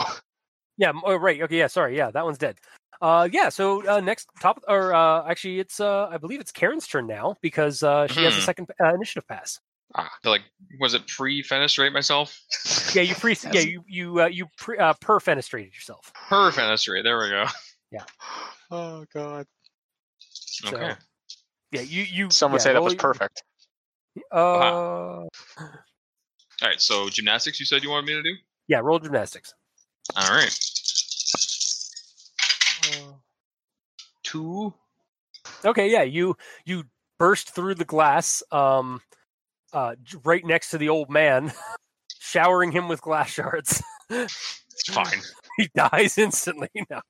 [SPEAKER 2] Yeah, m- oh, right. Okay, yeah, sorry. Yeah, that one's dead. Uh, yeah, so uh, next top. Or uh, actually, it's. Uh, I believe it's Karen's turn now because uh, she has a
[SPEAKER 3] Hmm.
[SPEAKER 5] Mhm.
[SPEAKER 2] second uh, initiative pass.
[SPEAKER 5] Ah, so like, was it pre-fenestrate myself? [LAUGHS]
[SPEAKER 2] Yeah, you pre. yeah, you you uh, you pre, uh, per fenestrated yourself.
[SPEAKER 5] Per fenestrate. There we go.
[SPEAKER 3] [GASPS] Oh god.
[SPEAKER 5] Okay.
[SPEAKER 2] Yeah, you you.
[SPEAKER 3] [LAUGHS] Someone
[SPEAKER 2] yeah,
[SPEAKER 3] say that
[SPEAKER 2] roll
[SPEAKER 3] was
[SPEAKER 2] your-
[SPEAKER 3] [LAUGHS] perfect.
[SPEAKER 2] Uh,
[SPEAKER 5] All right. So gymnastics. You said you wanted me to do.
[SPEAKER 2] yeah, roll gymnastics.
[SPEAKER 5] All right. Two.
[SPEAKER 2] Okay, yeah, you you burst through the glass, um, uh, j- right next to the old man, [LAUGHS] showering him with glass shards. [LAUGHS]
[SPEAKER 5] It's fine.
[SPEAKER 2] he dies instantly. [LAUGHS] No,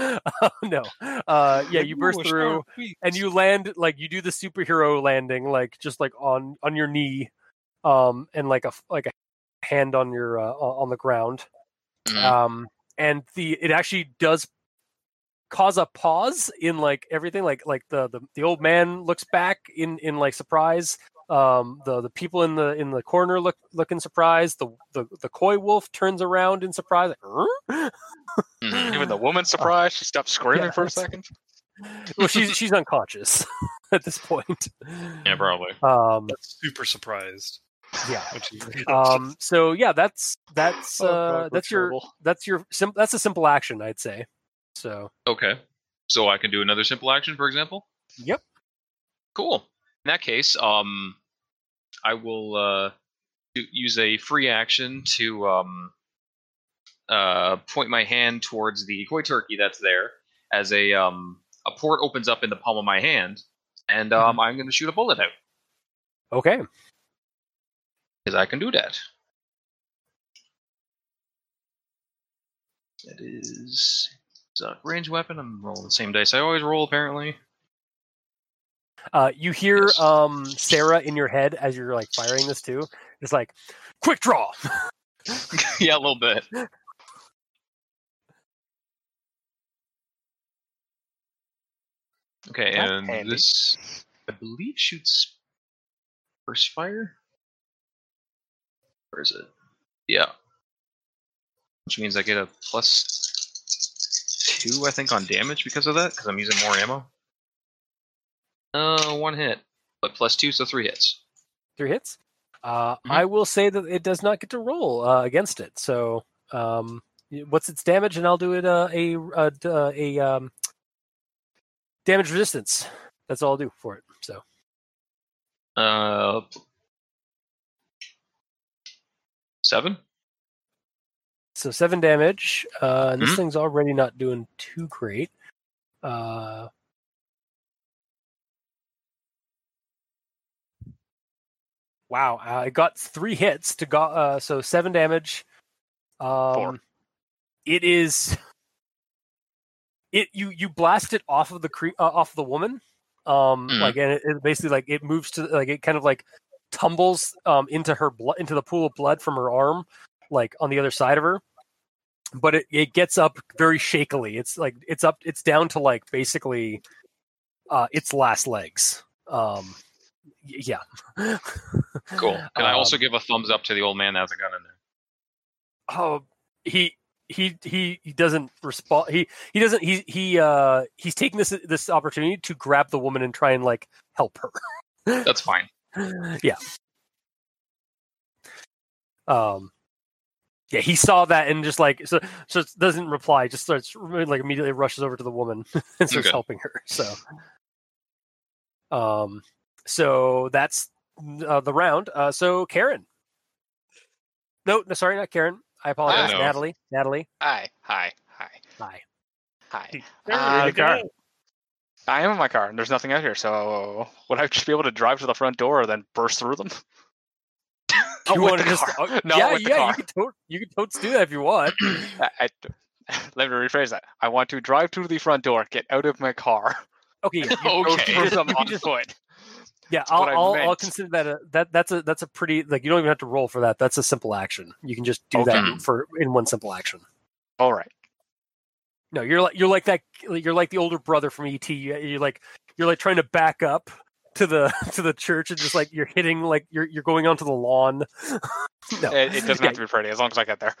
[SPEAKER 2] Oh, [LAUGHS] no, uh, yeah, you burst through and you land like you do the superhero landing, like just like on on your knee, um, and like a f- like a hand on your uh, o- on the ground,
[SPEAKER 5] Mhm.
[SPEAKER 2] um, and the it actually does cause a pause in like everything like like the the, the old man looks back in in like surprise um the the people in the in the corner look look in surprise the the, the coy wolf turns around in surprise like, "Huh?" [GASPS]
[SPEAKER 5] Mhm.
[SPEAKER 3] Even the woman's surprised. She stopped screaming
[SPEAKER 2] Oh. Yeah,
[SPEAKER 3] for a
[SPEAKER 2] it's-
[SPEAKER 3] second.
[SPEAKER 2] [LAUGHS] well she's she's unconscious [LAUGHS] at this point
[SPEAKER 5] Yeah, probably.
[SPEAKER 2] um
[SPEAKER 8] That's super surprised.
[SPEAKER 2] yeah
[SPEAKER 8] Which
[SPEAKER 2] [LAUGHS]
[SPEAKER 8] is [LAUGHS]
[SPEAKER 2] um so yeah that's that's uh
[SPEAKER 3] Oh, God, we're
[SPEAKER 2] that's your
[SPEAKER 3] terrible.
[SPEAKER 2] that's your sim- that's a simple action i'd say so
[SPEAKER 5] Okay. So I can do another simple action, for example.
[SPEAKER 2] Yep.
[SPEAKER 5] Cool. In that case, um, I will uh, u- use a free action to um, uh, point my hand towards the koi turkey that's there as a um, a port opens up in the palm of my hand, and um, I'm going to shoot a bullet out
[SPEAKER 2] okay
[SPEAKER 5] because I can do that. That is it's a range weapon. I'm rolling the same dice I always roll, apparently.
[SPEAKER 2] Uh, you hear
[SPEAKER 5] Yes.
[SPEAKER 2] um, Sarah in your head as you're like firing this too. It's like, quick draw. [LAUGHS]
[SPEAKER 5] [LAUGHS] yeah, a little bit. Okay,
[SPEAKER 3] That's
[SPEAKER 5] and
[SPEAKER 3] handy.
[SPEAKER 5] this I believe shoots burst fire. Where is it? Yeah. Which means I get a plus two, I think, on damage because of that, because I'm using more ammo. Uh, one hit, but plus two, so three hits.
[SPEAKER 2] Three hits. Uh, I will say that it does not get to roll uh, against it. So, um, y- what's its damage? And I'll do it uh, a a, d- uh, a um, damage resistance. That's all I'll do for it. So,
[SPEAKER 5] Uh, seven.
[SPEAKER 2] so seven damage. Uh, and this
[SPEAKER 5] Mhm.
[SPEAKER 2] thing's already not doing too great. Uh, Wow, uh, it got three hits to go. Uh, so seven damage. Um, It is. it you you blast it off of the cre- uh, off the woman um
[SPEAKER 5] Mhm.
[SPEAKER 2] like and it, it basically like it moves to like it kind of like tumbles um into her blood into the pool of blood from her arm like on the other side of her but it, it gets up very shakily it's like it's up it's down to like basically uh its last legs um y- yeah
[SPEAKER 5] Cool.
[SPEAKER 2] [LAUGHS]
[SPEAKER 5] Can I also
[SPEAKER 2] Um,
[SPEAKER 5] give a thumbs up to the old man that has a gun in there?
[SPEAKER 2] oh he he he he doesn't respond he he doesn't he he uh he's taking this this opportunity to grab the woman and try and like help her
[SPEAKER 5] That's fine.
[SPEAKER 2] yeah. Um. Yeah, he saw that and just like so, so it doesn't reply. Just starts like immediately rushes over to the woman [LAUGHS] and starts
[SPEAKER 5] Okay.
[SPEAKER 2] helping her. So, um, so that's uh, the round. Uh, so Karen. No, no, sorry, not Karen. I apologize,
[SPEAKER 3] Ah.
[SPEAKER 5] no.
[SPEAKER 2] Natalie. Natalie.
[SPEAKER 3] Hi, hi, hi,
[SPEAKER 2] Hi.
[SPEAKER 3] hi.
[SPEAKER 6] There you
[SPEAKER 3] Uh,
[SPEAKER 6] go.
[SPEAKER 3] I am in my car, and there's nothing out here, so would I just be able to drive to the front door and then burst through them? Not
[SPEAKER 2] you
[SPEAKER 3] with
[SPEAKER 2] wanna
[SPEAKER 3] the
[SPEAKER 2] just-
[SPEAKER 3] car.
[SPEAKER 2] oh,
[SPEAKER 3] Not
[SPEAKER 2] yeah,
[SPEAKER 3] with the
[SPEAKER 2] yeah.
[SPEAKER 3] car.
[SPEAKER 2] You can tot- you can totes do that if you want.
[SPEAKER 3] I, I, [LAUGHS] let me rephrase that. I want to drive to the front door, get out of my car, [LAUGHS]
[SPEAKER 2] Okay. Yeah, you-
[SPEAKER 3] go
[SPEAKER 5] Okay.
[SPEAKER 3] through them
[SPEAKER 2] You
[SPEAKER 3] on
[SPEAKER 2] just-
[SPEAKER 3] foot.
[SPEAKER 2] Yeah,
[SPEAKER 3] what
[SPEAKER 2] I'll,
[SPEAKER 3] I
[SPEAKER 2] I'll, I'll
[SPEAKER 3] meant.
[SPEAKER 2] consider that a that that's a that's a pretty like you don't even have to roll for that. That's a simple action. You can just do that
[SPEAKER 3] Okay.
[SPEAKER 2] in- for in one simple action.
[SPEAKER 3] All right.
[SPEAKER 2] No, you're like you're like that. You're like the older brother from ET. You- You're like you're like trying to back up to the [LAUGHS] to the church and just like you're hitting like you're you're going onto the lawn. no,
[SPEAKER 3] It, it doesn't
[SPEAKER 2] yeah,
[SPEAKER 3] have to be pretty as long as I get there.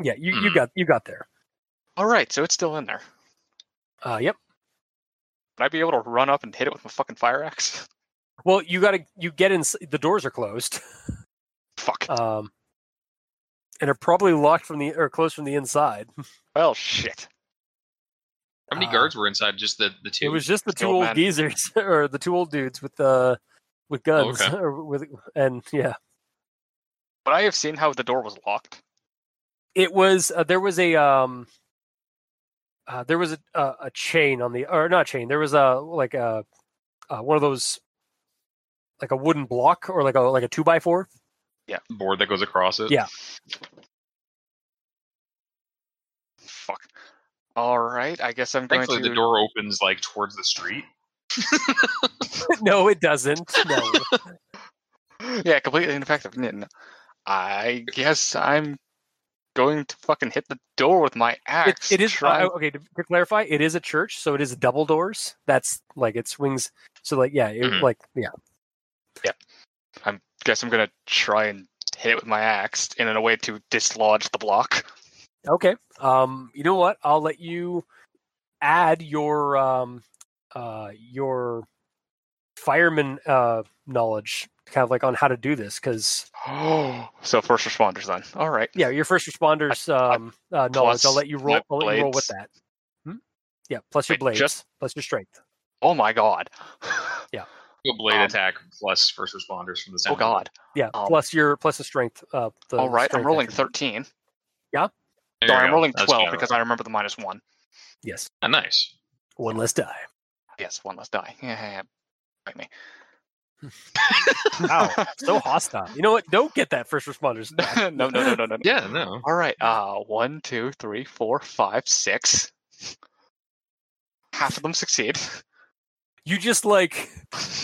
[SPEAKER 2] yeah, you you
[SPEAKER 3] Mm-hmm.
[SPEAKER 5] Hmm.
[SPEAKER 2] got you got there.
[SPEAKER 3] All right, so it's still in there.
[SPEAKER 2] Uh, yep.
[SPEAKER 3] Would I be able to run up and hit it with my fucking fire axe? [LAUGHS]
[SPEAKER 2] Well, you got to you get in. The doors are closed. [LAUGHS]
[SPEAKER 3] Fuck.
[SPEAKER 2] Um, and are probably locked from the or closed from the inside.
[SPEAKER 3] well, shit.
[SPEAKER 5] How many
[SPEAKER 2] Uh,
[SPEAKER 5] guards were inside? Just the the two.
[SPEAKER 2] It was just the two
[SPEAKER 3] Still
[SPEAKER 2] old
[SPEAKER 3] mad.
[SPEAKER 2] geezers [LAUGHS] or the two old dudes with uh with guns [LAUGHS]
[SPEAKER 5] okay.
[SPEAKER 2] or with and yeah.
[SPEAKER 3] But I have seen how the door was locked.
[SPEAKER 2] It was uh, there was a um uh, there was a, a a chain on the or not chain. There was a like a uh, one of those like a wooden block or like a like a two by four. [LAUGHS]
[SPEAKER 5] board that goes across it.
[SPEAKER 2] Yeah.
[SPEAKER 3] Fuck. All right, I guess I'm going
[SPEAKER 5] Thankfully,
[SPEAKER 3] to.
[SPEAKER 5] the door opens like towards the street.
[SPEAKER 2] no, it doesn't. No,
[SPEAKER 3] yeah, completely ineffective. N- n- I guess I'm going to fucking hit the door with my
[SPEAKER 2] it,
[SPEAKER 3] axe.
[SPEAKER 2] it is
[SPEAKER 3] try
[SPEAKER 2] uh, okay. To, to clarify, it is a church, so it is double doors. That's like it swings. So like yeah, it,
[SPEAKER 5] Mhm.
[SPEAKER 2] like yeah.
[SPEAKER 3] I guess I'm gonna try and hit it with my axe in a way to dislodge the block. [GASPS]
[SPEAKER 2] Okay. Um, you know what? I'll let you add your um, uh, your fireman uh, knowledge, kind of like on how to do this, because
[SPEAKER 3] Oh, so first responders then. All right.
[SPEAKER 2] yeah, your first responders um, uh, knowledge.
[SPEAKER 3] plus
[SPEAKER 2] I'll let you roll.
[SPEAKER 3] my
[SPEAKER 2] I'll let you roll with
[SPEAKER 3] blades.
[SPEAKER 2] that. Hmm? Yeah, plus your
[SPEAKER 3] Wait,
[SPEAKER 2] blades,
[SPEAKER 3] just-
[SPEAKER 2] plus your strength.
[SPEAKER 3] Oh my
[SPEAKER 5] [LAUGHS]
[SPEAKER 3] god.
[SPEAKER 5] A blade
[SPEAKER 3] Um,
[SPEAKER 5] attack plus first responders from the
[SPEAKER 3] Oh
[SPEAKER 5] sound.
[SPEAKER 3] god.
[SPEAKER 2] Yeah,
[SPEAKER 3] Um,
[SPEAKER 2] plus your plus the strength. Uh, the
[SPEAKER 3] All right. I'm
[SPEAKER 2] strength
[SPEAKER 3] rolling
[SPEAKER 2] attribute.
[SPEAKER 3] 13.
[SPEAKER 5] There
[SPEAKER 3] Sorry,
[SPEAKER 5] you
[SPEAKER 3] I'm
[SPEAKER 5] go.
[SPEAKER 3] rolling
[SPEAKER 5] That's
[SPEAKER 3] 12
[SPEAKER 5] better.
[SPEAKER 3] because I remember the minus one.
[SPEAKER 2] Yes,
[SPEAKER 5] Ah, nice.
[SPEAKER 2] one less die.
[SPEAKER 3] Yes, one less die. Yeah,
[SPEAKER 5] [LAUGHS]
[SPEAKER 3] bite me. [LAUGHS]
[SPEAKER 2] Wow, So hostile. You know what? Don't get that first responders.
[SPEAKER 3] no, no, no, no, no. no.
[SPEAKER 5] Yeah, no.
[SPEAKER 3] All right. Uh, one, two, three, four, five, six. Half of them succeed. [LAUGHS]
[SPEAKER 2] You just like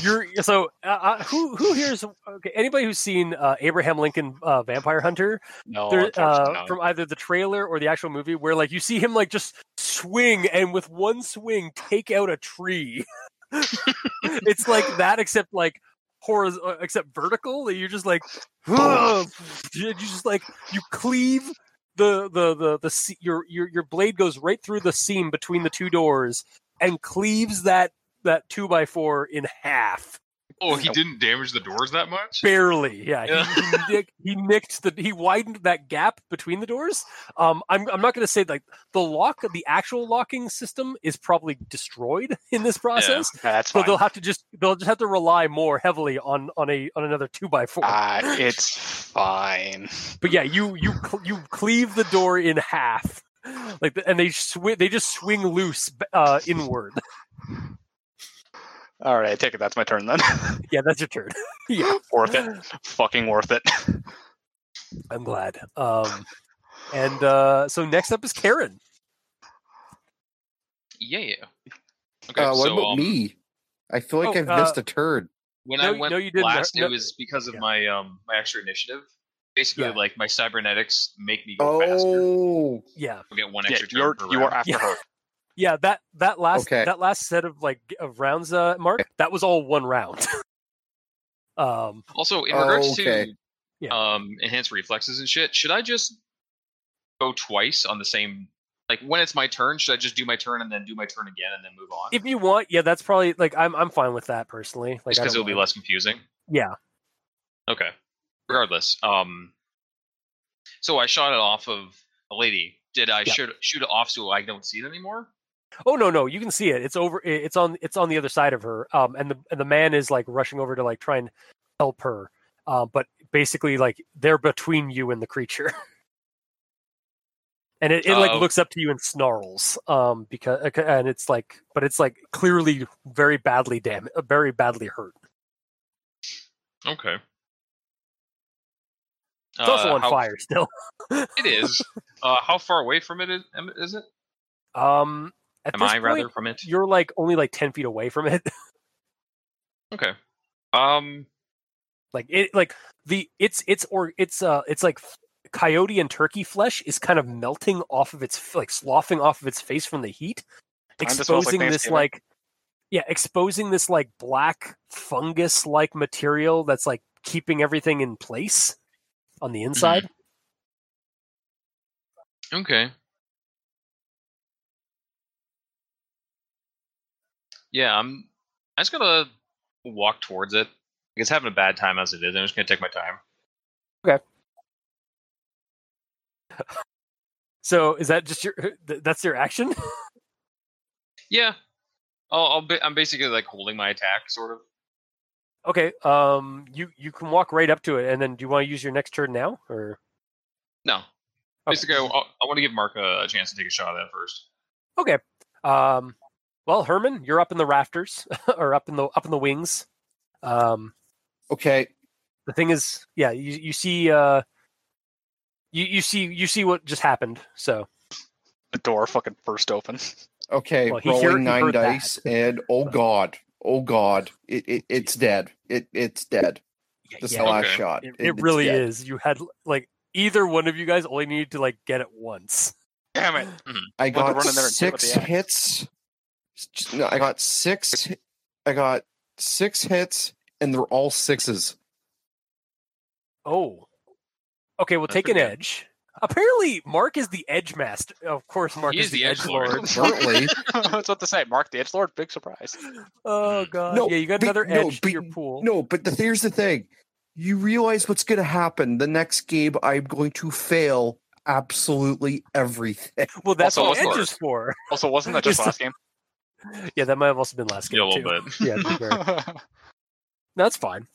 [SPEAKER 2] You're so uh, uh, who who here's okay, anybody who's seen uh, Abraham Lincoln uh, Vampire Hunter
[SPEAKER 3] no,
[SPEAKER 2] there,
[SPEAKER 3] unfortunately
[SPEAKER 2] uh,
[SPEAKER 3] not.
[SPEAKER 2] from either the trailer or the actual movie where like you see him like just swing and with one swing take out a tree. [LAUGHS] it's like that except like horizontal except vertical that you're just like
[SPEAKER 3] [LAUGHS]
[SPEAKER 2] you you just like you cleave the the the the se- your your your blade goes right through the seam between the two doors and cleaves that that two by four in half
[SPEAKER 5] Oh, he didn't damage the doors that much.
[SPEAKER 2] barely yeah, he-
[SPEAKER 5] Yeah.
[SPEAKER 2] He, nick, he nicked the he widened that gap between the doors um i'm, I'm not going to say like the lock the actual locking system is probably destroyed in this process
[SPEAKER 3] Yeah, that's
[SPEAKER 2] so
[SPEAKER 3] fine.
[SPEAKER 2] they'll have to just they'll just have to rely more heavily on on a on another two by four
[SPEAKER 3] Uh, it's fine.
[SPEAKER 2] but yeah you you cl- you cleave the door in half like the, and they swi they just swing loose uh inward
[SPEAKER 3] All right, I take it that's my turn then. [LAUGHS]
[SPEAKER 2] yeah that's your turn [LAUGHS] yeah
[SPEAKER 3] worth it. Fucking worth it.
[SPEAKER 2] i'm glad um and uh so next up is karen
[SPEAKER 5] Yeah, yeah. Okay,
[SPEAKER 7] uh, what
[SPEAKER 5] so
[SPEAKER 7] about
[SPEAKER 5] um,
[SPEAKER 7] me? I feel like
[SPEAKER 2] oh,
[SPEAKER 7] I've
[SPEAKER 2] uh,
[SPEAKER 7] missed a turd.
[SPEAKER 5] when
[SPEAKER 2] No,
[SPEAKER 5] I
[SPEAKER 2] you-
[SPEAKER 5] went
[SPEAKER 2] no, you didn't.
[SPEAKER 5] last,
[SPEAKER 2] No-
[SPEAKER 5] it was because of
[SPEAKER 2] Yeah.
[SPEAKER 5] my um my extra initiative. Basically,
[SPEAKER 2] Yeah.
[SPEAKER 5] like my cybernetics make me go faster.
[SPEAKER 7] Oh,
[SPEAKER 2] Yeah,
[SPEAKER 5] I get one
[SPEAKER 3] Yeah,
[SPEAKER 5] extra turn
[SPEAKER 3] you're
[SPEAKER 5] per
[SPEAKER 3] you are
[SPEAKER 5] round.
[SPEAKER 3] after
[SPEAKER 2] Yeah. [LAUGHS]
[SPEAKER 3] her.
[SPEAKER 2] yeah. That that last
[SPEAKER 7] Okay.
[SPEAKER 2] that last set of like of rounds, uh, Mark. That was all one round. [LAUGHS] um,
[SPEAKER 5] Also, in regards
[SPEAKER 7] Okay.
[SPEAKER 5] to
[SPEAKER 2] Yeah.
[SPEAKER 5] um enhanced reflexes and shit, should I just go twice on the same? Like when it's my turn, should I just do my turn and then do my turn again and then move on?
[SPEAKER 2] if you want, yeah, that's probably like I'm I'm fine with that personally. Like
[SPEAKER 5] just
[SPEAKER 2] I
[SPEAKER 5] because
[SPEAKER 2] don't
[SPEAKER 5] it'll be
[SPEAKER 2] mind.
[SPEAKER 5] less confusing.
[SPEAKER 2] Yeah.
[SPEAKER 5] Okay. Regardless, um, so I shot it off of a lady. Did I
[SPEAKER 2] Yeah.
[SPEAKER 5] shoot shoot it off so I don't see it anymore?
[SPEAKER 2] Oh no, no, you can see it. It's over. i- It's on. It's on the other side of her. Um, and the and the man is like rushing over to like try and help her. Um, but basically, like they're between you and the creature. [LAUGHS] And it, it like
[SPEAKER 5] Oh.
[SPEAKER 2] looks up to you and snarls, um, because and it's like, but it's like clearly very badly dam, uh, very badly hurt.
[SPEAKER 5] Okay.
[SPEAKER 2] It's
[SPEAKER 5] Uh,
[SPEAKER 2] also on fire still. [LAUGHS]
[SPEAKER 5] It is. Uh, how far away from it is, am- is it?
[SPEAKER 2] Um, at
[SPEAKER 5] Am
[SPEAKER 2] this
[SPEAKER 5] I
[SPEAKER 2] point,
[SPEAKER 5] rather from it?
[SPEAKER 2] you're like only like ten feet away from it.
[SPEAKER 5] Okay. Um.
[SPEAKER 2] like it like the it's it's or it's uh it's like f- coyote and turkey flesh is kind of melting off of its f- like sloughing off of its face from the heat
[SPEAKER 3] Kinda smells like
[SPEAKER 2] exposing this
[SPEAKER 3] Thanksgiving.
[SPEAKER 2] like yeah exposing this like black fungus like material that's like keeping everything in place on
[SPEAKER 3] Mm-hmm.
[SPEAKER 2] the inside
[SPEAKER 5] Okay. Yeah. I'm. I just gotta walk towards it. It's having a bad time as it is. I'm just gonna take my time.
[SPEAKER 2] so is that just your [LAUGHS] th- that's your action [LAUGHS]
[SPEAKER 5] Yeah. I'll, I'll be, I'm basically like holding my attack, sort of.
[SPEAKER 2] okay um you you can walk right up to it and then do you want to use your next turn now or
[SPEAKER 5] No.
[SPEAKER 2] Okay.
[SPEAKER 5] Basically, I, want to give Mark a, a chance to take a shot at that first.
[SPEAKER 2] Okay. Um, well, Herman, you're up in the rafters [LAUGHS] or up in the up in the wings. Um,
[SPEAKER 7] okay.
[SPEAKER 2] the thing is, yeah, you, you see, uh, you you see you see what just happened. So
[SPEAKER 3] The door fucking burst open.
[SPEAKER 7] Okay,
[SPEAKER 2] Well, he
[SPEAKER 7] rolling
[SPEAKER 2] hear- he
[SPEAKER 7] nine
[SPEAKER 2] heard that.
[SPEAKER 7] dice, and
[SPEAKER 2] [LAUGHS]
[SPEAKER 7] oh god, oh god, it, it it's dead. It it's dead. This is the
[SPEAKER 5] Yeah.
[SPEAKER 7] last
[SPEAKER 5] Okay.
[SPEAKER 7] shot.
[SPEAKER 2] it,
[SPEAKER 7] it's
[SPEAKER 2] it really
[SPEAKER 7] dead.
[SPEAKER 2] is. You had like either one of you guys only needed to like get it once.
[SPEAKER 3] Damn [LAUGHS] it!
[SPEAKER 7] I
[SPEAKER 3] Wanted to
[SPEAKER 7] got
[SPEAKER 3] run in there and deal with
[SPEAKER 7] six
[SPEAKER 3] the axe.
[SPEAKER 7] hits. S- No, I got six. hi- I got six hits, and they're all
[SPEAKER 3] [LAUGHS]
[SPEAKER 7] sixes.
[SPEAKER 2] Oh, okay. Well,
[SPEAKER 5] That's
[SPEAKER 2] take an
[SPEAKER 5] pretty good.
[SPEAKER 2] edge. Apparently, Mark is the edge master. Of course, Mark
[SPEAKER 5] He
[SPEAKER 2] is,
[SPEAKER 5] is
[SPEAKER 2] the
[SPEAKER 5] the
[SPEAKER 2] edge
[SPEAKER 5] edgelord.
[SPEAKER 2] lord.
[SPEAKER 7] Currently,
[SPEAKER 3] I was about to say, Mark the Edge Lord. Big surprise.
[SPEAKER 2] Oh god,
[SPEAKER 7] No,
[SPEAKER 2] yeah, you got
[SPEAKER 7] be-
[SPEAKER 2] another
[SPEAKER 7] no,
[SPEAKER 2] edge to
[SPEAKER 7] be-
[SPEAKER 2] your pool.
[SPEAKER 7] no. But the, here's the thing: you realize what's going to happen. The next game, I'm going to fail absolutely everything. [LAUGHS]
[SPEAKER 2] well, that's
[SPEAKER 5] Also,
[SPEAKER 2] what
[SPEAKER 5] of
[SPEAKER 2] edge
[SPEAKER 5] course.
[SPEAKER 2] is for.
[SPEAKER 3] Also, wasn't that just
[SPEAKER 2] It's-
[SPEAKER 3] last game?
[SPEAKER 2] Yeah, that might have also been last game
[SPEAKER 5] Yeah, a little
[SPEAKER 2] too. [LAUGHS]
[SPEAKER 5] bit.
[SPEAKER 2] Yeah, to be fair.
[SPEAKER 3] [LAUGHS]
[SPEAKER 2] No, that's fine.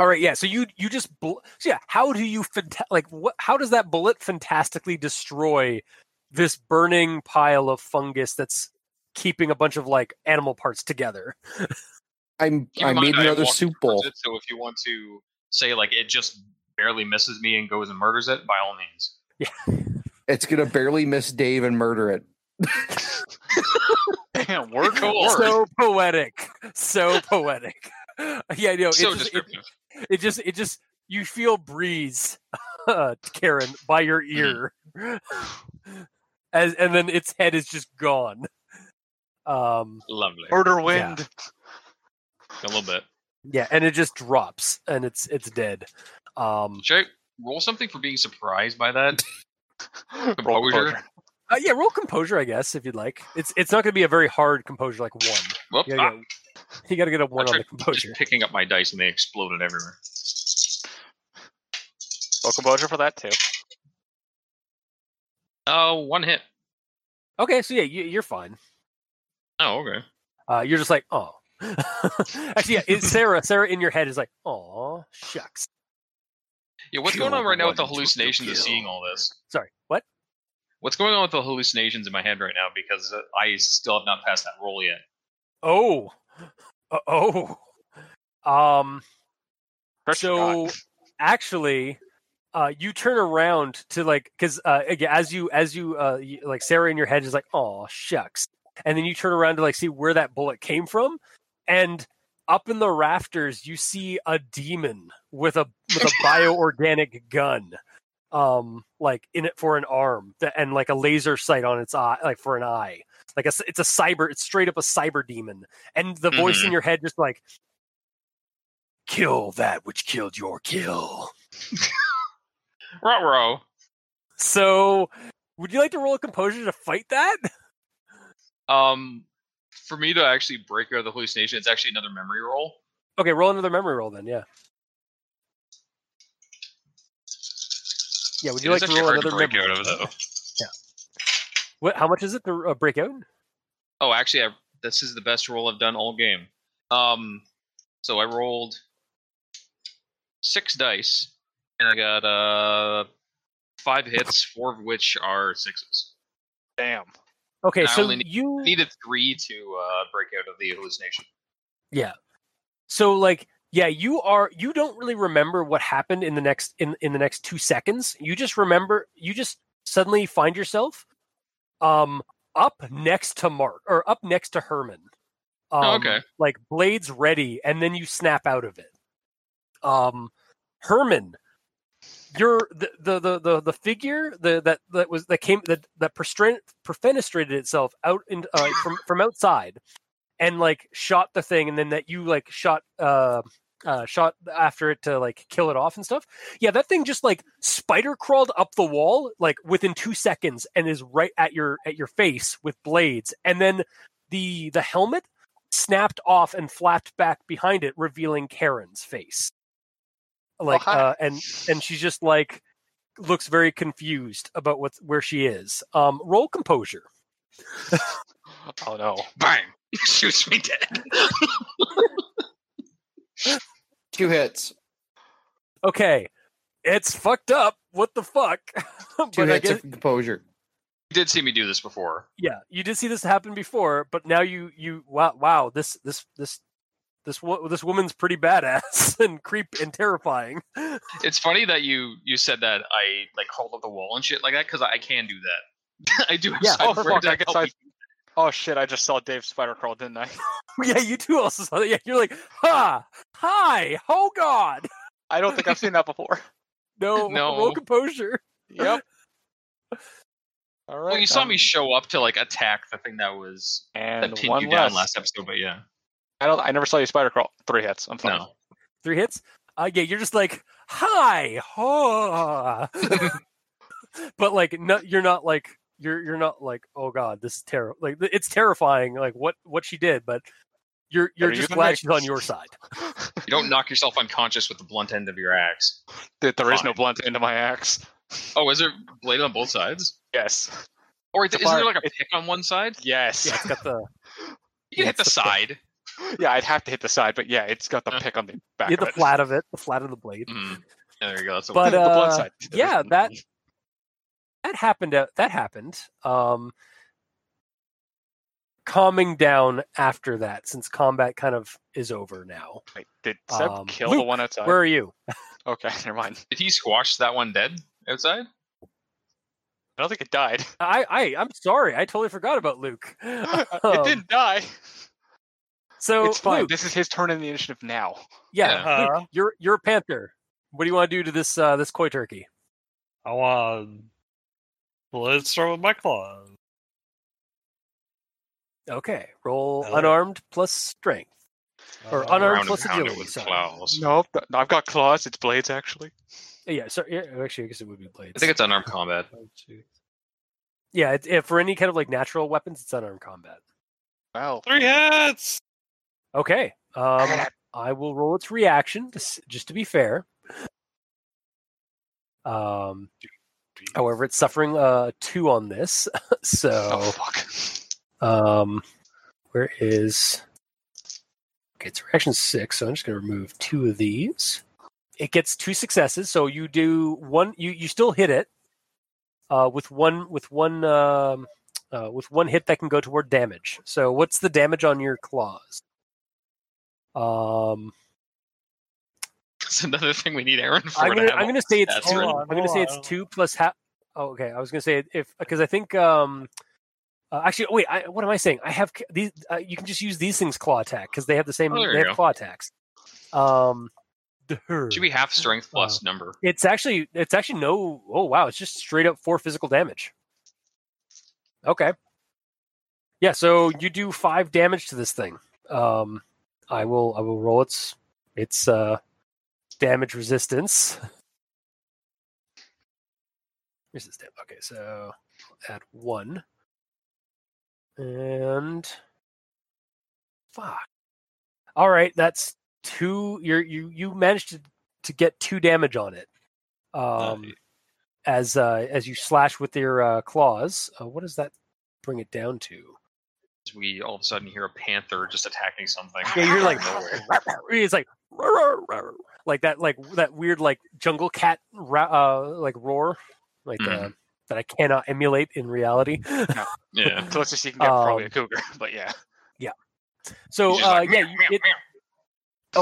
[SPEAKER 2] All right, yeah. So you you just bl- so yeah. How do you fanta- like what? How does that bullet fantastically destroy this burning pile of fungus that's keeping a bunch of like animal parts together?
[SPEAKER 7] I'm.
[SPEAKER 5] Keep in
[SPEAKER 7] I
[SPEAKER 5] mind,
[SPEAKER 7] made
[SPEAKER 5] I
[SPEAKER 7] another
[SPEAKER 5] walked
[SPEAKER 7] soup
[SPEAKER 5] towards
[SPEAKER 7] bowl.
[SPEAKER 5] it, so if you want to say like it just barely misses me and goes and murders it, by all means.
[SPEAKER 7] It's gonna barely miss Dave and murder it.
[SPEAKER 3] Damn, word for
[SPEAKER 5] Cool.
[SPEAKER 2] [LAUGHS]
[SPEAKER 3] word.
[SPEAKER 2] So poetic, so poetic. [LAUGHS] yeah, no,
[SPEAKER 5] so
[SPEAKER 2] it, just, it,
[SPEAKER 5] descriptive.
[SPEAKER 2] it just it just you feel breeze, [LAUGHS] uh, Karen, by your ear, [LAUGHS] as and then its head is just gone. Um.
[SPEAKER 5] Lovely.
[SPEAKER 3] Murder
[SPEAKER 2] Yeah.
[SPEAKER 3] wind.
[SPEAKER 5] A little bit.
[SPEAKER 2] Yeah, and it just drops and it's it's dead. Um
[SPEAKER 5] Should I roll something for being surprised by that?
[SPEAKER 3] Roll
[SPEAKER 5] Composure.
[SPEAKER 3] composure.
[SPEAKER 2] uh, yeah, roll composure I guess if you'd like. It's it's not going to be a very hard composure like 1.
[SPEAKER 5] Whoop,
[SPEAKER 2] You
[SPEAKER 5] ah,
[SPEAKER 2] got [LAUGHS] You got to get a 1 on the
[SPEAKER 5] tried
[SPEAKER 2] composure.
[SPEAKER 5] ah, just picking up my dice and they exploded everywhere.
[SPEAKER 3] Roll composure for that too.
[SPEAKER 5] Oh, one hit.
[SPEAKER 2] Okay, so yeah, you, you're fine.
[SPEAKER 5] Oh, okay.
[SPEAKER 2] Uh you're just like, "Oh." [LAUGHS] Actually, yeah, it's Sarah, Sarah in your head is like, "Oh, shucks."
[SPEAKER 5] Yeah, what's going on right now with the hallucinations of seeing all this?
[SPEAKER 2] Sorry. What?
[SPEAKER 5] What's going on with the hallucinations in my head right now? Because uh, I still have not passed that roll yet.
[SPEAKER 2] Oh. Uh, oh. Um
[SPEAKER 3] Chris
[SPEAKER 2] so
[SPEAKER 3] forgot.
[SPEAKER 2] actually uh you turn around to like because uh again, as you as you uh you, like sarah in your head is like oh shucks and then you turn around to like see where that bullet came from, and up in the rafters you see a demon with a with a bioorganic gun, um, like in it for an arm that, and like a laser sight on its eye, like for an eye, like a, s- it's a cyber, it's straight up a cyber demon, and the voice in your head just like, kill that which killed your kill.
[SPEAKER 5] Ruh row.
[SPEAKER 2] So, would you like to roll a composure to fight that?
[SPEAKER 5] Um, for me to actually break out of the hallucination, it's actually another memory roll.
[SPEAKER 2] Okay, roll another memory roll then. Yeah. Yeah. Would you
[SPEAKER 5] It's
[SPEAKER 2] like to
[SPEAKER 5] actually
[SPEAKER 2] roll
[SPEAKER 5] hard
[SPEAKER 2] another
[SPEAKER 5] break
[SPEAKER 2] memory?
[SPEAKER 5] out of though.
[SPEAKER 2] What? How much is it to uh, break out?
[SPEAKER 5] Oh, actually, I, this is the best roll I've done all game. Um, so I rolled six dice, and I got uh five hits, four of which are sixes.
[SPEAKER 3] Damn.
[SPEAKER 2] Okay,
[SPEAKER 5] I
[SPEAKER 2] so
[SPEAKER 5] only need-
[SPEAKER 2] you
[SPEAKER 5] Needed three to uh, break out of the hallucination.
[SPEAKER 2] so like yeah you are you don't really remember what happened in the next in in the next two seconds you just remember you just suddenly find yourself um up next to mark or up next to herman um,
[SPEAKER 5] Oh, okay.
[SPEAKER 2] like blades ready and then you snap out of it um herman you're the the the the, the figure the, that that was that came that that perstrin- perfenestrated itself out in uh, from from outside and like shot the thing and then that you like shot uh uh shot after it to like kill it off and stuff yeah that thing just like spider crawled up the wall like within two seconds and is right at your at your face with blades and then the the helmet snapped off and flapped back behind it revealing karen's face like
[SPEAKER 3] hi.
[SPEAKER 2] uh and and she's just like looks very confused about what's where she is um roll composure
[SPEAKER 3] Oh no.
[SPEAKER 5] Bang! Shoots me dead.
[SPEAKER 7] Two hits.
[SPEAKER 2] okay, it's fucked up. What the fuck? [LAUGHS]
[SPEAKER 7] Two
[SPEAKER 2] but I
[SPEAKER 7] hits
[SPEAKER 2] guess,
[SPEAKER 7] of composure.
[SPEAKER 5] you did see me do this before.
[SPEAKER 2] yeah, you did see this happen before, but now you you wow wow this this this this wo- this woman's pretty badass [LAUGHS] and creep and terrifying. [LAUGHS]
[SPEAKER 5] It's funny that you you said that I like crawled up the wall and shit like that because I can do that. [LAUGHS] I do. Have
[SPEAKER 2] Yeah.
[SPEAKER 5] cyber
[SPEAKER 3] Oh, fuck, I
[SPEAKER 5] that
[SPEAKER 3] guess
[SPEAKER 5] help
[SPEAKER 3] I-
[SPEAKER 5] me.
[SPEAKER 3] Oh shit! I just saw Dave spider crawl, didn't I?
[SPEAKER 2] yeah, you too also saw that. Yeah, you're like ha hi oh god [LAUGHS]
[SPEAKER 3] I don't think I've seen that before.
[SPEAKER 2] no
[SPEAKER 5] No.
[SPEAKER 2] roll composure. [LAUGHS]
[SPEAKER 3] Yep. All right.
[SPEAKER 5] Well, you saw
[SPEAKER 3] um,
[SPEAKER 5] me show up to like attack the thing that was that
[SPEAKER 3] and
[SPEAKER 5] pinned
[SPEAKER 3] one
[SPEAKER 5] you
[SPEAKER 3] less.
[SPEAKER 5] down last episode, but yeah,
[SPEAKER 3] I don't. I never saw you spider crawl. Three hits. I'm fine.
[SPEAKER 5] no.
[SPEAKER 2] Three hits. Uh, yeah, you're just like hi ha. [LAUGHS] but like no, you're not like you're you're not like oh god this is terrible like th- it's terrifying like what what she did but you're you're
[SPEAKER 3] Better you
[SPEAKER 2] just
[SPEAKER 3] than me.
[SPEAKER 2] glad she's on your side
[SPEAKER 5] You don't knock yourself unconscious with the blunt end of your axe.
[SPEAKER 3] Dude, there is no
[SPEAKER 5] Fine.
[SPEAKER 3] blunt into my axe.
[SPEAKER 5] Oh, is there blade on both sides?
[SPEAKER 3] Yes.
[SPEAKER 5] Or is
[SPEAKER 3] It's a
[SPEAKER 5] isn't there
[SPEAKER 3] fire-
[SPEAKER 5] like a pick on one side?
[SPEAKER 3] Yes.
[SPEAKER 2] yeah it's got the
[SPEAKER 5] You can
[SPEAKER 2] Yeah,
[SPEAKER 5] hit the
[SPEAKER 2] it's the pick.
[SPEAKER 5] side.
[SPEAKER 3] [LAUGHS] yeah, I'd have to hit the side, but yeah, it's got the
[SPEAKER 5] Uh,
[SPEAKER 3] pick on the back.
[SPEAKER 2] yeah,
[SPEAKER 3] of
[SPEAKER 2] the
[SPEAKER 3] it.
[SPEAKER 2] flat of it the flat of the blade
[SPEAKER 5] Mm. Yeah, there you go. That's the
[SPEAKER 2] But,
[SPEAKER 5] one.
[SPEAKER 3] [LAUGHS] the
[SPEAKER 2] uh,
[SPEAKER 3] blunt side.
[SPEAKER 2] [LAUGHS]
[SPEAKER 3] [LAUGHS]
[SPEAKER 2] yeah, that- that happened out that happened um calming down after that since combat kind of is over now
[SPEAKER 3] Wait, did Seb
[SPEAKER 2] um,
[SPEAKER 3] kill the
[SPEAKER 2] Luke,
[SPEAKER 3] one outside?
[SPEAKER 2] where are you
[SPEAKER 3] Okay, [LAUGHS] never mind.
[SPEAKER 5] Did he squash that one dead outside?
[SPEAKER 3] I don't think
[SPEAKER 2] [LAUGHS]
[SPEAKER 3] it died. [LAUGHS]
[SPEAKER 2] i i i'm sorry i totally forgot about luke
[SPEAKER 3] it
[SPEAKER 2] Um,
[SPEAKER 3] didn't die.
[SPEAKER 2] so
[SPEAKER 3] it's fine.
[SPEAKER 2] Luke,
[SPEAKER 3] This is his turn in the initiative now.
[SPEAKER 2] yeah,
[SPEAKER 8] Yeah.
[SPEAKER 2] Luke, you're you're a panther what do you want to do to this uh this koi turkey
[SPEAKER 8] I want blitz throw with my claws.
[SPEAKER 2] Okay, roll
[SPEAKER 8] Oh.
[SPEAKER 2] unarmed plus strength. Or
[SPEAKER 8] Uh,
[SPEAKER 2] unarmed
[SPEAKER 5] Round
[SPEAKER 2] plus
[SPEAKER 5] and pound it
[SPEAKER 2] agility,
[SPEAKER 5] with
[SPEAKER 2] sorry.
[SPEAKER 5] claws.
[SPEAKER 3] Nope, th- I've got claws. It's blades actually.
[SPEAKER 2] Uh, Yeah, so yeah, actually, I guess it would be blades.
[SPEAKER 5] I think it's
[SPEAKER 2] [LAUGHS]
[SPEAKER 5] unarmed combat.
[SPEAKER 2] yeah, it, if for any kind of like natural weapons, it's unarmed combat.
[SPEAKER 3] Wow.
[SPEAKER 8] Three hits.
[SPEAKER 2] Okay,
[SPEAKER 3] [LAUGHS]
[SPEAKER 2] um, I will roll its reaction to, s- just to be fair. Um, however, it's suffering uh two on this, [LAUGHS]
[SPEAKER 3] Oh
[SPEAKER 2] so
[SPEAKER 3] fuck.
[SPEAKER 2] um, where is? Okay, it's reaction six, so I'm just going to remove two of these. It gets two successes, so you do one. You you still hit it uh, with one with one um, uh, with one hit that can go toward damage. So what's the damage on your claws? Um,
[SPEAKER 5] That's another thing we need Aaron [LAUGHS] for.
[SPEAKER 2] I'm gonna
[SPEAKER 5] to have
[SPEAKER 2] I'm gonna say it's
[SPEAKER 5] stats
[SPEAKER 2] two.
[SPEAKER 5] written.
[SPEAKER 8] Hold on,
[SPEAKER 2] I'm gonna
[SPEAKER 8] hold
[SPEAKER 2] say
[SPEAKER 8] on,
[SPEAKER 2] it's
[SPEAKER 8] hold
[SPEAKER 2] two plus half. Oh, okay, I was gonna say if because I think um, Uh, actually, wait. I, what am I saying? I have c- these. Uh, you can just use these things claw attack because they have the same.
[SPEAKER 5] Oh, there
[SPEAKER 2] they
[SPEAKER 5] you
[SPEAKER 2] have
[SPEAKER 5] go.
[SPEAKER 2] claw attacks. Um, durr.
[SPEAKER 5] Should be half
[SPEAKER 2] Oh.
[SPEAKER 5] strength plus number.
[SPEAKER 2] It's actually. It's actually no. Oh wow! It's just straight up four physical damage. Okay. Yeah. So you do five damage to this thing. Um, I will. I will roll its its uh, damage resistance. Resistant. Okay. So add one. And fuck. All right, that's two. You're, you you managed to, to get two damage on it. Um,
[SPEAKER 5] Nice.
[SPEAKER 2] as uh, as you slash with your uh, claws. Uh, what does that bring it down to?
[SPEAKER 5] We all of a sudden hear a panther just attacking something.
[SPEAKER 2] Yeah, you're
[SPEAKER 3] [LAUGHS]
[SPEAKER 2] like,
[SPEAKER 5] Out of
[SPEAKER 2] [LAUGHS]
[SPEAKER 5] nowhere.
[SPEAKER 2] it's like, "Roar, roar, roar," like that, like that weird, like jungle cat, ra- uh, like roar, like uh,
[SPEAKER 5] Mhm.
[SPEAKER 2] that I cannot emulate in reality.
[SPEAKER 5] yeah.
[SPEAKER 3] So let's just see if you can get probably
[SPEAKER 2] Um,
[SPEAKER 3] a cougar, [LAUGHS] but yeah.
[SPEAKER 2] So,
[SPEAKER 5] He's
[SPEAKER 2] uh,
[SPEAKER 5] just like,
[SPEAKER 2] yeah,
[SPEAKER 5] "Meow,
[SPEAKER 2] you,
[SPEAKER 5] meow,
[SPEAKER 2] it,
[SPEAKER 5] meow."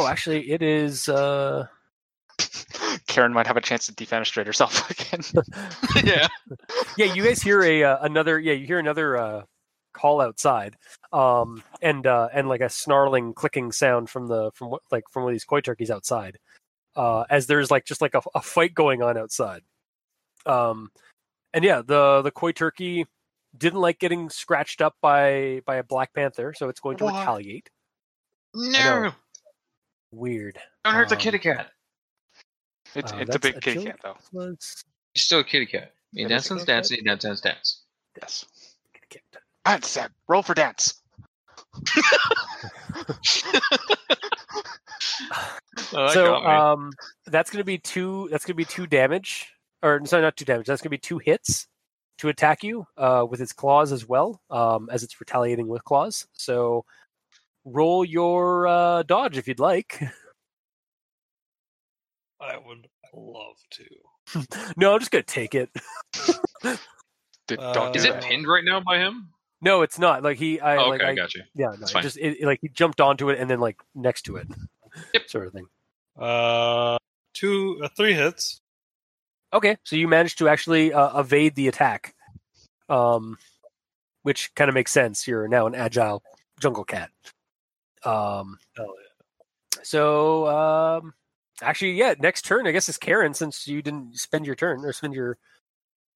[SPEAKER 2] oh, actually, it is. Uh,
[SPEAKER 3] Karen might have a chance to defenestrate herself [LAUGHS] again.
[SPEAKER 2] Uh,
[SPEAKER 5] yeah.
[SPEAKER 2] yeah, you guys hear a uh, another yeah, you hear another uh, call outside, um, and uh, and like a snarling, clicking sound from the from what like from one of these koi turkeys outside, uh, as there's like just like a, a fight going on outside, um, and yeah, the the koi turkey didn't like getting scratched up by by a black panther, so it's going to
[SPEAKER 5] What?
[SPEAKER 2] retaliate.
[SPEAKER 5] No.
[SPEAKER 2] know. Weird.
[SPEAKER 5] Don't hurt the
[SPEAKER 2] Um,
[SPEAKER 5] kitty cat. [LAUGHS]
[SPEAKER 3] It's,
[SPEAKER 2] Uh,
[SPEAKER 3] it's a
[SPEAKER 2] that's
[SPEAKER 3] big
[SPEAKER 2] a
[SPEAKER 3] kitty
[SPEAKER 2] joke.
[SPEAKER 3] cat, though.
[SPEAKER 2] Let's
[SPEAKER 5] She's still a kitty cat. You
[SPEAKER 3] It
[SPEAKER 5] dance,
[SPEAKER 3] is a
[SPEAKER 5] dance,
[SPEAKER 3] kitty
[SPEAKER 5] dance, you dance, dance, dance.
[SPEAKER 3] Yes.
[SPEAKER 2] get kicked.
[SPEAKER 3] Dance, Sam. Roll for dance.
[SPEAKER 5] Oh, that
[SPEAKER 2] so
[SPEAKER 5] got me.
[SPEAKER 2] um that's gonna be two that's gonna be two damage or sorry not two damage that's gonna be two hits to attack you uh with its claws as well um as it's retaliating with claws so roll your uh dodge if you'd like [LAUGHS]
[SPEAKER 8] I would love to.
[SPEAKER 2] no i'm just gonna take it [LAUGHS]
[SPEAKER 3] Dude,
[SPEAKER 8] Uh,
[SPEAKER 3] don't do
[SPEAKER 5] Is it
[SPEAKER 3] that.
[SPEAKER 5] pinned right now by him?
[SPEAKER 2] no it's not like he i
[SPEAKER 5] Oh,
[SPEAKER 2] like
[SPEAKER 5] okay,
[SPEAKER 2] I,
[SPEAKER 5] gotcha.
[SPEAKER 2] yeah no,
[SPEAKER 5] It's
[SPEAKER 2] it
[SPEAKER 5] fine.
[SPEAKER 2] just it, it, like he jumped onto it and then like next to it
[SPEAKER 5] Yep.
[SPEAKER 2] sort of thing
[SPEAKER 8] Uh, two, uh, three hits.
[SPEAKER 2] Okay, so you managed to actually uh, evade the attack, um, which kind of makes sense. You're now an agile jungle cat. Um, So, um, actually, yeah, next turn I guess is Karen since you didn't spend your turn or spend your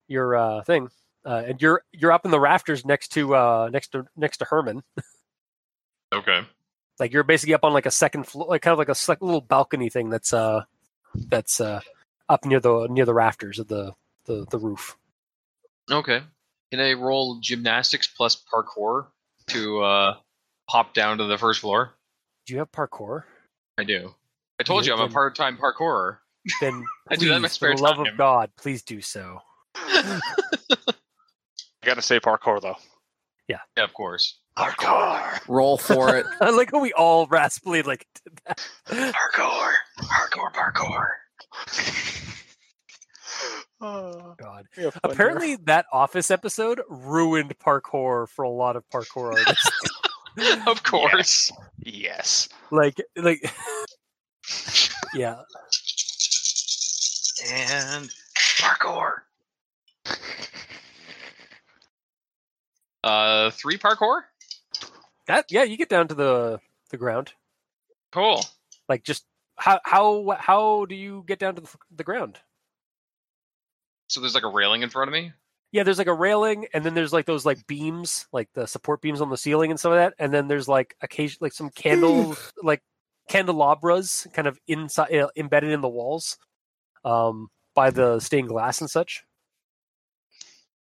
[SPEAKER 2] your uh, thing, uh, and you're you're up in the rafters next to uh, next to next to Herman.
[SPEAKER 5] Okay.
[SPEAKER 2] Like you're basically up on like a second floor, like kind of like a slick little balcony thing that's uh that's uh up near the near the rafters of the the, the roof.
[SPEAKER 5] Okay. Can I roll gymnastics plus parkour to uh, pop down to the first floor?
[SPEAKER 2] Do you have
[SPEAKER 5] [LAUGHS]
[SPEAKER 2] parkour?
[SPEAKER 5] I do. I told you
[SPEAKER 2] Yeah,
[SPEAKER 5] I'm a
[SPEAKER 2] then-
[SPEAKER 5] part-time parkourer.
[SPEAKER 2] Then
[SPEAKER 5] I do
[SPEAKER 2] please,
[SPEAKER 5] that in my
[SPEAKER 2] for
[SPEAKER 5] spare
[SPEAKER 2] the love of
[SPEAKER 5] time.
[SPEAKER 2] God, please do so. [LAUGHS]
[SPEAKER 3] I gotta say parkour, though.
[SPEAKER 5] Yeah, of course. [LAUGHS]
[SPEAKER 3] Parkour!
[SPEAKER 7] Roll for it.
[SPEAKER 2] I like how we all raspily like [LAUGHS] did that.
[SPEAKER 3] Parkour! Parkour, parkour! [LAUGHS] Oh,
[SPEAKER 2] God.
[SPEAKER 3] we have fun here.
[SPEAKER 2] Apparently, that office episode ruined parkour for a lot of parkour [LAUGHS] artists.
[SPEAKER 5] of course.
[SPEAKER 3] Yes.
[SPEAKER 2] like, like, [LAUGHS] yeah.
[SPEAKER 5] And parkour. Uh, three parkour.
[SPEAKER 2] That yeah, you get down to the the ground.
[SPEAKER 5] Cool.
[SPEAKER 2] Like, just how how how do you get down to the, the ground?
[SPEAKER 5] So there's like a railing in front of me.
[SPEAKER 2] Yeah, there's like a railing, and then there's like those like beams, like the support beams on the ceiling and some of that, and then there's like occasion like some candle like candelabras kind of inside uh, embedded in the walls, um, by the stained glass and such.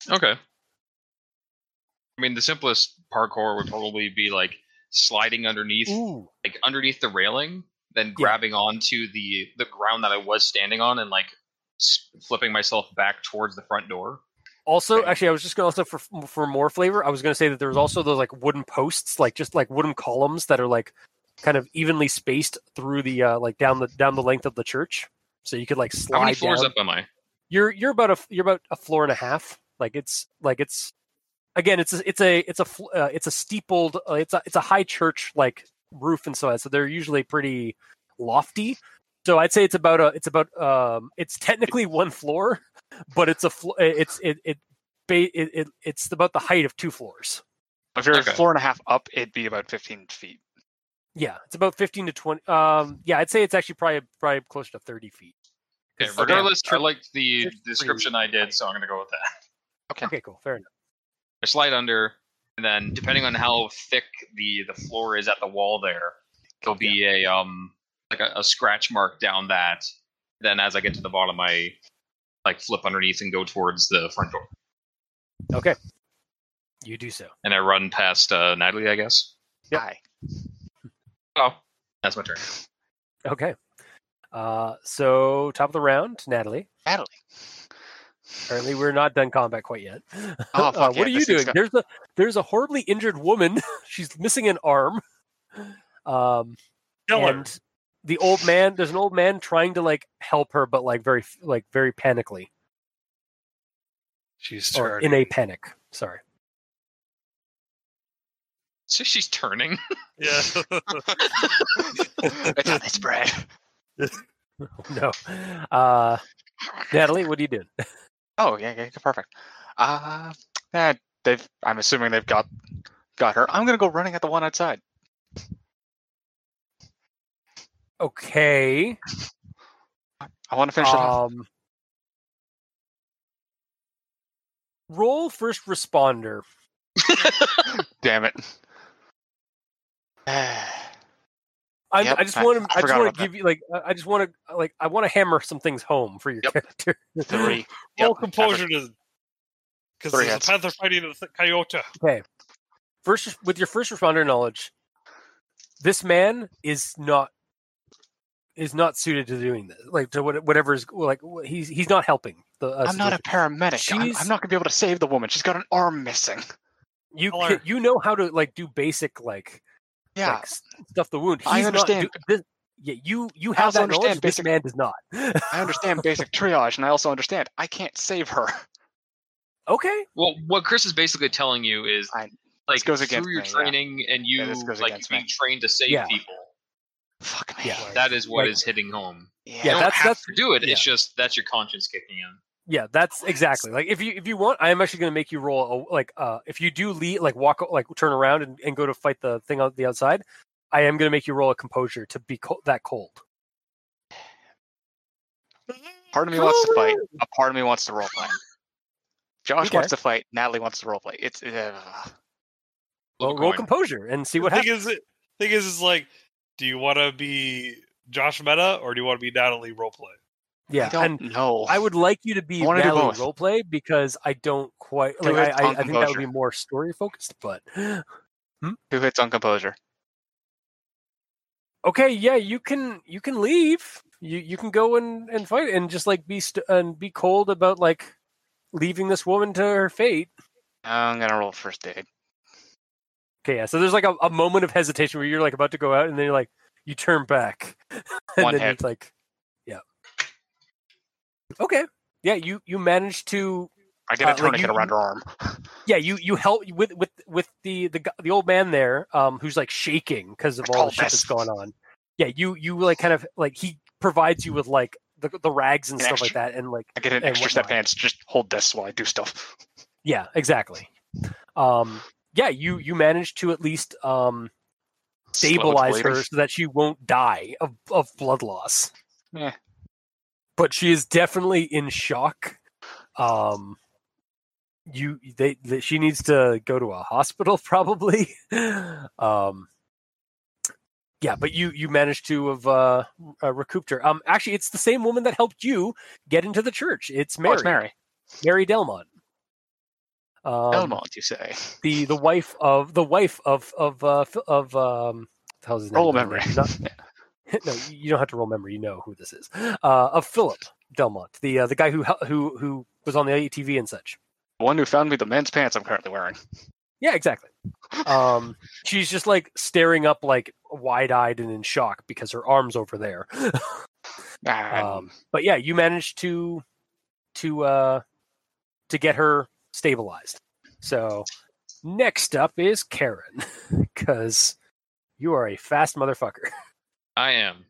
[SPEAKER 5] Okay. I mean, the simplest parkour would probably be like sliding underneath,
[SPEAKER 2] Ooh,
[SPEAKER 5] like underneath the railing, then grabbing onto the the ground that I was standing on, and like s- flipping myself back towards the front door.
[SPEAKER 2] Also,
[SPEAKER 5] Right.
[SPEAKER 2] actually, I was just gonna also for for more flavor, I was gonna say that there's also those like wooden posts, like just like wooden columns that are like kind of evenly spaced through the uh like down the down the length of the church, so you could like slide
[SPEAKER 5] How many floors
[SPEAKER 2] down.
[SPEAKER 5] up am I?
[SPEAKER 2] You're you're about a f- you're about a floor and a half. Like it's like it's again, it's a, it's a it's a fl- uh, it's a steepled, uh, it's a it's a high church like roof and so on. So they're usually pretty lofty. So I'd say it's about a it's about um it's technically one floor, but it's a flo- uh, it's it, it ba- it, it, it's about the height of two floors.
[SPEAKER 3] If you're
[SPEAKER 5] Okay.
[SPEAKER 3] a floor and a half up, it'd be about 15 feet.
[SPEAKER 2] Yeah, it's about fifteen to twenty. Um, yeah, I'd say it's actually probably probably close to thirty feet.
[SPEAKER 5] Okay,
[SPEAKER 2] It's-
[SPEAKER 5] regardless, I
[SPEAKER 2] okay.
[SPEAKER 5] liked the
[SPEAKER 2] Just
[SPEAKER 5] description I did, so I'm gonna go with that.
[SPEAKER 2] Okay, cool, fair enough.
[SPEAKER 5] I slide under, and then depending on how thick the the floor is at the wall there, there'll be a um like a, a scratch mark down that. Then as I get to the bottom, I like flip underneath and go towards the front door,
[SPEAKER 2] Okay, you do so.
[SPEAKER 5] and I run past uh, Natalie, I guess.
[SPEAKER 2] Yep.
[SPEAKER 3] Hi.
[SPEAKER 5] Oh, that's my turn. [LAUGHS]
[SPEAKER 2] Okay, uh, so top of the round, Natalie.
[SPEAKER 3] Natalie.
[SPEAKER 2] Apparently, we're not done combat quite yet.
[SPEAKER 3] Oh,
[SPEAKER 2] [LAUGHS] Uh,
[SPEAKER 3] fuck yeah,
[SPEAKER 2] what are you
[SPEAKER 3] this thing's
[SPEAKER 2] doing?
[SPEAKER 3] got-
[SPEAKER 2] There's a there's a horribly injured woman. [LAUGHS] She's missing an arm. Um, and the old man. There's an old man trying to like help her, but like very like very panically
[SPEAKER 8] She's
[SPEAKER 2] or
[SPEAKER 8] turning.
[SPEAKER 2] in a panic. Sorry. [LAUGHS]
[SPEAKER 5] So she's turning.
[SPEAKER 8] yeah. [LAUGHS]
[SPEAKER 3] it's on this
[SPEAKER 2] [LAUGHS]
[SPEAKER 3] bread.
[SPEAKER 2] No. Uh, Natalie, what are you doing?
[SPEAKER 3] Oh yeah, yeah, yeah, perfect. Uh, yeah, they've. I'm assuming they've got got her. I'm gonna go running at the one outside.
[SPEAKER 2] Okay.
[SPEAKER 3] I want to finish it off.
[SPEAKER 2] Um, roll first responder.
[SPEAKER 3] Damn it. [SIGHS]
[SPEAKER 2] I,
[SPEAKER 3] Yep,
[SPEAKER 2] I just
[SPEAKER 3] I-
[SPEAKER 2] want to.
[SPEAKER 3] I
[SPEAKER 2] I, just
[SPEAKER 3] forgot
[SPEAKER 2] want
[SPEAKER 3] about
[SPEAKER 2] to give you like. I- I just want to like. I want to hammer some things home for your
[SPEAKER 3] Yep.
[SPEAKER 2] character.
[SPEAKER 3] Three.
[SPEAKER 6] Roll
[SPEAKER 3] Yep,
[SPEAKER 6] composure to. Because
[SPEAKER 3] Three
[SPEAKER 6] there's
[SPEAKER 3] hits.
[SPEAKER 6] a panther fighting a th- coyote.
[SPEAKER 2] [LAUGHS] First, with your first responder knowledge, this man is not is not suited to doing this. Like to what, whatever is like wh- he's he's not helping. The uh,
[SPEAKER 3] I'm not a
[SPEAKER 2] situation.
[SPEAKER 3] paramedic. I'm,
[SPEAKER 2] She's-
[SPEAKER 3] I'm not gonna be able to save the woman. She's got an arm missing.
[SPEAKER 2] you
[SPEAKER 6] Tell
[SPEAKER 2] can-
[SPEAKER 6] her.
[SPEAKER 2] you know how to like do basic like
[SPEAKER 3] Yeah.
[SPEAKER 2] like, s- stuff the wound. He's
[SPEAKER 3] I
[SPEAKER 2] Not
[SPEAKER 3] understand.
[SPEAKER 2] do, this, yeah, you you
[SPEAKER 3] I
[SPEAKER 2] have
[SPEAKER 3] also
[SPEAKER 2] that knowledge.
[SPEAKER 3] understand
[SPEAKER 2] This
[SPEAKER 3] basic-
[SPEAKER 2] man does not. [LAUGHS]
[SPEAKER 3] I understand basic triage, and I also understand I can't save her. [LAUGHS]
[SPEAKER 2] okay,
[SPEAKER 5] Well, what Chris is basically telling you is
[SPEAKER 3] I-
[SPEAKER 5] like
[SPEAKER 3] this goes against
[SPEAKER 5] through your
[SPEAKER 3] me, yeah.
[SPEAKER 5] training and you
[SPEAKER 3] Yeah, this goes
[SPEAKER 5] like you
[SPEAKER 3] against
[SPEAKER 5] being
[SPEAKER 3] me.
[SPEAKER 5] trained to save
[SPEAKER 2] Yeah.
[SPEAKER 5] people.
[SPEAKER 3] Fuck me.
[SPEAKER 2] Yeah.
[SPEAKER 5] That is what
[SPEAKER 2] Like-
[SPEAKER 5] is hitting home.
[SPEAKER 3] Yeah.
[SPEAKER 5] You
[SPEAKER 2] Yeah,
[SPEAKER 5] don't
[SPEAKER 2] that's-
[SPEAKER 5] have
[SPEAKER 2] that's-
[SPEAKER 5] to do it.
[SPEAKER 2] yeah.
[SPEAKER 5] It's just that's your conscience kicking in.
[SPEAKER 2] yeah, that's exactly like if you if you want, I am actually going to make you roll a, like uh if you do lead like walk like turn around and, and go to fight the thing out the outside, I am going to make you roll a composure to be co- that cold.
[SPEAKER 3] Part of me wants to fight. A part of me wants to roleplay. Josh
[SPEAKER 2] Okay.
[SPEAKER 3] wants to fight. Natalie wants to roleplay. It's uh,
[SPEAKER 2] Well,
[SPEAKER 5] Flip a
[SPEAKER 2] roll
[SPEAKER 5] coin.
[SPEAKER 2] composure and see what
[SPEAKER 6] thing
[SPEAKER 2] happens.
[SPEAKER 6] is, it, thing is, is like, do you want to be Josh Meta or do you want to be Natalie roleplay?
[SPEAKER 2] Yeah,
[SPEAKER 3] I don't
[SPEAKER 2] and
[SPEAKER 3] know.
[SPEAKER 2] I would like you to be
[SPEAKER 3] I wanna do
[SPEAKER 2] rally
[SPEAKER 3] both.
[SPEAKER 2] roleplay because I don't quite
[SPEAKER 3] Do
[SPEAKER 2] like. I,
[SPEAKER 3] it
[SPEAKER 2] I,
[SPEAKER 3] on
[SPEAKER 2] I think that would be
[SPEAKER 3] composure.
[SPEAKER 2] more story focused, but
[SPEAKER 3] Two hits on composure.
[SPEAKER 2] okay, yeah, you can you can leave. You you can go and and fight and just like be st- and be cold about like leaving this woman to her fate.
[SPEAKER 3] I'm gonna roll first aid.
[SPEAKER 2] Okay, yeah. So there's like a, a moment of hesitation where you're like about to go out and then you're like you turn back [LAUGHS] and
[SPEAKER 3] One
[SPEAKER 2] then
[SPEAKER 3] hit.
[SPEAKER 2] it's like yeah. Okay. Yeah, you you manage to
[SPEAKER 3] I get a
[SPEAKER 2] Uh, like
[SPEAKER 3] tourniquet
[SPEAKER 2] you-
[SPEAKER 3] around her arm.
[SPEAKER 2] yeah you you help with with with the the, gu- the old man there um who's like shaking because of all the
[SPEAKER 3] call
[SPEAKER 2] shit
[SPEAKER 3] this-
[SPEAKER 2] that's going on yeah you you like kind of like he provides you with like the, the rags and
[SPEAKER 3] An
[SPEAKER 2] stuff like
[SPEAKER 3] extra-
[SPEAKER 2] that and like
[SPEAKER 3] I get an
[SPEAKER 2] and
[SPEAKER 3] extra step
[SPEAKER 2] whatnot.
[SPEAKER 3] hands. Just hold this while I do stuff. [LAUGHS]
[SPEAKER 2] yeah exactly um yeah you you manage to at least um
[SPEAKER 3] Slow the
[SPEAKER 2] stabilize her
[SPEAKER 3] bleeding.
[SPEAKER 2] so that she won't die of, of blood loss
[SPEAKER 3] Eh.
[SPEAKER 2] but she is definitely in shock um you they, they she needs to go to a hospital [LAUGHS] probably um yeah but you you managed to have uh, uh recouped her um actually it's the same woman that helped you get into the church it's
[SPEAKER 3] Oh,
[SPEAKER 2] mary
[SPEAKER 3] it's Mary.
[SPEAKER 2] Mary delmont um,
[SPEAKER 3] Belmont, you say?
[SPEAKER 2] the the wife of the wife of of uh Phil- of um what the hell's his name
[SPEAKER 3] Roll memory.
[SPEAKER 2] Not- [LAUGHS] no you don't have to roll memory you know who this is uh of philip delmont the uh, the guy who hel- who who was on the atv and such
[SPEAKER 3] The one who found me the men's pants I'm currently wearing.
[SPEAKER 2] Yeah, exactly. Um, she's just like staring up, like wide eyed and in shock because her arm's over there.
[SPEAKER 3] And
[SPEAKER 2] Um, but yeah, you managed to to uh, to get her stabilized. So next up is Karen [LAUGHS] because you are a fast motherfucker. [LAUGHS]
[SPEAKER 5] I am.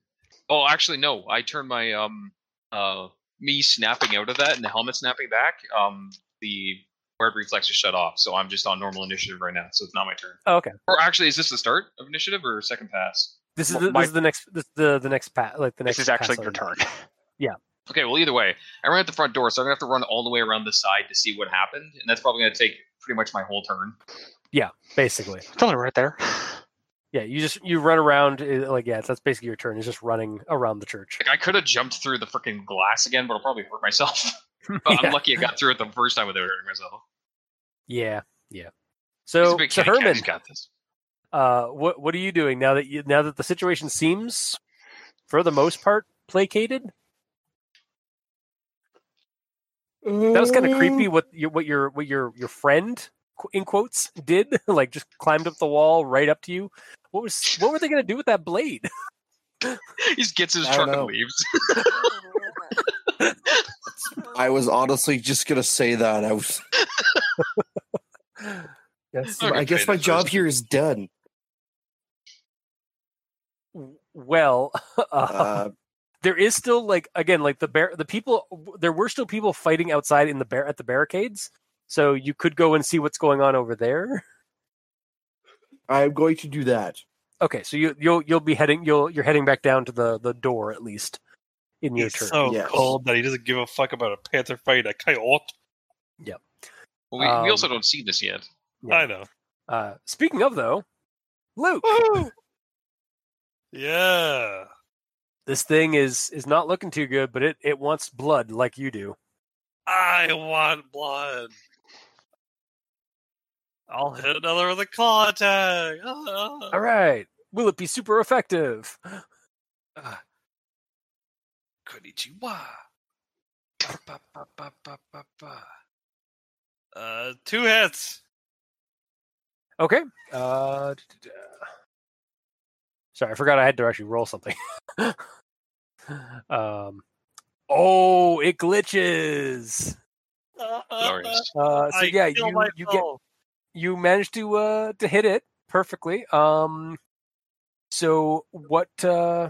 [SPEAKER 5] Oh, actually, no. I turned my um uh me snapping out of that and the helmet snapping back. Um, the where reflex is shut off. So I'm just on normal initiative right now, so it's not my turn.
[SPEAKER 2] Oh, okay.
[SPEAKER 5] Or actually, is this the start of initiative or second pass?
[SPEAKER 2] This is
[SPEAKER 3] Well,
[SPEAKER 2] the,
[SPEAKER 3] my-
[SPEAKER 2] this is the next this, the the next pat like the next.
[SPEAKER 3] This is actually
[SPEAKER 2] pass
[SPEAKER 3] your
[SPEAKER 2] later.
[SPEAKER 3] turn. [LAUGHS]
[SPEAKER 5] Okay, well, either way, I ran at the front door, so I'm gonna have to run all the way around the side to see what happened, and that's probably gonna take pretty much my whole turn.
[SPEAKER 2] basically.
[SPEAKER 3] It's only right there. [SIGHS]
[SPEAKER 2] Yeah, you just you run around eh, like yeah, that's basically your turn. Is just running around the church.
[SPEAKER 5] Like, I could have jumped through the freaking glass again, but I'll probably hurt myself. [LAUGHS] but
[SPEAKER 2] Yeah.
[SPEAKER 5] I'm lucky I got through it the first time without hurting myself.
[SPEAKER 2] Yeah, yeah.
[SPEAKER 5] He's a
[SPEAKER 2] So,
[SPEAKER 5] big
[SPEAKER 2] so
[SPEAKER 5] kitty cat,
[SPEAKER 2] Herman,
[SPEAKER 5] he's got this.
[SPEAKER 2] uh, what what are you doing now that you now that the situation seems, for the most part, placated? That was kind of creepy. What your what your what your your friend qu- in quotes did [LAUGHS] like just climbed up the wall right up to you. What was what were they gonna do with that blade?
[SPEAKER 5] He just gets his
[SPEAKER 7] I don't
[SPEAKER 5] truck
[SPEAKER 7] know.
[SPEAKER 5] and leaves.
[SPEAKER 7] I was honestly just gonna say that. I was.
[SPEAKER 4] Yes.
[SPEAKER 5] Okay,
[SPEAKER 7] [LAUGHS] I guess my
[SPEAKER 5] that's
[SPEAKER 7] job
[SPEAKER 5] first.
[SPEAKER 7] here is done.
[SPEAKER 2] W- Well, [LAUGHS] uh,
[SPEAKER 7] Uh,
[SPEAKER 2] there is still like again like the bear the people there were still people fighting outside in the bear at the barricades. So you could go and see what's going on over there.
[SPEAKER 7] I'm going to do that.
[SPEAKER 2] Okay, so you you'll you'll be heading you'll you're heading back down to the the door at least in your
[SPEAKER 8] He's
[SPEAKER 2] turn.
[SPEAKER 8] so
[SPEAKER 7] Yes.
[SPEAKER 8] cold that he doesn't give a fuck about a panther fight. A coyote.
[SPEAKER 5] Well, we,
[SPEAKER 2] Um,
[SPEAKER 5] we also don't see this yet.
[SPEAKER 2] Yeah.
[SPEAKER 8] I know.
[SPEAKER 2] Uh, speaking of though, Luke,
[SPEAKER 8] Yeah.
[SPEAKER 2] this thing is is not looking too good, but it it wants blood like you do.
[SPEAKER 8] I want blood. I'll hit another with a claw attack. Ah.
[SPEAKER 2] All right, will it be super effective? [GASPS]
[SPEAKER 8] Ah. Konnichiwa. Ba, ba, ba, ba, ba, ba, ba. Uh, two hits.
[SPEAKER 2] Okay. Uh, d- d- uh, sorry, I forgot I had to actually roll something. [LAUGHS] um, oh, it glitches.
[SPEAKER 5] Glorious.
[SPEAKER 2] Uh, so
[SPEAKER 8] I
[SPEAKER 2] yeah,
[SPEAKER 8] kill
[SPEAKER 2] you you get
[SPEAKER 8] myself.
[SPEAKER 2] you managed to uh to hit it perfectly um so what uh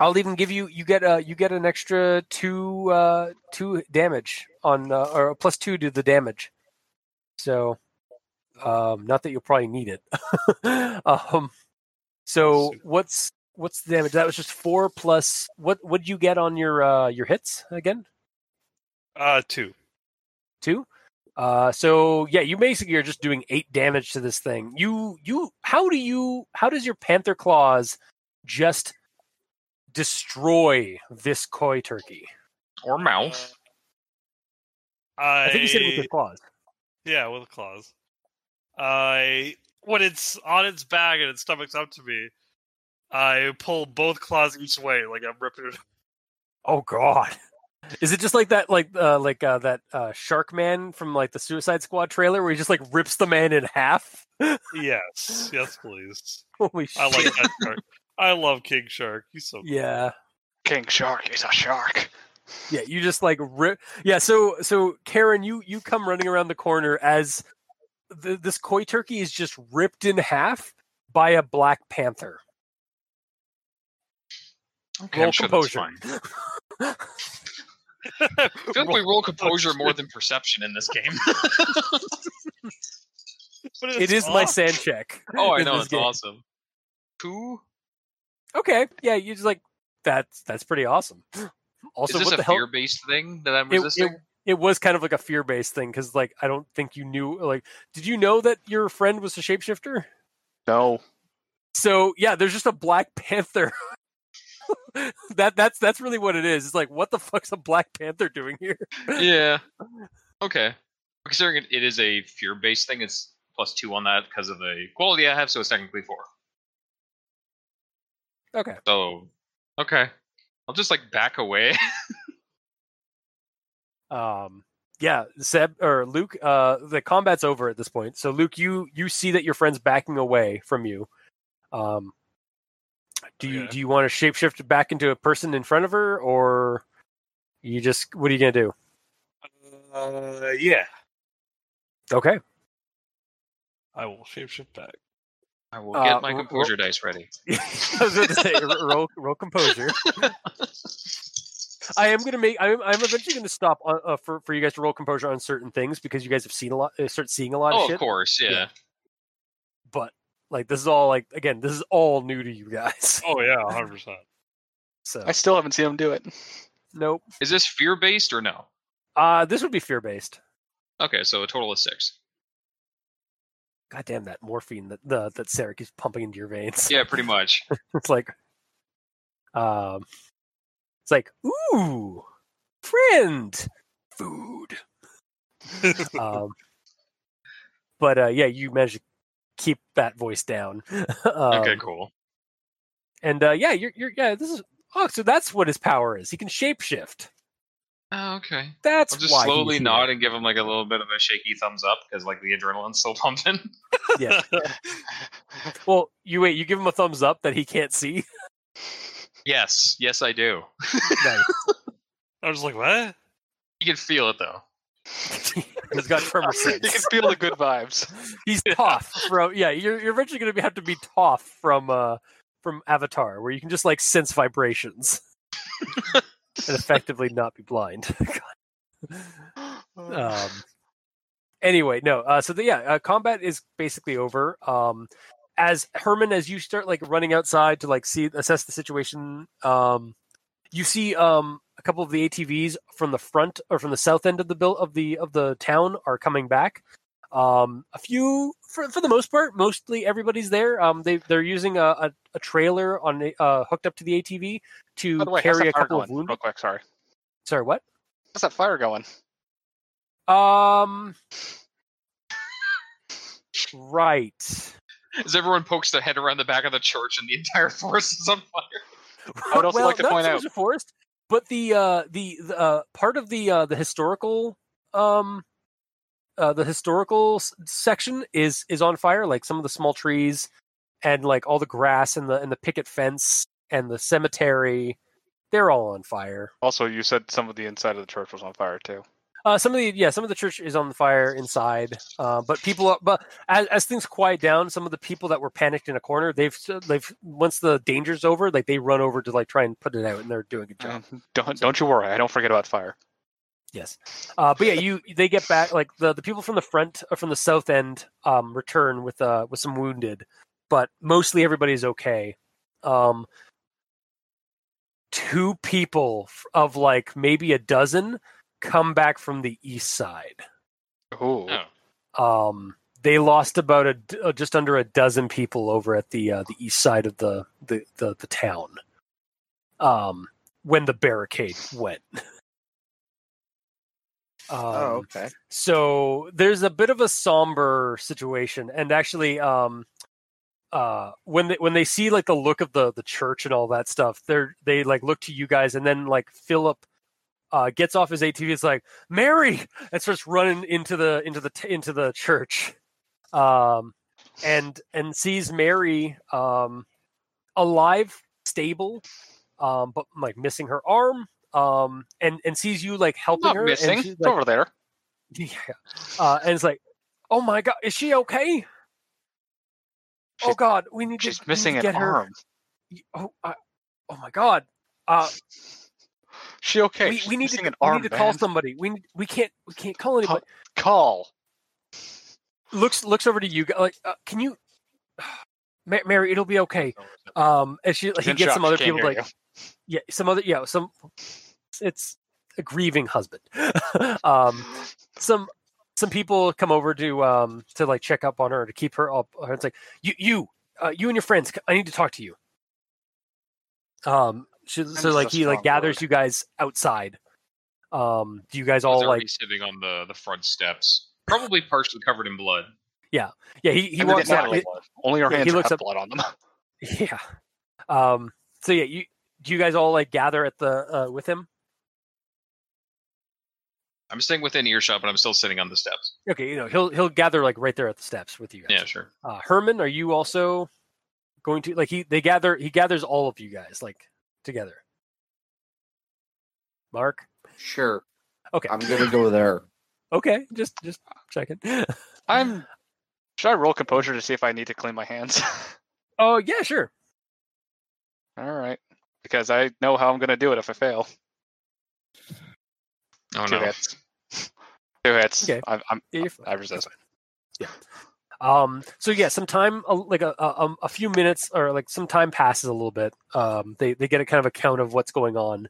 [SPEAKER 2] i'll even give you you get uh you get an extra two uh two damage on uh, or a plus two to the damage so um not that you'll probably need it [LAUGHS] um so what's what's the damage that was just four plus what what'd you get on your uh your hits again
[SPEAKER 8] Uh, two.
[SPEAKER 2] two. Uh, so yeah, you basically are just doing eight damage to this thing. You you how do you how does your panther claws just destroy this koi turkey?
[SPEAKER 5] Or mouth.
[SPEAKER 6] uh,
[SPEAKER 8] I,
[SPEAKER 2] I think you said it with your claws.
[SPEAKER 8] Yeah, with claws. I when it's on its back and its stomach's up to me, I pull both claws each way, like I'm ripping it. [LAUGHS]
[SPEAKER 2] Oh god. Is it just like that, like uh, like uh, that uh, shark man from like the Suicide Squad trailer, where he just like rips the man in half? [LAUGHS]
[SPEAKER 8] yes, yes, please.
[SPEAKER 2] Holy shit! [LAUGHS]
[SPEAKER 8] I like that shark. I love King Shark. He's so.
[SPEAKER 2] yeah,
[SPEAKER 3] King Shark is a shark.
[SPEAKER 2] Yeah, you just like rip. Yeah, so so Karen, you you come running around the corner as th- this koi turkey is just ripped in half by a black panther.
[SPEAKER 5] Okay,
[SPEAKER 2] Roll
[SPEAKER 5] I'm sure
[SPEAKER 2] composure.
[SPEAKER 5] that's fine. I feel
[SPEAKER 2] [LAUGHS]
[SPEAKER 5] like we roll composure more than perception in this game.
[SPEAKER 8] But
[SPEAKER 2] It
[SPEAKER 8] it's
[SPEAKER 2] is my
[SPEAKER 8] awesome.
[SPEAKER 2] sand check.
[SPEAKER 5] [LAUGHS] oh, I
[SPEAKER 2] in
[SPEAKER 5] know,
[SPEAKER 2] this
[SPEAKER 5] it's
[SPEAKER 2] game.
[SPEAKER 5] awesome. Two?
[SPEAKER 2] Okay, yeah, you just like that's that's pretty awesome. [GASPS] Also,
[SPEAKER 5] is
[SPEAKER 2] what
[SPEAKER 5] this
[SPEAKER 2] the
[SPEAKER 5] a
[SPEAKER 2] hell?
[SPEAKER 5] fear-based thing that I'm
[SPEAKER 2] It-
[SPEAKER 5] resisting?
[SPEAKER 2] It was kind of like a fear-based thing because, like, I don't think you knew. Like, did you know that your friend was a shapeshifter?
[SPEAKER 3] No.
[SPEAKER 2] So yeah, there's just a black [LAUGHS] panther. that that's that's really what it is. It's like, what the fuck's a black panther doing here? [LAUGHS]
[SPEAKER 5] [LAUGHS] yeah. Okay. Considering it, it is a fear-based thing, it's plus two on that because of the quality I have, so it's technically four.
[SPEAKER 2] Okay.
[SPEAKER 5] So, okay. I'll just like back [LAUGHS] away.
[SPEAKER 2] Um. Yeah, Seb or Luke. Uh, the combat's over at this point. So Luke, you you see that your friend's backing away from you. Um. Do you
[SPEAKER 8] Okay.
[SPEAKER 2] do you want to shapeshift back into a person in front of her, or you just what are you gonna do?
[SPEAKER 8] Uh, yeah,
[SPEAKER 2] Okay.
[SPEAKER 8] I will shapeshift back.
[SPEAKER 5] I will
[SPEAKER 2] Uh,
[SPEAKER 5] get my
[SPEAKER 2] ro- ro-
[SPEAKER 5] composure dice ready.
[SPEAKER 2] I was about to say ro- roll roll composure. I am gonna make. I'm, I'm eventually gonna stop on, uh, for for you guys to roll composure on certain things because you guys have seen a lot, uh, start seeing a lot
[SPEAKER 5] [LAUGHS] Oh,
[SPEAKER 2] of shit.
[SPEAKER 5] of course, yeah.
[SPEAKER 2] Yeah. But like, this is all like again, this is all new to you guys.
[SPEAKER 8] Oh yeah, hundred percent.
[SPEAKER 2] So
[SPEAKER 3] I still haven't seen him do it.
[SPEAKER 2] nope.
[SPEAKER 5] Is this fear based or no?
[SPEAKER 2] Uh this would be fear based.
[SPEAKER 5] Okay, so a total of six.
[SPEAKER 2] God damn that morphine that the, that Sarah keeps pumping into your veins.
[SPEAKER 5] Yeah, pretty much.
[SPEAKER 2] [LAUGHS] it's like, um, it's like ooh, friend,
[SPEAKER 3] [LAUGHS]
[SPEAKER 2] food. um, but uh, yeah, you manage to keep that voice down. [LAUGHS] um,
[SPEAKER 5] [LAUGHS] okay, cool.
[SPEAKER 2] And uh, yeah, you're, you're yeah. This is oh, so that's what his power is. He can shapeshift.
[SPEAKER 5] Oh, okay.
[SPEAKER 2] That's
[SPEAKER 5] I'll just
[SPEAKER 2] why he
[SPEAKER 5] slowly
[SPEAKER 2] was
[SPEAKER 5] nod and give him like a little bit of a shaky thumbs up because like the adrenaline's still [LAUGHS] pumping.
[SPEAKER 2] here.
[SPEAKER 3] [LAUGHS]
[SPEAKER 2] Yeah. Well, you wait. You give him a thumbs up that he can't
[SPEAKER 3] [LAUGHS]
[SPEAKER 2] see.
[SPEAKER 5] yes, yes, I do.
[SPEAKER 2] Nice.
[SPEAKER 8] I was like, what?
[SPEAKER 5] You can feel it though.
[SPEAKER 2] He's got tremor
[SPEAKER 3] [LAUGHS] you can
[SPEAKER 2] sense.
[SPEAKER 3] feel the good vibes.
[SPEAKER 2] He's Toph from yeah. You're you're eventually gonna be, have to be Toph from uh from Avatar, where you can just like sense
[SPEAKER 3] [LAUGHS]
[SPEAKER 2] vibrations and effectively not be blind. [LAUGHS] um, anyway, no. Uh, so the, yeah, uh, combat is basically over. Um, as Herman, as you start like running outside to like see assess the situation, um, you see um, a couple of the ATVs from the front or from the south end of the bill of the of the town are coming back. Um, a few, for, for the most part, mostly everybody's there. Um, they they're using a, a, a trailer on the- uh, hooked up to the ATV to
[SPEAKER 3] By the way, how's
[SPEAKER 2] carry a
[SPEAKER 3] that fire
[SPEAKER 2] couple
[SPEAKER 3] going?
[SPEAKER 2] of wounded.
[SPEAKER 3] [GASPS] Real quick, sorry.
[SPEAKER 2] Sorry, what?
[SPEAKER 3] How's that fire going?
[SPEAKER 2] Um. Right.
[SPEAKER 5] As everyone pokes their head around the back of the church and the entire [LAUGHS] forest is on fire.
[SPEAKER 2] [LAUGHS]
[SPEAKER 3] I would also
[SPEAKER 2] well,
[SPEAKER 3] like to
[SPEAKER 2] not
[SPEAKER 3] point
[SPEAKER 2] so
[SPEAKER 3] out-
[SPEAKER 2] much a forest, but the uh, the, the uh, part of the uh, the historical um, uh, the historical s- section is is on fire. Like some of the small trees and like all the grass and the and the picket fence and the cemetery, they're all on fire.
[SPEAKER 3] Also, you said some of the inside of the church was on fire too.
[SPEAKER 2] Uh, some of the yeah, some of the church is on fire inside, uh, but people. Are, but as, as things quiet down, some of the people that were panicked in a corner, they've they've once the danger's over, like they run over to like try and put it out, and they're doing a good job.
[SPEAKER 3] Um, don't don't you worry. I don't forget about fire.
[SPEAKER 2] Yes, uh, but yeah, you they get back like the the people from the front uh, from the south end um, return with uh with some wounded, but mostly everybody's okay. Um, two people f- of like maybe a dozen come back from the east side.
[SPEAKER 3] Ooh.
[SPEAKER 5] Oh.
[SPEAKER 2] um, they lost about a d- uh, just under a dozen people over at the uh, the east side of the the the, the town um, when the barricade went. Um,
[SPEAKER 4] oh, okay.
[SPEAKER 2] so there's a bit of a somber situation, and actually, um, uh, when they, when they see like the look of the the church and all that stuff, they're they like look to you guys, and then like Philip uh, gets off his ATV. It's like Mary, [LAUGHS] and starts running into the into the t- into the church, um, and and sees Mary um, alive, stable, um, but like missing her arm. Um, and and sees you like helping
[SPEAKER 3] Not
[SPEAKER 2] her. and
[SPEAKER 3] missing.
[SPEAKER 2] she's
[SPEAKER 3] It's
[SPEAKER 2] like-
[SPEAKER 3] over there.
[SPEAKER 2] yeah. Uh, and it's like, oh my god, is she okay? oh
[SPEAKER 3] She's-
[SPEAKER 2] god, we need to.
[SPEAKER 3] She's
[SPEAKER 2] we need
[SPEAKER 3] missing
[SPEAKER 2] to
[SPEAKER 3] an
[SPEAKER 2] get her.
[SPEAKER 3] arm.
[SPEAKER 2] Oh, uh, oh my god. Uh,
[SPEAKER 3] She okay?
[SPEAKER 2] we,
[SPEAKER 3] She's
[SPEAKER 2] we need
[SPEAKER 3] missing
[SPEAKER 2] to.
[SPEAKER 3] an
[SPEAKER 2] We
[SPEAKER 3] arm.
[SPEAKER 2] need to call
[SPEAKER 3] man.
[SPEAKER 2] somebody. We need, we can't we can't call anybody.
[SPEAKER 3] Call.
[SPEAKER 2] Looks looks over to you. gu- Like, uh, can you, [SIGHS] Ma- Mary? It'll be okay. Um, and she
[SPEAKER 3] She's
[SPEAKER 2] he
[SPEAKER 3] in
[SPEAKER 2] gets
[SPEAKER 3] shock.
[SPEAKER 2] some
[SPEAKER 3] She
[SPEAKER 2] other
[SPEAKER 3] can't
[SPEAKER 2] people
[SPEAKER 3] hear
[SPEAKER 2] like yeah, some other yeah, some. It's a grieving husband. [LAUGHS] um,
[SPEAKER 3] you.
[SPEAKER 2] some some people come over to um to like check up on her to keep her up. It's like you you uh, you and your friends. I need to talk to you. Um, she,
[SPEAKER 3] Friends
[SPEAKER 2] so
[SPEAKER 3] is
[SPEAKER 2] like
[SPEAKER 3] a
[SPEAKER 2] he like
[SPEAKER 3] strong
[SPEAKER 2] gathers
[SPEAKER 3] word.
[SPEAKER 2] you guys outside. Um, do you guys
[SPEAKER 5] He's
[SPEAKER 2] all
[SPEAKER 5] already
[SPEAKER 2] like
[SPEAKER 5] sitting on the, the front steps. Probably partially covered in blood.
[SPEAKER 2] yeah? He he
[SPEAKER 3] And they're
[SPEAKER 2] walks
[SPEAKER 3] getting
[SPEAKER 2] out.
[SPEAKER 3] out of the blood. Only her
[SPEAKER 2] yeah, he
[SPEAKER 3] hands
[SPEAKER 2] looks
[SPEAKER 3] have
[SPEAKER 2] up- [LAUGHS]
[SPEAKER 3] blood on them.
[SPEAKER 2] yeah. Um. So yeah, you do you guys all like gather at the uh, with him?
[SPEAKER 5] I'm staying within earshot, but I'm still sitting on the steps.
[SPEAKER 2] Okay, you know he'll he'll gather like right there at the steps with you guys.
[SPEAKER 5] Yeah, sure.
[SPEAKER 2] uh, Herman, are you also going to like he they gather he gathers all of you guys like together. Mark,
[SPEAKER 7] Sure.
[SPEAKER 2] Okay.
[SPEAKER 7] I'm gonna go there.
[SPEAKER 2] okay, just just checking. [LAUGHS]
[SPEAKER 3] I'm. Should I roll composure to see if I need to clean my hands? [LAUGHS]
[SPEAKER 2] oh yeah, sure.
[SPEAKER 3] All right. Because I know how I'm going to do it if I fail.
[SPEAKER 5] Oh
[SPEAKER 3] Two
[SPEAKER 5] no.
[SPEAKER 3] hits. [LAUGHS] Two hits.
[SPEAKER 2] Okay.
[SPEAKER 3] I, I'm,
[SPEAKER 2] Yeah, you're fine.
[SPEAKER 3] I resist.
[SPEAKER 2] Um, so yeah, some time, uh, like a, a um, a few minutes or like some time passes a little bit. Um, they they get a kind of account of what's going on.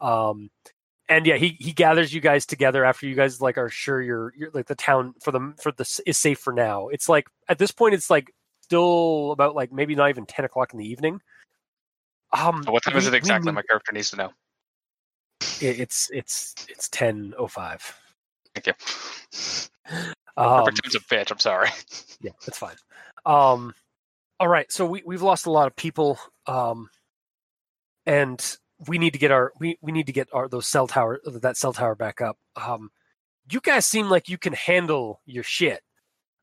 [SPEAKER 2] Um, and yeah, he he gathers you guys together after you guys like are sure you're you're like the town for the for the is safe for now. It's like at this point, it's like still about like maybe not even ten o'clock in the evening. Um,
[SPEAKER 3] What time is
[SPEAKER 2] we-
[SPEAKER 3] it
[SPEAKER 2] we
[SPEAKER 3] exactly?
[SPEAKER 2] meet-
[SPEAKER 3] My character needs to know.
[SPEAKER 2] it- it's it's it's ten oh five.
[SPEAKER 3] Thank you.
[SPEAKER 2] Um,
[SPEAKER 3] Oh, Perfect Tim's a bitch. I'm sorry.
[SPEAKER 2] yeah, that's fine. Um, all right, so we we've lost a lot of people, um, and we need to get our we, we need to get our those cell tower that cell tower back up. Um, you guys seem like you can handle your shit.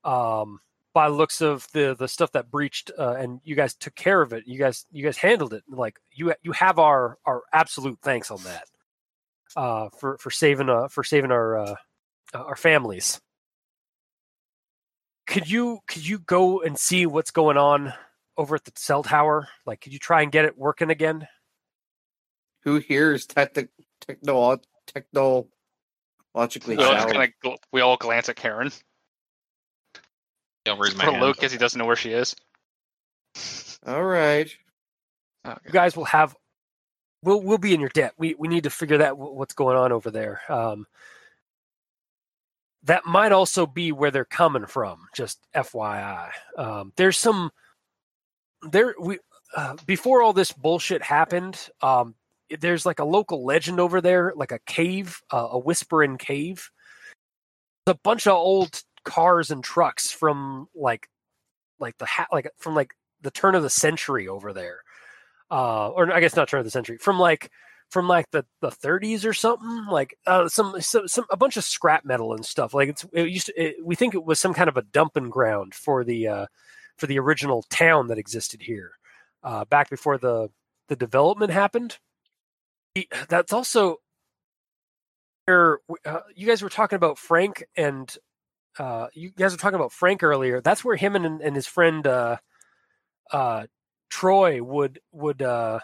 [SPEAKER 2] Um, by the looks of the the stuff that breached, uh, and you guys took care of it. You guys you guys handled it. Like you you have our our absolute thanks on that. Uh, for for saving uh for saving our uh our families could you could you go and see what's going on over at the cell tower? Like, could you try and get it working again?
[SPEAKER 7] Who here is techno techno technologically
[SPEAKER 3] We all, just
[SPEAKER 7] sound?
[SPEAKER 3] kinda gl- we all glance at Karen.
[SPEAKER 5] Don't raise my
[SPEAKER 3] Poor
[SPEAKER 5] hand.
[SPEAKER 3] Lucas, he doesn't know where she is.
[SPEAKER 7] All right.
[SPEAKER 3] Oh,
[SPEAKER 2] You guys will have we'll we'll be in your debt. We we need to figure that what's going on over there. Um, that might also be where they're coming from. Just FYI, um, there's some there we uh, before all this bullshit happened. Um, there's like a local legend over there, like a cave, uh, a whispering cave. A bunch of old cars and trucks from like like the ha- like from like the turn of the century over there uh or i guess not turn of the century from like from like the, the 30s or something like uh some, some some a bunch of scrap metal and stuff like it's it used to, it, we think it was some kind of a dumping ground for the uh for the original town that existed here uh back before the the development happened E- that's also where uh, you guys were talking about frank and uh you guys were talking about frank earlier that's where him and and his friend uh uh Troy would would uh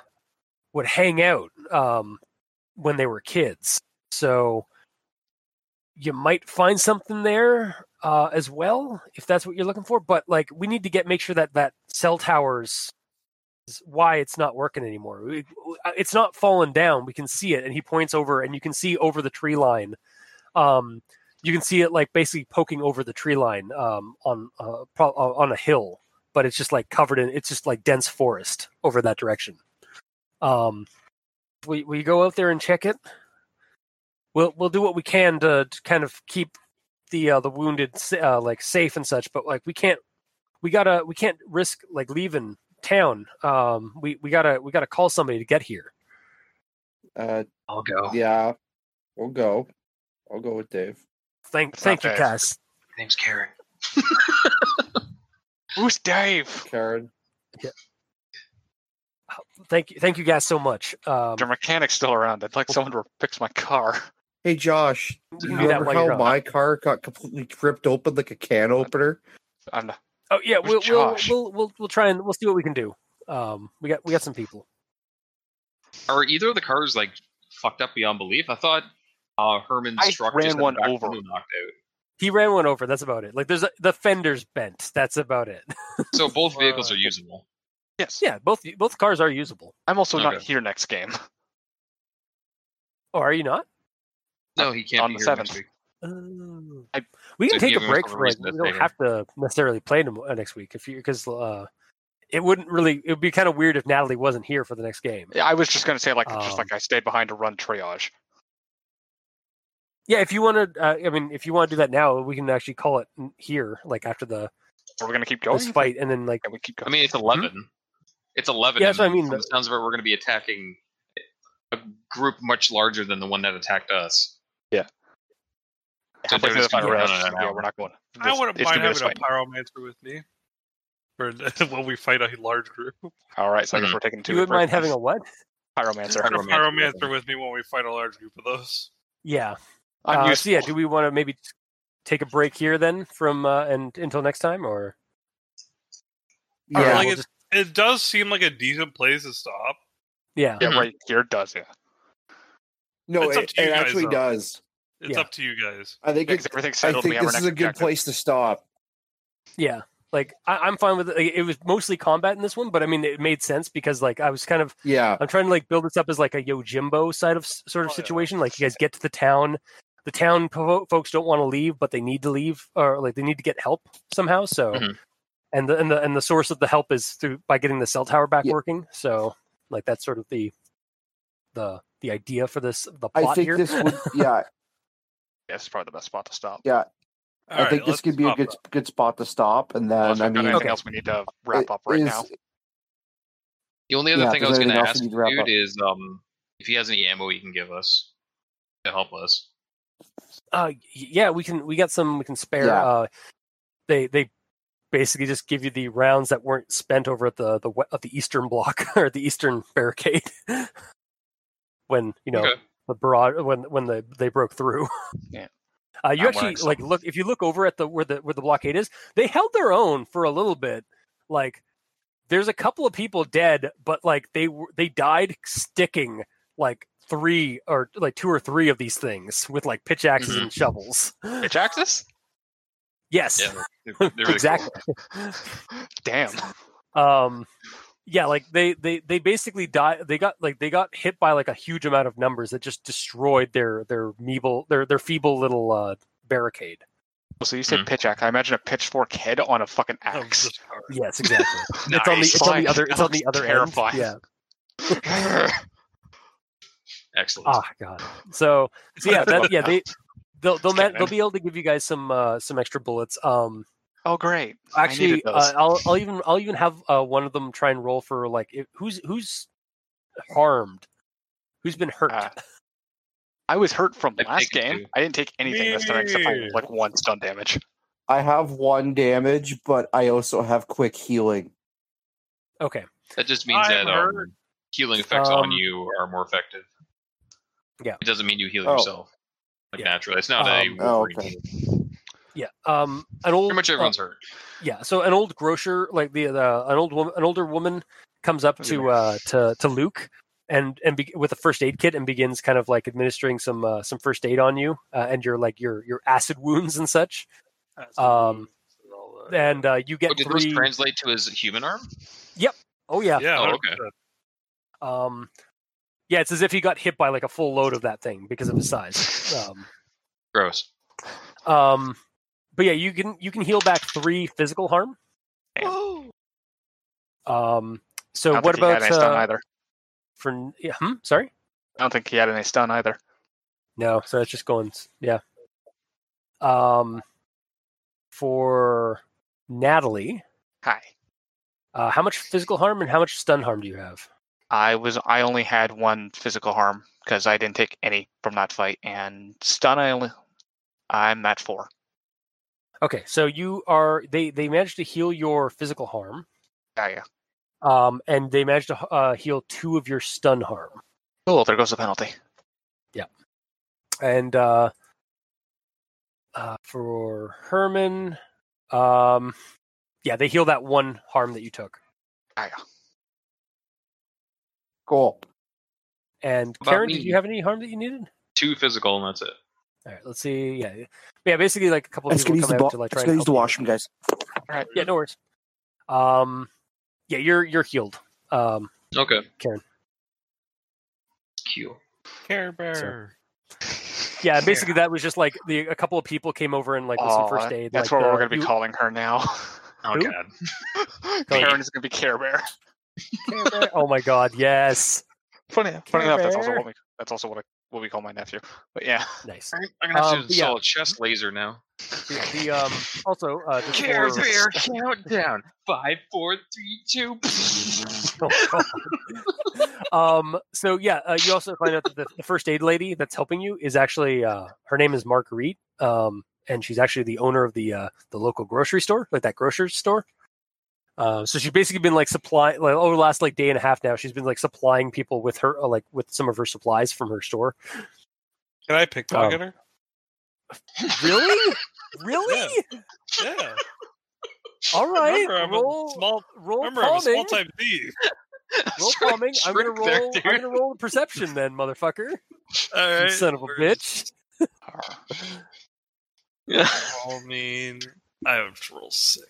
[SPEAKER 2] would hang out um when they were kids. So you might find something there uh as well if that's what you're looking for, but like we need to get make sure that that cell towers is why it's not working anymore. We- uh, It's not falling down. We can see it and he points over and you can see over the tree line. Um you can see it like basically poking over the tree line um on uh, pro- on a hill but it's just like covered in it's just like dense forest over that direction. Um, we we go out there and check it. We'll we'll do what we can to, to kind of keep the uh, the wounded uh, like safe and such, but like we can't we gotta we can't risk like leaving town. Um, we we gotta we gotta call somebody to get here.
[SPEAKER 7] Uh,
[SPEAKER 2] I'll
[SPEAKER 3] Oh.
[SPEAKER 2] go.
[SPEAKER 7] yeah, we'll go. I'll go with Dave.
[SPEAKER 2] Thank
[SPEAKER 3] That's
[SPEAKER 2] thank you,
[SPEAKER 3] not bad.
[SPEAKER 2] Cass.
[SPEAKER 5] name's Karen.
[SPEAKER 3] Who's Dave?
[SPEAKER 7] Karen,
[SPEAKER 2] Thank you thank you guys so much. Um,
[SPEAKER 3] Their mechanic's still around. I'd like someone to fix my car. [LAUGHS]
[SPEAKER 7] Hey Josh,
[SPEAKER 2] We
[SPEAKER 7] do
[SPEAKER 2] can
[SPEAKER 7] you
[SPEAKER 2] do that
[SPEAKER 7] remember
[SPEAKER 2] while you're
[SPEAKER 7] how
[SPEAKER 2] up.
[SPEAKER 7] my car got completely ripped open like a can opener?
[SPEAKER 3] I'm not,
[SPEAKER 2] oh yeah, we'll
[SPEAKER 3] Where's
[SPEAKER 2] we'll,
[SPEAKER 3] Josh?
[SPEAKER 2] we'll we'll we'll try and we'll see what we can do. Um, we got we got some people.
[SPEAKER 5] Are either of the cars like fucked up beyond belief? I thought uh, Herman's
[SPEAKER 3] I
[SPEAKER 5] truck
[SPEAKER 3] ran
[SPEAKER 5] just had the
[SPEAKER 3] one
[SPEAKER 5] back
[SPEAKER 3] over.
[SPEAKER 5] window knocked out.
[SPEAKER 2] He ran one over. That's about it. Like there's a, the fender's bent. That's about it. [LAUGHS]
[SPEAKER 5] So both vehicles are usable.
[SPEAKER 3] yes.
[SPEAKER 2] yeah, both both cars are usable.
[SPEAKER 3] I'm also not
[SPEAKER 5] Okay.
[SPEAKER 3] here next game.
[SPEAKER 2] Or Oh, are you not?
[SPEAKER 5] No, he can't
[SPEAKER 3] On
[SPEAKER 5] be
[SPEAKER 3] the
[SPEAKER 5] here next week.
[SPEAKER 3] seventh.
[SPEAKER 2] Um,
[SPEAKER 3] I-
[SPEAKER 2] we can
[SPEAKER 5] So
[SPEAKER 2] take a
[SPEAKER 5] give him
[SPEAKER 2] break
[SPEAKER 5] a
[SPEAKER 2] from it.
[SPEAKER 5] reason
[SPEAKER 2] We
[SPEAKER 5] to
[SPEAKER 2] don't
[SPEAKER 5] stay
[SPEAKER 2] have to necessarily play them uh, next week if you because uh, it wouldn't really. It would be kind of weird if Natalie wasn't here for the next game.
[SPEAKER 3] Yeah, I was just gonna say like
[SPEAKER 2] Um,
[SPEAKER 3] just like I stayed behind to run triage.
[SPEAKER 2] Yeah, if you want to, uh, I mean, if you want to do that now, we can actually call it n- here, like after the
[SPEAKER 3] Are we gonna keep going?
[SPEAKER 2] this fight, and then like
[SPEAKER 3] Yeah, we keep
[SPEAKER 5] I
[SPEAKER 3] going.
[SPEAKER 5] mean, it's eleven. Hmm? It's eleven.
[SPEAKER 2] Yeah, that's what I
[SPEAKER 5] and
[SPEAKER 2] mean,
[SPEAKER 5] From the
[SPEAKER 2] but-
[SPEAKER 5] sounds of it, we're going to be attacking a group much larger than the one that attacked us.
[SPEAKER 3] Halfway
[SPEAKER 5] they're
[SPEAKER 3] through the
[SPEAKER 5] just
[SPEAKER 3] fight,
[SPEAKER 5] gonna
[SPEAKER 3] we're
[SPEAKER 5] run
[SPEAKER 3] like,
[SPEAKER 5] on an
[SPEAKER 3] yeah,
[SPEAKER 5] hour.
[SPEAKER 3] we're not going.
[SPEAKER 8] I
[SPEAKER 3] This-
[SPEAKER 8] wouldn't
[SPEAKER 3] it's
[SPEAKER 8] mind
[SPEAKER 3] gonna be this
[SPEAKER 8] having a
[SPEAKER 3] fight.
[SPEAKER 8] pyromancer with me for [LAUGHS] when we fight a large group.
[SPEAKER 3] All right, so I guess
[SPEAKER 5] Mhm.
[SPEAKER 3] we're taking two.
[SPEAKER 2] you would mind having a what?
[SPEAKER 3] pyromancer.
[SPEAKER 8] A
[SPEAKER 5] Pyromancer with
[SPEAKER 8] pyromancer with me when we fight a large group of those.
[SPEAKER 2] Yeah.
[SPEAKER 3] I'm
[SPEAKER 2] uh,
[SPEAKER 3] used.
[SPEAKER 2] so yeah, do we want to maybe take a break here then from uh, and until next time, or
[SPEAKER 8] Or,
[SPEAKER 2] Yeah.
[SPEAKER 7] Yeah,
[SPEAKER 8] like
[SPEAKER 2] We'll
[SPEAKER 8] it,
[SPEAKER 2] just-
[SPEAKER 8] it does seem like a decent place to stop.
[SPEAKER 2] yeah,
[SPEAKER 3] yeah, right here does yeah.
[SPEAKER 7] No,
[SPEAKER 8] It's up
[SPEAKER 7] it,
[SPEAKER 8] to you
[SPEAKER 7] it
[SPEAKER 8] guys,
[SPEAKER 7] actually
[SPEAKER 8] though.
[SPEAKER 7] does.
[SPEAKER 8] It's
[SPEAKER 2] Yeah.
[SPEAKER 8] up to you guys.
[SPEAKER 7] I think
[SPEAKER 3] Because
[SPEAKER 7] it's,
[SPEAKER 3] everything's
[SPEAKER 7] I
[SPEAKER 3] settled. we
[SPEAKER 7] think
[SPEAKER 3] have
[SPEAKER 7] this
[SPEAKER 3] our
[SPEAKER 7] is
[SPEAKER 3] next
[SPEAKER 7] a good
[SPEAKER 3] objective.
[SPEAKER 7] place to stop.
[SPEAKER 2] Yeah. Like I, I'm fine with it. Like, it was mostly combat in this one, but I mean it made sense because like I was kind of
[SPEAKER 7] Yeah,
[SPEAKER 2] I'm trying to like build this up as like a Yojimbo side of s- sort of
[SPEAKER 8] Oh, yeah.
[SPEAKER 2] situation. Like you guys get to the town, the town po- folks don't want to leave, but they need to leave, or like they need to get help somehow. So,
[SPEAKER 7] Mm-hmm.
[SPEAKER 5] Mhm.
[SPEAKER 2] and the and the and the source of the help is through by getting the cell tower back
[SPEAKER 7] Yeah.
[SPEAKER 2] working. So, like that's sort of the the the idea for this the plot
[SPEAKER 7] I think
[SPEAKER 2] here.
[SPEAKER 7] this would.
[SPEAKER 8] [LAUGHS]
[SPEAKER 7] Yeah,
[SPEAKER 3] Yeah, this is probably the best spot to stop.
[SPEAKER 7] yeah.
[SPEAKER 8] All
[SPEAKER 7] I
[SPEAKER 8] right,
[SPEAKER 7] think this
[SPEAKER 8] let's
[SPEAKER 7] could be a
[SPEAKER 8] stop
[SPEAKER 7] good
[SPEAKER 8] that.
[SPEAKER 7] good spot to stop. And then
[SPEAKER 3] Unless
[SPEAKER 7] I
[SPEAKER 3] we've got
[SPEAKER 7] mean,
[SPEAKER 3] anything
[SPEAKER 2] Okay.
[SPEAKER 3] else we need to wrap up right
[SPEAKER 7] is-
[SPEAKER 3] now.
[SPEAKER 5] The only other
[SPEAKER 7] Yeah,
[SPEAKER 5] thing I
[SPEAKER 7] if
[SPEAKER 5] was
[SPEAKER 7] there's
[SPEAKER 5] going to
[SPEAKER 7] anything
[SPEAKER 5] ask
[SPEAKER 7] else we need to wrap
[SPEAKER 5] dude
[SPEAKER 7] up.
[SPEAKER 5] is um, if he has any ammo he can give us to help us.
[SPEAKER 2] Uh, y- yeah, we can. We got some. We can spare.
[SPEAKER 7] Yeah.
[SPEAKER 2] Uh, they they basically just give you the rounds that weren't spent over at the the we- at the eastern block [LAUGHS] or the eastern barricade [LAUGHS] when you know
[SPEAKER 5] Okay.
[SPEAKER 2] the barrage when when the, they broke through. [LAUGHS]
[SPEAKER 3] Yeah.
[SPEAKER 2] Uh, you
[SPEAKER 5] I'm
[SPEAKER 2] actually
[SPEAKER 5] wearing
[SPEAKER 2] like
[SPEAKER 5] some.
[SPEAKER 2] look if you look over at the where the where the blockade is, they held their own for a little bit. Like there's a couple of people dead, but like they were they died sticking like three or like two or three of these things with like pitch axes
[SPEAKER 3] Mm-hmm.
[SPEAKER 2] and shovels. [LAUGHS]
[SPEAKER 3] Pitch axis?
[SPEAKER 2] Yes.
[SPEAKER 5] Yeah, they're, they're really cool.
[SPEAKER 2] exactly.
[SPEAKER 3] Damn.
[SPEAKER 2] um yeah like they they they basically die they got like they got hit by like a huge amount of numbers that just destroyed their their meeble their their feeble little uh barricade
[SPEAKER 3] So you said
[SPEAKER 5] Mm-hmm.
[SPEAKER 3] pitch axe. I imagine a pitchfork head on a fucking
[SPEAKER 8] Oh,
[SPEAKER 3] axe.
[SPEAKER 8] this card.
[SPEAKER 2] yes
[SPEAKER 3] [LAUGHS]
[SPEAKER 2] exactly
[SPEAKER 3] Nice.
[SPEAKER 2] it's on the it's on
[SPEAKER 3] Fine.
[SPEAKER 2] the other it's
[SPEAKER 3] That
[SPEAKER 2] on the
[SPEAKER 3] looks
[SPEAKER 2] other
[SPEAKER 3] terrifying.
[SPEAKER 2] end yeah
[SPEAKER 5] Excellent.
[SPEAKER 2] ah god so so yeah that yeah
[SPEAKER 3] [LAUGHS]
[SPEAKER 2] they they'll they'll, ma-
[SPEAKER 3] Scanning.
[SPEAKER 2] they'll be able to give you guys some uh some extra bullets um
[SPEAKER 3] [LAUGHS] Oh great. I needed
[SPEAKER 2] actually uh,
[SPEAKER 3] those.
[SPEAKER 2] I'll, I'll even i'll even have uh, one of them try and roll for like if, who's who's harmed who's been hurt
[SPEAKER 5] Uh.
[SPEAKER 3] Ah. I was hurt from
[SPEAKER 5] I've
[SPEAKER 3] last
[SPEAKER 5] taken
[SPEAKER 3] game.
[SPEAKER 5] two.
[SPEAKER 3] I didn't take anything this time except for
[SPEAKER 8] Me.
[SPEAKER 3] like one stun damage.
[SPEAKER 7] I have one damage, but I also have quick healing.
[SPEAKER 2] okay
[SPEAKER 5] That just means
[SPEAKER 8] I'm
[SPEAKER 5] that
[SPEAKER 8] hurt.
[SPEAKER 5] um, healing effects on
[SPEAKER 2] Um,
[SPEAKER 5] you are more effective.
[SPEAKER 2] Yeah.
[SPEAKER 5] It doesn't mean you heal
[SPEAKER 7] Oh.
[SPEAKER 5] yourself. Like
[SPEAKER 2] Yeah.
[SPEAKER 5] naturally. It's not a
[SPEAKER 2] Um,
[SPEAKER 7] oh,
[SPEAKER 5] Wolverine
[SPEAKER 7] okay.
[SPEAKER 5] heal.
[SPEAKER 2] yeah um an old
[SPEAKER 5] Pretty much
[SPEAKER 2] uh,
[SPEAKER 5] everyone's hurt.
[SPEAKER 2] yeah so an old grocer like the, the an old woman an older woman comes up to uh to to luke and and be, with a first aid kit and begins kind of like administering some uh, some first aid on you uh, and your like your your acid wounds and such
[SPEAKER 8] That's
[SPEAKER 2] Um,
[SPEAKER 8] the rules and all that.
[SPEAKER 2] and uh, you get
[SPEAKER 5] Oh, did those
[SPEAKER 2] three
[SPEAKER 5] translate to his human arm?
[SPEAKER 2] oh yeah
[SPEAKER 8] yeah,
[SPEAKER 5] Oh,
[SPEAKER 8] 100%.
[SPEAKER 2] um yeah it's as if he got hit by like a full load of that thing because of his size
[SPEAKER 3] [LAUGHS]
[SPEAKER 2] um
[SPEAKER 5] Gross.
[SPEAKER 2] Um, but yeah, you can you can heal back three physical harm.
[SPEAKER 3] Damn.
[SPEAKER 2] Um,
[SPEAKER 3] I
[SPEAKER 2] so
[SPEAKER 3] don't
[SPEAKER 2] what
[SPEAKER 3] think he had
[SPEAKER 2] about
[SPEAKER 3] any stun
[SPEAKER 2] uh,
[SPEAKER 3] either?
[SPEAKER 2] for? Yeah, hmm, sorry,
[SPEAKER 3] I don't think he had any stun either.
[SPEAKER 2] no. So it's just going. Yeah. Um, for Natalie,
[SPEAKER 3] Hi.
[SPEAKER 2] uh, how much physical harm and how much stun harm do you have?
[SPEAKER 3] I was I only had one physical harm because I didn't take any from that fight, and stun I only I'm at four.
[SPEAKER 2] Okay, so you are they they managed to heal your physical harm,
[SPEAKER 3] Yeah, yeah.
[SPEAKER 2] um, and they managed to uh, heal two of your stun harm.
[SPEAKER 3] Cool. Oh, There goes the penalty.
[SPEAKER 2] and uh, uh, for Herman, um, yeah, they heal that one harm that you took.
[SPEAKER 3] Yeah, yeah.
[SPEAKER 7] Cool.
[SPEAKER 2] And
[SPEAKER 5] About
[SPEAKER 2] Karen,
[SPEAKER 5] me?
[SPEAKER 2] did you have any harm that you needed?
[SPEAKER 5] Two physical and that's it.
[SPEAKER 2] All right, let's see. Yeah, yeah, basically like a couple of
[SPEAKER 7] Let's
[SPEAKER 2] people
[SPEAKER 7] use
[SPEAKER 2] come
[SPEAKER 7] the
[SPEAKER 2] out to
[SPEAKER 7] bo-
[SPEAKER 2] like try
[SPEAKER 7] let's
[SPEAKER 2] and
[SPEAKER 7] use
[SPEAKER 2] help
[SPEAKER 7] the
[SPEAKER 2] you.
[SPEAKER 7] washroom, guys.
[SPEAKER 2] Yeah, no worries. Um, yeah, you're you're healed. Um,
[SPEAKER 5] Okay.
[SPEAKER 2] Karen.
[SPEAKER 5] Q.
[SPEAKER 8] Care Bear.
[SPEAKER 2] yeah, basically that was just like the a couple of people came over and like with some
[SPEAKER 3] Oh,
[SPEAKER 2] first aid.
[SPEAKER 3] that's
[SPEAKER 2] like,
[SPEAKER 3] what
[SPEAKER 2] the-
[SPEAKER 3] we're gonna be
[SPEAKER 2] you-
[SPEAKER 3] calling her now.
[SPEAKER 5] Oh
[SPEAKER 2] Who?
[SPEAKER 5] god.
[SPEAKER 3] [LAUGHS] Karen is gonna be Care Bear.
[SPEAKER 2] [LAUGHS] Oh my god, yes,
[SPEAKER 3] Funny,
[SPEAKER 2] Care
[SPEAKER 3] funny enough, that's also
[SPEAKER 2] Bear.
[SPEAKER 3] what we that's also what I, what we call my nephew. But yeah,
[SPEAKER 2] nice.
[SPEAKER 5] I'm I'm gonna have
[SPEAKER 2] Um,
[SPEAKER 5] to
[SPEAKER 2] yeah.
[SPEAKER 5] install a chest laser now.
[SPEAKER 2] The, the, um, also uh, just
[SPEAKER 5] Care
[SPEAKER 2] for-
[SPEAKER 5] Bear countdown. Five, four, three, two.
[SPEAKER 2] Oh, [LAUGHS] God. um so yeah uh, you also find out that the, the first aid lady that's helping you is actually uh her name is marguerite um and she's actually the owner of the uh the local grocery store like that grocery store uh, so she's basically been like supply like over the last like day and a half now she's been like supplying people with her uh, like with some of her supplies from her store
[SPEAKER 8] Can I
[SPEAKER 7] um,
[SPEAKER 8] pickpocket her?
[SPEAKER 2] really really
[SPEAKER 8] Yeah.
[SPEAKER 2] all right
[SPEAKER 8] Remember, I'm a
[SPEAKER 2] roll
[SPEAKER 8] small-
[SPEAKER 2] roll
[SPEAKER 8] Remember, I'm a
[SPEAKER 2] palming.
[SPEAKER 8] small time thief.
[SPEAKER 2] roll
[SPEAKER 5] Straight
[SPEAKER 8] [LAUGHS]
[SPEAKER 2] palming i'm gonna
[SPEAKER 5] trick there,
[SPEAKER 2] roll i'm
[SPEAKER 5] dude.
[SPEAKER 2] gonna roll perception then motherfucker
[SPEAKER 8] All right.
[SPEAKER 2] son of a bitch.
[SPEAKER 5] Yeah.
[SPEAKER 8] All mean. I have to roll six.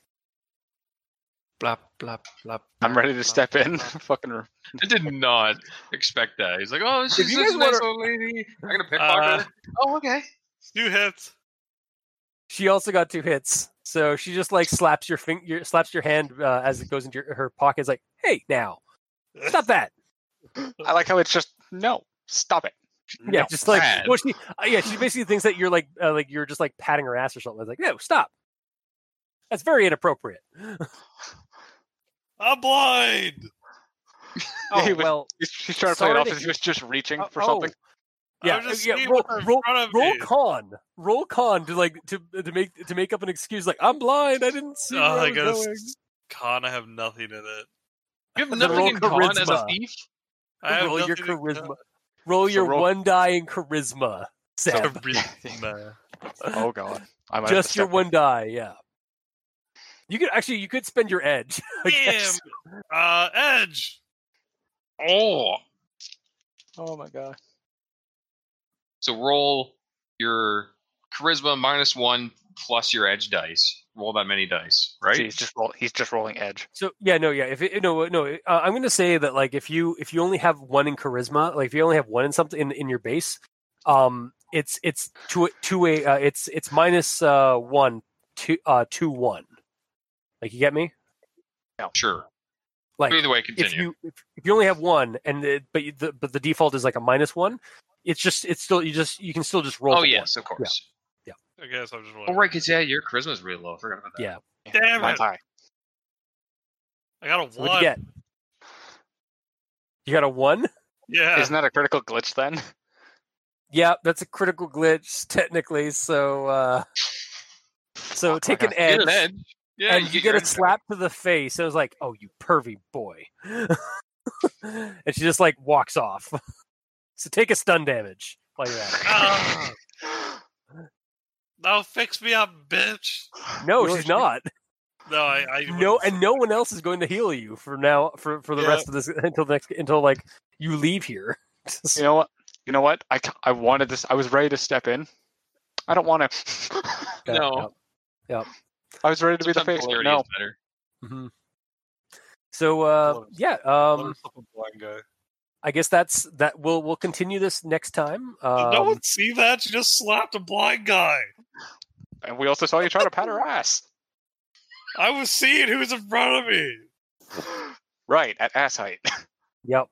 [SPEAKER 8] Blah blah blah.
[SPEAKER 3] I'm ready to step in.
[SPEAKER 8] blah.
[SPEAKER 3] [LAUGHS] Fucking r-
[SPEAKER 5] I did not expect that. He's like, oh, she's
[SPEAKER 2] you
[SPEAKER 5] such
[SPEAKER 2] guys
[SPEAKER 5] a nice
[SPEAKER 2] wanna-
[SPEAKER 5] old lady. I'm gonna pickpocket
[SPEAKER 8] Uh,
[SPEAKER 5] her. Oh, okay.
[SPEAKER 8] Two hits.
[SPEAKER 2] She also got two hits, so she just like slaps your finger, your, slaps your hand uh, as it goes into your, her pocket. It's like, hey, now stop that.
[SPEAKER 3] I like how it's just no. Stop it. [LAUGHS]
[SPEAKER 2] Yeah,
[SPEAKER 3] No.
[SPEAKER 2] just like
[SPEAKER 5] Brad.
[SPEAKER 2] well, she, uh, yeah, she basically thinks that you're like uh, like you're just like patting her ass or something. It's like, no, stop. That's very inappropriate.
[SPEAKER 8] I'm blind.
[SPEAKER 3] He
[SPEAKER 2] Oh
[SPEAKER 3] was-
[SPEAKER 2] well,
[SPEAKER 3] he's- She's trying to play it
[SPEAKER 2] sorry
[SPEAKER 3] off
[SPEAKER 2] to
[SPEAKER 3] as he was just reaching
[SPEAKER 2] Oh,
[SPEAKER 3] for
[SPEAKER 2] oh.
[SPEAKER 3] something.
[SPEAKER 2] yeah,
[SPEAKER 8] I'm just
[SPEAKER 2] yeah.
[SPEAKER 8] seeing
[SPEAKER 2] Roll,
[SPEAKER 8] what's in
[SPEAKER 2] roll,
[SPEAKER 8] front of
[SPEAKER 2] roll
[SPEAKER 8] me.
[SPEAKER 2] con, roll con to like to to make to make up an excuse like I'm blind, I didn't see where
[SPEAKER 8] Oh,
[SPEAKER 2] I
[SPEAKER 8] I
[SPEAKER 2] was
[SPEAKER 8] got a
[SPEAKER 2] going.
[SPEAKER 8] s- con. I have nothing in it.
[SPEAKER 5] You have
[SPEAKER 2] Then
[SPEAKER 5] nothing
[SPEAKER 2] roll
[SPEAKER 5] in con as a
[SPEAKER 2] charisma.
[SPEAKER 5] thief.
[SPEAKER 8] I have
[SPEAKER 2] roll your
[SPEAKER 8] nothing in con.
[SPEAKER 2] charisma. Roll
[SPEAKER 3] So
[SPEAKER 2] your
[SPEAKER 3] roll-
[SPEAKER 2] one die in charisma. Seb. [LAUGHS]
[SPEAKER 8] Charisma.
[SPEAKER 3] Oh god. I might have to
[SPEAKER 2] Just your
[SPEAKER 3] step in.
[SPEAKER 2] one die. Yeah. You could actually you could spend your edge. [LAUGHS] I guess.
[SPEAKER 8] Damn. Uh, edge.
[SPEAKER 5] Oh.
[SPEAKER 3] Oh my god.
[SPEAKER 5] So roll your charisma minus one plus your edge dice. Roll that many dice, right?
[SPEAKER 3] See, he's just roll, he's just rolling edge.
[SPEAKER 2] So yeah, no, yeah. If it, no, no, uh, I'm going to say that like if you if you only have one in charisma, like if you only have one in something in, in your base, um, it's it's two two a uh, it's it's minus uh one two uh two one. Like you get me?
[SPEAKER 5] Sure.
[SPEAKER 2] Like
[SPEAKER 5] Either way,
[SPEAKER 2] if
[SPEAKER 5] continue.
[SPEAKER 2] you if, if you only have one and the, but you, the, but the default is like a minus one, it's just it's still you just you can still just roll.
[SPEAKER 5] oh
[SPEAKER 2] the
[SPEAKER 5] yes, of course.
[SPEAKER 8] I guess I'm just
[SPEAKER 5] Oh
[SPEAKER 8] rolling.
[SPEAKER 5] right, because yeah, your charisma's really low. I forgot about that.
[SPEAKER 2] Yeah.
[SPEAKER 8] Damn
[SPEAKER 3] Mine's
[SPEAKER 8] it!
[SPEAKER 3] high.
[SPEAKER 8] I got a
[SPEAKER 2] one. So what'd
[SPEAKER 8] one.
[SPEAKER 2] you get? You got a one?
[SPEAKER 8] Yeah.
[SPEAKER 3] Isn't that a critical glitch then?
[SPEAKER 2] Yeah, that's a critical glitch technically. So uh so
[SPEAKER 3] Fuck,
[SPEAKER 2] take
[SPEAKER 3] I
[SPEAKER 2] an
[SPEAKER 3] got-
[SPEAKER 5] You
[SPEAKER 2] edge.
[SPEAKER 5] Get an edge. Yeah,
[SPEAKER 2] and you get
[SPEAKER 5] your
[SPEAKER 2] a
[SPEAKER 5] edge.
[SPEAKER 2] slap to the face. And I was like, "Oh, you pervy boy!" [LAUGHS] and she just like walks off. [LAUGHS] so take a stun damage while you're at
[SPEAKER 8] Ah. Now fix me up, bitch.
[SPEAKER 2] it. No,
[SPEAKER 3] You're
[SPEAKER 2] she's
[SPEAKER 3] sh-
[SPEAKER 2] not.
[SPEAKER 8] No, I. I
[SPEAKER 2] No, and no one else is going to heal you for now for for the
[SPEAKER 8] Yeah.
[SPEAKER 2] rest of this until next until like you leave here. [LAUGHS]
[SPEAKER 3] [LAUGHS] You know what? You know what? I, ca- I wanted this. I was ready to step in. I don't want to.
[SPEAKER 5] No.
[SPEAKER 3] [LAUGHS] I was ready to be the
[SPEAKER 5] Sometimes
[SPEAKER 3] face. but
[SPEAKER 5] polarity
[SPEAKER 3] No.
[SPEAKER 5] is better.
[SPEAKER 2] Mhm. So uh,
[SPEAKER 6] Close.
[SPEAKER 2] yeah,
[SPEAKER 6] Um,
[SPEAKER 2] um,
[SPEAKER 6] blind guy.
[SPEAKER 2] I guess that's that. We'll we'll continue this next time.
[SPEAKER 8] Did no
[SPEAKER 2] Um,
[SPEAKER 8] one see that? She just slapped a blind guy.
[SPEAKER 3] And we also saw you try to pat her ass.
[SPEAKER 8] I was seeing who was in front of me.
[SPEAKER 3] Right at ass height.
[SPEAKER 2] yep.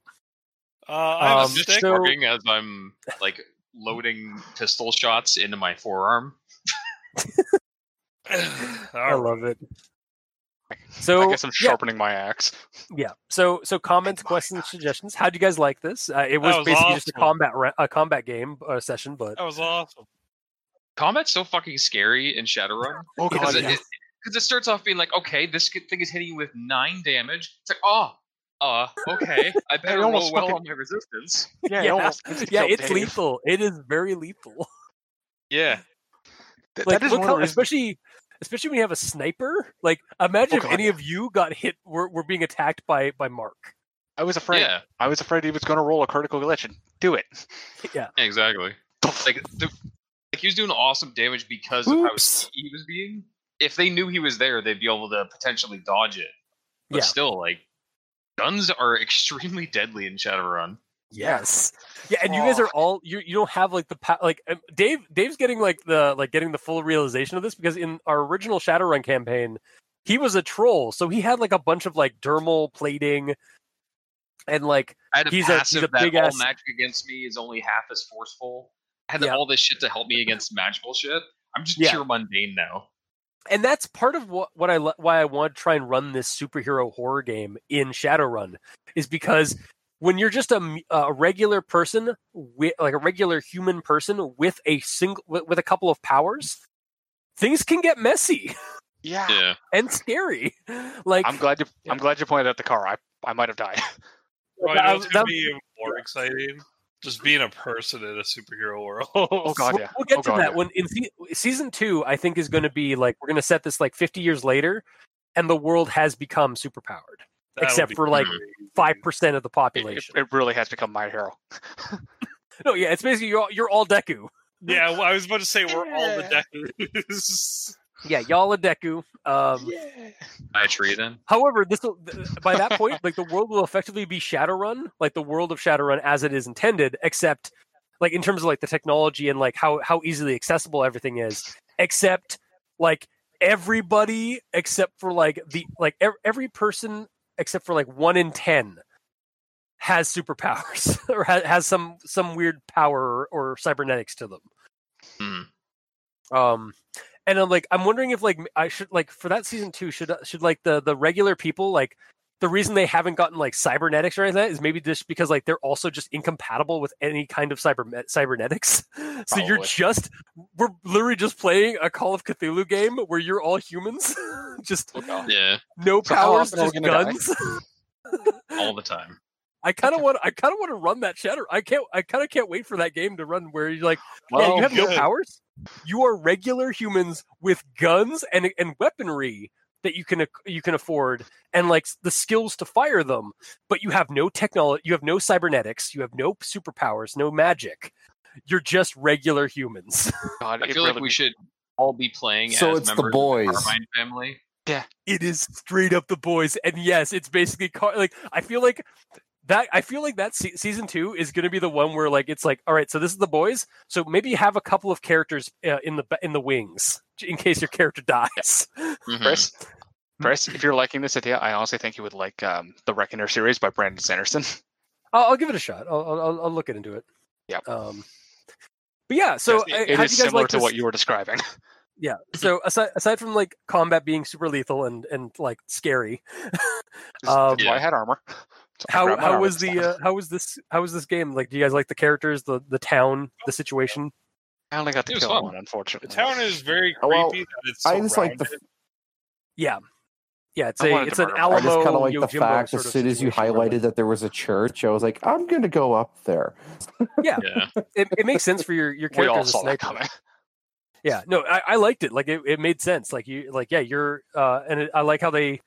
[SPEAKER 8] Uh, I have
[SPEAKER 2] Um,
[SPEAKER 8] a
[SPEAKER 5] Just
[SPEAKER 8] stick.
[SPEAKER 2] so-
[SPEAKER 8] [LAUGHS]
[SPEAKER 5] working as I'm like loading pistol shots into my forearm.
[SPEAKER 2] I
[SPEAKER 8] All right.
[SPEAKER 2] love it. So
[SPEAKER 3] I guess I'm
[SPEAKER 2] yeah,
[SPEAKER 3] sharpening
[SPEAKER 2] [LAUGHS]
[SPEAKER 3] my axe.
[SPEAKER 2] Yeah. So so comments, questions, suggestions. How would you guys like this? Uh, it was,
[SPEAKER 8] was
[SPEAKER 2] basically just a
[SPEAKER 8] awesome.
[SPEAKER 2] combat ra- a combat game uh, session, but
[SPEAKER 6] Oh,
[SPEAKER 8] That was awesome.
[SPEAKER 5] Combat's so fucking scary in Shadowrun.
[SPEAKER 3] Oh
[SPEAKER 2] Yeah,
[SPEAKER 5] Because
[SPEAKER 3] god.
[SPEAKER 5] it, it, 'cause it starts off being like, okay, this g- thing is hitting you with nine damage. It's like, oh, uh, okay,
[SPEAKER 2] [LAUGHS]
[SPEAKER 5] I better roll
[SPEAKER 3] almost
[SPEAKER 5] well
[SPEAKER 3] fucking-
[SPEAKER 5] on my resistance.
[SPEAKER 3] Yeah, it
[SPEAKER 2] yeah,
[SPEAKER 3] almost
[SPEAKER 2] [LAUGHS] yeah,
[SPEAKER 3] killed
[SPEAKER 2] it's
[SPEAKER 3] Dave.
[SPEAKER 2] lethal. It is very lethal.
[SPEAKER 5] Yeah.
[SPEAKER 3] Th-
[SPEAKER 2] Like
[SPEAKER 3] that is
[SPEAKER 2] look
[SPEAKER 3] one of
[SPEAKER 2] how,
[SPEAKER 3] the reasons.
[SPEAKER 2] especially especially when you have a sniper. Like imagine
[SPEAKER 3] Oh,
[SPEAKER 2] if
[SPEAKER 3] God,
[SPEAKER 2] any of you got hit were, were being attacked by by Mark.
[SPEAKER 3] I was afraid.
[SPEAKER 5] Yeah.
[SPEAKER 3] I was afraid he was going to roll a critical glitch and do [LAUGHS] it.
[SPEAKER 5] Exactly. Like, the, like he was doing awesome damage because of how
[SPEAKER 6] Oops.
[SPEAKER 5] he was being. If they knew he was there, they'd be able to potentially dodge it. But
[SPEAKER 2] Yeah.
[SPEAKER 5] still, like, guns are [LAUGHS] extremely deadly in Shadowrun.
[SPEAKER 2] Yes. Yeah, and you guys are all you. You don't have like the pa- like um, Dave. Dave's getting like the like getting the full realization of this because in our original Shadowrun campaign, he was a troll, so he had like a bunch of like dermal plating, and like
[SPEAKER 5] I had a
[SPEAKER 2] He's a- he's
[SPEAKER 5] passive
[SPEAKER 2] a
[SPEAKER 5] that
[SPEAKER 2] big
[SPEAKER 5] all
[SPEAKER 2] ass-
[SPEAKER 5] magic against me is only half as forceful. I had
[SPEAKER 2] Yeah.
[SPEAKER 5] all this shit to help me against magical shit. I'm just
[SPEAKER 2] Yeah.
[SPEAKER 5] pure mundane now.
[SPEAKER 2] and that's part of what what I lo- why I want to try and run this superhero horror game in Shadowrun is because when you're just a, m- a regular person with like a regular human person with a single with, with a couple of powers, things can get messy. [LAUGHS]
[SPEAKER 3] Yeah.
[SPEAKER 5] Yeah.
[SPEAKER 2] and scary. [LAUGHS] Like
[SPEAKER 3] I'm glad you. I'm glad you pointed out the car. I I might have died.
[SPEAKER 8] Well, you
[SPEAKER 2] that-
[SPEAKER 8] know what's
[SPEAKER 2] that-
[SPEAKER 8] gonna be even more exciting? Just being a person in a superhero world. [LAUGHS]
[SPEAKER 3] Oh god.
[SPEAKER 2] we'll,
[SPEAKER 3] Yeah.
[SPEAKER 2] we'll get
[SPEAKER 3] oh,
[SPEAKER 2] to
[SPEAKER 3] God,
[SPEAKER 2] that
[SPEAKER 3] yeah.
[SPEAKER 2] when in se- season two. I think is going to be like we're going to set this like 50 years later, and the world has become superpowered,
[SPEAKER 8] That'll
[SPEAKER 2] except
[SPEAKER 8] be
[SPEAKER 2] for like
[SPEAKER 8] crazy.
[SPEAKER 2] five percent of the
[SPEAKER 3] It,
[SPEAKER 2] population.
[SPEAKER 3] it really has become my hero.
[SPEAKER 2] No, yeah, it's basically you're all, you're all Deku.
[SPEAKER 8] Yeah, well, I was about to say we're all the
[SPEAKER 5] [LAUGHS]
[SPEAKER 8] Dekus.
[SPEAKER 2] Yeah, y'all a Deku. Um,
[SPEAKER 5] By a tree then?
[SPEAKER 2] However, this will by that point, like the world will effectively be Shadowrun, like the world of Shadowrun as it is intended, except like in terms of like the technology and like how how easily accessible everything is, except like everybody except for like the like ev- every person except for like one in ten has superpowers [LAUGHS] or has, has some some weird power or, or cybernetics to them.
[SPEAKER 3] Mm.
[SPEAKER 2] Um, and I'm like, I'm wondering if like I should like for that season two should uh, should like the the regular people like the reason they haven't gotten like cybernetics or anything like that is maybe just because like they're also just incompatible with any kind of cyber cybernetics. [LAUGHS] so you're
[SPEAKER 3] Probably.
[SPEAKER 2] just we're literally just playing a Call of Cthulhu game where you're all humans, [LAUGHS] just
[SPEAKER 3] Look out.
[SPEAKER 5] Yeah,
[SPEAKER 2] no
[SPEAKER 3] So how
[SPEAKER 2] powers,
[SPEAKER 3] often are we
[SPEAKER 2] just
[SPEAKER 3] gonna die?
[SPEAKER 2] guns.
[SPEAKER 5] all the time.
[SPEAKER 2] I kind of want I kind of want to run that shatter. I can't I kind of can't wait for that game to run where you're like yeah,
[SPEAKER 3] Well,
[SPEAKER 2] you have no
[SPEAKER 8] good.
[SPEAKER 2] powers. You are regular humans with guns and and weaponry that you can ac- you can afford and like s- the skills to fire them, but you have no technology, you have no cybernetics, you have no superpowers, no magic. You're just regular humans.
[SPEAKER 3] God,
[SPEAKER 5] I
[SPEAKER 3] it
[SPEAKER 5] feel
[SPEAKER 3] really
[SPEAKER 5] like we should all be playing
[SPEAKER 7] So
[SPEAKER 5] as
[SPEAKER 7] it's the
[SPEAKER 5] members of the
[SPEAKER 7] boys.
[SPEAKER 5] Carmine family.
[SPEAKER 2] It is straight up the boys, and yes, it's basically car- like I feel like that. I feel like that se- season two is going to be the one where like it's like, all right, so this is the boys. So maybe have a couple of characters uh, in the ba- in the wings j- in case your character [LAUGHS] dies.
[SPEAKER 5] Mhm.
[SPEAKER 3] Chris.
[SPEAKER 2] Hmm.
[SPEAKER 3] Chris, if you're liking this idea, I honestly think you would like um, the Reckoner series by Brandon Sanderson. [LAUGHS]
[SPEAKER 2] I'll, I'll give it a shot. I'll, I'll- I'll, I'll look into it.
[SPEAKER 3] Yep.
[SPEAKER 2] Um, but yeah, so
[SPEAKER 5] Yes,
[SPEAKER 2] uh,
[SPEAKER 5] it-
[SPEAKER 3] It
[SPEAKER 2] how do
[SPEAKER 3] is
[SPEAKER 2] you guys
[SPEAKER 3] similar
[SPEAKER 2] like
[SPEAKER 3] to
[SPEAKER 2] this?
[SPEAKER 3] what you were describing. [LAUGHS]
[SPEAKER 2] Yeah. So aside, aside from like combat being super lethal and and like scary, Um,
[SPEAKER 3] That's why I had armor. So I
[SPEAKER 2] how
[SPEAKER 3] grabbed my
[SPEAKER 2] how
[SPEAKER 3] armor
[SPEAKER 2] was
[SPEAKER 3] this
[SPEAKER 2] the
[SPEAKER 3] time.
[SPEAKER 2] uh, how was this how was this game? Like, do you guys like the characters, the the town, the situation?
[SPEAKER 3] I only got to
[SPEAKER 5] It was
[SPEAKER 3] kill
[SPEAKER 5] fun.
[SPEAKER 3] one,
[SPEAKER 8] The
[SPEAKER 3] unfortunately.
[SPEAKER 8] town is very creepy.
[SPEAKER 7] Well,
[SPEAKER 8] and it's
[SPEAKER 7] I just like the
[SPEAKER 8] surrounded.
[SPEAKER 2] Yeah, yeah. It's
[SPEAKER 3] I
[SPEAKER 2] a
[SPEAKER 3] wanted
[SPEAKER 2] it's
[SPEAKER 3] to
[SPEAKER 2] an
[SPEAKER 3] murder
[SPEAKER 7] I
[SPEAKER 2] Alamo.
[SPEAKER 3] myself.
[SPEAKER 7] just kind of like the
[SPEAKER 2] Yojimbo
[SPEAKER 7] fact
[SPEAKER 2] sort
[SPEAKER 7] as
[SPEAKER 2] of
[SPEAKER 7] soon as you
[SPEAKER 2] situation where, like,
[SPEAKER 7] highlighted that there was a church, I was like, I'm gonna go up there.
[SPEAKER 2] [LAUGHS]
[SPEAKER 5] Yeah.
[SPEAKER 2] it, it makes sense for your your
[SPEAKER 3] [LAUGHS] we
[SPEAKER 2] character
[SPEAKER 3] all
[SPEAKER 2] as a
[SPEAKER 3] saw that
[SPEAKER 2] sniper.
[SPEAKER 3] coming.
[SPEAKER 2] yeah no I, I liked it like it, it made sense like you like yeah you're uh and it, i like how they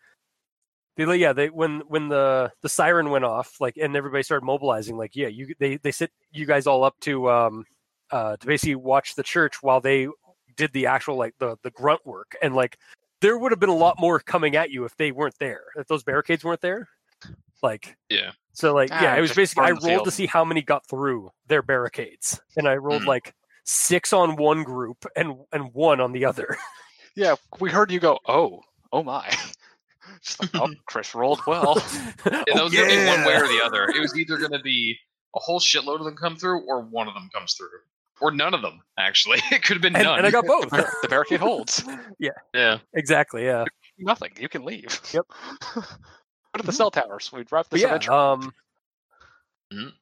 [SPEAKER 2] they like, yeah they when when the the siren went off like and everybody started mobilizing like yeah you they they sit you guys all up to um uh to basically watch the church while they did the actual like the the grunt work and like there would have been a lot more coming at you if they weren't there if those barricades weren't there like
[SPEAKER 5] Yeah.
[SPEAKER 2] so like
[SPEAKER 3] Ah,
[SPEAKER 2] yeah it was
[SPEAKER 3] just
[SPEAKER 2] basically
[SPEAKER 3] burn
[SPEAKER 2] i
[SPEAKER 3] the
[SPEAKER 2] rolled
[SPEAKER 3] field.
[SPEAKER 2] to see how many got through their barricades and i rolled
[SPEAKER 5] Mhm.
[SPEAKER 2] like six on one group and and one on the other. [LAUGHS]
[SPEAKER 3] Yeah, we heard you go, oh, oh my. [LAUGHS] Just like, [LAUGHS] oh, Chris rolled [LAUGHS] well.
[SPEAKER 5] Yeah, that was gonna be one
[SPEAKER 8] yeah.
[SPEAKER 5] way or the other. It was either gonna be a whole shitload of them come through, or one of them comes through, or none of them. Actually, [LAUGHS] it could have been
[SPEAKER 2] and,
[SPEAKER 5] none.
[SPEAKER 2] and I got
[SPEAKER 5] [LAUGHS]
[SPEAKER 2] both.
[SPEAKER 3] the barricade holds.
[SPEAKER 5] yeah,
[SPEAKER 2] exactly, yeah.
[SPEAKER 3] Nothing. You can leave.
[SPEAKER 2] Yep.
[SPEAKER 3] [LAUGHS] Go to the cell towers. We
[SPEAKER 2] But
[SPEAKER 3] wrapped this
[SPEAKER 2] yeah,
[SPEAKER 3] adventure.
[SPEAKER 2] um,
[SPEAKER 5] Mhm.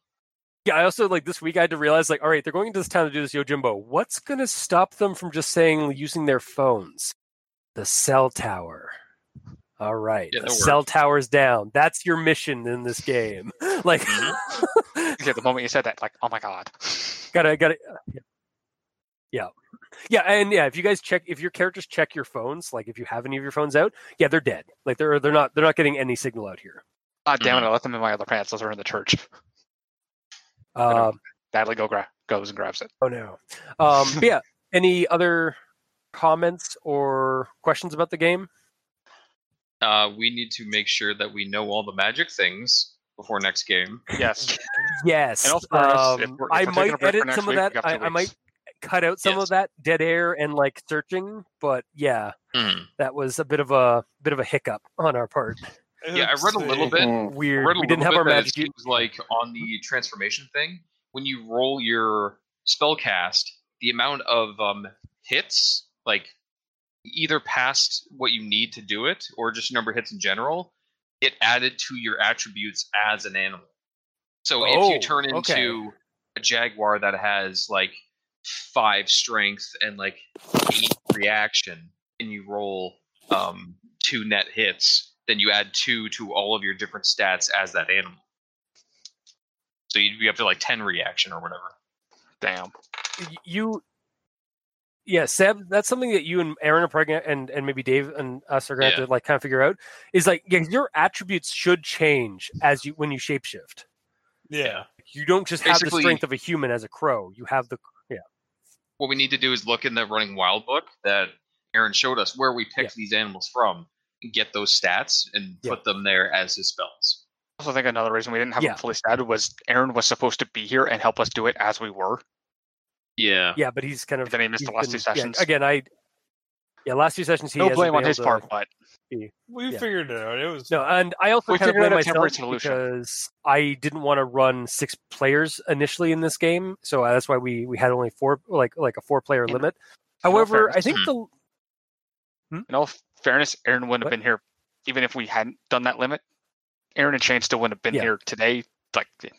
[SPEAKER 2] yeah. I also like this week. I had to realize, like, all right, they're going into this town to do this Yojimbo. What's gonna stop them from just saying using their phones? The cell tower. All right,
[SPEAKER 5] Yeah,
[SPEAKER 2] the
[SPEAKER 5] that
[SPEAKER 2] cell tower's down. That's your mission in this game. [LAUGHS] like,
[SPEAKER 5] Mm-hmm.
[SPEAKER 3] Yeah, the moment you said that, like, oh my god. [LAUGHS]
[SPEAKER 2] gotta gotta yeah. yeah yeah and yeah if you guys check if your characters check your phones like if you have any of your phones out yeah they're dead like they're they're not they're not getting any signal out here
[SPEAKER 3] Ah, damn it! I left them in my other pants. Those were in the church. know.
[SPEAKER 2] um
[SPEAKER 3] Natalie go gra- goes and grabs it.
[SPEAKER 2] oh no um but yeah any other comments or questions about the game
[SPEAKER 5] uh, we need to make sure that we know all the magic things before next game.
[SPEAKER 3] [LAUGHS] Yes.
[SPEAKER 2] yes
[SPEAKER 3] And also, Ernest, if
[SPEAKER 2] um,
[SPEAKER 3] we're- if
[SPEAKER 2] i
[SPEAKER 3] we're taking a
[SPEAKER 2] might
[SPEAKER 3] break for
[SPEAKER 2] edit
[SPEAKER 3] next
[SPEAKER 2] some
[SPEAKER 3] week,
[SPEAKER 2] of
[SPEAKER 3] we
[SPEAKER 2] that
[SPEAKER 3] got two
[SPEAKER 2] I, I might
[SPEAKER 3] weeks.
[SPEAKER 2] cut out some
[SPEAKER 5] Yes.
[SPEAKER 2] of that dead air and like searching but yeah
[SPEAKER 3] Mm-hmm.
[SPEAKER 5] Mhm.
[SPEAKER 2] that was a bit of a bit of a hiccup on our
[SPEAKER 3] [LAUGHS]
[SPEAKER 2] part
[SPEAKER 5] Yeah, I read a little bit.
[SPEAKER 7] Hmm.
[SPEAKER 5] I
[SPEAKER 2] weird
[SPEAKER 5] read a
[SPEAKER 2] we didn't
[SPEAKER 5] little
[SPEAKER 2] have our
[SPEAKER 5] bit that
[SPEAKER 2] magic
[SPEAKER 5] it
[SPEAKER 2] u-
[SPEAKER 5] seems like on the transformation thing, when you roll your spell cast, the amount of um, hits, like either past what you need to do it or just number of hits in general, it added to your attributes as an animal. So if
[SPEAKER 2] Oh,
[SPEAKER 5] you turn into
[SPEAKER 2] okay.
[SPEAKER 5] a jaguar that has like five strength and like eight reaction, and you roll um, two net hits, then you add two to all of your different stats as that animal. So you'd be up to like ten reaction or whatever.
[SPEAKER 3] Damn.
[SPEAKER 2] y- you yeah seb that's something that you and aaron are probably gonna, and and maybe dave and us are gonna
[SPEAKER 5] Yeah.
[SPEAKER 2] have to like kind of figure out is like yeah, your attributes should change as you when you shapeshift
[SPEAKER 6] Yeah.
[SPEAKER 2] You don't just have the
[SPEAKER 5] Basically-
[SPEAKER 2] strength of a human as a crow. You have the yeah.
[SPEAKER 5] What we need to do is look in the running wild book that Aaron showed us where we picked these animals from and get those stats and
[SPEAKER 2] Yeah.
[SPEAKER 5] put them there as his spells.
[SPEAKER 3] Also, think another reason we didn't have
[SPEAKER 2] Yeah.
[SPEAKER 3] him fully stabbed was Aaron was supposed to be here and help us do it as we were.
[SPEAKER 5] Yeah.
[SPEAKER 2] Yeah, but he's kind of
[SPEAKER 3] Then he missed
[SPEAKER 2] he's
[SPEAKER 3] the last two
[SPEAKER 2] yeah,
[SPEAKER 3] sessions.
[SPEAKER 2] again, I yeah, last two sessions he
[SPEAKER 3] no
[SPEAKER 2] hasn't
[SPEAKER 3] blame on
[SPEAKER 2] been
[SPEAKER 3] his
[SPEAKER 2] able to-
[SPEAKER 3] part, but
[SPEAKER 6] We
[SPEAKER 2] Yeah.
[SPEAKER 6] figured it out. It was
[SPEAKER 2] No, and I also
[SPEAKER 3] We
[SPEAKER 2] kind of
[SPEAKER 3] figured
[SPEAKER 2] blame
[SPEAKER 3] out a temporary
[SPEAKER 2] myself
[SPEAKER 3] solution.
[SPEAKER 2] because I didn't want to run six players initially in this game, so uh, that's why we we had only four like like a four player
[SPEAKER 3] In-
[SPEAKER 2] limit.
[SPEAKER 3] in all
[SPEAKER 2] However, I
[SPEAKER 3] fairness-
[SPEAKER 2] think the
[SPEAKER 3] in all fairness, Aaron wouldn't
[SPEAKER 2] What?
[SPEAKER 3] have been here even if we hadn't done that limit. Aaron and Shane still wouldn't have been
[SPEAKER 2] Yeah.
[SPEAKER 3] here today. Like, it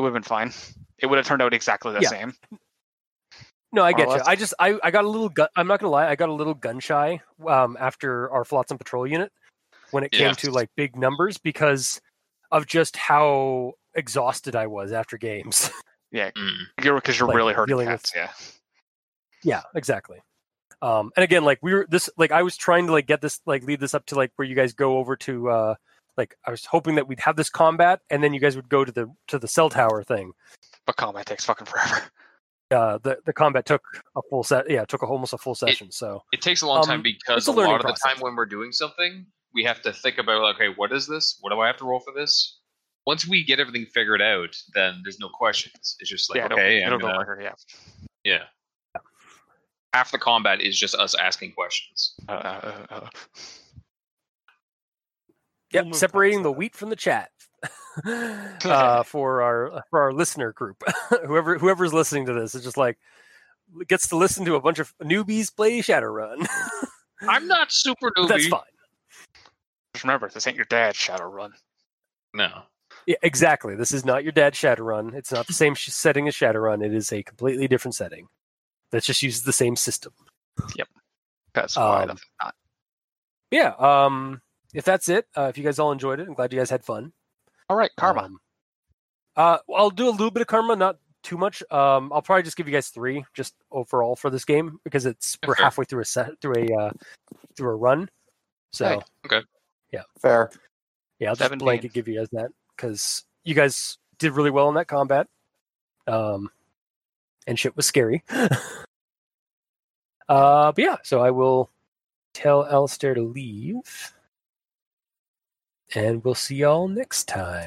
[SPEAKER 3] would have been fine. It would have turned out exactly the
[SPEAKER 2] Yeah.
[SPEAKER 3] same.
[SPEAKER 2] No, I
[SPEAKER 3] More or
[SPEAKER 2] get you.
[SPEAKER 3] less.
[SPEAKER 2] I just I, I got a little gun. I'm not gonna lie. I got a little gun shy um, after our Flotsam patrol unit when it
[SPEAKER 5] Yeah.
[SPEAKER 2] came to like big numbers because of just how exhausted I was after games. [LAUGHS]
[SPEAKER 5] Mm.
[SPEAKER 3] You're because you're
[SPEAKER 2] Like,
[SPEAKER 3] really hurting
[SPEAKER 2] dealing with-
[SPEAKER 3] cats. Yeah.
[SPEAKER 2] yeah, exactly. Um, and again, like we were this like I was trying to like get this like lead this up to like where you guys go over to uh like I was hoping that we'd have this combat and then you guys would go to the to the cell tower thing.
[SPEAKER 3] But combat takes fucking forever. [LAUGHS]
[SPEAKER 2] Uh, the the combat took a full set. Yeah, it took almost a full session. so
[SPEAKER 5] It takes a long
[SPEAKER 2] Um,
[SPEAKER 5] time because
[SPEAKER 2] it's a
[SPEAKER 5] a,
[SPEAKER 2] learning
[SPEAKER 5] lot of the
[SPEAKER 2] process.
[SPEAKER 5] time when we're doing something, we have to think about okay, what is this? What do I have to roll for this? Once we get everything figured out, then there's no questions. It's just like
[SPEAKER 3] yeah, it'll-
[SPEAKER 5] okay,
[SPEAKER 3] it'll,
[SPEAKER 5] I'm
[SPEAKER 3] go
[SPEAKER 5] gonna-
[SPEAKER 3] longer. Yeah.
[SPEAKER 5] yeah. Half the combat is just us asking questions.
[SPEAKER 3] Uh, uh, uh, uh.
[SPEAKER 2] Yep,
[SPEAKER 6] We'll move
[SPEAKER 2] separating
[SPEAKER 6] past
[SPEAKER 2] the
[SPEAKER 6] that.
[SPEAKER 2] wheat from the chat [LAUGHS] uh, for our for our listener group. [LAUGHS] Whoever whoever's listening to this is just like gets to listen to a bunch of newbies play Shadowrun. [LAUGHS]
[SPEAKER 5] I'm not super
[SPEAKER 2] But
[SPEAKER 5] newbie.
[SPEAKER 2] That's fine.
[SPEAKER 3] Just remember, this ain't your dad's shadow run.
[SPEAKER 5] No.
[SPEAKER 2] Yeah, exactly. This is not your dad's Shadowrun. It's not the same sh- setting as Shadowrun. It is a completely different setting that just uses the same system.
[SPEAKER 3] That's why
[SPEAKER 2] Um,
[SPEAKER 3] that's not.
[SPEAKER 2] Yeah. Um. If that's it, uh, if you guys all enjoyed it, I'm glad you guys had fun.
[SPEAKER 3] All right, karma.
[SPEAKER 2] Um, uh, well, I'll do a little bit of karma, not too much. Um, I'll probably just give you guys three, just overall for this game because it's we're
[SPEAKER 5] Okay.
[SPEAKER 2] halfway through a set through a uh, through a run. So
[SPEAKER 3] Hey.
[SPEAKER 4] Fair.
[SPEAKER 2] yeah, I'll just
[SPEAKER 3] 17.
[SPEAKER 2] blanket give you guys that because you guys did really well in that combat. Um, and shit was scary. [LAUGHS] uh, but yeah, so I will tell Alistair to leave, and we'll see y'all next time.